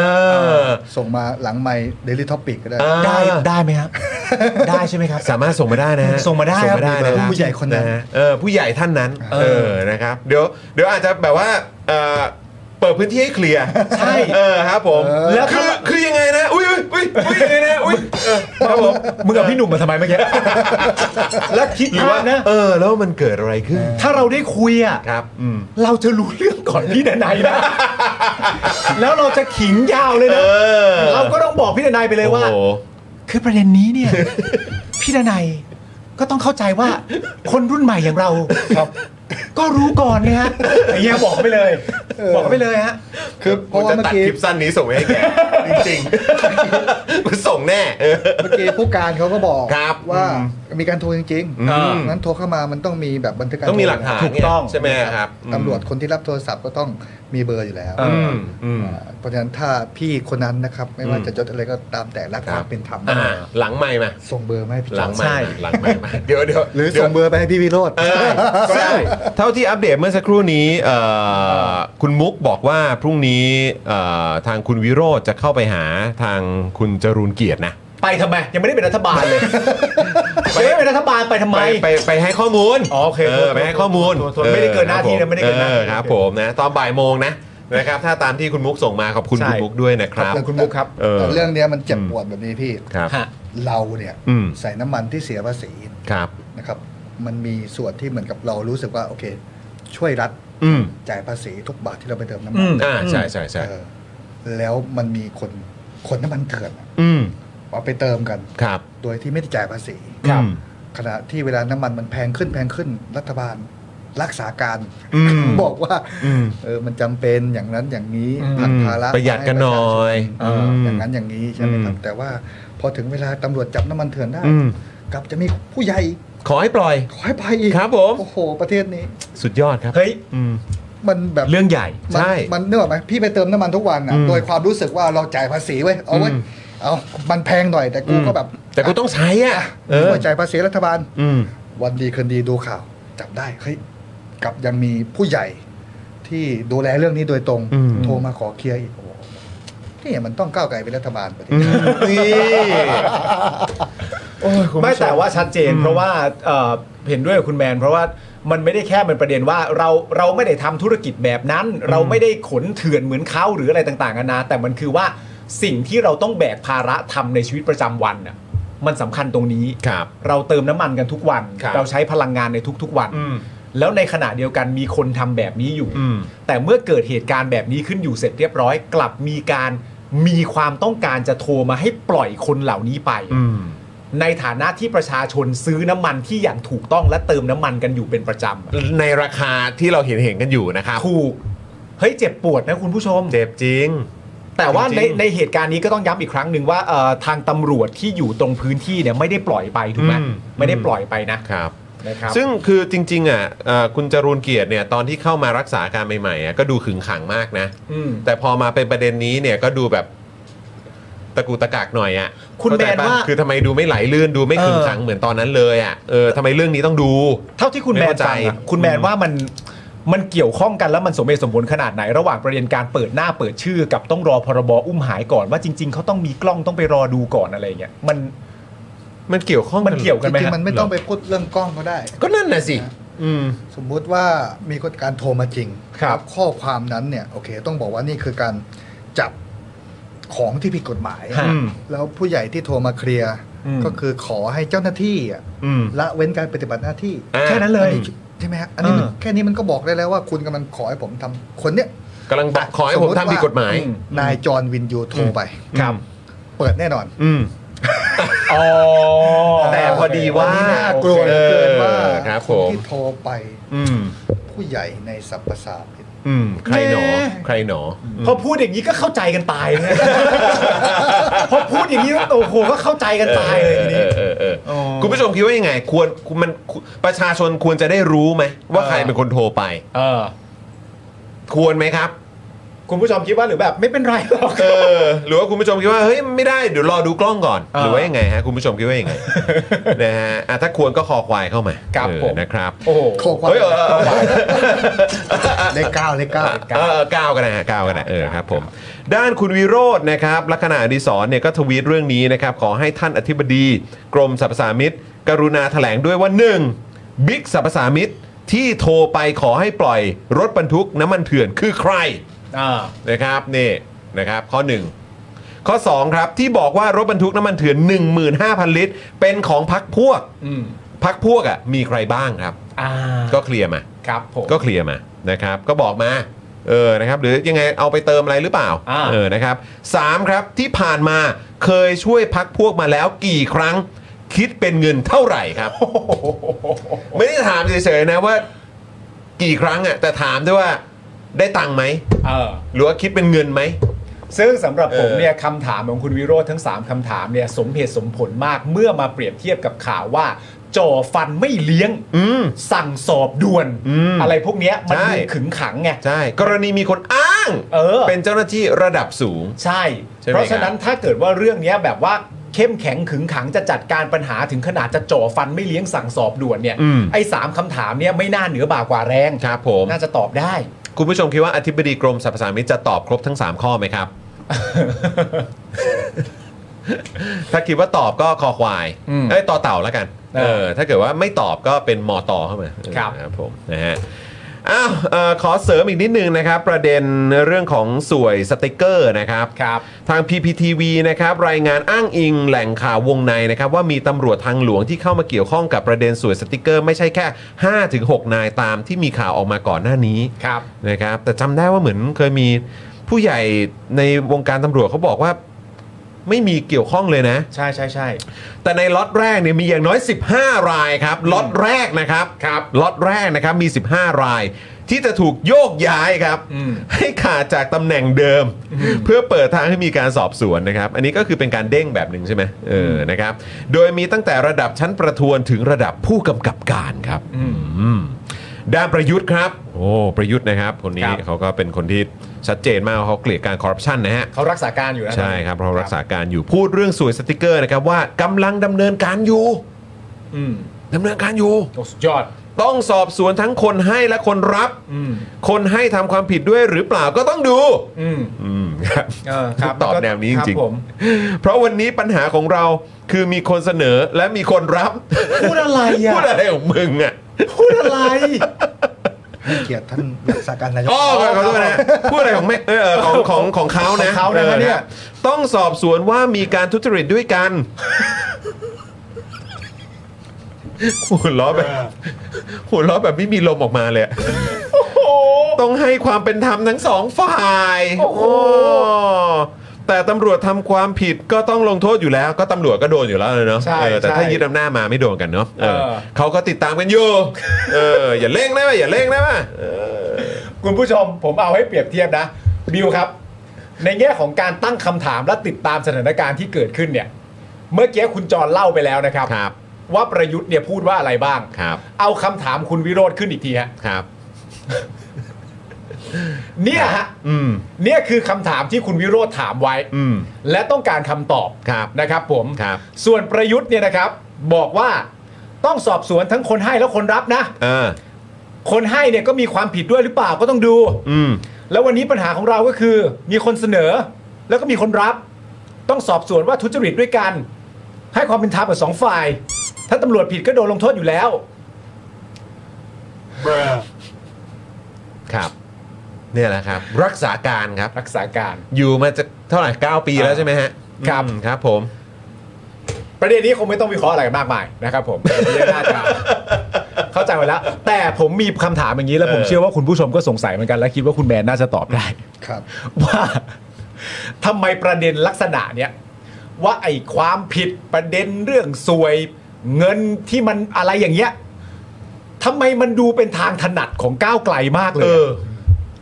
Speaker 1: อ
Speaker 5: ส่งมาหลังไมค์เดลิทอปิกก็ได้
Speaker 1: เออ
Speaker 3: ได้ได้ไหมครับ ได้ใช่ไหมครับ
Speaker 1: สามารถส่งมาได้นะฮะ
Speaker 3: ส่งมาได้
Speaker 1: ส่งมาได้
Speaker 3: ครับ
Speaker 1: นะครับ
Speaker 5: ผู้ใหญ่คนนั้น
Speaker 1: ะฮะเออผู้ใหญ่ท่านนั้น
Speaker 3: เออ
Speaker 1: เออนะครับ เดี๋ยวเดี๋ยวอาจจะแบบว่าเออเปิดพื้นที่ให้เคลียร์
Speaker 3: ใช่
Speaker 1: เออครับผม
Speaker 3: เออ
Speaker 1: แล้วคือคือยังไงนะอุ้ยอุ้ยอุ้ยอุ้ยยังไงนะอุ้ยเออครับผม
Speaker 3: มึงกับพี่หนุ่มมาทำไมเมื่อกี้ แล้วคิด
Speaker 1: หรือ
Speaker 3: ว่า
Speaker 1: ว่า
Speaker 3: นะ
Speaker 1: เออ แล้วมันเกิดอะไรขึ้น
Speaker 3: ถ้าเราได้คุยอ่ะ
Speaker 1: ครับ อืม
Speaker 3: เราจะรู้เรื่องก่อนพี่ดนายนะ แล้วเราจะขิงยาวเลยนะ
Speaker 1: เออ
Speaker 3: เราก็ต้องบอกพี่ดนายไปเลยว่า
Speaker 1: โอ้โห
Speaker 3: คือประเด็นนี้ เนี่ย พี่ดนายก็ต้องเข้าใจ ว่า คนรุ่นใหม่อย่างเราครับ ก็รู้ก่อนนะฮะอย่างเงี้ยบอก ไปเลย บอกไปเลยฮะ
Speaker 5: คือเพ
Speaker 1: กู
Speaker 5: ราะว่า
Speaker 1: จะ
Speaker 5: เมื่
Speaker 1: ตัด
Speaker 5: อกี้
Speaker 1: คลิปสั้นนี้ส่งไปให้แก จริงๆ กูส่งแน่ เออ
Speaker 5: เมื่อกี้ผู้การเขาก็บอก
Speaker 1: ครับ
Speaker 5: ว่า
Speaker 1: อื
Speaker 5: มีการโทรจริง
Speaker 1: อืม
Speaker 5: งั้นโทรเข้ามามันต้องมีแบบบันทึกการ
Speaker 1: ต้องมีหลักฐาน
Speaker 3: ถูกต้อง
Speaker 1: ไใช่ไหมครับ
Speaker 5: ตำรวจคนที่รับโทรศัพท์ก็ต้องมีเบอร์อยู่แล้ว
Speaker 1: อืมอืม
Speaker 5: อ่าเพราะฉะนั้นถ้าพี่คนนั้นนะครับ ไม่ว่า
Speaker 1: อืม
Speaker 5: จะยศอะไรก็ตามแต่รัก
Speaker 1: ครับ
Speaker 5: ความเป็นธรรม
Speaker 1: อ่า หลังไม่มา
Speaker 5: ส่งเบอร์มาให้พี่
Speaker 1: ห
Speaker 5: จ
Speaker 1: ลั
Speaker 5: องน
Speaker 1: ไม่มาหลังไม่มา เดี๋ยวเดี๋ยว
Speaker 5: หรือ
Speaker 1: เดี๋ยว
Speaker 5: ส่งเบอร์ไปให้พี่วิโรธ
Speaker 1: เออก็ได้เท่าที่อัปเดตเมื่อสักครู่นี้เอ่อคุณมุกบอกว่าพรุ่งนี้เอ่อทางคุณวิโรธจะเข้าไปหาทางคุณจรูนเกียรตินะ
Speaker 3: ไปทำไม ยังไม่ได้เป็นรัฐบาล เลย ยังไม่ได้เป็นรัฐบาลไปทำไม
Speaker 1: ไปไปไปให้ข้อมูล
Speaker 3: อ๋อโอเค
Speaker 1: อไปให้ข้อมูล
Speaker 3: โทษโทษโทษไม่ได้เกินหน้าที่นะไม่ได้เกินหน้าที่
Speaker 1: ออครับผมนะตอนบ่ายโมงนะนะครับ ถ้าตามที่คุณมุกส่งมาขอบคุณ
Speaker 3: ใช่
Speaker 1: คุณมุกด้วยนะครับ
Speaker 3: ขอบคุณมุกครับ
Speaker 1: เออ
Speaker 5: แต่เรื่องเนี้ยมันเจ็บ
Speaker 1: อืม
Speaker 5: ปวดแบบนี้พี่
Speaker 1: ครับ
Speaker 3: ฮะ
Speaker 5: เราเนี่ย
Speaker 1: อืม
Speaker 5: ใส่น้ำมันที่เสียภาษี
Speaker 1: ครับ
Speaker 5: นะครับ มันมีส่วนที่เหมือนกับเรารู้สึกว่าโอเค ช่วยรัฐ
Speaker 1: อืม
Speaker 5: จ่ายภาษีทุกบาทที่เราไปเติมน้ำ
Speaker 3: อื
Speaker 5: มั
Speaker 3: ม
Speaker 5: น
Speaker 1: อ่าใช่ใช่ใช่
Speaker 5: เออแล้วมันมีคนคนน้ำมันเถื่อนอะ
Speaker 1: อืม
Speaker 5: เอาไปเติมกัน
Speaker 1: ครับ
Speaker 5: โดยที่ไม่ได้จ่ายภาษี
Speaker 1: ครับ
Speaker 5: ขณะที่เวลาน้ำมันมันแพงขึ้นแพงขึ้นรัฐบาลรักษาการ
Speaker 1: อืม
Speaker 5: บอกว่า
Speaker 1: อืม
Speaker 5: เออมันจำเป็นอย่างนั้นอย่างนี้
Speaker 3: อืม
Speaker 5: ผลักภาระ
Speaker 1: ประหยัดกันหน่อย
Speaker 5: เอออ
Speaker 1: ม
Speaker 5: อย่างนั้นอย่างนี้ใช่ไหมครับ
Speaker 1: อืม
Speaker 5: แต่ว่าพอถึงเวลาตำรวจจับน้ำมันเถื่อนได้
Speaker 1: อืม
Speaker 5: กลับจะมีผู้ใหญ่
Speaker 1: ขอให้ปล่อย
Speaker 5: ขอให้ไปอีก
Speaker 1: ครับผม
Speaker 5: โอ้โห ประเทศนี้
Speaker 1: สุดยอดครับ
Speaker 3: เฮ้ย
Speaker 1: อืม
Speaker 5: มันแบบ
Speaker 3: เรื่องใหญ่
Speaker 5: มัน
Speaker 1: ใช่
Speaker 5: มันเนื้อไหมพี่ไปเติมน้ำมันทุกวัน
Speaker 1: อื
Speaker 5: อ่ะ
Speaker 1: ม
Speaker 5: โดยความรู้สึกว่าเราจ่ายภาษีไว้ยเอาไว้ย
Speaker 1: อืม
Speaker 5: เอามันแพงหน่อยแต่กูก็แบบ
Speaker 1: แต่กูต้องใช้อ่ะเอ
Speaker 5: เอ
Speaker 1: อ
Speaker 5: จ่ายภาษีรัฐบาล
Speaker 1: อืม
Speaker 5: วันดีคืนดีดูข่าว จับได้เฮ้ยกลับยังมีผู้ใหญ่ ที่ดูแลเรื่องนี้โดยตรง
Speaker 1: อืม
Speaker 5: โทรมาขอเคลียร์อีกโอ้โหนี่มันต้องก้าวไกลเป็นรัฐบาลประเทศ
Speaker 3: นี่ไม่แต่ว่าชัดเจน เพราะว่าเอ่อเห็นด้วยกับคุณแมน เพราะว่ามันไม่ได้แค่เป็นประเด็นว่าเราเราไม่ได้ทำธุรกิจแบบนั้น เราไม่ได้ขนเถื่อนเหมือนเขาหรืออะไรต่างๆนานาแต่มันคือว่าสิ่งที่เราต้องแบกภาระทำในชีวิตประจำวันน่ะมันสำคัญตรงนี้
Speaker 1: ครับ
Speaker 3: เราเติมน้ำมันกันทุกวัน
Speaker 1: ครับ
Speaker 3: เราใช้พลังงานในทุกๆวัน
Speaker 1: อืม
Speaker 3: แล้วในขณะเดียวกันมีคนทำแบบนี้อยู่
Speaker 1: อืม
Speaker 3: แต่เมื่อเกิดเหตุการณ์แบบนี้ขึ้นอยู่เสร็จเรียบร้อย กลับมีการมีความต้องการจะโทรมาให้ปล่อยคนเหล่านี้ไป
Speaker 1: อืม
Speaker 3: ในฐานะที่ประชาชนซื้อน้ำมันที่อย่างถูกต้องและเติมน้ำมันกันอยู่เป็นประจำอะ
Speaker 1: ในราคาที่เราเห็นเห็นๆกันอยู่นะครับ
Speaker 3: ถูกเฮ้ยเจ็บปวดนะคุณผู้ชม
Speaker 1: เจ็บจริง
Speaker 3: แต่ว่าใน
Speaker 1: จริง
Speaker 3: ในเหตุการณ์นี้ก็ต้องย้ำอีกครั้งหนึ่งว่าเอ่อทางตำรวจที่อยู่ตรงพื้นที่เนี่ยไม่ได้ปล่อยไปถูกไหม
Speaker 1: อืม
Speaker 3: ไม่ได้ปล่อยไปนะครับ นะครับ
Speaker 1: ซึ่งคือจริงๆอ่ะเอ่อคุณจรูนเกียรติเนี่ยตอนที่เข้ามารักษาการใหม่ๆอ่ะก็ดูขึงขังมากนะ
Speaker 3: อืม
Speaker 1: แต่พอมาเป็นประเด็นนี้เนี่ยก็ดูแบบตะกุตะกากหน่อยอ่ะ
Speaker 3: คุณ
Speaker 1: เข้ใจ
Speaker 3: แมน
Speaker 1: ปะ
Speaker 3: ว่า
Speaker 1: คือทำไมดูไม่ไหลลื่นดูไม่
Speaker 3: เออ
Speaker 1: ขึงขังเหมือนตอนนั้นเลยอ่ะเออทำไมเรื่องนี้ต้องดู
Speaker 3: เท่าที่คุณแม
Speaker 1: ไม่
Speaker 3: น
Speaker 1: เข้าใจ
Speaker 3: ฟังอะคุณแมนว่ามันมันเกี่ยวข้องกันแล้วมันสมเหตุสมผลขนาดไหน ระหว่างประเด็นการเปิดหน้าเปิดชื่อกับต้องรอพรบอุ้มหายก่อนว่าจริง ๆเขาต้องมีกล้องต้องไปรอดูก่อนอะไรเงี้ยมัน
Speaker 1: มันเกี่ยวข้อง
Speaker 3: มันเกี่ยว
Speaker 5: จ
Speaker 3: กันไหมฮะ
Speaker 5: ริงๆมันไม่ต้องไปพูดเรื่องกล้องก็ได้
Speaker 1: ก็นั่นน่ะสิอืม
Speaker 5: สมมุติว่ามีคนการโทรมาจริง
Speaker 3: ครับ
Speaker 5: ข้อความนั้นเนี่ยโอเค ต้องบอกว่านี่คือการจับของที่ผิดกฎหมาย
Speaker 3: ฮะ
Speaker 1: อืม
Speaker 5: แล้วผู้ใหญ่ที่โทรมาเคลียร์
Speaker 3: อืม
Speaker 5: ก็คือขอให้เจ้าหน้าที่อะ
Speaker 1: อืม
Speaker 5: ละเว้นการปฏิบัติหน้าที่
Speaker 1: อ่ะ
Speaker 3: แค่นั้นเลย
Speaker 5: อัใช่ไหมฮะอันนี้มัน
Speaker 3: เออ
Speaker 5: แค่นี้มันก็บอกได้แล้วว่าคุณกำลังขอให้ผมทำคนเนี้ย
Speaker 1: กำลังบอกขอให้
Speaker 5: สม
Speaker 1: ผม
Speaker 5: มุติ
Speaker 1: ทำผิด
Speaker 5: ว่า
Speaker 1: กฎหมาย
Speaker 3: อืม
Speaker 5: นายจอห์นวินยูโทรไป
Speaker 3: ครับ
Speaker 5: เปิดแน่นอน
Speaker 1: อืม
Speaker 3: อ๋อ
Speaker 1: แต่พอดีว่า
Speaker 5: นนี้น่ากลัวเหลือเกินว่า
Speaker 1: เออครับ
Speaker 5: คน
Speaker 1: ผม
Speaker 5: ที่โทรไป
Speaker 1: อืม
Speaker 5: ผู้ใหญ่ในสรรพสามิต
Speaker 1: อืมใครหนอ ใครหนออืม
Speaker 3: พอพูดอย่างนี้ก็เข้าใจกันตาย นะ พอพูดอย่างนี้แล้วโอ้โหก็เข้าใจกันตายเลยที
Speaker 1: อ
Speaker 3: นี้
Speaker 1: อเออเออเออ
Speaker 3: อ๋อ
Speaker 1: คุณผู้ชมคิดว่ายังไง ควรมันประชาชนควรจะได้รู้ไหมว่า
Speaker 3: เออ
Speaker 1: ใครเป็นคนโทรไป
Speaker 3: เออ
Speaker 1: ควรไหมครับ
Speaker 3: คุณผู้ชมคิดว่าหรือแบบไม่เป็นไรหรอก
Speaker 1: เออ หรือว่าคุณผู้ชมคิดว่าเฮ้ยไม่ได้เดี๋ยวรอดูกล้องก่อน
Speaker 3: เออ
Speaker 1: หรือว่ายังไงฮะคุณผู้ชมคิดว่ายังไง นะฮะอ่ะถ้าควรก็คอควายเข้ามา
Speaker 3: ครับ
Speaker 1: เออ
Speaker 3: ผม
Speaker 1: นะครับ
Speaker 3: โอ้โห
Speaker 5: โทรไป
Speaker 1: เฮ้ยเออเออเออ
Speaker 5: เลขเก้าเลขเก้า
Speaker 1: เออเก้ากันนะฮะเก้ากันนะเออครับผมด้านคุณวิโรจน์นะครับลักษณะอดีศรเนี่ยก็ทวีตเรื่องนี้นะครับ ขอให้ท่านอธิบดี กรมสรรพสามิตกรุณาแถลงด้วยว่า 1. บิ๊กสรรพสามิตที่โทรไปขอให้ปล่อยรถบรรทุกน้ำมันเถื่อนคือใคร
Speaker 3: อ่า
Speaker 1: นะครับนี่นะครับข้อ 1 ข้อ 2 ครับ ที่บอกว่ารถบรรทุกน้ำมันเถื่อน 15,000 ลิตร เป็นของพักพวก
Speaker 3: อืม
Speaker 1: พักพวกอ่ะมีใครบ้างครับ
Speaker 3: อ่า
Speaker 1: ก็เคลียร์มา
Speaker 3: ครับผม
Speaker 1: ก็เคลียร์มานะครับก็บอกมาเออนะครับหรือยังไงเอาไปเติมอะไรหรือเปล่า
Speaker 3: อ่า
Speaker 1: เออนะครับสามครับที่ผ่านมาเคยช่วยพักพวกมาแล้วกี่ครั้ง คิดเป็นเงินเท่าไหร่ครับ ไม่ได้ถามเฉยๆนะว่า กี่ครั้งอ่ะแต่ถามด้วยว่าได้ตังค์ไหม
Speaker 3: เออ
Speaker 1: หรือว่าคิดเป็นเงินไหม
Speaker 3: ซึ่งสำหรับผม
Speaker 1: เออ
Speaker 3: เนี่ยคำถามของคุณวิโรธทั้ง 3คำถามเนี่ยสมเหตุสมผลมากเมื่อมาเปรียบเทียบกับข่าวว่าจ่อฟันไม่เลี้ยง
Speaker 1: อืม
Speaker 3: สั่งสอบด่วน
Speaker 1: อืม
Speaker 3: อะไรพวกเนี้ยมัน
Speaker 1: ใช่
Speaker 3: ดูขึงขังไง
Speaker 1: ใช่ กรณีมีคนอ้าง
Speaker 3: เออ
Speaker 1: นเจ้าหน้าที่ระดับสูง
Speaker 3: ใช่
Speaker 1: ใช่ไหม
Speaker 3: เพราะฉะนั้นถ้าเกิดว่าเรื่องเนี้ยแบบว่าเข้มแข็งขึงขังจะจัดการปัญหาถึงขนาดจะจ่อฟันไม่เลี้ยงสั่งสอบด่วนเนี่ย
Speaker 1: อืม
Speaker 3: ไอ้สามคำถามเนี่ยไม่น่าเหนือบ่ากว่าแรง
Speaker 1: ครับผม
Speaker 3: น่าจะตอบได้
Speaker 1: คุณผู้ชมคิดว่าอธิบดีกรมสรรพสามิตจะตอบครบทั้ง 3 ข้อไหมครับ ถ้าคิดว่าตอบก็คอควาย
Speaker 3: อืม
Speaker 1: เอ้ยต่อเต่าแล้วกัน
Speaker 3: เออ
Speaker 1: เออถ้าเกิดว่าไม่ตอบก็เป็นมอต่อเข้ามา
Speaker 3: ครับ
Speaker 1: เออครับผมนะฮะอ้าวเอ่อขอเสริมอีกนิดนึงนะครับ ประเด็นเรื่องของสวยสติกเกอร์นะครับ
Speaker 3: ครับ
Speaker 1: ทาง PPTV นะครับรายงานอ้างอิงแหล่งข่าววงในนะครับว่ามีตำรวจทางหลวงที่เข้ามาเกี่ยวข้องกับประเด็นสวยสติกเกอร์ไม่ใช่แค่ 5-6 นายตามที่มีข่าวออกมาก่อนหน้านี้
Speaker 3: ครับ
Speaker 1: นะครับแต่จำได้ว่าเหมือนเคยมีผู้ใหญ่ในวงการตำรวจเขาบอกว่า ไม่มีเกี่ยวข้องเลยนะ
Speaker 3: ใช่ใช่ใช่
Speaker 1: แต่ในล็อตแรกเนี่ยมีอย่างน้อย 15 รายครับล็อตแรกนะครับ
Speaker 3: ครับ
Speaker 1: ล็อตแรกนะครับมี 15 ราย ที่จะถูกโยกย้ายครับ
Speaker 3: อืม
Speaker 1: ให้ขาดจากตำแหน่งเดิม เพื่อเปิดทางให้มีการสอบสวนนะครับ อันนี้ก็คือเป็นการเด้งแบบหนึ่งใช่ไหมเออนะครับ โดยมีตั้งแต่ระดับชั้นประทวนถึงระดับผู้กำกับการครับอืมด้านประยุทธ์ครับ โอ้ประยุทธ์นะครับคน
Speaker 3: ค
Speaker 1: นี้
Speaker 3: รับ
Speaker 1: เขาก็เป็นคนที่ชัดเจนมากว่าเขาเกลียดการคอร์รัปชันนะฮะ
Speaker 3: เขารักษาการอยู่นะ
Speaker 1: ใช่ครับเพราะรักษาการอยู่พูดเรื่องสวยสติกเกอร์นะครับว่ากำลังดำเนินการอยู่
Speaker 3: อืม
Speaker 1: ดำเนินการอยู่
Speaker 3: โอ้สุดยอด
Speaker 1: ต้องสอบสวนทั้งคนให้และคนรับ
Speaker 3: อืม
Speaker 1: คนให้ทำความผิดด้วยหรือเปล่าก็ต้องดู
Speaker 3: อืม
Speaker 1: อืมครับ
Speaker 3: เออครับ
Speaker 1: ตอบแนวนี้จ
Speaker 3: ค
Speaker 1: ริง
Speaker 3: บผม
Speaker 1: ๆ เพราะวันนี้ปัญหาของเราคือมีคนเสนอและมีคนรับ
Speaker 3: พูดอะไรอ่ะ
Speaker 1: พูดอะไรของมึงอ่ะ
Speaker 3: พูดอะไร
Speaker 5: ให้เกียรติท่านรักษาการนายก
Speaker 1: อ๋อขอโทษนะพูดอะไรของแม่เออของของของเขานะ
Speaker 3: ของเขานะ
Speaker 1: ออ
Speaker 3: เนี่ย
Speaker 1: ต้องสอบสวนว่ามีการทุจริตด้วยกันหัวล้อแบบหัวล้อแบบไม่มีลมออกมาเลยอะต้องให้ความเป็นธรรมทั้งสองฝ่ายโอ้แต่ตำรวจทำความผิดก็ต้องลงโทษอยู่แล้ว ก็ตำรวจก็โดนอยู่แล้วเลยเนาะ
Speaker 3: ใช่
Speaker 1: เออแต่ถ้า
Speaker 3: ใช่
Speaker 1: ยึดอำนาจมาไม่โดนกันเนาะเออ
Speaker 3: เออ
Speaker 1: เขาก็ติดตามกันอยู่เอออย่าเร่งได้ไหมอย่าเร่งได้ไหมเออ
Speaker 3: คุณผู้ชมผมเอาให้เปรียบเทียบนะบิวครับ ในแง่ของการตั้งคำถามและติดตามสถานการณ์ที่เกิดขึ้นเนี่ย เมื่อกี้คุณจรเล่าไปแล้วนะครับ
Speaker 1: ครับ
Speaker 3: ว่าประยุทธ์เนี่ยพูดว่าอะไรบ้าง
Speaker 1: ครับ
Speaker 3: เอาคำถามคุณวิโรธขึ้นอีกทีฮะ
Speaker 1: ครับ
Speaker 3: เนี่ยฮะ
Speaker 1: อืม
Speaker 3: เนี่ยคือคำถามที่คุณวิโรธถามไว้
Speaker 1: อืม
Speaker 3: และต้องการคำตอบ
Speaker 1: ครับ
Speaker 3: นะครับผม
Speaker 1: ครับ
Speaker 3: ส่วนประยุทธ์เนี่ยนะครับ บอกว่าต้องสอบสวนทั้งคนให้และคนรับนะ
Speaker 1: เออ
Speaker 3: คนให้เนี่ยก็มีความผิดด้วยหรือเปล่าก็ต้องดู
Speaker 1: อืม
Speaker 3: แล้ววันนี้ปัญหาของเราก็คือ มีคนเสนอ แล้วก็มีคนรับ ต้องสอบสวนว่าทุจริตด้วยกัน ให้ความเป็นธรรมกับสองฝ่าย ถ้าตำรวจผิดก็โดนลงโทษอยู่แล้ว
Speaker 1: ครับ เนี่ยแหละครับ รักษาการครับ
Speaker 3: รักษาการ
Speaker 1: อยู่มาจะเท่าไหร่ 9 ปีแล้วใช่ไหมฮะ
Speaker 3: ครับ
Speaker 1: อืมครับผม
Speaker 3: ประเด็นนี้คงไม่ต้องวิเคราะห์อะไรกันมากมายนะครับ ผมเรื่องน่าจะเข้าใจไปแล้ว แต่ผมมีคำถามอย่างนี้แล้วผม
Speaker 1: เออ
Speaker 3: เชื่อว่าคุณผู้ชมก็สงสัยเหมือนกันและคิดว่าคุณแมนน่าจะตอบได้
Speaker 5: ครับ
Speaker 3: ว่าทำไมประเด็นลักษณะเนี้ยว่าไอ้ความผิดประเด็นเรื่องสวยเงินที่มันอะไรอย่างเงี้ยทำไมมันดูเป็นทางถนัดของก้าวไกลมากเลยอะ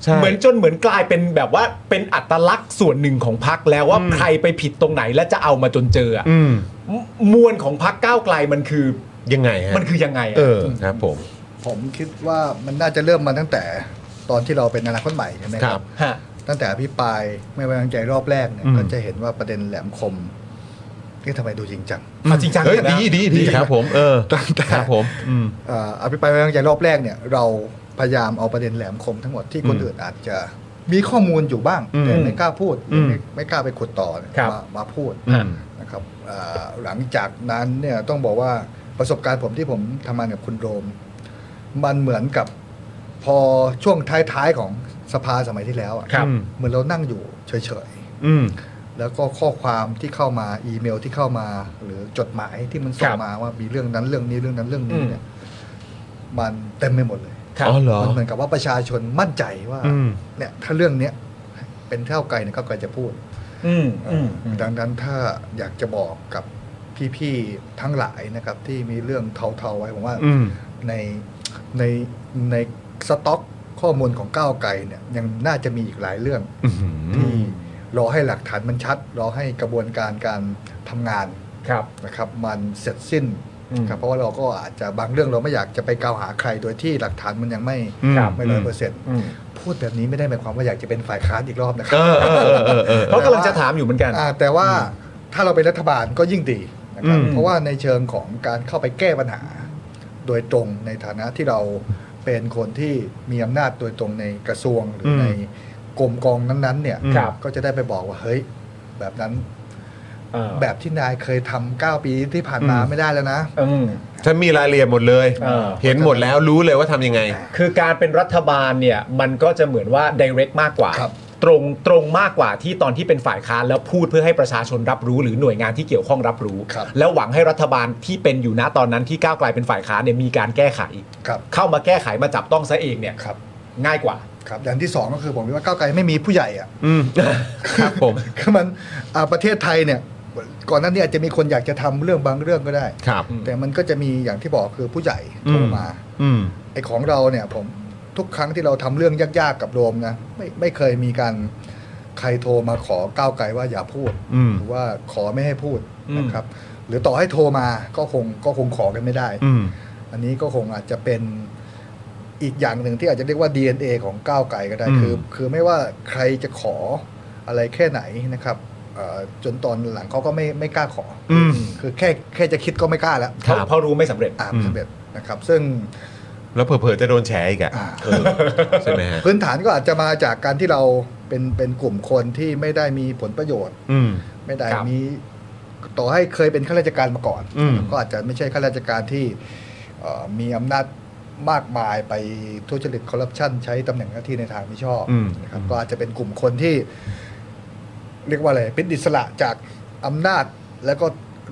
Speaker 1: ใช่
Speaker 3: เหมือนจนเหมือนกลายเป็นแบบว่าเป็นอัตลักษณ์ส่วนหนึ่งของพักแล้วว่าใครไปผิดตรงไหนและจะเอามาจนเจออะ
Speaker 1: อืม
Speaker 3: มมวลของพักก้าวไกลมันคือ
Speaker 1: ยังไงฮะ
Speaker 3: มันคือยังไงอะ
Speaker 1: เออ ครับผม
Speaker 5: ผมคิดว่ามันน่าจะเริ่มมาตั้งแต่ตอนที่เราเป็นอนาคตใหม่ใช่ไหม
Speaker 1: ค
Speaker 5: ค
Speaker 1: รั
Speaker 5: รับ บ
Speaker 3: ฮะ
Speaker 5: ตั้งแต่อภิปรายไม่ไว้วางใจรอบแรกเนี่ย
Speaker 1: อืม
Speaker 5: ก็จะเห็นว่าประเด็นแหลมคมนี่ทำไมดูจริงจัง
Speaker 3: เอาจริงจัง
Speaker 1: เฮ้ย
Speaker 3: เลยนะ
Speaker 1: ดีดีดีครับผม เออ
Speaker 5: ตั้งแต่
Speaker 1: ครับผม อืม
Speaker 5: เอ่ออภิปรายไม่ไว้วางใจรอบแรกเนี่ย เราพยายามเอาประเด็นแหลมคมทั้งหมดที่คน
Speaker 1: อืม
Speaker 5: อื่นอาจจะมีข้อมูลอยู่บ้าง
Speaker 1: อืม
Speaker 5: แต่ไม่กล้าพูด
Speaker 1: อืม
Speaker 5: ไม่ไม่กล้าไปขุดต่อเนี่ย
Speaker 3: ครับ
Speaker 5: มามาพูด
Speaker 1: อืม
Speaker 5: นะครับเอ่อหลังจากนั้นเนี่ยต้องบอกว่าประสบการณ์ผมที่ผมทำงานกับคุณโรม มันเหมือนกับพอช่วงท้ายๆของสภาสมัยที่แล้วอะ
Speaker 3: ครับ
Speaker 5: เหมือนเรานั่งอยู่เฉยๆ
Speaker 1: อืม
Speaker 5: แล้วก็ข้อความที่เข้ามาอีเมลที่เข้ามาหรือจดหมายที่มันส่งมาว่ามีเรื่องนั้นเรื่องนี้เรื่องนั้นเรื่องนี้เนี่ยมันเต็มไปหมดเลย
Speaker 3: ครับ
Speaker 1: อ๋อเหรอ
Speaker 5: มันเหมือนกับว่าประชาชนมั่นใจว่า
Speaker 1: อืม
Speaker 5: เนี่ยถ้าเรื่องเนี้ยเป็นเท่าไกลเนี่ยก้าวไกลจะพูด
Speaker 3: อืมอืม
Speaker 5: เออดังนั้นถ้าอยากจะบอกกับพี่ๆทั้งหลายนะครับ ที่มีเรื่องเทาๆไว้ผมว่า
Speaker 1: อืม
Speaker 5: ในในในสต็อกข้อมูลของก้าวไกลเนี่ยยังน่าจะมีอีกหลายเรื่อง
Speaker 1: อืม
Speaker 5: ที่รอให้หลักฐานมันชัด รอให้กระบวนการการทำงาน
Speaker 3: ครับ
Speaker 5: นะครับ มันเสร็จสิ้น
Speaker 3: อืม
Speaker 5: ครับเพราะว่าเราก็อาจจะบางเรื่องเราไม่อยากจะไปกล่าวหาใครโดยที่หลักฐานมันยังไม่
Speaker 3: ครับ
Speaker 5: ไม่ร้อยเปอร์เซ็นต์
Speaker 3: อืม
Speaker 5: พูดแบบนี้ไม่ได้หมายความว่าอยากจะเป็นฝ่ายค้านอีกรอบนะค
Speaker 1: เอ
Speaker 5: รั
Speaker 1: อเออเออเออเออ
Speaker 3: เขากำลังจะถามอยู่เหมือนกัน
Speaker 5: อ่าแต่ว่าถ้าเราเป็นรัฐบาลก็ยิ่งดีนะครับ
Speaker 1: อืม
Speaker 5: เพราะว่าในเชิงของการเข้าไปแก้ปัญหา โดยตรงในฐานะที่เราเป็นคนที่มีอำนาจโดยตรงในกระทรวงหรืออ
Speaker 1: ม
Speaker 5: ในกรมกองนั้นๆเนี่ย
Speaker 3: ครับ
Speaker 5: ก็จะได้ไปบอกว่าเฮ้ย แบบนั้น
Speaker 3: เออ
Speaker 5: แบบที่นายเคยทำเก้าปีที่ผ่านมา
Speaker 1: อืม
Speaker 5: ไม่ได้แล้วนะ
Speaker 3: อืม
Speaker 1: ฉันมีรายละเอียดหมดเลย
Speaker 3: เออ
Speaker 1: เห็นหมดแล้วรู้เลยว่าทำยังไง
Speaker 3: คือการเป็นรัฐบาลเนี่ยมันก็จะเหมือนว่า direct มากกว่า
Speaker 5: ครับ
Speaker 3: ตรงตรงมากกว่าที่ตอนที่เป็นฝ่ายค้านแล้วพูดเพื่อให้ประชาชนรับรู้ หรือหน่วยงานที่เกี่ยวข้องรับรู้
Speaker 5: ครับ
Speaker 3: แล้วหวังให้รัฐบาลที่เป็นอยู่ณตอนนั้นที่ก้าวไกลเป็นฝ่ายค้านเนี่ยมีการแก้ไข
Speaker 5: ครับ
Speaker 3: เข้ามาแก้ไขมาจับต้องซะเองเนี่ย
Speaker 5: ครับ
Speaker 3: ง่ายกว่า
Speaker 5: ครับอย่างที่สองก็คือผมคิดว่าก้าวไกลไม่มีผู้ใหญ่อะ
Speaker 1: อืม ครับผม
Speaker 5: คือมันอ่าประเทศไทยเนี่ย ก่อนหน้านี้อาจจะมีคนอยากจะทำเรื่องบางเรื่องก็ได้
Speaker 1: ครับ
Speaker 5: แต่มันก็จะมีอย่างที่บอกคือผู้ใหญ่
Speaker 1: อื
Speaker 5: โท
Speaker 1: ม
Speaker 5: รมา
Speaker 1: อืม
Speaker 5: ไอ้ของเราเนี่ยผมทุกครั้งที่เราทำเรื่องยากๆกับโรมนะไม่ไม่เคยมีการใครโทรมาขอก้าวไกลว่าอย่าพูด
Speaker 1: อืม
Speaker 5: หรือว่าขอไม่ให้พูด
Speaker 3: อืม
Speaker 5: นะครับ หรือต่อให้โทรมาก็คงก็คงขอกันไม่ได้
Speaker 1: อืม
Speaker 5: อันนี้ก็คงอาจจะเป็นอีกอย่างหนึ่งที่อาจจะเรียกว่า DNA ของก้าวไกลก็ได้
Speaker 1: อืม
Speaker 5: คือ คือไม่ว่าใครจะขออะไรแค่ไหนนะครับเอ่อจนตอนหลังเขาก็ไม่ไม่กล้าขออ
Speaker 1: อืม
Speaker 5: คือแค่แค่จะคิดก็ไม่กล้าแล้ว
Speaker 3: เพราะเพราะรู้ไม่สำเร็จ
Speaker 5: อ่า
Speaker 1: อืม
Speaker 5: สำเร็จนะครับ ซึ่ง
Speaker 1: แล้วเผลอๆจะโดนแฉอีกอะเออใช่ไหมฮะ
Speaker 5: พื้นฐานก็อาจจะมาจากการที่เราเป็นเป็นกลุ่มคนที่ไม่ได้มีผลประโยชน์
Speaker 1: อืม
Speaker 5: ไม่ได้
Speaker 3: ครับ
Speaker 5: มีต่อให้เคยเป็นข้าราชการมาก่อน
Speaker 1: อืม
Speaker 5: ก็อาจจะไม่ใช่ข้าราชการที่เอ่อมีอำนาจมากมายไปทุจริตคอร์รัปชันใช้ตำแหน่งหน้าที่ในทางไม่ชอบ
Speaker 1: อืม
Speaker 5: นะครับก็อาจจะเป็นกลุ่มคนที่ เรียกว่าอะไรเป็นอิสระจากอำนาจและก็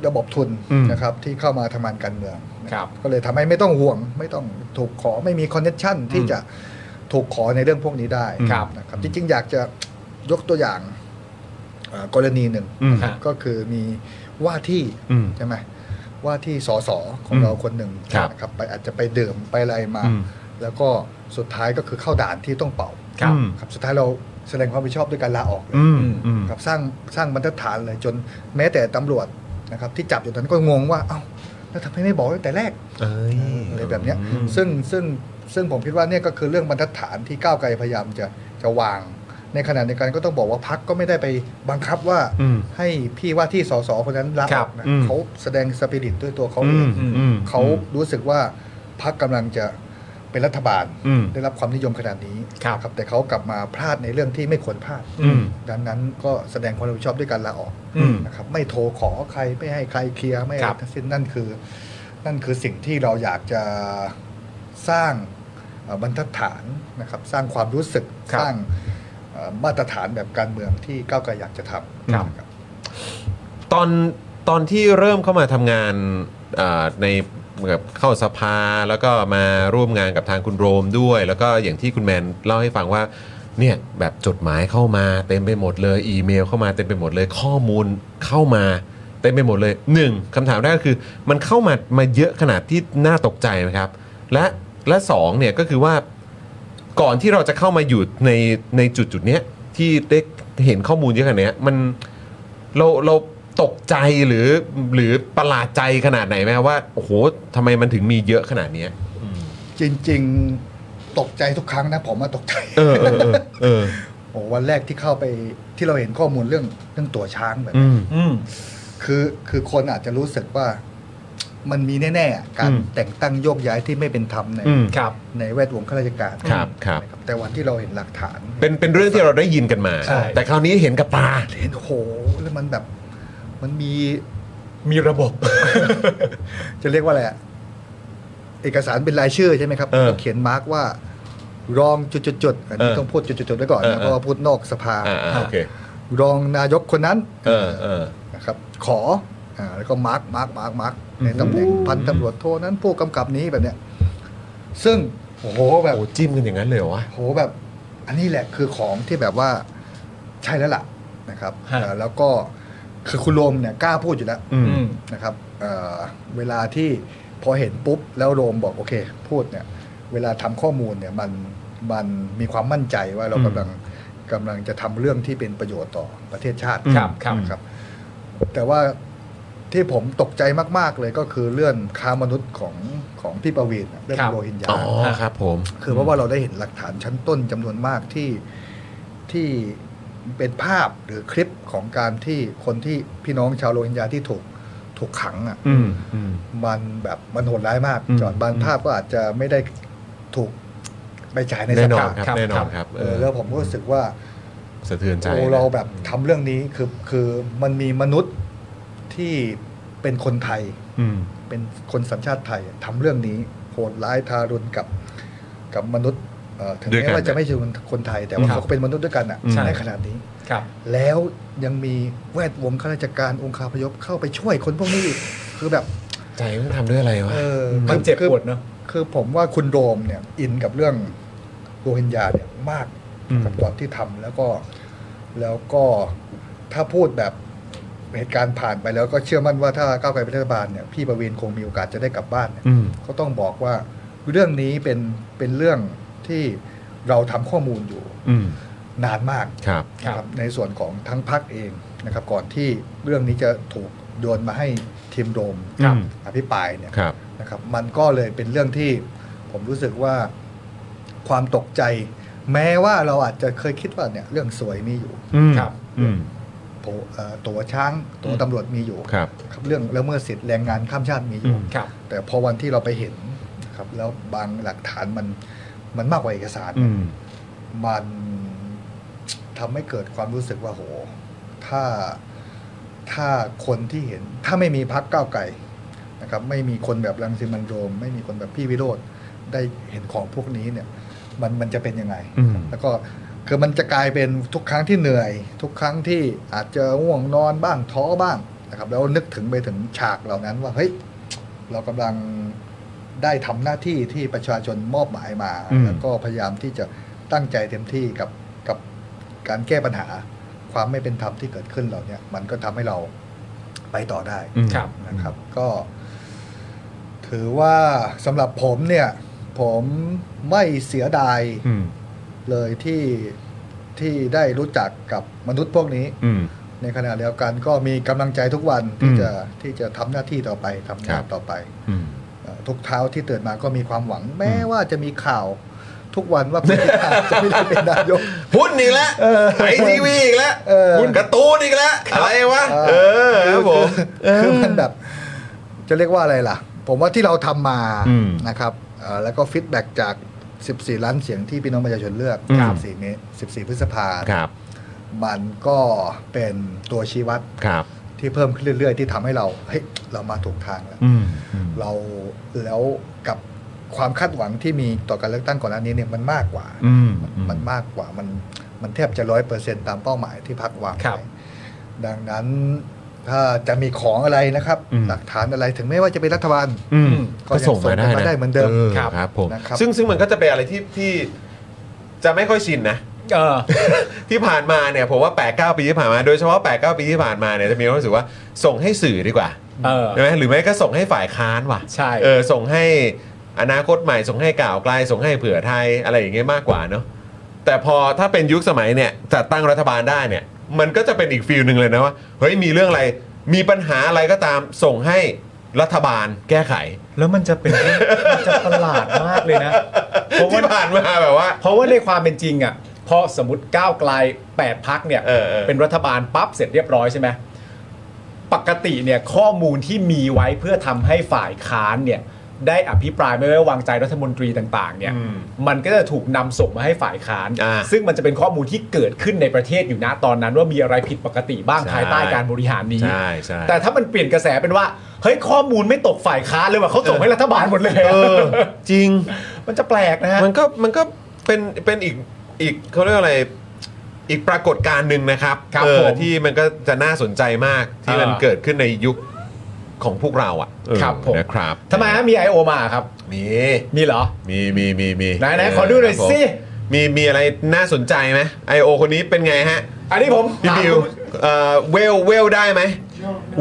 Speaker 5: ระบบทุน
Speaker 1: อืม
Speaker 5: นะครับ ที่เข้ามาทำงานการเมืองนะครับ ก็เลยทำให้ไม่ต้องห่วง ไม่ต้องถูกขอไม่มีคอนเนคชั่นที่จะถูกขอในเรื่องพวกนี้ได้
Speaker 3: ครับ
Speaker 5: นะครับ จริงๆ อยากจะยกตัวอย่างเอ่อกรณีหนึ่ง
Speaker 1: อืม
Speaker 3: ฮะ
Speaker 5: ก็คือมีว่าที่
Speaker 1: อืม
Speaker 5: ใช่ไหมว่าที่สสของ
Speaker 1: อืม
Speaker 5: เราคนหนึ่ง
Speaker 1: ครับ
Speaker 5: นะครับไปอาจจะไปดื่มไปอะไรมา
Speaker 1: อืม
Speaker 5: แล้วก็สุดท้ายก็คือเข้าด่านที่ต้องเป่า
Speaker 1: ครับอืม
Speaker 5: ครับสุดท้ายเราแสดงความรับผิดชอบด้วยการลาออกเลย
Speaker 1: อืมอืม
Speaker 5: ครับสร้างสร้างบรรทัดฐานเลยจนแม้แต่ตำรวจนะครับที่จับอยู่ตอนนั้นก็งงว่าเอ้าแล้วทำไมไม่บอกตั้งแต่แรก
Speaker 1: เอ้ย
Speaker 5: อะไรแบบเนี้ย
Speaker 1: อืม
Speaker 5: ซึ่งซึ่งซึ่งผมคิดว่าเนี่ยก็คือเรื่องบรรทัดฐานที่ก้าวไกลพยายามจะจะวาง ในขณะเดียวกันก็ต้องบอกว่าพักก็ไม่ได้ไปบังคับว่า
Speaker 1: อืม
Speaker 5: ให้พี่ว่าที่สสคนนั้นลา
Speaker 3: ครั
Speaker 5: อบ อกนะ
Speaker 1: อืม
Speaker 5: เขาแสดงสปิริตด้วยตัวเขา
Speaker 1: อื
Speaker 5: เอ
Speaker 1: ม
Speaker 5: ง
Speaker 1: อืมอืม
Speaker 5: เขารู้สึกว่าพรรคกำลังจะเป็นรัฐบาล
Speaker 1: อืม
Speaker 5: ได้รับความนิยมขนาดนี้
Speaker 3: ครับ
Speaker 5: นะครับแต่เขากลับมาพลาดในเรื่องที่ไม่ควรพลาด
Speaker 1: อืม
Speaker 5: ดังนั้นก็แสดงความรับผิดชอบด้วยการลาออก
Speaker 1: อืม
Speaker 5: นะครับไม่โทรขอใครไม่ให้ใครเคลียร์ไม่อะ
Speaker 3: ครั
Speaker 5: ไร
Speaker 3: บ
Speaker 5: ทั้งสิ้นนั่นคือ นั่นคือสิ่งที่เราอยากจะสร้างเอ่อบรรทัดฐานนะครับสร้างความรู้สึกสร้างเอ่อมาตรฐานแบบการเมืองที่ก้าวไกลอยากจะทำ
Speaker 1: ครับ
Speaker 5: นะครับ
Speaker 1: ตอนตอนที่เริ่มเข้ามาทำงานเอ่อในเหมือนกับเข้าสภาแล้วก็มาร่วมงานกับทางคุณโรมด้วย แล้วก็อย่างที่คุณแมนเล่าให้ฟังว่าเนี่ยแบบจดหมายเข้ามาเต็มไปหมดเลย อีเมลเข้ามาเต็มไปหมดเลยข้อมูลเข้ามาเต็มไปหมดเลยหนึ่งคำถามแรกก็คือ มันเข้ามามาเยอะขนาดที่น่าตกใจไหมครับ และและสองเนี่ยก็คือว่า ก่อนที่เราจะเข้ามาอยู่ในในจุดจุดๆเนี้ยที่ได้เห็นข้อมูลเยอะขนาดเนี้ยมันเราเราตกใจหรือหรือประหลาดใจขนาดไหนไหมครับว่าโอ้โหทำไมมันถึงมีเยอะขนาดเนี้ย
Speaker 5: จริงๆตกใจทุกครั้งนะผมมาตกใจ
Speaker 1: เออเออเออเออ
Speaker 5: โอ้วันแรกที่เข้าไปที่เราเห็นข้อมูลเรื่องเรื่องตัวช้างแบบ
Speaker 1: อืม
Speaker 3: อืม
Speaker 5: คือคือคนอาจจะรู้สึกว่ามันมีแน่ๆ การ
Speaker 1: อืม
Speaker 5: แต่งตั้งโยกย้ายที่ไม่เป็นธรรมใน
Speaker 1: อืม
Speaker 3: ครับ
Speaker 5: ในแวดวงข้าราชการ
Speaker 1: ครับครับ
Speaker 5: แต่วันที่เราเห็นหลักฐาน
Speaker 1: เป็นเป็นเรื่องที่เราได้ยินกันมา
Speaker 3: ใช่
Speaker 1: แต่คราวนี้เห็นกับตา
Speaker 5: เห็นโอ้โหแล้วมันแบบมันมี
Speaker 3: มีระบบ
Speaker 5: จะเรียกว่าอะไรอะเอกสารเป็นรายชื่อใช่ไหมครับ
Speaker 1: เออ
Speaker 5: เขียนมาร์กว่า รองจุดจุดจุดๆอันนี้
Speaker 1: เออ
Speaker 5: ต้องพูดจุดจุดจุดๆไว้ก่อน
Speaker 1: เออ
Speaker 5: นะเพราะว่าพูดนอกสภา
Speaker 1: อ่าๆโอเค
Speaker 5: รองนายกคนนั้น
Speaker 1: เออเออ
Speaker 5: นะครับ ขออ่าแล้วก็มาร์กมาร์กมาร์กมาร์กในตำแหน่งพันตำรวจโทนั้นผู้กำกับนี้แบบเนี้ย ซึ่งโอ้โหแบบ
Speaker 1: โอ้จิ้มกันอย่างนั้นเลยเหรอวะ
Speaker 5: โอ้โหแบบ อันนี้แหละคือของที่แบบว่าใช่แล้วล่ะนะครับ
Speaker 3: ฮะ
Speaker 5: อ่าแล้วก็คือคุณโรมเนี่ยกล้าพูดอยู่แล้ว
Speaker 1: อืม
Speaker 3: อืม
Speaker 5: นะครับเอ่อเวลาที่พอเห็นปุ๊บ แล้วโรมบอกโอเค พูดเนี่ย เวลาทำข้อมูลเนี่ยมันมันมีความมั่นใจว่าเรา
Speaker 1: อืม
Speaker 5: กำลังกำลังจะทำเรื่องที่เป็นประโยชน์ต่อประเทศชาติ
Speaker 3: ครับครับ
Speaker 5: นะครับ แต่ว่าที่ผมตกใจมากๆเลยก็คือเรื่องค้ามนุษย์ของของพี่ประวีนเรื่องโรฮิงญา
Speaker 1: ๋อครับผม
Speaker 5: คือเพราะว่าเราได้เห็นหลักฐานชั้นต้นจำนวนมากที่ที่เป็นภาพหรือคลิปของการที่คนที่พี่น้องชาวโรฮิงญาที่ถูกถูกขังอ่ะ
Speaker 1: อืมอืม
Speaker 5: มันแบบมันโหดร้ายมาก
Speaker 1: อืม
Speaker 5: จอดบางภาพก็อาจจะไม่ได้ถูกไปฉายในส
Speaker 1: แน่นอน
Speaker 5: ภา
Speaker 1: ครับ
Speaker 3: ครับ
Speaker 1: แน่นอนครับ
Speaker 5: เออแล้วผมก็รู้สึกว่า
Speaker 1: สะเทือนใจ
Speaker 5: โอ้เราแบบทำเรื่องนี้คือคือมันมีมนุษย์ที่เป็นคนไทย
Speaker 1: อืม
Speaker 5: เป็นคนสัญชาติไทยทำเรื่องนี้โหดร้ายทารุณกับกับมนุษย์เอ่อถึง
Speaker 1: ด้วยกั
Speaker 5: แม้
Speaker 1: น
Speaker 5: ว่าจะไม่ใช่คนไทย แต่ว่า
Speaker 3: ครับ
Speaker 5: เขาก็เป็นมนุษย์ด้วยกันอ่ะ
Speaker 1: ใช่
Speaker 5: ในขนาดนี้
Speaker 3: ครับ
Speaker 5: แล้วยังมีแวดวงข้าราชการองค์คาพยพเข้าไปช่วยคนพวกนี้อีกคือแบบ
Speaker 1: ใจมันทำด้วยอะไรวะ
Speaker 5: เออ
Speaker 3: มันเจ็บ
Speaker 5: คือ
Speaker 3: ปวดเนอะ
Speaker 5: คือผมว่าคุณโรมเนี่ยอินกับเรื่องโรฮิงญาเนี่ยมาก
Speaker 1: อืม
Speaker 5: กับตอนที่ทำแล้วก็แล้วก็ถ้าพูดแบบเหตุการณ์ผ่านไปแล้วก็เชื่อมั่นว่าถ้าก้าวไกลเป็นรัฐบาลเนี่ยพี่ประวินคงมีโอกาสจะได้กลับบ้านเนี่ย
Speaker 1: อืม
Speaker 5: ก็ต้องบอกว่าเรื่องนี้เป็นเป็นเรื่องที่เราทำข้อมูลอยู่
Speaker 1: อืม
Speaker 5: นานมาก
Speaker 1: ครับ
Speaker 5: นะในส่วนของทั้งพักเองนะครับ ก่อนที่เรื่องนี้จะถูกโยนมาให้ทีมโดม
Speaker 1: ครับ
Speaker 5: อภิปรายเนี่ย
Speaker 1: ครับ
Speaker 5: นะครับ มันก็เลยเป็นเรื่องที่ผมรู้สึกว่าความตกใจ แม้ว่าเราอาจจะเคยคิดว่าเนี่ยเรื่องสวยมีอยู่
Speaker 1: อืม
Speaker 3: ครับ
Speaker 1: อืม
Speaker 5: โผเอ่อตัวช้างตัวตำรวจมีอยู่
Speaker 1: ครับ
Speaker 5: ครับเรื่องละเมิดสิทธิแรงงานข้ามชาติมีอ
Speaker 1: อื
Speaker 5: ยู่
Speaker 1: ม
Speaker 3: ครับ
Speaker 5: แต่พอวันที่เราไปเห็นนะครับ ครับ แล้วบางหลักฐานมันมันมากกว่าเอกสาร
Speaker 3: อืม
Speaker 5: มันทำให้เกิดความรู้สึกว่าโห ถ้าถ้าคนที่เห็น ถ้าไม่มีพักก้าวไก่นะครับ ไม่มีคนแบบรังสิมันต์โรม ไม่มีคนแบบพี่วิโรธได้เห็นของพวกนี้เนี่ย มันมันจะเป็นยังไง
Speaker 3: อืม
Speaker 5: แล้วก็คือมันจะกลายเป็นทุกครั้งที่เหนื่อย ทุกครั้งที่อาจจะง่วงนอนบ้างท้อบ้างนะครับ แล้วนึกถึงไปถึงฉากเหล่านั้นว่าเฮ้ยเรากำลังได้ทำหน้าที่ที่ประชาชนมอบหมายมา
Speaker 3: อืม
Speaker 5: แล้วก็พยายามที่จะตั้งใจเต็มที่กับกับการแก้ปัญหา ความไม่เป็นธรรมที่เกิดขึ้นเหล่าเนี้ยมันก็ทำให้เราไปต่อได้
Speaker 3: ครับ
Speaker 5: นะครับก็ถือว่าสำหรับผมเนี่ย ผมไม่เสียดาย
Speaker 3: อืม
Speaker 5: เลยที่ที่ได้รู้จักกับมนุษย์พวกนี้
Speaker 3: อืม
Speaker 5: ในขณะเดียวกันก็มีกำลังใจทุกวันที่
Speaker 3: อืม
Speaker 5: จะที่จะทำหน้าที่ต่อไปทำ
Speaker 1: ครั
Speaker 5: งาน
Speaker 1: บ
Speaker 5: ต่อไป
Speaker 3: อืม
Speaker 5: เอ่อทุกเช้าที่ตื่นมาก็มีความหวัง แม้ว่าจะมีข่าวทุกวันว่าคุณพิธาจะไม่ได้เป็นนายก
Speaker 1: หุ้นอีกแล้วไอทีวีอีกแล้ว
Speaker 5: เออ
Speaker 1: หุ้นการ์ตูนอีกแล้วอะไรวะเออครับผม
Speaker 5: คือมันแบบ จะเรียกว่าอะไรล่ะ ผมว่าที่เราทำมา
Speaker 3: อืม
Speaker 5: นะครับเอ่อแล้วก็ฟีดแบ็กจาก 14 ล้านเสียงที่พี่น้องประชาชนเลือก
Speaker 3: ครับ
Speaker 5: 14นี้14 พฤษภา
Speaker 1: ครับ
Speaker 5: มันก็เป็นตัวชี้วัด
Speaker 1: ครับ
Speaker 5: ที่เพิ่มขึ้นเรื่อย ๆ ที่ทำให้เราเฮ้ยเรามาถูกทางแล้ว
Speaker 3: อืม
Speaker 5: เราแล้วกับความคาดหวังที่มีต่อการเลือกตั้งก่อนหน้านี้เนี่ยมันมากกว่า
Speaker 3: อืม
Speaker 5: มันมากกว่ามันมันแทบจะร้อยเปอร์เซ็นตามเป้าหมายที่พักวาง
Speaker 3: ครับ
Speaker 5: ไว้ดังนั้นถ้าจะมีของอะไรนะครับ
Speaker 3: อืม
Speaker 5: หลักฐานอะไรถึงแม้ว่าจะเป็นรัฐบาล
Speaker 3: อืม
Speaker 5: ก็ยังส่งกันมาได้เหมือนเดิม
Speaker 1: ครับครับผม
Speaker 5: นะครับ
Speaker 1: ซึ่งซึ่งมันก็จะเป็นอะไรที่ที่จะไม่ค่อยชิน นะ
Speaker 3: เออ
Speaker 1: ที่ผ่านมาเนี่ยผมว่า8ปดปีที่ผ่านมาโดยเฉพาะ8ปดปีที่ผ่านมาเนี่ยจะมีความรู้สึกว่าส่งให้สื่อดีกว่า
Speaker 3: เออ
Speaker 1: ใช่ไหมหรือไม่ก็ส่งให้ฝ่ายค้านว่ะ
Speaker 3: ใช่
Speaker 1: เออส่งให้อนาคตใหม่ส่งให้ก่าวไกลส่งให้เผื่อไทยอะไรอย่างเงี้ยมากกว่าเนาะแต่พอถ้าเป็นยุคสมัยเนี่ยจัดตั้งรัฐบาลได้เนี่ย มันก็จะเป็นอีกฟิลหนึ่งเลยนะว่าเฮ้ยมีเรื่องอะไรมีปัญหาอะไรก็ตามส่งให้รัฐบาลแก้ไข
Speaker 3: แล้วมันจะเป็นเรื่องมันจะประหลาดมากเลยนะ เพราะว่า
Speaker 1: ที่ผ่านมาแบบว่า
Speaker 3: เพราะว่าในความเป็นจริงอ่ะพอสมมติก้าวไกล8พักเนี่ย
Speaker 1: เออเออ
Speaker 3: นรัฐบาลปั๊บเสร็จเรียบร้อยใช่ไหมปกติเนี่ยข้อมูลที่มีไว้เพื่อทำให้ฝ่ายค้านเนี่ยได้อภิปรายไม่ไว้วางใจรัฐมนตรีต่างๆเนี่ย
Speaker 1: อืม
Speaker 3: มันก็จะถูกนำส่งมาให้ฝ่ายค้าน
Speaker 1: อ่า
Speaker 3: ซึ่งมันจะเป็นข้อมูลที่เกิดขึ้นในประเทศอยู่นะตอนนั้น ว่ามีอะไรผิดปกติบ้าง
Speaker 1: ใช่
Speaker 3: ภายใต้การบริหารนี้
Speaker 1: ใช่ใช่
Speaker 3: แต่ถ้ามันเปลี่ยนกระแสเป็นว่าเฮ้ยข้อมูลไม่ตกฝ่ายค้านเลยว่ะเขาส่งให้รัฐบาลหมดเลย
Speaker 1: เออ จริง
Speaker 3: มันจะแปลกนะฮะ
Speaker 1: มันก็มันก็เป็นเป็นอีกอีกเขาเรียกว่าอะไรอีกปรากฏการณ์หนึ่งนะครับ
Speaker 3: ครับ
Speaker 1: เออ
Speaker 3: ผม
Speaker 1: ที่มันก็จะน่าสนใจมากที่มัน
Speaker 3: เออ
Speaker 1: เกิดขึ้นในยุคของพวกเราอ่ะเออ
Speaker 3: ครับผม
Speaker 1: นะครับ
Speaker 3: ทำไมฮะมี I.O. มาครับ
Speaker 1: มี
Speaker 3: มีเหรอ
Speaker 1: มีมีมีมี
Speaker 3: ไหนไหน
Speaker 1: เ
Speaker 3: ขอดูหน่อย
Speaker 1: ครับผม
Speaker 3: สิ
Speaker 1: มีมีอะไรน่าสนใจไหมไอโอคนนี้เป็นไงฮะ
Speaker 3: อันนี้ผม
Speaker 1: พี่
Speaker 3: ถาม
Speaker 1: บิว
Speaker 3: คุณ
Speaker 1: เอ่อเวลเวลได้ไหม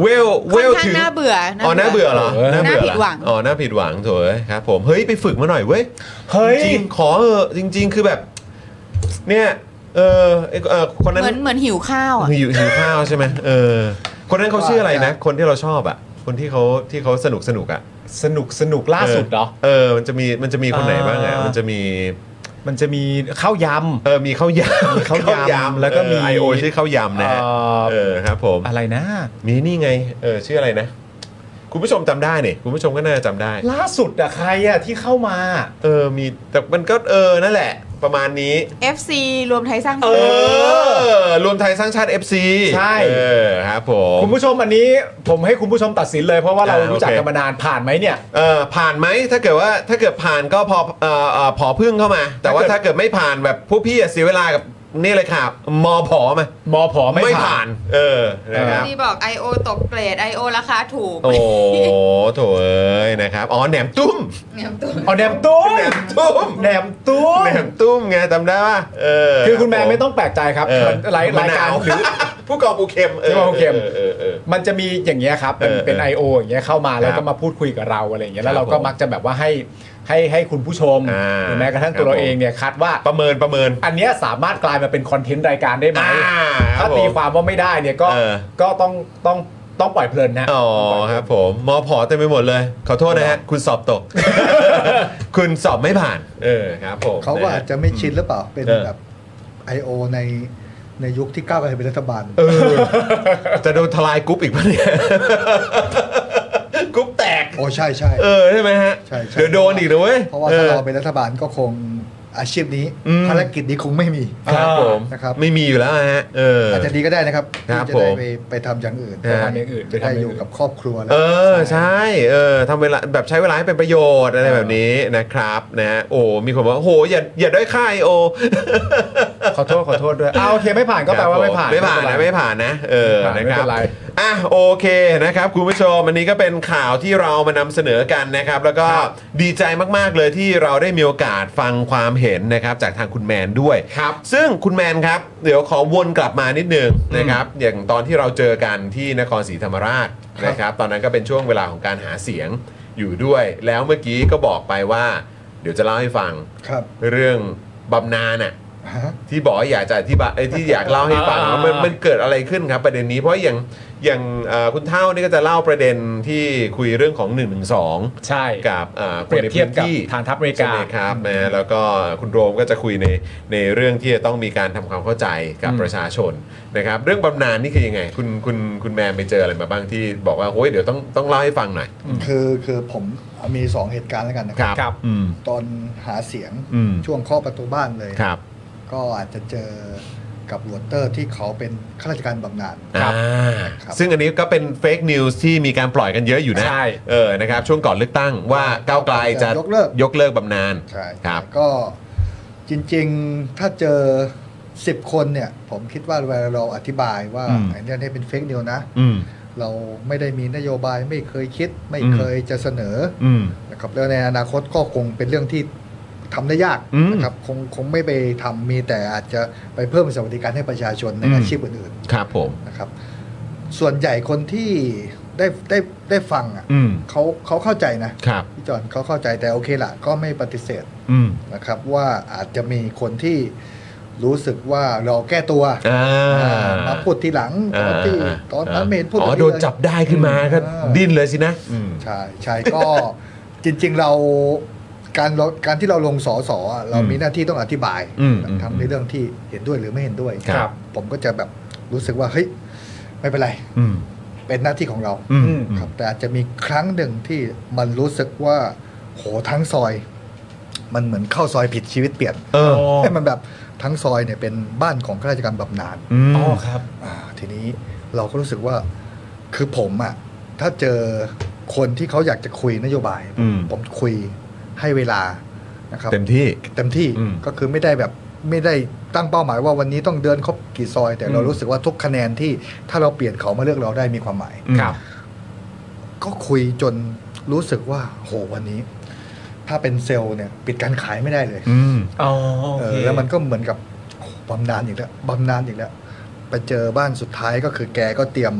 Speaker 1: เวลเว
Speaker 4: ค่อน
Speaker 1: ล
Speaker 4: ข้าง
Speaker 1: ถึง
Speaker 4: น่าเบื่อ
Speaker 1: อ๋อน่าเบื่อเหรอ
Speaker 3: เออ
Speaker 4: น่า
Speaker 1: เบื่อ
Speaker 4: ผิดหวัง
Speaker 1: เรออ๋อน่าผิดหวังโถยครับผม เฮ้ย ไปฝึกมาหน่อยเว้ย
Speaker 3: เฮ้ย
Speaker 1: จริงๆขอเออะจริง ๆ คือแบบ เนี่ย เออไอ้เออคนนั้น
Speaker 4: เหมือนเหมือนหิวข้าวอ่ะ
Speaker 1: หิวหิวข้าวใช่ไหมเออ คนนั้นเขาชื่ออะไรนะ คนที่เราชอบอ่ะ คนที่เขาที่เขาสนุกสนุกอ่ะ
Speaker 3: สนุกสนุกล่าสุดเหรอ
Speaker 1: เออ มันจะมีมันจะมีคนไหนบ้างอ่ะ
Speaker 3: อ่ามั
Speaker 1: มันจะมี
Speaker 3: มันจะมีข้าวย
Speaker 1: เออ มีข้าวยำ
Speaker 3: มีข้าวยำแล้วก็มี
Speaker 1: ไอโอ IO ชื่อข้าวยำนะฮะ
Speaker 3: เอ่อ
Speaker 1: เออครับผม
Speaker 3: ำอะไรนะ
Speaker 1: มีนี่ไง เออ ชื่ออะไรนะ คุณผู้ชมจำได้เนี่ยคุณผู้ชมก็น่าจะจำได้
Speaker 3: ล่าสุดอะใครอะที่เข้ามา
Speaker 1: เออ มี แต่มันก็เออ นั่นแหละ ประมาณนี้
Speaker 4: FC รวมไทยสร้าง
Speaker 1: เอ
Speaker 4: ชาติ
Speaker 1: อ รวมไทยสร้างชาติ FC
Speaker 3: ใช่
Speaker 1: เออ ครับผม
Speaker 3: คุณผู้ชมอันนี้ผมให้คุณผู้ชมตัดสินเลยเพราะว่าเรา
Speaker 1: อ่า
Speaker 3: รู้จัก
Speaker 1: โอเค
Speaker 3: กันมานานผ่านไหมเนี่ย
Speaker 1: เออผ่านไหม ถ้าเกิดว่า ถ้าเกิดผ่านก็พอเอ่อเอ่อพอพึ่งเข้ามา แต่ว่าถ้า
Speaker 3: ถ้าเกิด
Speaker 1: เกิดไม่ผ่านแบบพวกพี่อะเสียเวลากับนี่เลยค่ะมอผอมา
Speaker 3: มอผอไม่
Speaker 1: ไม่
Speaker 3: ผ่า
Speaker 1: ผ่าน น เออ นะครับ
Speaker 4: ที่บอก I.O. ตกเกรด I.O. ราคาถูก
Speaker 1: โอ้โถเอ้ยนะครับ อ๋อ แหนมตุ้ม
Speaker 4: เนี่ยตัว
Speaker 3: เอาแหนมตุ้ม
Speaker 1: แหนมตุ้ม
Speaker 3: แหนมตุ้ม
Speaker 1: แหนมตุ้มไงจำได้ป่ะ เออ
Speaker 3: คือคุณแม
Speaker 1: รั
Speaker 3: ง
Speaker 1: บผ
Speaker 3: ไม่ต้องแปลกใจครับ
Speaker 1: เออ
Speaker 3: รายรายการ
Speaker 1: มะนว
Speaker 3: หรือ
Speaker 1: ผู้กองปูเข็ม
Speaker 3: ผู้กองปูเข็ม
Speaker 1: เออเออ
Speaker 3: มันจะมีอย่างเงี้ยครับเป็น
Speaker 1: เออ
Speaker 3: เป็น
Speaker 1: เออ
Speaker 3: I.O. อย่างเงี้ยเข้ามาแล้ว
Speaker 1: ครับ
Speaker 3: ก็มาพูดคุยกับเราอะไรอย่างเงี้ยแล้
Speaker 1: ค
Speaker 3: ว
Speaker 1: รับ
Speaker 3: เราก็
Speaker 1: ผม
Speaker 3: มักจะแบบว่าให้ให้ให้คุณผู้ชม
Speaker 1: อ่า
Speaker 3: หรือแม้กระทั่ง
Speaker 1: ครับ
Speaker 3: ตัวเรา
Speaker 1: ผม
Speaker 3: เองเนี่ยคัดว่า
Speaker 1: ประเมินประเมิน
Speaker 3: อันเนี้ยสามารถกลายมาเป็นคอนเทนต์รายการได้ไหม
Speaker 1: อ่าครั
Speaker 3: ถ้า
Speaker 1: บผม
Speaker 3: ตีความว่าไม่ได้เนี่ยก็
Speaker 1: เออ
Speaker 3: ก็ต้องต้องต้องปล่อยเพลินนะ
Speaker 1: อ๋อครับผมมอผอเต็มไปหมดเลย ขอโทษนะฮะ คุณสอบตก คุณสอบไม่ผ่าน เออครับผม
Speaker 5: เขาก็อาจจะไม่ชินหรือเปล่า เป็น
Speaker 1: เออ
Speaker 5: แบบ I.O. ในในยุคที่ก้าวไกลเป็นรัฐบาล
Speaker 1: เออ จะโดนทลายกรุ๊ปอีกปะเนี่ย กรุ๊ปแตก
Speaker 5: อ้ใช่ใช่
Speaker 1: เออใช่ไหมฮะ
Speaker 5: ใช่ใช่
Speaker 1: เดี๋ยวโดนอีกนะเว้ย
Speaker 5: เพราะว่า
Speaker 1: อ
Speaker 5: ถ้า
Speaker 1: อ
Speaker 5: เราเป็นรัฐบาลก็คงอาชีพนี้
Speaker 1: อืม
Speaker 5: ภารกิจนี้คงไม่มี
Speaker 1: ครับผม
Speaker 5: นะครับ
Speaker 1: ไม่มีอยู่แล้วฮะ เออ
Speaker 5: อาจจะดีก็ได้นะครับ
Speaker 1: ครับ
Speaker 5: ที่จะ
Speaker 1: ผ
Speaker 5: ได้
Speaker 1: ม
Speaker 5: ไปไปทำอย่างอื่น
Speaker 1: ฮะ
Speaker 5: ไป
Speaker 3: ทำอย่างอื่นไป
Speaker 5: จะได้
Speaker 3: ทำอย่างอื่น
Speaker 5: อยู่กับครอบครัวแล้ว
Speaker 1: เออใช่เออทำเวลาแบบใช้เวลาให้เป็นประโยชน์อะไรแบบนี้นะครับนะฮะโอ้มีคนบอกว่าโหอย่าอย่าด้อยค่ายโอ
Speaker 3: ขอโทษขอโทษด้วยเอาโอเคไม่ผ่านก็แปลว่าไม่ผ่าน
Speaker 1: ไม่ผ่านนะไม่ผ่านนะเออ
Speaker 3: ไม่ผ่าน
Speaker 1: นะ
Speaker 3: ไม่
Speaker 1: ครั
Speaker 3: เป็
Speaker 1: บ
Speaker 3: นไร
Speaker 1: อ่ะโอเคนะครับคุณผู้ชมอันนี้ก็เป็นข่าวที่เรามานำเสนอกันนะครับ แล้วก็
Speaker 3: ครับ
Speaker 1: ดีใจมากๆเลยที่เราได้มีโอกาสฟังความเห็นนะครับจากทางคุณแมนด้วย
Speaker 3: ครับ
Speaker 1: ซึ่งคุณแมนครับเดี๋ยวขอวนกลับมานิดนึงนะครับอย่างตอนที่เราเจอกันที่นครศรีธรรมราช
Speaker 3: ครับ
Speaker 1: นะครับตอนนั้นก็เป็นช่วงเวลาของการหาเสียงอยู่ด้วย แล้วเมื่อกี้ก็บอกไปว่า เดี๋ยวจะเล่าให้ฟัง
Speaker 5: ครับ
Speaker 1: เรื่องบำนาญน่ะ
Speaker 5: ฮะ
Speaker 1: ที่บอกว่าอยากจะอธิบายเอ้ยที่อยากเล่าให้ฟัง
Speaker 3: อ่า
Speaker 1: ว่ามันมันเกิดอะไรขึ้นครับประเด็นนี้เพราะอย่างอย่างเอ่อคุณเท่านี่ก็จะเล่าประเด็นที่คุยเรื่องของ1นึ
Speaker 3: ใช่
Speaker 1: กับอ่าค
Speaker 3: เปรี
Speaker 1: น
Speaker 3: ยบ
Speaker 1: ใน
Speaker 3: เทียบกับ
Speaker 1: พื้น
Speaker 3: ฐานทัพอเมริกา
Speaker 1: ใช่ไหครับนะแล้วก็คุณโรมก็จะคุยในในเรื่องที่จะต้องมีการทำความเข้าใจกับ
Speaker 3: อืม
Speaker 1: ประชาชนนะครับเรื่องบำนาญนี่คือยังไง คุณคุณคุณแมนไปเจออะไรมาบ้างที่บอกว่าโอ้ยเดี๋ยวต้องต้องเล่าให้ฟังหน่อย
Speaker 5: คือคือผมมีสองเหตุการณ์แล้วกันนะค
Speaker 1: ค
Speaker 5: รั
Speaker 1: รับ
Speaker 3: ครับ
Speaker 1: อืม
Speaker 5: ตอนหาเสียง
Speaker 1: อืม
Speaker 5: ช่วงเข้อประตูบ้านเลย
Speaker 1: ครับ
Speaker 5: ก็อาจจะเจอกับวอเตอร์ที่เขาเป็นข้าราชการบำนาญ
Speaker 3: ครับ
Speaker 1: อ่า
Speaker 5: ครับ
Speaker 1: ซึ่งอันนี้ก็เป็นเฟกนิวส์ที่มีการปล่อยกันเยอะอยู่นะ
Speaker 3: ใช่
Speaker 1: เออ นะครับ ช่วงก่อนเลือกตั้งว่าก้าวไกลจะ
Speaker 5: ยกเลิก
Speaker 1: ยกเลิกบำนาญ
Speaker 5: ใช่
Speaker 1: ครับ
Speaker 5: ก็จริงๆถ้าเจอ 10 คนเนี่ย ผมคิดว่าเวลาเราอธิบายว่า
Speaker 1: อืม
Speaker 5: ไอ้เนี่ยให้เป็นเฟกนิวนะ
Speaker 1: อืม
Speaker 5: เราไม่ได้มีนโยบายไม่เคยคิดไม่เคยจะเสนอ
Speaker 1: อืม
Speaker 5: นะครับแล้วในอนาคตก็คงเป็นเรื่องที่ทำได้ยาก
Speaker 1: อืม
Speaker 5: นะครับคงคงไม่ไปทำมีแต่อาจจะไปเพิ่มสวัสดิการให้ประชาชนใน
Speaker 1: อืม
Speaker 5: อาชีพอื่น
Speaker 1: ครับผม
Speaker 5: ๆนะครับ ส่วนใหญ่คนที่ได้ได้ได้ฟังอ่ะ
Speaker 1: อืม
Speaker 5: เขาเขาเข้าใจนะครับ พี่จอนเขาเข้าใจแต่โอเคละก็ไม่ปฏิเสธ
Speaker 1: อืม
Speaker 5: นะครับว่าอาจจะมีคนที่รู้สึกว่าเราแก้ตัว
Speaker 1: อ่า
Speaker 5: อ่ามาพูดทีหลังตอนที่
Speaker 1: า
Speaker 5: ตอนนั้นเมนพูด
Speaker 1: อ๋อ
Speaker 5: แบบ
Speaker 1: โดน
Speaker 5: เลย
Speaker 1: จับได้ขึ้นมาก็
Speaker 5: เออ
Speaker 1: ดิ้นเลยสินะ อืม
Speaker 5: ใช่ใช่ก็ จริง ๆ เราการเราการที่เราลงสอสอะเรา
Speaker 1: อืม
Speaker 5: มีหน้าที่ต้องอธิบาย
Speaker 1: อืมอืม
Speaker 5: ทั้งในเรื่องที่เห็นด้วยหรือไม่เห็นด้วย
Speaker 1: ครับ
Speaker 5: ผมก็จะแบบรู้สึกว่าเฮ้ยไม่เป็นไร
Speaker 1: อืม
Speaker 5: เป็นหน้าที่ของเรา
Speaker 1: อืม
Speaker 5: ครับ แต่อาจจะมีครั้งหนึ่งที่มันรู้สึกว่าโหทั้งซอย มันเหมือนเข้าซอยผิดชีวิตเปลี่ยน
Speaker 1: เออ
Speaker 5: ให้มันแบบทั้งซอยเนี่ยเป็นบ้านของข้าราชการบำนาญ
Speaker 1: อืม
Speaker 3: อ๋อครับ
Speaker 5: อ่าทีนี้เราก็รู้สึกว่าคือผมอะถ้าเจอคนที่เขาอยากจะคุยนโยบาย
Speaker 1: อืม
Speaker 5: ผมคุยให้เวลานะครับ
Speaker 1: เต็มที่
Speaker 5: เต็มที่
Speaker 1: อืม
Speaker 5: ก็คือไม่ได้แบบไม่ได้ตั้งเป้าหมายว่าวันนี้ต้องเดินครบกี่ซอย แต่เรารู้สึกว่าทุกคะแนนที่ถ้าเราเปลี่ยนเขามาเลือกเราได้มีความหมาย
Speaker 3: ครับ
Speaker 5: ก็คุยจนรู้สึกว่า โหวันนี้ ถ้าเป็นเซลล์เนี่ยปิดการขายไม่ได้เลย
Speaker 1: อืม
Speaker 3: อ๋อโอ
Speaker 5: เอ
Speaker 3: เค
Speaker 5: อแล้วมันก็เหมือนกับโอ้โหบำนาญอีกแล้วบำนาญอีกแล้วไปเจอบ้านสุดท้ายก็คือแกก็เตรียม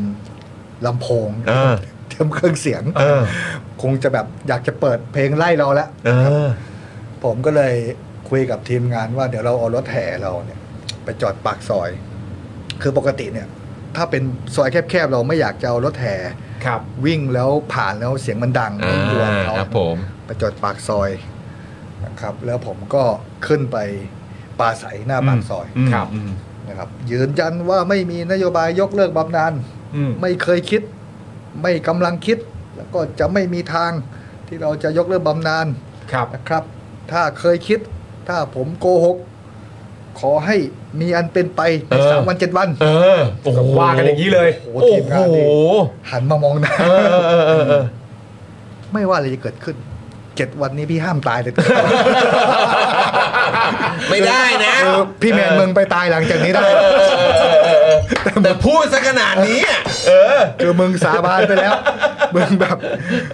Speaker 5: ลำโพง
Speaker 1: เออ
Speaker 5: เตรียมเครื่องเสียง
Speaker 1: เออ
Speaker 5: คงจะแบบอยากจะเปิดเพลงไล่เราแล้ว
Speaker 1: เออ
Speaker 5: ผมก็เลยคุยกับทีมงานว่าเดี๋ยวเราเอารถแห่เราเนี่ย ไปจอดปากซอย คือปกติเนี่ย ถ้าเป็นซอยแคบๆ เราไม่อยากจะเอารถแห่
Speaker 3: ครับ
Speaker 5: วิ่งแล้วผ่านแล้วเสียงมันดัง
Speaker 1: อ่
Speaker 5: รบกวนา เขา
Speaker 1: ครับผม
Speaker 5: ไปจอดปากซอยนะครับ แล้วผมก็ขึ้นไปปลาใสหน้าปากซอย
Speaker 3: ครับ
Speaker 5: นะครับยืนยันว่าไม่มีนโยบายยกเลิกบำนาญ
Speaker 3: อืม
Speaker 5: ไม่เคยคิด ไม่กำลังคิด แล้วก็จะไม่มีทางที่เราจะยกเลิกบำนาญ
Speaker 3: ครับ
Speaker 5: นะครับ ถ้าเคยคิด ถ้าผมโกหก ขอให้มีอันเป็นไปใน
Speaker 1: เออ
Speaker 5: สามวันเจ็ดวัน
Speaker 1: เออ โอ้โห
Speaker 3: ว่ากันอย่างนี้เลย
Speaker 1: โอ้
Speaker 5: ทีม
Speaker 1: โห
Speaker 5: งานนี่ หันมามองหน้า
Speaker 1: เออเออเออเออ
Speaker 5: ไม่ว่าอะไรจะเกิดขึ้นเจ็ดวันนี้พี่ห้ามตาย เลย
Speaker 1: ไม่ได้นะ
Speaker 5: เออพี่แมนมึงไปตายหลังจากนี้ได้
Speaker 1: แต่พูดซะขนาดนี้อ่ะเออ
Speaker 5: คือมึงสาบานไปแล้วมึงแบบ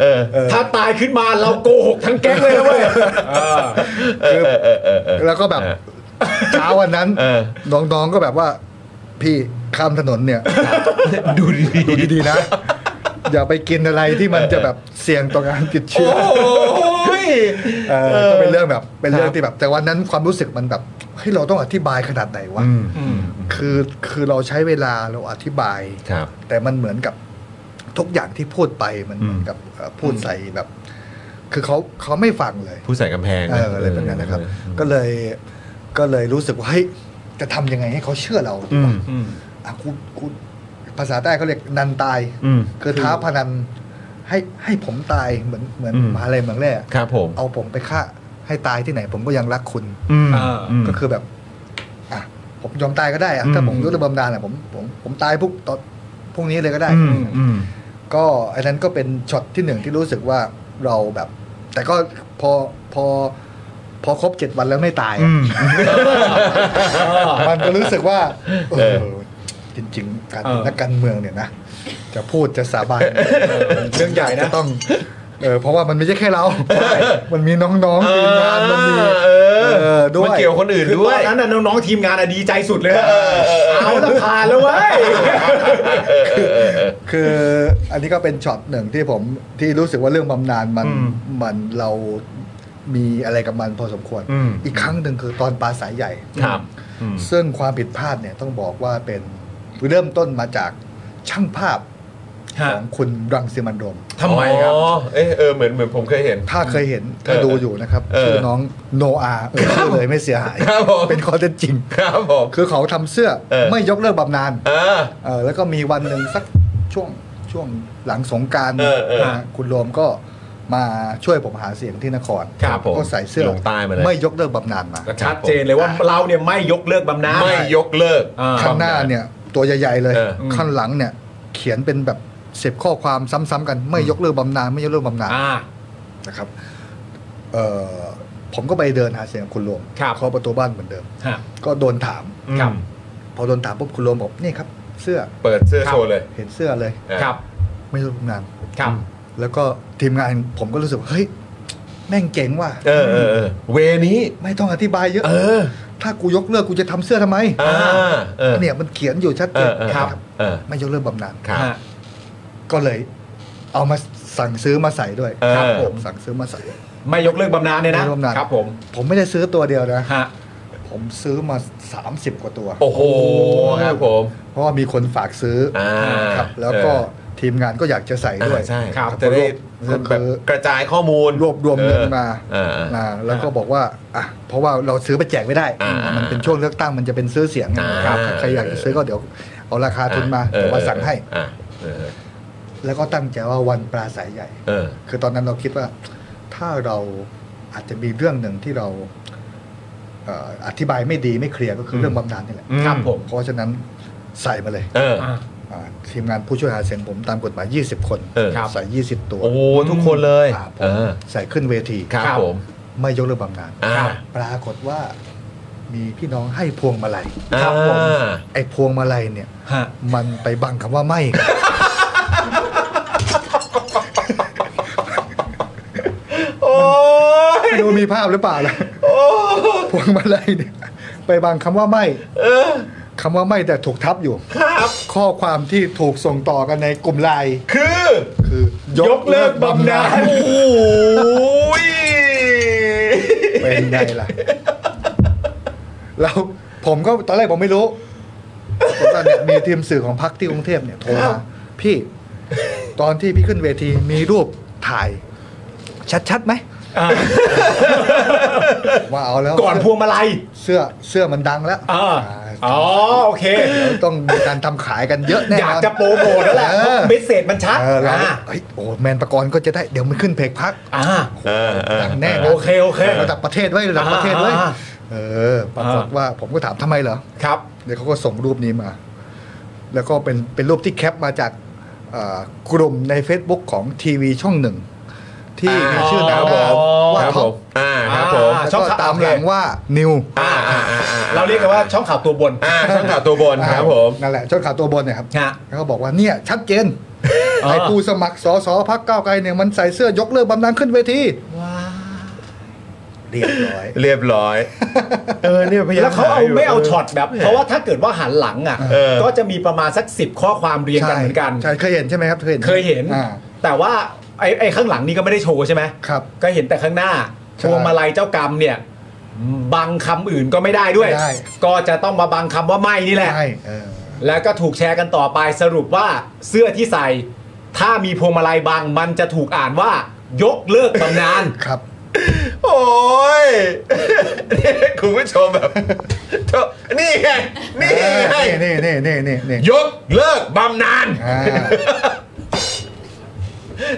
Speaker 1: เออ
Speaker 3: ถ้าตายขึ้นมาเราโกหกทั้งแก๊งเลยนะเว้ย
Speaker 5: คือแล้วก็แบบเช้าวันนั้น
Speaker 1: เออ
Speaker 5: น้องๆก็แบบว่าพี่ข้ามถนนเนี่ย
Speaker 1: ดูดี
Speaker 5: ดูดีๆนะ อย่าไปกินอะไรที่มันจะแบบเสี่ยงต่อการติดเชื้อ
Speaker 1: โอ้ย
Speaker 5: เออก็เป็นเรื่องแบบเป็นเรื่
Speaker 1: ค
Speaker 5: อ
Speaker 1: รั
Speaker 5: ง
Speaker 1: บ
Speaker 5: ที่แบบ แต่วันนั้นความรู้สึกมันแบบเฮ้ยเราต้องอธิบายขนาดไหนวะ
Speaker 1: อืม
Speaker 5: คือคือเราใช้เวลาเราอธิบาย
Speaker 1: ครับ
Speaker 5: แต่มันเหมือนกับทุกอย่างที่พูดไปมัน
Speaker 1: อืม
Speaker 5: เหมือนกับเอ่อพูดใส่แบบ คือเขาเขาไม่ฟังเลย
Speaker 1: ผู้ใส่กำแพง
Speaker 5: เอออะไรแบบนั้นนะครับ ก็เลยก็เลยรู้สึกว่าเฮ้ยจะทำยังไงให้เขาเชื่อเรา
Speaker 1: อืม
Speaker 5: อ่ะกูกูภาษาใต้เขาเรียกนันตาย
Speaker 1: อืม
Speaker 5: คือท้าพนัน ให้ให้ผมตายเหมือนเหมือน
Speaker 1: อืม
Speaker 5: มหาอะไรเมืองแรก
Speaker 1: ครับผม
Speaker 5: เอาผมไปฆ่าให้ตายที่ไหน ผมก็ยังรักคุณ
Speaker 1: อืม
Speaker 3: อ่า
Speaker 1: ม
Speaker 5: ก็คือแบบอ่ะผมยอมตายก็ได้อะถ้า
Speaker 1: อืม
Speaker 5: ผมยุติบำนาญอะผมผมผมตายพวกตอนพรุ่งนี้เลยก็ได้
Speaker 1: อืมอืม
Speaker 5: ก็อันนั้นก็เป็นช็อตที่หนึ่งที่รู้สึกว่าเราแบบ แต่ก็พอพอพอครบเจ็ดวันแล้วไม่ตายอะ มันก็รู้สึกว่าเออจริง ๆ การเป็น
Speaker 3: เออ
Speaker 5: นักการเมืองเนี่ยนะ จะพูดจะสาบาน
Speaker 3: เรื่องใหญ่
Speaker 5: จะ
Speaker 3: นะ
Speaker 5: ต้องเออเพราะว่ามันไม่ใช่แค่เรา มันมีน้องๆทีมงานมันมี
Speaker 1: อ่าเออ
Speaker 5: เออด้ว
Speaker 1: มัน
Speaker 5: ย
Speaker 1: เกี่ยวคนอื่น
Speaker 3: คือ
Speaker 1: ด้
Speaker 3: ต
Speaker 1: ว
Speaker 3: อย นนั้นน่ะน้องๆทีมงานอะดีใจสุดเลยอะเอาละผ่านแล้วเว้ย
Speaker 5: คืออันนี้ก็เป็นช็อตหนึ่งที่ผมที่รู้สึกว่าเรื่องบำนาญมัน
Speaker 1: อืม
Speaker 5: มันเรามีอะไรกับมันพอสมควร
Speaker 1: อืม
Speaker 5: อีกครั้งหนึ่งคือตอนปลาสายใหญ่
Speaker 1: ครับอืม
Speaker 5: ซึ่งความผิดพลาดเนี่ยต้องบอกว่าเป็นเริ่มต้นมาจากช่างภาพ
Speaker 3: ฮะ
Speaker 5: ของคุณรังสิมันต์โรม
Speaker 3: ทำไมครับ
Speaker 1: อ๋อเอยเออเหมือนเหมือนผมเคยเห็น
Speaker 5: ถ้าเคยเห็นถ้า
Speaker 1: เออ
Speaker 5: ดูอยู่นะครับ
Speaker 1: เออ
Speaker 5: ชื่อน้องโนอาเออชื่อเลยไม่เสียหาย
Speaker 1: ครับผม
Speaker 5: เป็นข้อเท็จจริง
Speaker 1: ครับผม
Speaker 5: คือเขาทำเสื้อ
Speaker 1: เออ
Speaker 5: ไม่ยกเลิกบำนาญ
Speaker 1: เออ
Speaker 5: เออแล้วก็มีวันหนึ่งสักช่วงช่วงหลังสงกราร
Speaker 1: เออเออ
Speaker 5: คุณโรมก็มาช่วยผมหาเสียงที่นคร
Speaker 1: ครับผม
Speaker 5: ก็ใส่เสื้อ
Speaker 1: ลงใต้มาเลย
Speaker 5: ไม่ยกเลิกบำนาญมา
Speaker 3: ชัดเจนเลยว่าเราเนี่ยไม่ยกเลิกบำนาญ
Speaker 1: ไม่ยกเลิก
Speaker 3: อ่า
Speaker 5: ข้างหน้าเนี่ยตัวใหญ่ ๆ เลย
Speaker 1: เออ
Speaker 5: ข้างหลังเนี่ยเขียนเป็นแบบเสพข้อความซ้ำๆกันไม่ยกเลิกบำนาญไม่ยกเลิกบำนาญ
Speaker 3: อ่า
Speaker 5: นะครับเอ่อผมก็ไปเดินหาเสียงกับคุณรวม
Speaker 3: ครับ
Speaker 5: เคาะประตูบ้านเหมือนเดิม
Speaker 3: ฮะ
Speaker 5: ก็โดนถาม
Speaker 3: ครับ
Speaker 5: พอโดนถามปุ๊บคุณรวมบอกนี่ครับ เสื้อ
Speaker 1: เปิดเสื้อโชว์เลย
Speaker 5: เห็นเสื้อเลย
Speaker 3: ครับ
Speaker 5: ไม่รู้ทำงาน
Speaker 3: ครับ
Speaker 5: แล้วก็ทีมงานผมก็รู้สึกว่าเฮ้ย แม่งเจ๋งว่ะ
Speaker 1: เออเออเออเวนี้
Speaker 5: ไม่ต้องอธิบายเยอะ
Speaker 1: เออ
Speaker 5: ถ้ากูยกเลิกกูจะทำเสื้อทำไม
Speaker 1: อ่าเออ
Speaker 5: เนี่ยมันเขียนอยู่ชัด
Speaker 1: เอ
Speaker 5: เจน
Speaker 1: อเออ
Speaker 5: ครับ
Speaker 1: เออ
Speaker 5: ไม่ยกเลิกบำนาญ
Speaker 1: ครับ
Speaker 3: ฮะ
Speaker 5: ก็เลย เอามาสั่งซื้อมาใส่ด้วย
Speaker 1: เออ
Speaker 5: ครับผมสั่งซื้อมาใส่
Speaker 3: ไม่ยกเลิกบำนาญเนี่ยนะ
Speaker 5: ไม่ยกเลิกบำนาญ
Speaker 3: ครับผม
Speaker 5: ผมไม่ได้ซื้อตัวเดียวนะ
Speaker 3: ฮะ
Speaker 5: ผมซื้อมา 30 กว่าตัว
Speaker 1: โอ้โหครับผม
Speaker 5: เพราะว่ามีคนฝากซื้ออา ครับแล้วก็
Speaker 1: เออ
Speaker 5: ทีมงานก็อยากจะใส่ด้วย
Speaker 1: อ่าใช่
Speaker 3: ครับ
Speaker 1: จะได้
Speaker 5: ก็
Speaker 1: แบบ
Speaker 5: คือ
Speaker 1: กระจายข้อมูล
Speaker 5: รวบรวมเงินมา
Speaker 1: เออเออ
Speaker 5: อ่าแล้วก็บอกว่าอ่ะเพราะว่าเราซื้อไปแจกไม่ได้
Speaker 1: อ่า
Speaker 5: มันเป็นช่วงเลือกตั้งมันจะเป็นซื้อเสียง
Speaker 1: อ่า
Speaker 5: ครับใครอยากจะซื้อก็เดี๋ยวเอาราคาทุนมา
Speaker 1: เออ
Speaker 5: เดี๋ยวมาสั่งให้
Speaker 1: อ่ะเออ
Speaker 5: แล้วก็ตั้งใจว่าวันปลาสายใหญ่
Speaker 1: เออ
Speaker 5: คือตอนนั้นเราคิดว่า ถ้าเราอาจจะมีเรื่องหนึ่งที่เราเอ่ออธิบายไม่ดีไม่เคลียร์ก็คือเรื่องบำนาญนี่แหละ
Speaker 1: อืม
Speaker 3: ครับผม
Speaker 5: เพราะฉะนั้นใส่มาเลย
Speaker 1: เออ
Speaker 5: อ่าทีมงานผู้ช่วยหาเสียงผมตามกฎหมาย 20 คน
Speaker 1: เออ
Speaker 3: ครับ
Speaker 5: ใส่ 20 ตัว
Speaker 1: โอ้โหทุกคนเลย
Speaker 5: อ่าผม
Speaker 1: เออ
Speaker 5: ใส่ขึ้นเวที
Speaker 1: ครับ
Speaker 3: ครับ
Speaker 1: ผม
Speaker 5: ไม่ยกเลิกบำนาญ
Speaker 1: อ่า
Speaker 5: ปรากฏว่ามีพี่น้องให้พวงมาลัย
Speaker 3: ครับผม
Speaker 1: อ่า
Speaker 5: ไอ้พวงมาลัยเนี่ย
Speaker 3: ฮะ
Speaker 5: มันไปบังคำว่า ไม่ครับ
Speaker 1: โอ้ย
Speaker 5: ไม่รู้มีภาพหรือเปล่าล่ะ
Speaker 1: โอ้ย
Speaker 5: พวงมาลัยเนี่ยไปบังคำว่าไม่
Speaker 1: เออ
Speaker 5: คำว่าไม่แต่ถูกทับอยู่
Speaker 1: ครับ
Speaker 5: ข้อความที่ถูกส่งต่อกันในกลุ่มไลน์
Speaker 1: คือ
Speaker 5: คือย
Speaker 3: กเลิกบำนาญ
Speaker 1: โอ้โหย
Speaker 5: เป็นไงล่ะ แล้วผมก็ตอนแรกผมไม่รู้ปรากฏว่าเนี่ยมีทีมสื่อของพรรคที่กรุงเทพเนี่ยโทรมาพี่ ตอนที่พี่ขึ้นเวทีมีรูปถ่าย ชัดๆไหมว่าเอาแล้ว
Speaker 3: ก่อนพวงมาลัย
Speaker 5: เสื้อเสื้อมันดังแล้ว
Speaker 3: อ่า
Speaker 5: อ่า
Speaker 3: อ๋อ โอเค
Speaker 5: เดี๋ยวต้องมีการทำขายกันเยอะแน่นอนอย
Speaker 3: อากจะโปรโมทแล้วแหละ
Speaker 5: เออ
Speaker 3: เมสเซจมันชัด
Speaker 5: เออเรา
Speaker 3: อ่า
Speaker 5: เฮ้ยโอ้แมนประกรณ์ก็จะได้เดี๋ยวมันขึ้นเพจพัก
Speaker 3: อ่า
Speaker 1: เออเออ
Speaker 5: ดังแน่นะ
Speaker 3: โอเคโอเค
Speaker 5: ระดับประเทศไว้ยระดับประเทศไว้ย
Speaker 3: อ่าอ่า
Speaker 5: เออปรากฏว่าผมก็ถามทำไมเหรอ
Speaker 3: ครับ
Speaker 5: เดี๋ยวเขาก็ส่งรูปนี้มา แล้วก็เป็นเป็นรูปที่แคปมาจากเอ่อกลุ่มใน Facebook ของทีวีช่องหนึ่ง ที่มีชื่อหนัง
Speaker 1: ครับผม
Speaker 5: ว่า
Speaker 1: ครับผ
Speaker 5: ท็อป
Speaker 1: มอ่าครับผม
Speaker 3: อ่า
Speaker 5: แล้ว
Speaker 3: ช่อง
Speaker 5: ก็
Speaker 3: ข่าว
Speaker 5: ตาม
Speaker 3: โอเค
Speaker 5: หลังว่านิว
Speaker 1: อ่าอ่าอ่าอ่
Speaker 3: เราเรียกกันว่าช่องข่าวตัวบน
Speaker 1: อ่าช่องข่าวตัวบนครับผม
Speaker 5: นั่นแหละช่องข่าวตัวบนเนี่ยครับ
Speaker 3: ฮะ
Speaker 5: แล้วก็บอกว่าเนี่ย ชัดเจน
Speaker 3: อ๋อ
Speaker 5: ไอ้ผู้สมัครสอสอพักก้าวไกลเนี่ยมันใส่เสื้อยกเลิกบำนาญขึ้นเวทีเรียบร้อย
Speaker 1: เรียบร้อย เออเนี่ยพยายาม
Speaker 3: แล้วเขาเอา
Speaker 1: หยู่
Speaker 3: ไม่เอาช็อตแบบ เพราะว่าถ้าเกิดว่าหันหลังอ่ะ
Speaker 1: เออ
Speaker 3: ก็จะมีประมาณสักสิบข้อความเรียงกันเหมือนกัน
Speaker 5: ใช่ใช่เคยเห็นใช่ไหมครับเคยเห็น
Speaker 3: เคยเห็น
Speaker 5: อ่า
Speaker 3: แต่ว่าไอ้ไอ้ข้างหลังนี่ก็ไม่ได้โชว์ใช่ไหม
Speaker 5: ครับ
Speaker 3: ก็เห็นแต่ข้างหน้า
Speaker 5: ใช่
Speaker 3: พวงมาลัยเจ้ากรรมเนี่ยบังคำอื่นก็ไม่ได้ด้วย
Speaker 5: ไม่ได้
Speaker 3: ก็จะต้องมาบังคำว่าไม่นี่แหละ
Speaker 5: ใช่เออ
Speaker 3: แล้วก็ถูกแชร์กันต่อไปสรุปว่าเสื้อที่ใส่ ถ้ามีพวงมาลัยบังมันจะถูกอ่านว่า ยกเลิกตำนาน
Speaker 5: ครับ
Speaker 1: โอ้ย เนี่ยคุณผู้ชมแบบ โถ่นี่ไงนี่ไง
Speaker 5: นี่นี่นี่นี่นี่นี่
Speaker 1: ยกเลิกบำนาญ
Speaker 5: อ่า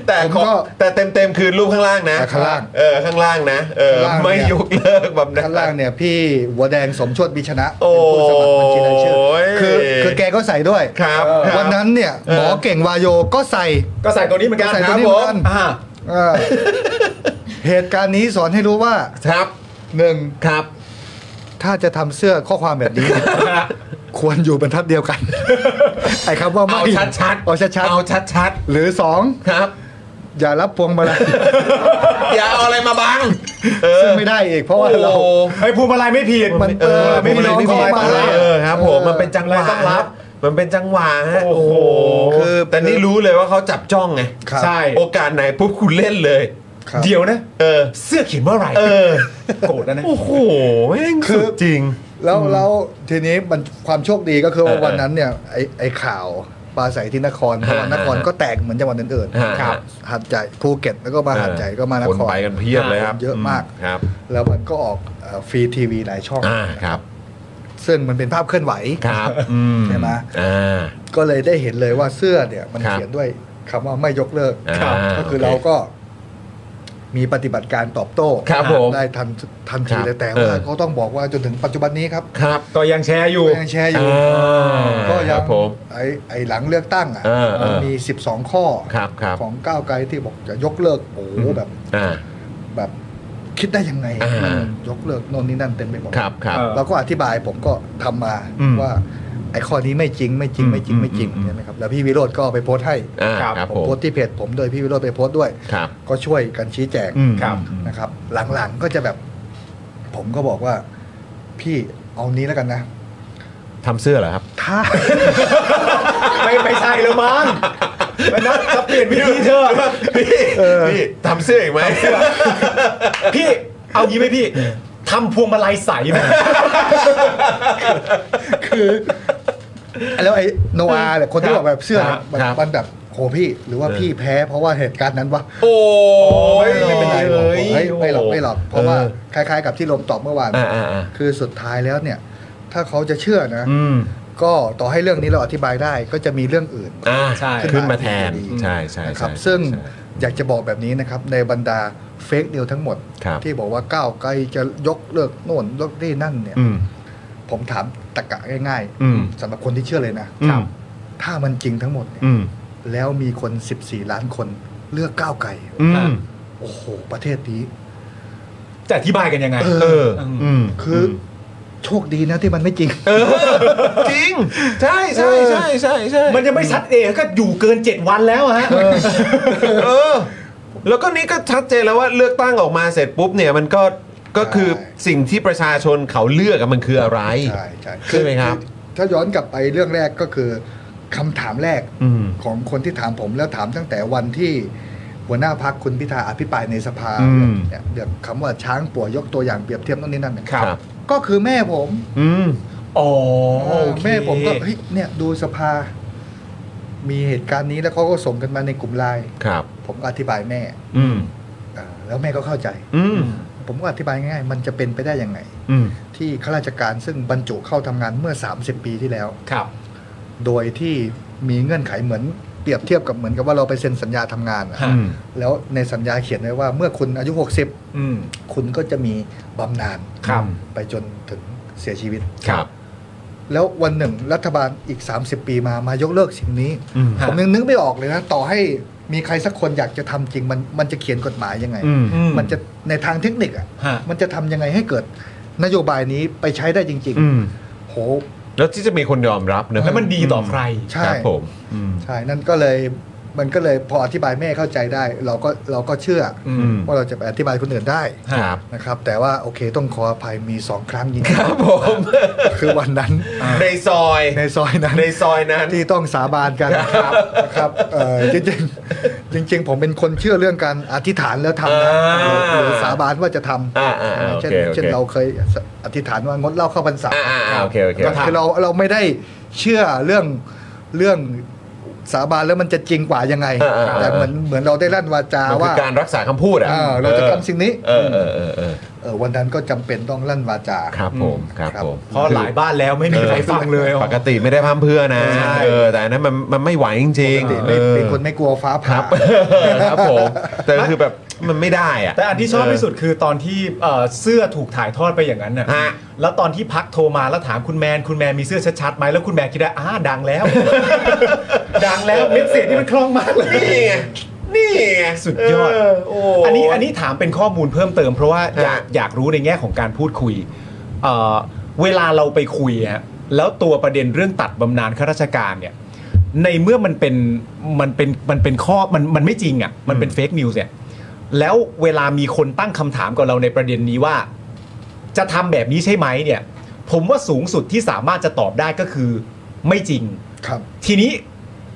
Speaker 1: แต่
Speaker 5: ผม
Speaker 1: ขอ
Speaker 5: ก็
Speaker 1: แต่เต็มเต็มๆคือรูปข้างล่างนะ
Speaker 5: อ่ะข้างล่าง
Speaker 1: เออข้างล่างนะเออ
Speaker 5: ข้างล่างเนี่ย
Speaker 1: ไม่ยกเลิกแบบนั้น
Speaker 5: ข้างล่างเนี่ยพี่หัวแดงสมโชติบิชนะ
Speaker 1: โอ้
Speaker 5: เป็นผู้สมัครบัญชีรายชื่อคือคือแกก็ใส่ด้วย
Speaker 1: ครับ
Speaker 5: เออ
Speaker 1: ครับ
Speaker 5: วันนั้นเนี่ย
Speaker 1: เออ
Speaker 5: หมอเก่งวายโยก็ใส่
Speaker 3: ก็ใส่ตัวนี้เหมือนกัน
Speaker 5: ใส่
Speaker 3: ค
Speaker 5: ตัว
Speaker 3: รับผ
Speaker 5: นี้เหมือ
Speaker 3: ม
Speaker 5: นกัน
Speaker 3: อ่า
Speaker 5: เออเหตุการณ์นี้สอนให้รู้ว่า
Speaker 1: ครับ
Speaker 5: หนึ่ง
Speaker 1: ครับ
Speaker 5: ถ้าจะทำเสื้อข้อความแบบนี้ ควรอยู่บรรทัดเดียวกัน ไอ้คำว่าไม่
Speaker 1: เอาชัดๆ
Speaker 5: เอาชัด
Speaker 1: เอาชัด
Speaker 5: ๆหรือสอง
Speaker 1: ๆครับ
Speaker 5: อย่ารับพวงมาลั ย
Speaker 1: อย่าเอาอะไรมาบัง
Speaker 5: ซึ่งไม่ได้อีกเพราะว่าเรา
Speaker 1: โอ้
Speaker 3: ไอ้ยภูมิอะไรไม่ผิด
Speaker 5: มันเออ
Speaker 3: ไม่มี
Speaker 1: น
Speaker 3: ไม่มี
Speaker 1: ไม่มี
Speaker 3: ไม่มี
Speaker 1: เออครับ ผมมันเป็นจังหวะ
Speaker 3: ต้องรับ
Speaker 1: มันเป็นจังหวะฮะ
Speaker 3: โอ้โห
Speaker 1: คือแต่นี่รู้เลยว่าเขาจับจ้องไง
Speaker 5: ครับ
Speaker 3: ใช่
Speaker 1: โอกาสไหนปุ๊บคุณเล่นเลย
Speaker 5: ครับ
Speaker 3: เดี๋ยวนะ
Speaker 1: เออ
Speaker 3: เสื้อเขียนว่าอะไร
Speaker 1: เออ
Speaker 3: โกรธนะเนี่ย
Speaker 1: โอ้โหแม่งสุดจริง
Speaker 5: แล้วแล้วทีนี้มันความโชคดีก็คือว่า
Speaker 1: เออ
Speaker 5: วันนั้นเนี่ยไอ้ไอ้ข่าวปลาใสที่นครเพราะว่านครก็แตกเหมือนจังหวัดอื่น
Speaker 1: ฮะ
Speaker 5: ครับหัดใหญ่ภูเก็ตแล้วก็มาหัดใหญ่ก็มาน
Speaker 1: คน
Speaker 5: คร
Speaker 1: ไปกันเพียบเลยครับ
Speaker 5: เยอะมาก
Speaker 1: ครับ
Speaker 5: แล้วมันก็ออกเอ่อฟรีทีวีหลายช่อง
Speaker 1: อ่าครับ
Speaker 5: ซึ่งมันเป็นภาพเคลื่อนไหว
Speaker 1: ครับอืม
Speaker 5: ใช่ไหม
Speaker 1: อ่า
Speaker 5: ก็เลยได้เห็นเลยว่าเสื้อเนี่ย มัน
Speaker 1: ครับ
Speaker 5: เขียนด้วยคำว่าไม่ยกเลิก
Speaker 1: อ่า
Speaker 5: ครับก็คือ
Speaker 1: โอเค
Speaker 5: เราก็มีปฏิบัติการตอบโต้
Speaker 1: ครับผม
Speaker 5: ได้ทันทัน
Speaker 1: ค
Speaker 5: ที
Speaker 1: รับ
Speaker 5: เลยแต่
Speaker 1: เอ
Speaker 5: ว่า
Speaker 1: อ
Speaker 5: ก็ต้องบอกว่าจนถึงปัจจุบันนี้ครับ
Speaker 1: ครับ
Speaker 3: ก็ยังแชร์อยู่
Speaker 5: ก็ยังแชร์อยู่
Speaker 1: า
Speaker 5: ก็
Speaker 1: ค
Speaker 5: ยัง
Speaker 1: รับผม
Speaker 5: ไอ้ไอ้หลังเลือกตั้งอ่ะ
Speaker 1: เออเออ
Speaker 5: มันมี 12 ข้อ
Speaker 1: ครับครับ
Speaker 5: ของก้าวไกลที่บอกจะยกเลิกโอ้โหแบบ
Speaker 1: อ่า
Speaker 5: แบบคิดได้ยังไง
Speaker 1: อ่ามั
Speaker 5: นยกเลิกโน่นนี่นั่นเต็มไปหมด
Speaker 1: ครับครับ
Speaker 3: เออ
Speaker 5: เราก็อธิบายผมก็ทำมา
Speaker 1: อืม
Speaker 5: ว่าไอ้ข้อนี้ไม่จริงไม่จริงไม่จริงไม่จริง
Speaker 1: อืม
Speaker 5: ใช่ไหมครับแล้วพี่วิโรธก็เอาไปโพสต์ให้
Speaker 1: อ่า
Speaker 3: ครับ
Speaker 1: ครับ
Speaker 5: ผ
Speaker 1: ผม ม
Speaker 5: โพสต์ที่เพจผมโดยพี่วิโรธไปโพสต์ด้วย
Speaker 1: ครับ
Speaker 5: ก็ช่วยกันชี้แจง
Speaker 1: อืม
Speaker 3: ครับ
Speaker 5: นะครับ หลังๆก็จะแบบ ผมก็บอกว่า พี่เอานี้แล้วกันนะ
Speaker 1: ทำเสื้อเหรอครับ
Speaker 5: ถ้า
Speaker 3: ไม่ไม่ใช่แล้วมั้งมันนะจะเปลี่ยนวิธีเธอะ
Speaker 1: พี่พี่ทำเสื้ออีกไหม
Speaker 3: พี่ เอางี้ไหมพี่ทำพวงมาลัยใสไหม
Speaker 5: แล้วไอ้โนอาเนี่ยคนที่บอกแบบเสื้อ
Speaker 1: ครับ
Speaker 5: มัน
Speaker 1: ครับ
Speaker 5: มันแบบโหพี่ หรือว่า
Speaker 1: เออ
Speaker 5: พี่แพ้เพราะว่าเหตุการณ์นั้นวะ
Speaker 1: โอ้ย
Speaker 5: ไม่เป็นไรหรอกผมเฮ้ยไม่หรอกไม่หรอกเพราะว่า
Speaker 1: ออ
Speaker 5: คล้ายๆกับที่ลมตอบเมื่อวาน
Speaker 1: อ่าอ่าอ่า
Speaker 5: คือสุดท้ายแล้วเนี่ย ถ้าเขาจะเชื่อนะ
Speaker 1: อืม
Speaker 5: ก็ต่อให้เรื่องนี้เราอธิบายได้ก็จะมีเรื่องอื่น
Speaker 1: อ่า
Speaker 3: ใช่
Speaker 1: ขึ้นมาแทน
Speaker 5: ขึ้นมา
Speaker 1: ใช่ใช่
Speaker 5: นะค
Speaker 1: ใช่
Speaker 5: รับซึ่ง
Speaker 1: ใช่
Speaker 5: อยากจะบอกแบบนี้นะครับ ในบรรดาเฟกนิวทั้งหมด
Speaker 1: ครับ
Speaker 5: ที่บอกว่าก้าวไกลจะยกเลิกโน่นยกนี่นั่นเนี่ย
Speaker 1: อืม
Speaker 5: ผมถามตะกะง่าย
Speaker 1: อืม
Speaker 5: สำหรับคนที่เชื่อเลยนะ
Speaker 1: อืม
Speaker 5: ถ้ามันจริงทั้งหมดเนี่ย
Speaker 1: อืม
Speaker 5: แล้วมีคน 14 ล้านคนเลือกก้าวไกล
Speaker 1: อืม
Speaker 5: โอ้โห ประเทศนี้
Speaker 3: จะอธิบายกันยังไง
Speaker 1: เอออืม
Speaker 5: คือ โชคดีนะที่มันไม่จริง
Speaker 1: จริง ใช่ใช่ใช่ใช่ใช่
Speaker 3: มันจะไม่ชัดเองก็อยู่เกิน 7 วันแล้วอะฮะ
Speaker 1: เออแล้วก็นี่ก็ชัดเจนแล้วว่าเลือกตั้งออกมาเสร็จปุ๊บเนี่ยมันก็ก็คือ
Speaker 5: ใช่
Speaker 1: สิ่งที่ประชาชนเขาเลือกอะมันคืออะไร
Speaker 5: ใช่ใช่
Speaker 1: ใช่ไหมครับ
Speaker 5: อถ้าย้อนกลับไปเรื่องแรกก็คือคำถามแรก
Speaker 1: อืม
Speaker 5: ของคนที่ถามผมแล้วถามตั้งแต่วันที่หัวหน้าพักคุณพิธาอภิปรายในสภา
Speaker 1: อืม
Speaker 5: เนี่ยเรื่องคำว่าช้างป่วยยกตัวอย่างเปรียบเทียบโน่นนี่นั่นเนี่ย
Speaker 3: ครับ
Speaker 5: ก็คือแม่ผม
Speaker 1: อืม
Speaker 3: อ๋อโอเค
Speaker 5: แม่ผมก็เฮ้ยเนี่ยดูสภา มีเหตุการณ์นี้แล้วเขาก็ส่งกันมาในกลุ่มไลน์
Speaker 1: ครับ
Speaker 5: ผมก็อธิบายแม่
Speaker 1: อืม
Speaker 5: อ่าแล้วแม่ก็เข้าใจ
Speaker 1: อืม
Speaker 5: ผมก็อธิบายง่ายๆมันจะเป็นไปได้ยังไง
Speaker 1: อืม
Speaker 5: ที่ข้าราชการซึ่งบรรจุเข้าทำงานเมื่อ 30 ปีที่แล้ว
Speaker 3: ครับ
Speaker 5: โดยที่มีเงื่อนไขเหมือนเปรียบเทียบกับเหมือนกับว่าเราไปเซ็นสัญญาทำงานอะ
Speaker 3: ฮะ
Speaker 1: อืม
Speaker 5: แล้วในสัญญาเขียนไว้ว่าเมื่อคุณอายุ
Speaker 3: อืม
Speaker 5: 60 คุณก็จะมีบำนาญ
Speaker 3: ครับ
Speaker 5: ไปจนถึงเสียชีวิต
Speaker 1: ครับ
Speaker 5: แล้ววันหนึ่งรัฐบาลอีก 30 ปีมามายกเลิกสิ่งนี้
Speaker 1: อืม
Speaker 3: ฮะ
Speaker 5: ผมยังนึกไม่ออกเลยนะ ต่อให้มีใครสักคนอยากจะทำจริงมันมันจะเขียนกฎหมายยังไง
Speaker 1: อืม
Speaker 3: อื
Speaker 5: มันจะในทางเทคนิคอะ
Speaker 3: ฮะ
Speaker 5: มันจะทำยังไงให้เกิดนโยบายนี้ไปใช้ได้จริง
Speaker 1: อืม
Speaker 5: ๆโห
Speaker 1: แล้วที่จะมีคนยอมรับเนอะ
Speaker 3: แล้วมันดีต่อใคร
Speaker 5: ใช่
Speaker 1: ครับผม อืม
Speaker 5: ใช่ นั่นก็เลยมันก็เลยพออธิบายแม่เข้าใจได้ เราก็เราก็เชื่ออ
Speaker 1: ม
Speaker 5: ว่าเราจะไปอธิบายคนอื่นได้
Speaker 1: ครับ
Speaker 5: นะครับ แต่ว่าโอเคต้องขออภัยมีสองครั้งจริง
Speaker 1: ครับผม
Speaker 5: คือวันนั้น
Speaker 1: ในซอย
Speaker 5: ในซอยนั้น
Speaker 1: ในซอยนั้น
Speaker 5: ที่ต้องสาบานกันนะครับนะครับเอ่อจริงๆจริง ๆ ผมเป็นคนเชื่อเรื่องการอธิษฐานแล้วทำนะ
Speaker 1: อ่า
Speaker 5: หรือสาบานว่าจะท
Speaker 1: อ่าอ่าอ่า
Speaker 5: ำเช่น
Speaker 1: โอเคโอเค
Speaker 5: เช่นเราเคยอธิษฐานว่างดเหล้าเข้าพรรษา
Speaker 1: อ่าอ่าอ่าโอเคโอเค
Speaker 5: ก็คือเราเราไม่ได้เชื่อเรื่องเรื่อง สาบานแล้วมันจะจริงกว่ายังไง
Speaker 1: เออเออเออ
Speaker 5: แต่เหมือนเหมือนเราได้ลั่นวาจา
Speaker 1: มันคื
Speaker 5: ว่า
Speaker 1: อการรักษาคำพูดอ่ะ
Speaker 5: เออเราจะทำสิ่งนี้
Speaker 1: เออเออเออเออ
Speaker 5: เออวันนั้นก็จำเป็นต้องลั่นวาจา
Speaker 1: ครับผมครับ
Speaker 5: ครับ
Speaker 1: ผม
Speaker 3: เพราะหลายบ้านแล้วไม่มีใครฟังเลยอ๋อ
Speaker 1: ปกติไม่ได้พร่ำเพรื่อนะ
Speaker 3: ใช่
Speaker 1: เออแต่อันนั้นมันมันไม่ไหวจริง
Speaker 5: ปกติ
Speaker 1: ๆเอ
Speaker 5: ไม่
Speaker 1: อ
Speaker 5: เป็นคนไม่กลัวฟ้า
Speaker 1: ค
Speaker 5: ผ่า
Speaker 1: รับ ครับผม แต่คือแบบมันไม่ได้อะ
Speaker 3: แต่อันที่ชอบที่สุดคือตอนที่เอ่อเสื้อถูกถ่ายทอดไปอย่างนั้นน่ะ
Speaker 1: ฮะ
Speaker 3: แล้วตอนที่พักโทรมาแล้วถามคุณแมน คุณแมนมีเสื้อชัดๆไหมแล้วคุณแมนคิดว่าอ้าดังแล้ว ดังแล้วเม็ดเสียงนี่มันคล่องมากเลย
Speaker 1: นี่ไงนี่ไง
Speaker 3: สุดยอด
Speaker 1: เโ
Speaker 3: อันนี้อันนี้ถามเป็นข้อมูลเพิ่มเติม เพราะว่าอยาก
Speaker 1: ฮะ
Speaker 3: อยากรู้ในแง่ของการพูดคุยเอ่อเวลาเราไปคุยฮะแล้วตัวประเด็นเรื่องตัดบำนาญข้าราชการเนี่ยในเมื่อมันเป็นมันเป็นมันเป็นข้อมันมันไม่จริงอะ่ะมันเป็นเฟกนิวส์เนี่ยแล้วเวลามีคนตั้งคำถามกับเราในประเด็นนี้ว่า จะทำแบบนี้ใช่ไหมเนี่ยผมว่าสูงสุดที่สามารถจะตอบได้ก็คือไม่จริง
Speaker 5: ครับ
Speaker 3: ทีนี้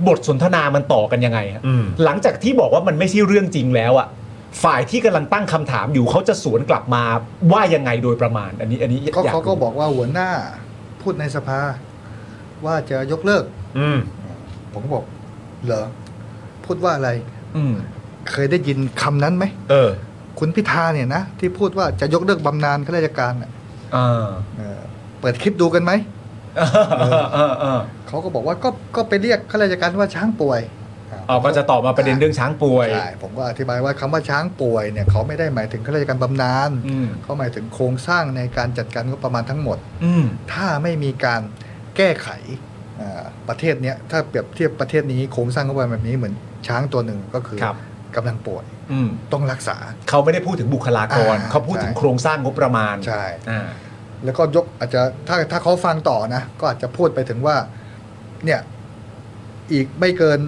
Speaker 3: บทสนทนามันต่อกันยังไงฮะหลังจากที่บอกว่ามันไม่ใช่เรื่องจริงแล้วอะฝ่ายที่กำลังตั้งคำถามอยู่เขาจะสวนกลับมาว่ายังไงโดยประมาณ อันนี้อันนี้
Speaker 5: ก็
Speaker 3: ย
Speaker 5: เขาก็บอกว่าหัวหน้าพูดในสภา ว่าจะยกเลิก
Speaker 1: อืม
Speaker 5: ผมก็บอกเหรอ พูดว่าอะไร
Speaker 3: อืม
Speaker 5: เคยได้ยินคำนั้นไหม
Speaker 1: เออ
Speaker 5: คุณพิธาเนี่ยนะ ที่พูดว่าจะยกเลิกบำนาญข้าราชการน่ะ
Speaker 3: อ่ า
Speaker 5: เออเปิดคลิปดูกันไหม
Speaker 3: เออเออ
Speaker 5: เขาก็บอกว่าก็ก็ไปเรียกข้าราชการว่าช้างป่วย
Speaker 3: เอาก็จะตอบมาประเด็นเรื่องช้างป่วย
Speaker 5: ใช่ผมก็อธิบายว่าคำว่าช้างป่วยเนี่ยเขาไม่ได้หมายถึงข้าราชการบำนาญ
Speaker 3: อืม
Speaker 5: เขาหมายถึงโครงสร้างในการจัดการงบประมาณทั้งหมด
Speaker 3: อืม
Speaker 5: ถ้าไม่มีการแก้ไขอ่าประเทศเนี้ยถ้าเปรียบเทียบประเทศนี้โครงสร้างงบประมาณแบบนี้เหมือนช้างตัวหนึ่งก็คือ
Speaker 3: ครับ
Speaker 5: กำลังป่วย
Speaker 3: อืม
Speaker 5: ต้องรักษา
Speaker 3: เขาไม่ได้พูดถึงบุคลากร
Speaker 5: อ่า
Speaker 3: เขาพูดถึง
Speaker 5: ใช่
Speaker 3: โครงสร้างงบประมาณ
Speaker 5: ใช่
Speaker 3: อ่า
Speaker 5: แล้วก็ยกอาจจะถ้าถ้าเขาฟังต่อนะ ก็อาจจะพูดไปถึงว่า เนี่ย อีกไม่เกิน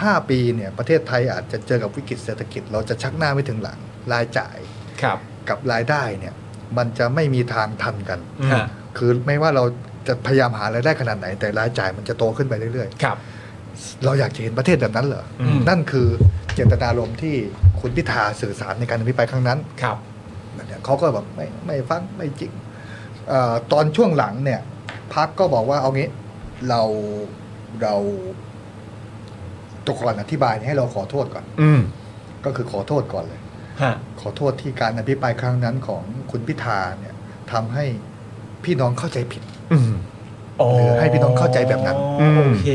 Speaker 5: 15 ปีเนี่ย ประเทศไทยอาจจะเจอกับวิกฤตเศรษฐกิจ เราจะชักหน้าไม่ถึงหลัง รายจ่าย
Speaker 3: ครับ
Speaker 5: กับรายได้เนี่ย มันจะไม่มีทางทันกัน
Speaker 3: อ่า
Speaker 5: คือไม่ว่าเราจะพยายามหารายได้ขนาดไหน แต่รายจ่ายมันจะโตขึ้นไปเรื่อย
Speaker 3: ครับ
Speaker 5: ๆ เราอยากจะเห็นประเทศแบบนั้นเหรออ
Speaker 3: ม
Speaker 5: นั่นคือเจตนารมณ์ที่คุณพิธาสื่อสารในการอภิปรายครั้งนั้น
Speaker 3: ครับ
Speaker 5: แบบเนี้ยเขาก็แบบไม่ไม่ฟังไม่จริงเออตอนช่วงหลังเนี่ยพักก็บอกว่าเอางี้เราเราตกก่อนอธิบายให้เราขอโทษก่อน
Speaker 1: อืม
Speaker 5: ก็คือขอโทษก่อนเลย
Speaker 3: ฮะ
Speaker 5: ขอโทษที่การอภิปรายครั้งนั้นของคุณพิธาเนี่ยทำให้พี่น้องเข้าใจผิด
Speaker 1: อืม
Speaker 5: หรือให้พี่น้องเข้าใจแบบนั้น
Speaker 3: อ๋
Speaker 1: ม
Speaker 3: อโอเค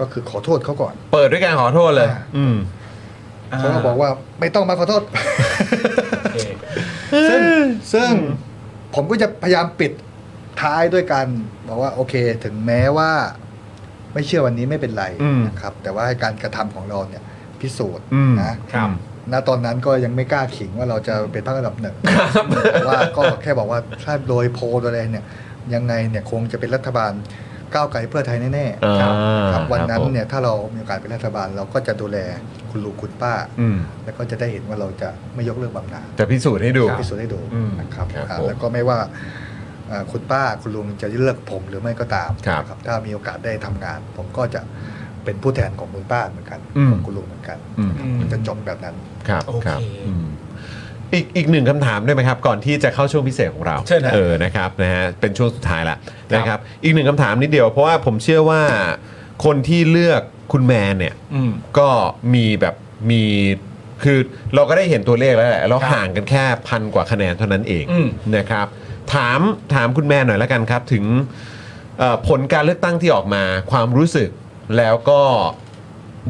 Speaker 5: ก็คือขอโทษเขาก่อน
Speaker 1: เปิดด้วยการขอโทษเลย
Speaker 5: อ่า
Speaker 1: อืม
Speaker 5: เขาก็บอกว่าไม่ต้องมาขอโทษ
Speaker 3: โอเค
Speaker 5: ซึ่งซึ่งผมก็จะพยายามปิดท้ายด้วยการบอกว่าโอเค ถึงแม้ว่า ไม่เชื่อวันนี้ไม่เป็นไร
Speaker 1: อืม
Speaker 5: นะครับ แต่ว่าการกระทำของเราเนี่ยพิสูจน์
Speaker 1: อืม
Speaker 5: นะครับ ณตอนนั้นก็ยังไม่กล้าขิงว่าเราจะเป็นพรรคอันดับหนึ่งแต่ว่าก็แค่บอกว่าถ้าโดยโพลโดยอะไรเนี่ย ยังไงเนี่ยคงจะเป็นรัฐบาลก้าวไกลเพื่อไทยแน่
Speaker 1: อ่า
Speaker 5: ๆครับครับวันนั้น
Speaker 1: ผม
Speaker 5: เนี่ยถ้าเรามีโอกาสเป็นรัฐบาล เราก็จะดูแลคุณลุงคุณป้า
Speaker 1: อืม
Speaker 5: แล้วก็จะได้เห็นว่าเราจะไม่ยกเลิกบำนาญ
Speaker 1: จะพิสูจน์ให้ดู
Speaker 5: พิสูจน์ให้ดู
Speaker 1: อืม
Speaker 5: นะครับ
Speaker 1: ครับ
Speaker 5: อ่า
Speaker 1: ผม
Speaker 5: แล้วก็ไม่ว่าเอ่อคุณป้าคุณลุงจะเลือกผมหรือไม่ก็ตาม
Speaker 1: ครับ
Speaker 5: นะถ้ามีโอกาสได้ทำงาน ผมก็จะเป็นผู้แทนของคุณป้าเหมือนกัน
Speaker 1: อืม
Speaker 5: ของคุณลุงเหมือนกัน
Speaker 1: อืม
Speaker 5: มันจะจบแบบนั้น
Speaker 1: ครับ
Speaker 3: โอเค
Speaker 1: ครับอืมอีกอีกหนึ่งคำถามได้ไหมครับ ก่อนที่จะเข้าช่วงพิเศษของเรา
Speaker 3: เชิญฮะ
Speaker 1: เออนะครับนะฮะเป็นช่วงสุดท้ายละ
Speaker 3: ครับ
Speaker 1: นะครับ อีกหนึ่งคำถามนิดเดียวเพราะว่าผมเชื่อว่าคนที่เลือกคุณแมนเนี่ย
Speaker 3: อืม
Speaker 1: ก็มีแบบมีคือเราก็ได้เห็นตัวเลขแล้วแหละเราห่างกันแค่พันกว่าคะแนนเท่านั้นเอง
Speaker 3: อืม
Speaker 1: นะครับ ถามถามคุณแมนหน่อยละกันครับถึงเอ่อผลการเลือกตั้งที่ออกมาความรู้สึกแล้วก็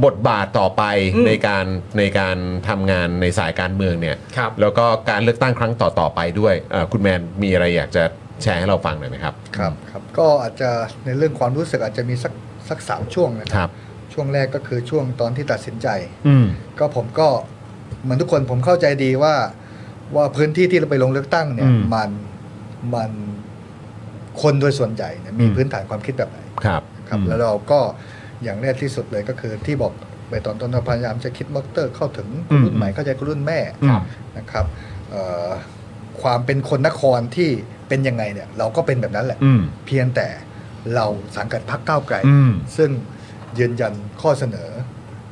Speaker 1: บทบาทต่อไป
Speaker 3: อืม
Speaker 1: ในการในการทำงานในสายการเมืองเนี่ย
Speaker 3: ครับ
Speaker 1: แล้วก็การเลือกตั้งครั้งต่อ ๆ ไปด้วยเอ่อคุณแมนมีอะไรอยากจะแชร์ให้เราฟังหน่อยไหมครับ
Speaker 5: ครับครับก็อาจจะในเรื่องความรู้สึกอาจจะมีสักสักสามช่วงนะค
Speaker 1: ครั
Speaker 5: รับ ช่วงแรกก็คือช่วงตอนที่ตัดสินใจ
Speaker 1: อืม
Speaker 5: ก็ผมก็เหมือนทุกคนผมเข้าใจดีว่า ว่าพื้นที่ที่เราไปลงเลือกตั้งเนี่
Speaker 1: อื
Speaker 5: ย
Speaker 1: ม
Speaker 5: มันมันคนโดยส่วนใหญ่เนี่ยมี
Speaker 1: อืม
Speaker 5: พื้นฐานความคิดแบบไหน
Speaker 1: ครับ
Speaker 5: ครับแล้วเราก็อย่างแรกที่สุดเลยก็คือที่บอกไปตอนต้นว่าพยายามจะคิดมอเตอร์เข้าถึง
Speaker 1: อืม
Speaker 5: รุ่นใหม่เข้าใจคนรุ่นแม่
Speaker 1: ครับ
Speaker 5: นะครับเอ่อความเป็นคนนครที่เป็นยังไงเนี่ย เราก็เป็นแบบนั้นแหละ
Speaker 1: อืม
Speaker 5: เพียงแต่เราสังกัดพรรคก้าวไกล
Speaker 1: อืม
Speaker 5: ซึ่งยืนยันข้อเสนอ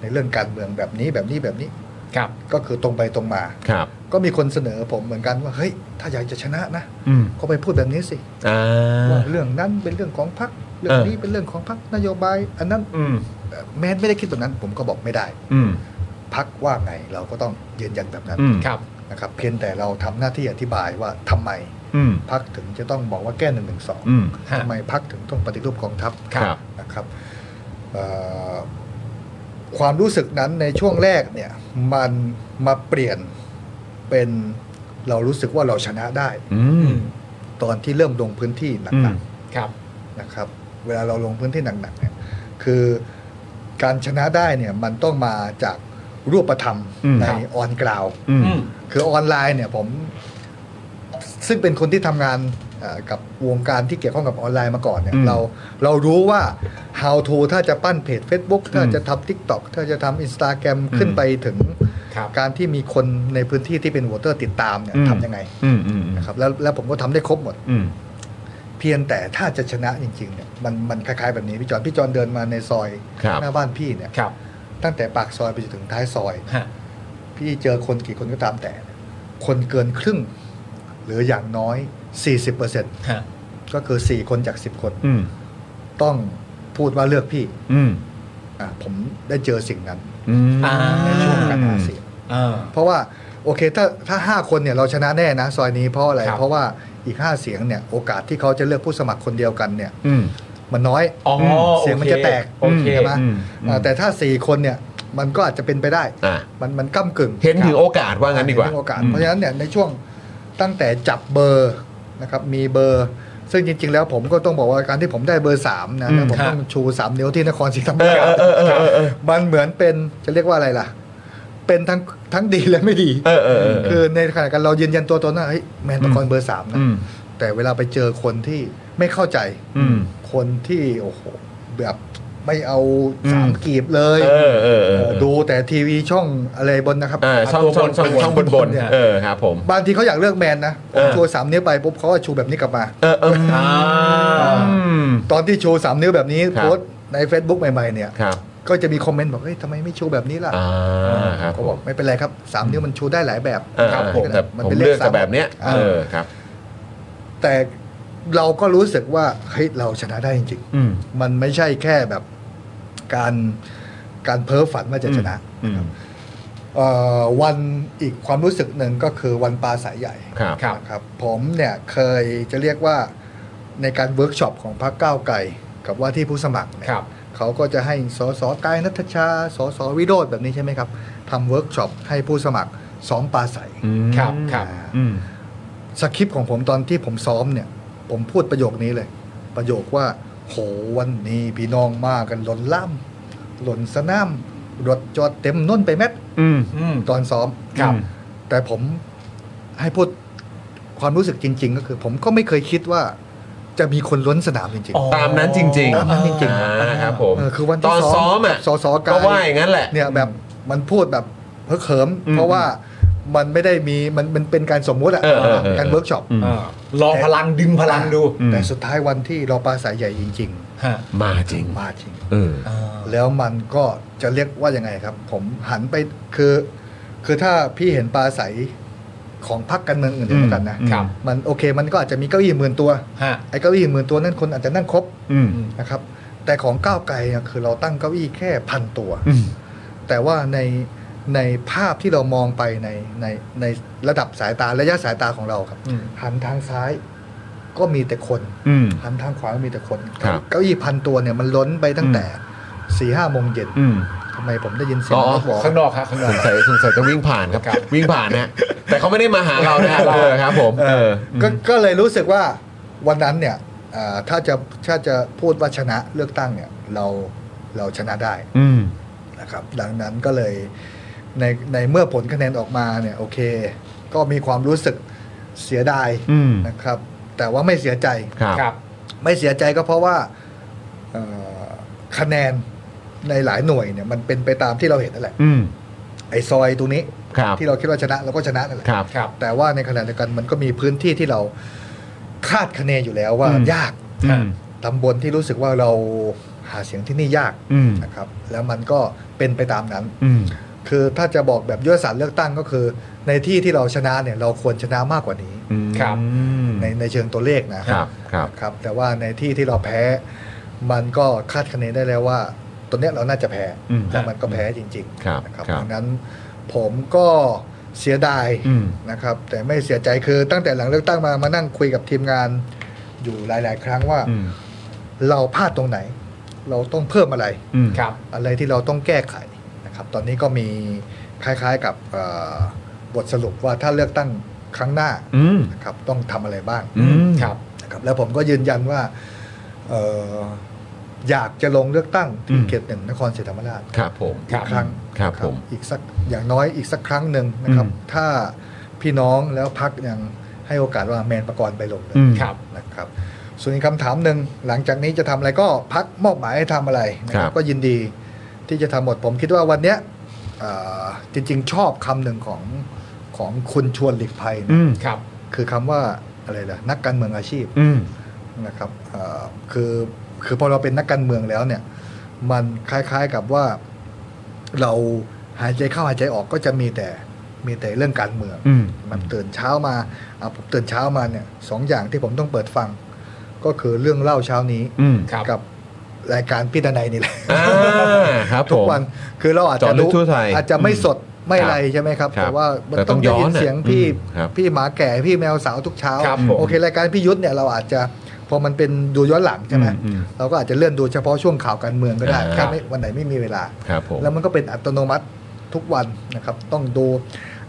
Speaker 5: ในเรื่องการเมืองแบบนี้แบบนี้แบบนี้
Speaker 3: ครับ
Speaker 5: ก็คือตรงไปตรงมา
Speaker 1: ครับ
Speaker 5: ก็มีคนเสนอผมเหมือนกันว่าเฮ้ยถ้าอยากจะชนะนะ
Speaker 3: อืม
Speaker 5: ก็ไปพูดแบบนี้สิ
Speaker 1: อ่า
Speaker 5: ว่าเรื่องนั้นเป็นเรื่องของพรรคเรื่อง
Speaker 1: เออ
Speaker 5: นี้เป็นเรื่องของพรรคนโยบาย อันนั้น
Speaker 3: อืม
Speaker 5: เอ่อแม้ไม่ได้คิดแบบนั้น ผมก็บอกไม่ได้
Speaker 3: อืม
Speaker 5: พรรคว่าไงเราก็ต้องยืนยันแบบนั้น
Speaker 1: อืม
Speaker 3: ครับ
Speaker 5: นะครับเพียงแต่เราทำหน้าที่อธิบายว่าทำไม
Speaker 3: อืม
Speaker 5: พรรคถึงจะต้องบอกว่าแก้หนึ่งหนึ่งสอง
Speaker 1: อืม
Speaker 3: ฮะ
Speaker 5: ทำไมพรรคถึงต้องปฏิรูปกองทัพ
Speaker 1: ครับ
Speaker 5: นะครับเอ่อความรู้สึกนั้นในช่วงแรกเนี่ยมันมาเปลี่ยนเป็นเรารู้สึกว่าเราชนะได้
Speaker 1: อื
Speaker 3: อื
Speaker 1: ม
Speaker 3: ม
Speaker 5: ตอนที่เริ่มลงพื้นที่ห
Speaker 1: อื
Speaker 5: นั
Speaker 1: ม
Speaker 5: ก
Speaker 3: ครับ
Speaker 5: ๆนะครับ เวลาเราลงพื้นที่หนักๆเนี่ยคือการชนะได้เนี่ยมันต้องมาจากรูปธรรม
Speaker 1: อืม
Speaker 5: ใน
Speaker 1: ครับ
Speaker 5: ออนกราว
Speaker 1: อืม
Speaker 3: อืม
Speaker 5: คือออนไลน์เนี่ยผมซึ่งเป็นคนที่ทำงานเอ่อกับวงการที่เกี่ยวข้องกับออนไลน์มาก่อนเนี่ย
Speaker 1: อืม
Speaker 5: เราเรารู้ว่า how to ถ้าจะปั้นเพจ Facebook ถ้าจะทำ TikTok ถ้าจะทำ Instagram ขึ้นไปถึง
Speaker 3: ครับ
Speaker 5: การที่มีคนในพื้นที่ที่เป็นวอเตอร์ติดตามเนี่ย
Speaker 1: อืม
Speaker 5: ทำยังไง
Speaker 1: อืมอืม
Speaker 5: นะครับแล้วแล้วผมก็ทำได้ครบหมด
Speaker 1: อืม
Speaker 5: เพียงแต่ถ้าจะชนะจริงๆเนี่ยมันมันคล้ายๆแบบนี้พี่จอนพี่จอนเดินมาในซอย
Speaker 1: ครับ
Speaker 5: หน้าบ้านพี่เนี่ย
Speaker 3: ครับ
Speaker 5: ตั้งแต่ปากซอยไปจนถึงท้ายซอย
Speaker 3: ฮะ
Speaker 5: พี่เจอคนกี่คนก็ตามแต่ คนเกินครึ่ง หรืออย่างน้อย 40%
Speaker 3: ฮะ
Speaker 5: ก็คือ 4 คนจาก 10 คน
Speaker 1: อืม
Speaker 5: ต้องพูดว่าเลือกพี่
Speaker 1: อืม
Speaker 5: อ่ะผมได้เจอสิ่งนั้น
Speaker 1: อืม
Speaker 3: อ่า
Speaker 5: ในช่วงการหาเสียง
Speaker 3: อ่า
Speaker 5: เพราะว่าโอเคถ้าถ้า 5 คนเนี่ยเราชนะแน่นะ ซอยนี้เพราะอะไร
Speaker 3: ครับ
Speaker 5: เพราะว่าอีก 5 เสียงเนี่ยโอกาสที่เขาจะเลือกผู้สมัครคนเดียวกันเนี่ย
Speaker 1: อืม
Speaker 5: มันน้อย
Speaker 3: อ๋อ
Speaker 5: เสียงมันจะแตก
Speaker 3: โอเค
Speaker 5: ใช่ไหม
Speaker 1: อืมอืม
Speaker 5: อ่ะแต่ถ้า 4 คนเนี่ยมันก็อาจจะเป็นไปได้
Speaker 1: อ่ะ
Speaker 5: มันมันก้ากึ่ง
Speaker 1: เห็นถึงโอกาสว่างั้นดีกว่า
Speaker 5: เห็โอกาสเพราะฉะนั้นเนี่ยในช่วงตั้งแต่จับเบอร์นะครับมีเบอร์ ซึ่งจริง ๆ แล้วผมก็ต้องบอกว่าการที่ผมได้เบอร์3นะแล้วผมต้องชู 3 นิ้วที่นครศรีธรรม
Speaker 1: เออ
Speaker 5: ราช
Speaker 1: เออเออเออเออ
Speaker 5: มันเหมือนเป็นจะเรียกว่าอะไรล่ะ เป็นทั้งทั้งดีและไม่ดี
Speaker 1: เออเออเออ
Speaker 5: คือในขณะเดียวกันเรายืนยันตัวตนว่าเฮ้ยแมนตะครเบอร์สามนะ
Speaker 1: อืม
Speaker 5: แต่เวลาไปเจอคนที่ไม่เข้าใจ
Speaker 1: อืม
Speaker 5: คนที่โอ้โหแบบไม่เอาสามกีบเลย
Speaker 1: เออเออเออ
Speaker 5: เออดูแต่ทีวีช่องอะไรบนนะครับ
Speaker 1: เออช่อง
Speaker 5: ตัว
Speaker 1: ช่องช่อง
Speaker 5: ตัว
Speaker 1: ช่องบนบนๆเออครับผม
Speaker 5: บางทีเขาอยากเลือกแมนนะ
Speaker 1: เออ
Speaker 5: ชูสามนิ้วไปปุ๊บเขาก็ชูแบบนี้กลับมา
Speaker 1: เออเออ
Speaker 3: อ่า
Speaker 1: อืม
Speaker 5: ตอนที่ชูสามนิ้วแบบนี้
Speaker 1: ครับ
Speaker 5: โพสต์ใน Facebook ใหม่ๆเนี่ย
Speaker 1: ครับ
Speaker 5: ก็จะมีคอมเมนต์บอกเฮ้ยทำไมไม่ชูแบบนี้ล่ะ
Speaker 1: อ่าครับ
Speaker 5: เขา
Speaker 1: ผ
Speaker 5: บอก
Speaker 1: ม
Speaker 5: ไม่เป็นไรครับสามนิ้วมันชูได้หลายแบบ
Speaker 1: อ่า
Speaker 5: ครับ
Speaker 1: ผมแต่ผมเลือกแต่แบบเนี้ย
Speaker 5: อ่า
Speaker 1: เออครับ
Speaker 5: แต่เราก็รู้สึกว่าเฮ้ยเราชนะได้จริง
Speaker 1: อืม
Speaker 5: ๆ มันไม่ใช่แค่แบบการการเพ้อฝันว่าจะชนะ
Speaker 1: อืม
Speaker 5: เอ่อวันอีกความรู้สึกหนึ่งก็คือวันปลาสายใหญ่
Speaker 1: ครับ
Speaker 3: ครับ
Speaker 5: นะครับผมเนี่ยเคยจะเรียกว่าในการเวิร์กช็อปของพรรคก้าวไกลกับว่าที่ผู้สมัครเนี่ย
Speaker 3: ครับ
Speaker 5: เขาก็จะให้สสกายนัทชาสสวิโรธแบบนี้ใช่ไหมครับทำเวิร์กช็อปให้ผู้สมัครซ้อมปลาใส
Speaker 1: อืม
Speaker 3: ครับครับ
Speaker 5: อ่า
Speaker 1: อืม
Speaker 5: สคริปต์ของผมตอนที่ผมซ้อมเนี่ยผมพูดประโยคนี้เลย ประโยคว่าโหวันนี้พี่น้องมากันหล่นล่ามหล่นสนามรถจอดเต็มน้นไปแม็ด
Speaker 1: อืม
Speaker 3: อืม
Speaker 5: ตอนซ้อม
Speaker 3: ครับ
Speaker 5: แต่ผมให้พูดความรู้สึกจริง ๆ ก็คือ ผมก็ไม่เคยคิดว่าจะมีคนล้นสนามจริง
Speaker 3: อ๋อ
Speaker 1: ตามนั้นจริงๆ
Speaker 5: ตามนั้นจริงๆ
Speaker 1: อ่าครับผม
Speaker 5: เออคือวันที่
Speaker 1: ตอนซ้อมอ่ะ
Speaker 5: กับสสกาย
Speaker 1: ก็ว่าอย่างนั้นแหละ
Speaker 5: ๆ เนี่ยแบบมันพูดแบบเพ้อเขิม
Speaker 1: อืม
Speaker 5: เพราะว่ามันไม่ได้มีมันมันเป็นการสมมุติอะ
Speaker 1: เออเออเออ
Speaker 5: การเวิร์กช็อป
Speaker 1: อืม
Speaker 3: อ่าลองพลังดึงพลังดู
Speaker 1: อืม
Speaker 5: แต่สุดท้ายวันที่เราปลาสายใหญ่จริง
Speaker 3: ฮะ
Speaker 1: มาจริง
Speaker 5: ๆ มาจริง
Speaker 1: เออ
Speaker 3: อ่า
Speaker 5: แล้วมันก็จะเรียกว่ายังไงครับ ผมหันไปคือ คือถ้าพี่เห็นปลาใสของพรรคการเมืองอื่นๆแล้วกันนะครับ มันโอเคมันก็อาจจะมีเก้าอี้หมื่นตัว
Speaker 3: ฮะ
Speaker 5: ไอ้เก้าอี้หมื่นตัวนั่นคนอาจจะนั่งครบ
Speaker 1: อืม
Speaker 5: นะครับ แต่ของก้าวไกลเนี่ยคือเราตั้งเก้าอี้แค่พันตัว
Speaker 1: อืม
Speaker 5: แต่ว่าในในภาพที่เรามองไปในในในระดับสายตาระยะสายตาของเราครับ
Speaker 3: อืม
Speaker 5: หันทางซ้ายก็มีแต่คน
Speaker 1: อืม
Speaker 5: หันทางขวาก็มีแต่คน
Speaker 1: ครับ
Speaker 5: เก้าอี้พันตัวเนี่ยมันล้นไปตั้งแต่สี่ห้าโมงเย็น
Speaker 1: อืม
Speaker 5: ทำไมผมได้ยินเสียง
Speaker 1: อ๋อ
Speaker 5: รถบอก
Speaker 3: ข้างนอกฮะข้างนอ
Speaker 1: สง
Speaker 3: ก
Speaker 1: สัยสงสัยจะวิ่งผ่านครับ
Speaker 3: ครับ
Speaker 1: วิ่งผ่านนะแต่เขาไม่ได้มาหาเรานะเออครับผม เออ
Speaker 5: ก็ก็เลยรู้สึกว่าวันนั้นเนี่ยเอ่อถ้าจะถ้าจะพูดว่าชนะเลือกตั้งเนี่ยเราเราชนะได้
Speaker 1: อืม
Speaker 5: นะครับดังนั้นก็เลยในในเมื่อผลคะแนนออกมาเนี่ยโอเค ก็มีความรู้สึกเสียดาย
Speaker 1: อืม
Speaker 5: นะครับ แต่ว่าไม่เสียใจ
Speaker 1: ครับ
Speaker 3: ครับ
Speaker 5: ไม่เสียใจก็เพราะว่าเอ่อคะแนนในหลายหน่วยเนี่ยมันเป็นไปตามที่เราเห็นนั่นแหละ
Speaker 1: อืม
Speaker 5: ไอ้ซอยตรงนี้
Speaker 1: ครับ
Speaker 5: ที่เราคิดว่าชนะเราก็ชนะนั่นแหละ
Speaker 1: ครับ
Speaker 3: ครับ
Speaker 5: แต่ว่าในขณะเดียวกันมันก็มีพื้นที่ที่เราคาดคะเนอยู่แล้วว่า
Speaker 1: อืม
Speaker 5: ยาก
Speaker 1: อืม
Speaker 5: ตำบลที่รู้สึกว่าเราหาเสียงที่นี่ยาก
Speaker 1: อืม
Speaker 5: นะครับ แล้วมันก็เป็นไปตามนั้น
Speaker 1: อืม
Speaker 5: คือถ้าจะบอกแบบยุทธศาสตร์เลือกตั้งก็คือ ในที่ที่เราชนะเนี่ยเราควรชนะมากกว่านี้
Speaker 3: ครับ
Speaker 5: ในในเชิงตัวเลขนะครับ
Speaker 1: ครับ
Speaker 5: ครับ แต่ว่าในที่ที่เราแพ้ มันก็คาดคะเนได้แล้วว่า ตัวเนี้ยเราน่าจะแพ้
Speaker 1: อืม
Speaker 5: แล้วมันก็แพ้จริง
Speaker 1: ครับ
Speaker 5: นะครับ
Speaker 1: ครับ
Speaker 5: ดังนั้นผมก็เสียดาย
Speaker 1: อืม
Speaker 5: นะครับ แต่ไม่เสียใจคือตั้งแต่หลังเลือกตั้งมามานั่งคุยกับทีมงานอยู่หลาย ๆ ครั้งว่า
Speaker 1: อืม
Speaker 5: เราพลาดตรงไหน เราต้องเพิ่มอะไร
Speaker 1: อืม
Speaker 3: ครับ
Speaker 5: อะไรที่เราต้องแก้ไขนะครับ ตอนนี้ก็มีคล้าย ๆ กับเอ่อบทสรุปว่าถ้าเลือกตั้งครั้งหน้า
Speaker 1: อืม
Speaker 5: นะครับต้องทำอะไรบ้าง
Speaker 1: อืม
Speaker 3: ครับ
Speaker 5: นะครับแล้วผมก็ยืนยันว่าเอ่ออยากจะลงเลือกตั้งที่
Speaker 1: อืม
Speaker 5: เขตหนึ่งนครศรีธรรมราช
Speaker 1: ครับผม
Speaker 3: ครับ
Speaker 5: ครั้ง
Speaker 1: ครับผม
Speaker 5: อีกสักอย่างน้อยอีกสักครั้งหนึ่งนะครับ
Speaker 1: อืม
Speaker 5: ถ้าพี่น้องแล้วพักยังให้โอกาสว่าแมนประกรณ์ไปลงเลย
Speaker 1: อืม
Speaker 3: ครับ
Speaker 5: นะครับ ส่วนอีกคำถามหนึ่งหลังจากนี้จะทำอะไรก็พักมอบหมายให้ทำอะไรนะค
Speaker 1: ครั
Speaker 5: รับบ ก็ยินดีที่จะทำหมดผมคิดว่าวันเนี้ยเอ่อจริง ๆ ชอบคำหนึ่งของของคุณชวนหลีกภัยนะ
Speaker 1: อืม
Speaker 3: ครับ
Speaker 5: คือคำว่าอะไรล่ะนักการเมืองอาชีพ
Speaker 1: อืม
Speaker 5: นะครับเอ่อคือคือพอเราเป็นนักการเมืองแล้วเนี่ย มันคล้ายๆกับว่าเราหายใจเข้าหายใจออกก็จะมีแต่มีแต่เรื่องการเมือง
Speaker 1: อืม
Speaker 5: มันตื่นเช้ามาอ่ะผมตื่นเช้ามาเนี่ยสองอย่างที่ผมต้องเปิดฟัง ก็คือเรื่องเล่าเช้านี้
Speaker 1: อืม
Speaker 3: ครับ
Speaker 5: กับรายการพี่ดนัยนี่แหละ
Speaker 1: อ่าครับผม
Speaker 5: ทุกวันคือเราอาจ
Speaker 1: เจาะ
Speaker 5: จะ
Speaker 1: ลึกทั่วไทย
Speaker 5: อาจจะไม่สดไม่อะไร
Speaker 1: ครับ
Speaker 5: ใช่ไหมครับ
Speaker 1: ครับ
Speaker 5: แต่ว่ามัน
Speaker 1: แต่ต้
Speaker 5: ต้
Speaker 1: อ
Speaker 5: องง
Speaker 1: ย้อน
Speaker 5: ได้ยินเสียง
Speaker 1: น่ะ
Speaker 5: พี่
Speaker 1: อืมครับ
Speaker 5: พี่หมาแก่พี่แมวสาวทุกเช้า
Speaker 3: ครับผม
Speaker 5: โอเค รายการพี่ยุทธเนี่ยเราอาจจะพอมันเป็นดูย้อนหลังใช่ไหม
Speaker 1: อืมอืม
Speaker 5: เราก็อาจจะเลื่อนดูเฉพาะช่วงข่าวการเมืองก็ได้
Speaker 1: อ่า
Speaker 5: ถ้าไม่วันไหนไม่มีเวลา
Speaker 1: ครับผม
Speaker 5: แล้วมันก็เป็นอัตโนมัติทุกวันนะครับ ต้องดู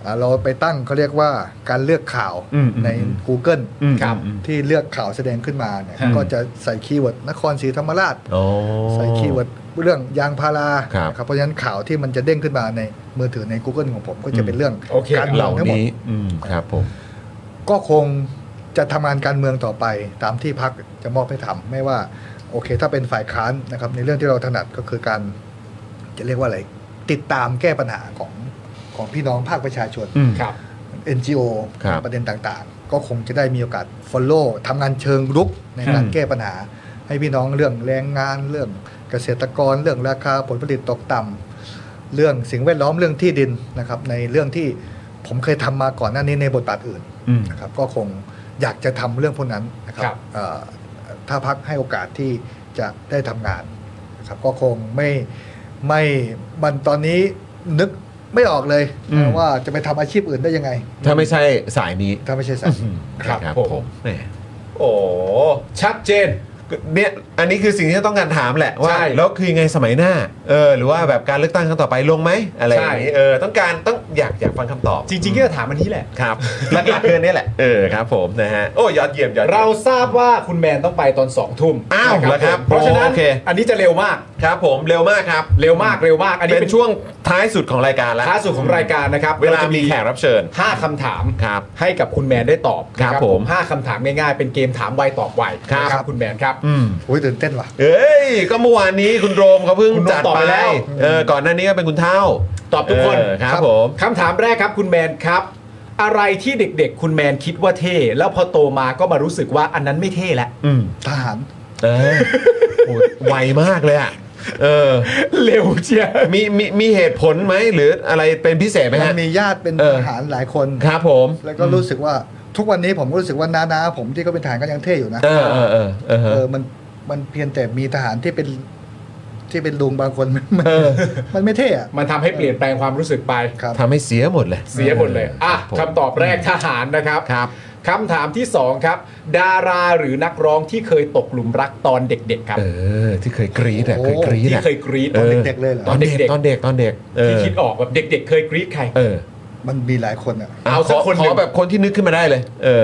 Speaker 5: อ่าเราไปตั้งเขาเรียกว่าการเลือกข่าว
Speaker 1: อืมอืม
Speaker 5: ใน Google
Speaker 1: อืม
Speaker 3: ครับ
Speaker 1: อืม
Speaker 5: ที่เลือกข่าวแสดงขึ้นมาเนี่ย
Speaker 1: ครับ
Speaker 5: ก็จะใส่คีย์เวิร์ดนครศรีธรรมราช
Speaker 1: โอ้
Speaker 5: ใส่คีย์เวิร์ดเรื่องยางพารา
Speaker 1: ครับ
Speaker 5: ครับเพราะฉะนั้นข่าวที่มันจะเด้งขึ้นมาในมือถือใน Google ของผมก็จะเป็นเรื่อง
Speaker 3: โอเค
Speaker 5: การเมื
Speaker 1: เห
Speaker 5: อง
Speaker 1: ล่า
Speaker 5: ทั้งหมด
Speaker 1: นี้อืมครับผม
Speaker 5: ก็คงจะทำงานการเมืองต่อไปตามที่พักจะมอบให้ทำไม่ว่าโอเค ถ้าเป็นฝ่ายค้านนะครับในเรื่องที่เราถนัดก็คือการจะเรียกว่าอะไร ติดตามแก้ปัญหาของของพี่น้องภาคประชาชน
Speaker 1: อืม
Speaker 3: ครับ
Speaker 5: NGO
Speaker 1: ครับ
Speaker 5: ประเด็นต่างๆ ก็คงจะได้มีโอกาส follow ทำงานเชิงรุกในการ
Speaker 3: อืม
Speaker 5: แก้ปัญหา ให้พี่น้องเรื่องแรงงานเรื่องเกษตรกร เรื่องราคาผลผลิตตกต่ำเรื่องสิ่งแวดล้อมเรื่องที่ดินนะครับในเรื่องที่ผมเคยทำมาก่อนหน้านี้ในบทบาทอื่น
Speaker 1: อืม
Speaker 5: นะครับก็คงอยากจะทำเรื่องพวกนั้นนะครั
Speaker 3: ครับ บ
Speaker 5: เอ่อถ้าพักให้โอกาสที่จะได้ทำงานนะครับก็คงไม่ไม่มันตอนนี้นึกไม่ออกเลย
Speaker 1: อืม
Speaker 5: นะว่าจะไปทำอาชีพอื่นได้ยังไง
Speaker 1: ถ้าไม่ใช่สายนี้
Speaker 5: ถ้าไม่ใช่สาย
Speaker 3: ครับผม
Speaker 1: แหม
Speaker 3: โอ้ชัดเจน
Speaker 1: เนี่ยอันนี้คือสิ่งที่ต้องการถามแหละว่า
Speaker 3: ใช่
Speaker 1: แล้วคือยังไงสมัยหน้าเออหรือว่าแบบการเลือกตั้งครั้งต่อไปลงไหมอะไรอย่างนี้
Speaker 3: ใช่
Speaker 1: เออต้องการต้องอยากอยากฟังคำตอบ
Speaker 3: จริงๆก็จะถามอันนี้แหละ
Speaker 1: ครับหลักๆคืออนนี่แหละเออครับผมนะฮะโอ้ยอดเยี่ยมยอดยี่ยม
Speaker 3: เราทราบว่าคุณแมนต้องไปตอนสองทุ่ม
Speaker 1: อ้าว
Speaker 3: นะ
Speaker 1: เหรอครับ
Speaker 3: ผมเพราะฉะนั้น
Speaker 1: โอเค
Speaker 3: อันนี้จะเร็วมาก
Speaker 1: ครับผมเร็วมากครับ
Speaker 3: เร็วมากเร็วมาก อันนี้
Speaker 1: เป็
Speaker 3: เป็น น
Speaker 1: ช่วงท้ายสุดของรายการแล้ว
Speaker 3: ท้าสุดของรายการนะครับ
Speaker 1: เวลา
Speaker 3: จะ
Speaker 1: มีแขกรับเชิญ
Speaker 3: ห้าคำถาม
Speaker 1: ครับ
Speaker 3: ให้กับคุณแมนได้ตอบ
Speaker 1: ครับ
Speaker 3: นะ
Speaker 1: ผม
Speaker 3: ห้าคำถามง่ายๆ เป็นเกมถามไวตอบไว
Speaker 1: ครับ
Speaker 3: นะคุณแมนครับ
Speaker 1: อืม
Speaker 5: โอ้ยตื่นเต้นว่ะ
Speaker 1: เอ้ยก็เมื่อวานนี้คุณโรมเขาเพิ่ง
Speaker 3: คุณโรม
Speaker 1: จัด
Speaker 3: ตอบ
Speaker 1: ไป
Speaker 3: ไปแล้ว
Speaker 1: เออก่อนหน้านี้ก็เป็นคุณเท่า
Speaker 3: ตอบทุกคน
Speaker 1: เออครับผม
Speaker 3: คำถามแรกครับคุณแมนครับ อะไรที่เด็กๆ คุณแมนคิดว่าเท่ แล้วพอโตมาก็มารู้สึกว่าอันนั้นไม่เท่แล้ว
Speaker 1: อืม
Speaker 5: ทหาร
Speaker 1: เออโหไวมากเลยอ่ะเออ
Speaker 3: เร็วเชียว
Speaker 1: มีมีมีเหตุผลไหมหรืออะไรเป็นพิเศษไหม
Speaker 5: มั
Speaker 1: ฮะ
Speaker 5: นมีญาติเป็น
Speaker 1: เออ
Speaker 5: ทหารหลายคน
Speaker 1: ครับผม
Speaker 5: แล้วก็รู้สึกว่าทุกวันนี้ผมก็รู้สึกว่าน้าๆผมที่เขาเป็นทหารก็ยังเท่อยู่นะ
Speaker 1: เออเออเออเออ
Speaker 5: เออ มัน มันเพียงแต่มีทหารที่เป็น ที่เป็นลุงบางคน มันมันมันไม่เท่อะ
Speaker 3: มันทำให้เปลี่ยนแปลงความรู้สึกไป
Speaker 5: ครับ
Speaker 1: ทำให้เสียหมดเลย
Speaker 3: เสียหมดเลย
Speaker 1: ครั
Speaker 3: อ่ะ
Speaker 1: บผม
Speaker 3: คำตอบแรกทหารนะครับ
Speaker 1: ครับ
Speaker 3: คำถามที่สองครับ ดาราหรือนักร้องที่เคยตกหลุมรักตอนเด็ก ๆ ครับ
Speaker 1: เออ ที่เคยกรี๊ดอ่ะ
Speaker 5: โอ้
Speaker 1: เคย
Speaker 5: โห
Speaker 1: กรี๊ด
Speaker 3: ที่
Speaker 1: อ่ะ
Speaker 3: เคยกรี๊ด
Speaker 5: ตอนเด็กๆเลยเหรอ
Speaker 1: ตอนเด็กตอนเด็กตอนเด็กเอ
Speaker 3: ที่
Speaker 1: อ
Speaker 3: คิดออกแบบเด็ก ๆ เคยกรี๊ดใคร
Speaker 1: เออ
Speaker 5: มันมีหลายคนอะ
Speaker 3: เอา
Speaker 1: ข
Speaker 3: สักคน
Speaker 1: ข
Speaker 3: หนึ่
Speaker 1: อง แบบคนที่นึกขึ้นมาได้เลย เออ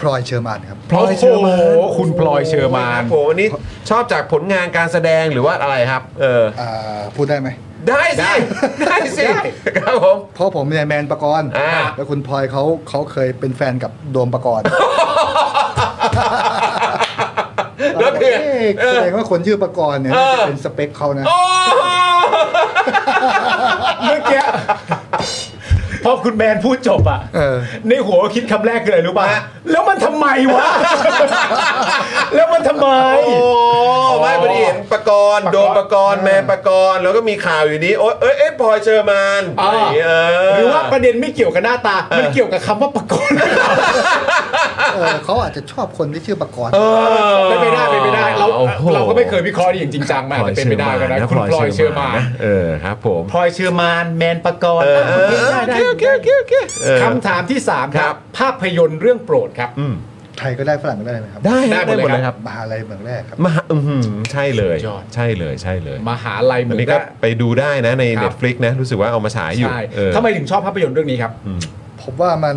Speaker 5: พลอยเชอร์มานครับ
Speaker 1: พลอยเชอร์มาน
Speaker 3: โอ้โหคุณพลอยเชอร์มาน
Speaker 1: ครับผมอันนี้ชอบจากผลงานการแสดงหรือว่าอะไรครับ เออ
Speaker 5: อ่า พูดได้ไหม
Speaker 1: ได้สิได้สิครับผม
Speaker 5: เพราะผมเนี่ยแมนประกรณ์
Speaker 1: อ่า
Speaker 5: แล้วคุณพลอยเขาเขาเคยเป็นแฟนกับโดมประกรณ์
Speaker 1: แล้วคือ
Speaker 5: เะแสดงว่าคนชื่อประกรณ์เนี่ย
Speaker 1: เออ
Speaker 5: น่าจะเป็นสเปคเขานะ
Speaker 1: โอ้
Speaker 3: เมื่อกี้ พอคุณแมนพูดจบอ่ะในหัวคิดคำแรกคืออะไรรู้ป่ะแล้วมันทำไมวะ แล้วมันทำไม
Speaker 1: โอ้ไม่ประเด็นประกรณ์โดมประกรณ์แมนประกรณ์แล้วก็มีข่าวอยู่นี้โอ๊ยเอ้ยเอ้ยพลอยเชอร์มาน
Speaker 3: อ่า
Speaker 1: ะไรย่างเงี้ยเห
Speaker 3: รือว่าประเด็นไม่เกี่ยวกับหน้าตา มันเกี่ยวกับคำว่าประกรณ์
Speaker 5: เออเขาอาจจะชอบคนที่ชื่อประกรณ์
Speaker 3: เป็นไปได้เป็นไปได้เรา
Speaker 1: โอ้โห
Speaker 3: เราก็ไม่เคยวิเคราะห์อย่างจริงจังมากแต่เป็นไปได้ก็ได้คุณพลอยเชื่อมา
Speaker 1: เออครับผม
Speaker 3: พลอยเชื่อมานแมนประกรณ์
Speaker 1: เออเออ
Speaker 3: ได้ได้คำถามที่ 3 ครับ ภาพยนตร์เรื่องโปรดครับ
Speaker 5: ไทยก็ได้ฝรั่งก็ได้ไหมครับ
Speaker 1: ได้
Speaker 3: ได้หมดเลยครับ
Speaker 5: มหาลัยเมืองแรกครับ
Speaker 1: มหาอื้อหือใช่เลย
Speaker 3: สุดยอด
Speaker 1: ใช่เลยใช่เลย
Speaker 3: มหาลัยเหมื
Speaker 1: อั
Speaker 3: อนน
Speaker 1: นี้
Speaker 3: กั
Speaker 1: ก็
Speaker 3: น
Speaker 1: ไปดูได้นะใน
Speaker 3: ครับ
Speaker 1: Netflix นะ รู้สึกว่าเอามาฉายอยู่
Speaker 3: ใช่
Speaker 1: เออ
Speaker 3: ทำไมถึงชอบภาพยนตร์เรื่องนี้ครับ
Speaker 1: อืม
Speaker 5: ผมว่ามัน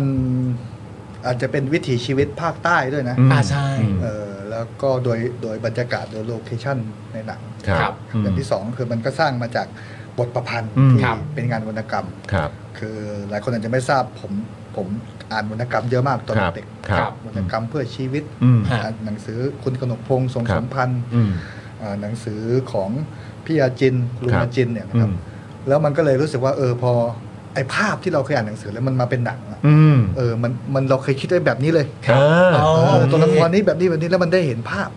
Speaker 5: อาจจะเป็นวิถีชีวิตภาคใต้ด้วยนะ
Speaker 1: อืม
Speaker 3: อ่าใช่
Speaker 5: เออแล้วก็โดยโดยบรรยากาศโดยโลเคชั่นในหนัง
Speaker 1: ครับอืม
Speaker 5: อย่างที่สองคือมันก็สร้างมาจากบทประพันธ์
Speaker 1: อืม
Speaker 5: ที่
Speaker 1: ครับ
Speaker 5: เป็นงานวรรณกรรม
Speaker 1: ครับ
Speaker 5: คือหลายคนอาจจะไม่ทราบผมผมอ่านวรรณกรรมเยอะมากตอน
Speaker 1: ครับ
Speaker 5: เด็ก
Speaker 1: ครับ
Speaker 5: วรรณกรรมเพื่อชีวิต
Speaker 1: อืม
Speaker 5: อ่านหนังสือคุณกนกพงษ์ทรง
Speaker 1: ครับ
Speaker 5: สมพันธ์
Speaker 1: อืม
Speaker 5: อ่าหนังสือของพี่อาจินลุง
Speaker 1: ครับ
Speaker 5: อาจินเนี่ยนะ
Speaker 1: อื
Speaker 5: ครับ
Speaker 1: ม
Speaker 5: แล้วมันก็เลยรู้สึกว่าเออพอไอ้ภาพที่เราเคยอ่านหนังสือแล้วมันมาเป็นหนังอะ
Speaker 1: อืม
Speaker 5: เออมันมันเราเคยคิดไว้แบบนี้เลย
Speaker 1: อ่า
Speaker 5: เออตัวละครนี้แบบนี้แบบนี้แล้วมันได้เห็นภาพ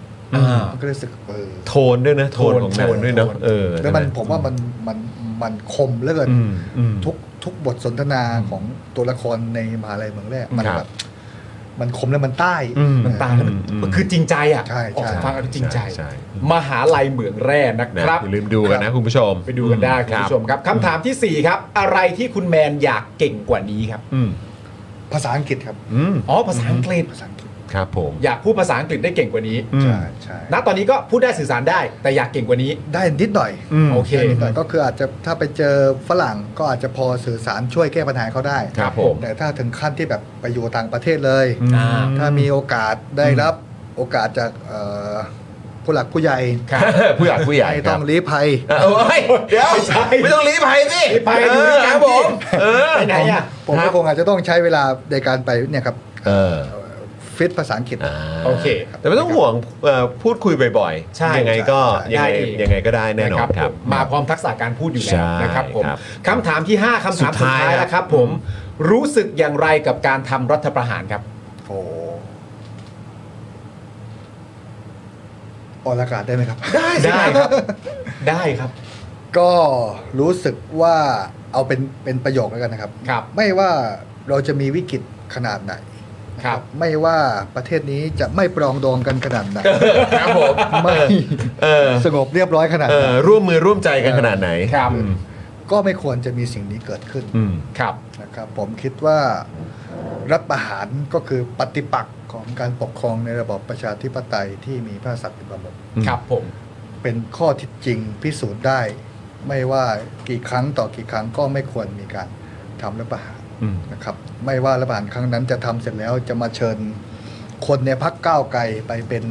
Speaker 5: มันก็เลยรู้สึกเออ
Speaker 1: โทนด้วยนะ โทนของหนังด้วยเนาะเออ
Speaker 5: แล้วมัน
Speaker 1: ใช่ไห
Speaker 5: ผมว่ามันมันมันคมเหลือเกิน
Speaker 1: อืมอืม
Speaker 5: ทุกทุกบทสนทนาของตัวละครในมหาลัยเมืองแรกมัน
Speaker 1: ครับ
Speaker 5: แบบมันคมแล้วมันใต้
Speaker 1: อืม
Speaker 3: มันตายแล้วมัน
Speaker 1: อืม
Speaker 3: คือจริงใจอ่ะ
Speaker 5: ใช่
Speaker 3: ออก
Speaker 5: ใช่
Speaker 3: จากฟังอันนี้จริงใจ
Speaker 1: ใช่ใช่
Speaker 3: มหาลัยเหมืองแร่นะ
Speaker 1: นะครับ อย่าลืมดูกันนะคุณผู้ชม
Speaker 3: ไปดูกันได้คุณ
Speaker 1: รับ
Speaker 3: ผู้ชมครับคำถามทีสี่ 4 ครับ อะไรที่คุณแมนอยากเก่งกว่านี้ครับ
Speaker 1: อืม
Speaker 5: ภาษาอังกฤษครับ
Speaker 1: อืม
Speaker 3: อ๋อภาษาอังกฤษ
Speaker 5: ภาษาอังกฤษ
Speaker 1: ครับผม
Speaker 3: อยากพูดภาษาอังกฤษได้เก่งกว่านี้
Speaker 5: ใช่ใช่
Speaker 3: ณตอนนี้ก็พูดได้สื่อสารได้ แต่อยากเก่งกว่านี้
Speaker 5: ได้นิดหน่อย
Speaker 1: อืม
Speaker 3: โอเค
Speaker 5: ได้นิดหน่อยก็คืออาจจะถ้าไปเจอฝรั่งก็อาจจะพอสื่อสารช่วยแก้ปัญหาเขาได้
Speaker 1: ครับผม
Speaker 5: แต่ถ้าถึงขั้นที่แบบไปอยู่ต่างประเทศเลย
Speaker 1: อืม
Speaker 3: อ่า
Speaker 5: ถ้ามีโอกาสได้รับโอกาสจากเอ่อผู้หลักผู้ใหญ่
Speaker 3: ครับ
Speaker 1: ผู้หลักผู้ใหญ่
Speaker 5: ให้
Speaker 1: ค
Speaker 5: ต้
Speaker 1: รั
Speaker 5: อบ งลี้ภัย
Speaker 1: เอ้ยเดี๋ยว
Speaker 3: ไม่ใช่
Speaker 1: ไม่ต้องรีบไปสิ
Speaker 3: รีบไป
Speaker 1: เอ
Speaker 3: ดู
Speaker 1: อ
Speaker 3: ด้วย
Speaker 1: ค
Speaker 3: กัน
Speaker 1: รับผม
Speaker 3: สิ
Speaker 1: เออ
Speaker 3: ไปไหนอ่ะ
Speaker 5: ผมก็คงอาจจะต้องใช้เวลาในการไปเนี่ยครับ
Speaker 1: เออ
Speaker 5: ฟิตภาษาอังกฤษ
Speaker 1: อ่า
Speaker 3: โอเค
Speaker 1: แต่ไม่ต้องห่วงเอ่อพูดคุยบ่อย
Speaker 3: ใช่
Speaker 1: ๆยังไงก็ยั
Speaker 3: ใช่
Speaker 1: งไง
Speaker 3: ได้อีก
Speaker 1: ยังไงก็ได้แน่นอนครับ
Speaker 3: ผมมาพร้อมทักษะการพูดอยู่แล้ว
Speaker 1: ใช่
Speaker 3: นะครับผม
Speaker 1: ครับ
Speaker 3: คำถามที่ 5คำถามสุดท้าย
Speaker 1: สุดท้าย
Speaker 3: นะครับผมรู้สึกอย่างไรกับการทำรัฐประหารครับ
Speaker 5: โอ้ออกอากาศได้ไหมครับ ได้
Speaker 3: ได้ครับ ได้ครับ
Speaker 5: ก็รู้สึกว่าเอาเป็นเป็นประโยคแล้วกันนะครับ
Speaker 3: ครับ
Speaker 5: ไม่ว่าเราจะมีวิกฤตขนาดไหนนะครับ ไม่ว่าประเทศนี้จะไม่ปรองดองกันขนาดไหน
Speaker 1: ครับผม
Speaker 5: ไม่
Speaker 1: เออ
Speaker 5: สงบเรียบร้อยขนาด
Speaker 1: เอ
Speaker 5: ไหน
Speaker 1: อร่วมมือร่วมใจกันขนาดไหน
Speaker 3: ครับ
Speaker 1: อืม
Speaker 5: ก็ไม่ควรจะมีสิ่งนี้เกิดขึ้น
Speaker 1: อืม
Speaker 3: ครับ
Speaker 5: นะครับ ผมคิดว่ารัฐประหารก็คือปฏิปักษ์ของการปกครองในระบอบประชาธิปไตยที่มีพระกษัตริย์เป็นประมุข
Speaker 1: อืม
Speaker 3: ครับผม
Speaker 5: เป็นข้อเที่จริงพิสูจน์ได้ ไม่ว่ากี่ครั้งต่อกี่ครั้งก็ไม่ควรมีการทำรัฐประหาร
Speaker 1: อืม
Speaker 5: นะครับ ไม่ว่ารัฐประหารครั้งนั้นจะทำเสร็จแล้วจะมาเชิญคนในพักก้าวไกลไปเป็น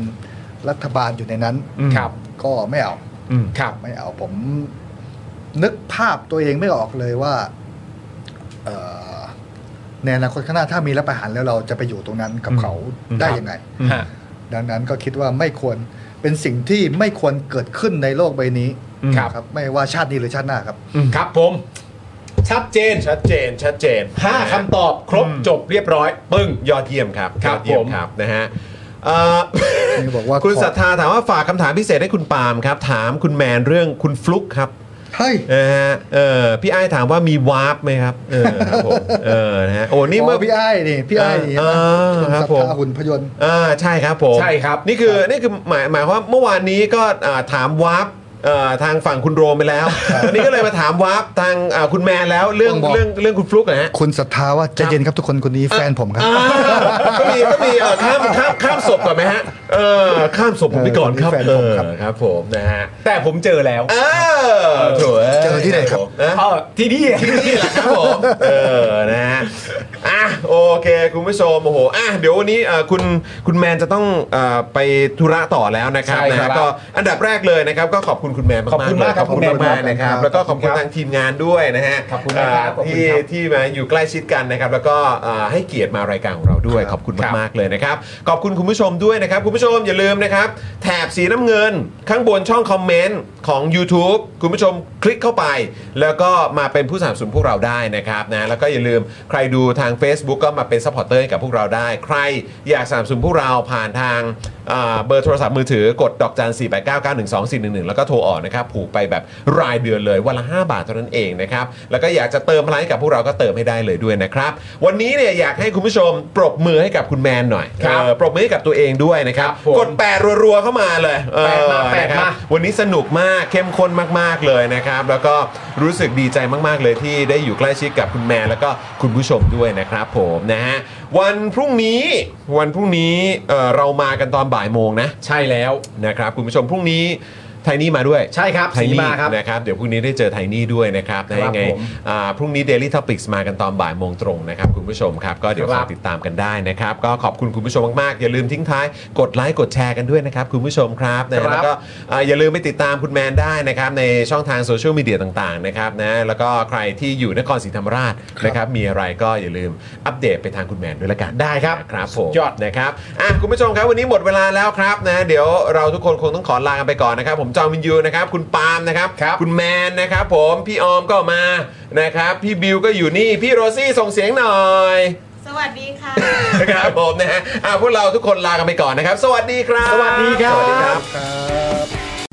Speaker 5: รัฐบาลอยู่ในนั้น
Speaker 1: อืม
Speaker 3: ครับ
Speaker 5: ก็ไม่เอา
Speaker 1: อืม
Speaker 3: ครับ
Speaker 5: ไม่เอาผมนึกภาพตัวเองไม่ออกเลยว่าเอ่อในอนาคตข้างหน้าถ้ามีรัฐประหารแล้วเราจะไปอยู่ตรงนั้นกับเขา
Speaker 1: อืม
Speaker 5: ได้ยังไง
Speaker 3: ฮะ
Speaker 5: ดังนั้นก็คิดว่าไม่ควรเป็นสิ่งที่ไม่ควรเกิดขึ้นในโลกใบนี้
Speaker 3: ครับ
Speaker 5: ไม่ว่าชาตินี้หรือชาติหน้าครับ
Speaker 3: ครับผม ชัดเจน
Speaker 1: ชัดเจนชัดเจน
Speaker 3: ห้าคำตอบครบ
Speaker 1: อืม
Speaker 3: จบเรียบร้อย ปึ้ง
Speaker 1: ยอดเยี่ยมครับ
Speaker 3: ค
Speaker 1: ย
Speaker 3: รั
Speaker 1: อบ ดเยี่ยม
Speaker 3: ผม
Speaker 1: ครับนะฮะเอ่อ
Speaker 5: นี่บอกว่า
Speaker 1: คุณ
Speaker 5: ขอ
Speaker 1: ศรัทธาถามว่าฝากคำถามพิเศษให้คุณปาล์มครับ ถามคุณแมนเรื่องคุณฟลุกครับ
Speaker 5: เฮ้ย
Speaker 1: นะฮะเออพี่ไอ้ายถามว่ามีวาร์ปไหมครับเออครับผมเออนะฮะโอ้นี่
Speaker 5: นี่
Speaker 1: เมื่
Speaker 5: เมื่
Speaker 1: อ
Speaker 5: อพี่อ้ายนี่ พี่อ้ายนี่
Speaker 1: อ่า
Speaker 5: คุณ
Speaker 1: ครับ
Speaker 5: สัท
Speaker 1: ผม
Speaker 5: ธาหุ่นพยนต์
Speaker 1: อ่าใช่ครับผม
Speaker 3: ใช่ครับ
Speaker 1: นี่คือนี่คือหมายหมายความว่าเมื่อวานนี้ก็อ่าถามวาร์ปเอ่อทางฝั่งคุณโรมไปแล้ววันนี้ก็เลยมาถามวาร์ปทางอ่าคุณแมนแล้วเรื่อง
Speaker 5: ผมบอก
Speaker 1: เรื่องเรื่องคุณฟลุกนะฮะ
Speaker 5: คุณศรัทธาว่าใจเย็นครับทุกคนคนนี้แฟนผมครับ
Speaker 1: อ้าวก็มีก็มีเอ่อข้ามข้ามข้ามศพก่อนไหมฮะเออข้ามศพผมไปก่อนครับ
Speaker 5: เออ
Speaker 1: เออ
Speaker 5: มีแฟนผมครับ
Speaker 1: ครับผมนะฮะ
Speaker 3: แต่ผมเจอแล้ว
Speaker 1: เออโถ่ย
Speaker 5: เจอที่ไหนครับ
Speaker 1: นะ
Speaker 3: เออที่นี่
Speaker 1: ที่นี่แหละครับผมเออนะฮะ อ่ะโอเค คุณผู้ชมโอ้โหอ่ะเดี๋ยววันนี้เอ่อคุณคุณแมนจะต้องเอ่อไปธุระต่อแล้วนะครับ
Speaker 3: ใช่
Speaker 1: นะครับ ฮะก็อันดับแรกเลยนะครับ ก็ขอบคุณคุณแมนมากๆ
Speaker 3: ขอบคุณ
Speaker 1: เลยขอคุณ
Speaker 3: มากครับบคุณแมน
Speaker 1: มากๆนะครับ
Speaker 3: ครับ
Speaker 1: แล้วก็ขอบคุณ
Speaker 3: ครับ
Speaker 1: ทางทีมงานด้วยนะฮะ
Speaker 3: ขอบคุณนะครับขอบคุณครั
Speaker 1: อ่า
Speaker 3: บ
Speaker 1: ที่ที่มาอยู่ใกล้ชิดกันนะครับ แล้วก็อ่าให้เกียรติมารายการของเราด้วย ขอบคุณมากๆเลยนะครับขอบคุณคุณผู้ชมด้วยนะครับคุณผู้ชมอย่าลืมนะครับแถบสีน้ำเงินข้างบนช่องคอมเมนต์ของ YouTube คุณผู้ชมคลิกเข้าไป แล้วก็มาเป็นผู้สนับสนุนพวกเราได้นะครับนะแล้วก็อย่าลืมใครดูทาง Facebook ก็มาเป็นซัพพอร์เตอร์ให้กับพวกเราได้ ใครอยากสนับสนุนพวกเราผ่านทางอ่าเบอร์โทรศัพท์มือถือกดดอกจัน 4 8 9 9 1 2 4 1 1 แล้วก็โทรออกนะครับผูกไปแบบรายเดือนเลยวันละ 5 บาทเท่านั้นเองนะครับ แล้วก็อยากจะเติมพลังให้กับพวกเราก็เติมให้ได้เลยด้วยนะครับ วันนี้เนี่ยอยากให้คุณผู้ชมปรบมือให้กับคุณแมนหน่อย
Speaker 3: ครับ
Speaker 1: เออปรบมือให้กับตัวเองด้วยนะครับ
Speaker 3: ครับผม
Speaker 1: กดแปดรัวๆเข้ามาเลยเออ
Speaker 3: แปดมาแปดมา
Speaker 1: นะครับ วันนี้สนุกมากเข้มข้นมาก ๆ เลยนะครับ แล้วก็รู้สึกดีใจมาก ๆ เลยที่ได้อยู่ใกล้ชิดกับคุณแม่แล้วก็คุณผู้ชมด้วยนะครับผมนะฮะวันพรุ่งนี้วันพรุ่งนี้เอ่อเรามากันตอนบ่ายโมงนะ
Speaker 3: ใช่แล้ว
Speaker 1: นะครับคุณผู้ชมพรุ่งนี้ไทนี่มาด้วย
Speaker 3: ใช่ครับ
Speaker 1: ไท
Speaker 3: สี
Speaker 1: นี่
Speaker 3: มาครับ
Speaker 1: นะครับเดี๋ยวพรุ่งนี้ได้เจอไทนี่ด้วยนะครับนะยังไง
Speaker 3: ผม
Speaker 1: อ่าพรุ่งนี้ Daily Topics มากันตอนบ่ายโมงตรงนะครับคุณผู้ชมครับก็เดี๋ยว
Speaker 3: ครั
Speaker 1: ฝา
Speaker 3: บ
Speaker 1: กติดตามกันได้นะครับ ก็ขอบคุณคุณผู้ชมมากๆอย่าลืมทิ้งท้ายกดไลค์กดแชร์กันด้วยนะครับคุณผู้ชมครับ
Speaker 3: ครั
Speaker 1: นะ
Speaker 3: บ
Speaker 1: แล้วก็เอ่ออย่าลืมไปติดตามคุณแมนได้นะครับในช่องทางโซเชียลมีเดียต่างๆนะครับนะแล้วก็ใครที่อยู่นครศรีธรรมราชนะครับมีอะไรก็อย่าลืมอัปเดตไปทางคุณแมนด้วยละกัน
Speaker 3: ได้ครับ
Speaker 1: ครับผม
Speaker 3: สุดยอด
Speaker 1: นะครับอ่ะคุณผู้ชมครับวันนี้หมดเวลาแล้วครับนะเดี๋ยวเราทุกคนคงต้องขอลากันไปก่อนนะครับ ผมจอมวินยูนะครับคุณปาล์มนะครับ
Speaker 3: ครับ
Speaker 1: ณแมนนะครับผมพี่ออมก็มานะครับพี่บิวก็อยู่นี่พี่โรซี่ส่งเสียงหน่อย
Speaker 4: สวัสดีค่ะ
Speaker 1: นะครับผมนะฮะอ่ะพวกเราทุกคนลากันไปก่อนนะครับ สวัสดีครับ
Speaker 3: สวัสดีครับ
Speaker 1: สวัสดีครับ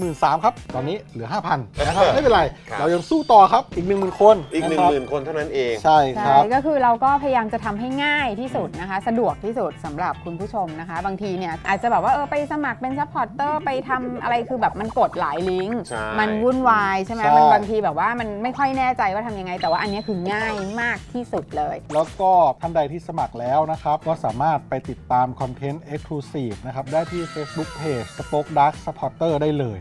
Speaker 11: 1 3ื่นครับ ตอนนี้เหลือ 5,000นะครับไม่เป็นไร
Speaker 6: ครับ
Speaker 11: เรายังสู้ต่อครับอีก 1 0,000 คน
Speaker 6: อีก1
Speaker 11: ะครับ
Speaker 6: 0,000 คนเท่านั้นเอง
Speaker 11: ใช่ค
Speaker 12: ใช่
Speaker 11: รับ
Speaker 12: ก็คือเราก็พยายามจะทำให้ง่ายที่สุดนะคะ สะดวกที่สุดสำหรับคุณผู้ชมนะคะ บางทีเนี่ยอาจจะแบบว่าเออไปสมัครเป็นซัพพอร์ตเตอร์ไปทำอะไรคือแบบมันกดหลายลิงก์
Speaker 6: ใช่
Speaker 12: มันวุ่นวายใช่ไหม
Speaker 11: ใช่
Speaker 12: มันบางทีแบบว่ามันไม่ค่อยแน่ใจว่าทำยังไง แต่ว่าอันเนี้ยคือง่ายมากที่สุดเลย
Speaker 11: แล้วก็ท่านใดที่สมัครแล้วนะครับ ก็สามารถไปติดตามคอนเทนต์ Exclusive นะครับ ได้ที่ Facebook Page Spoke Dark Supporter ได้เลย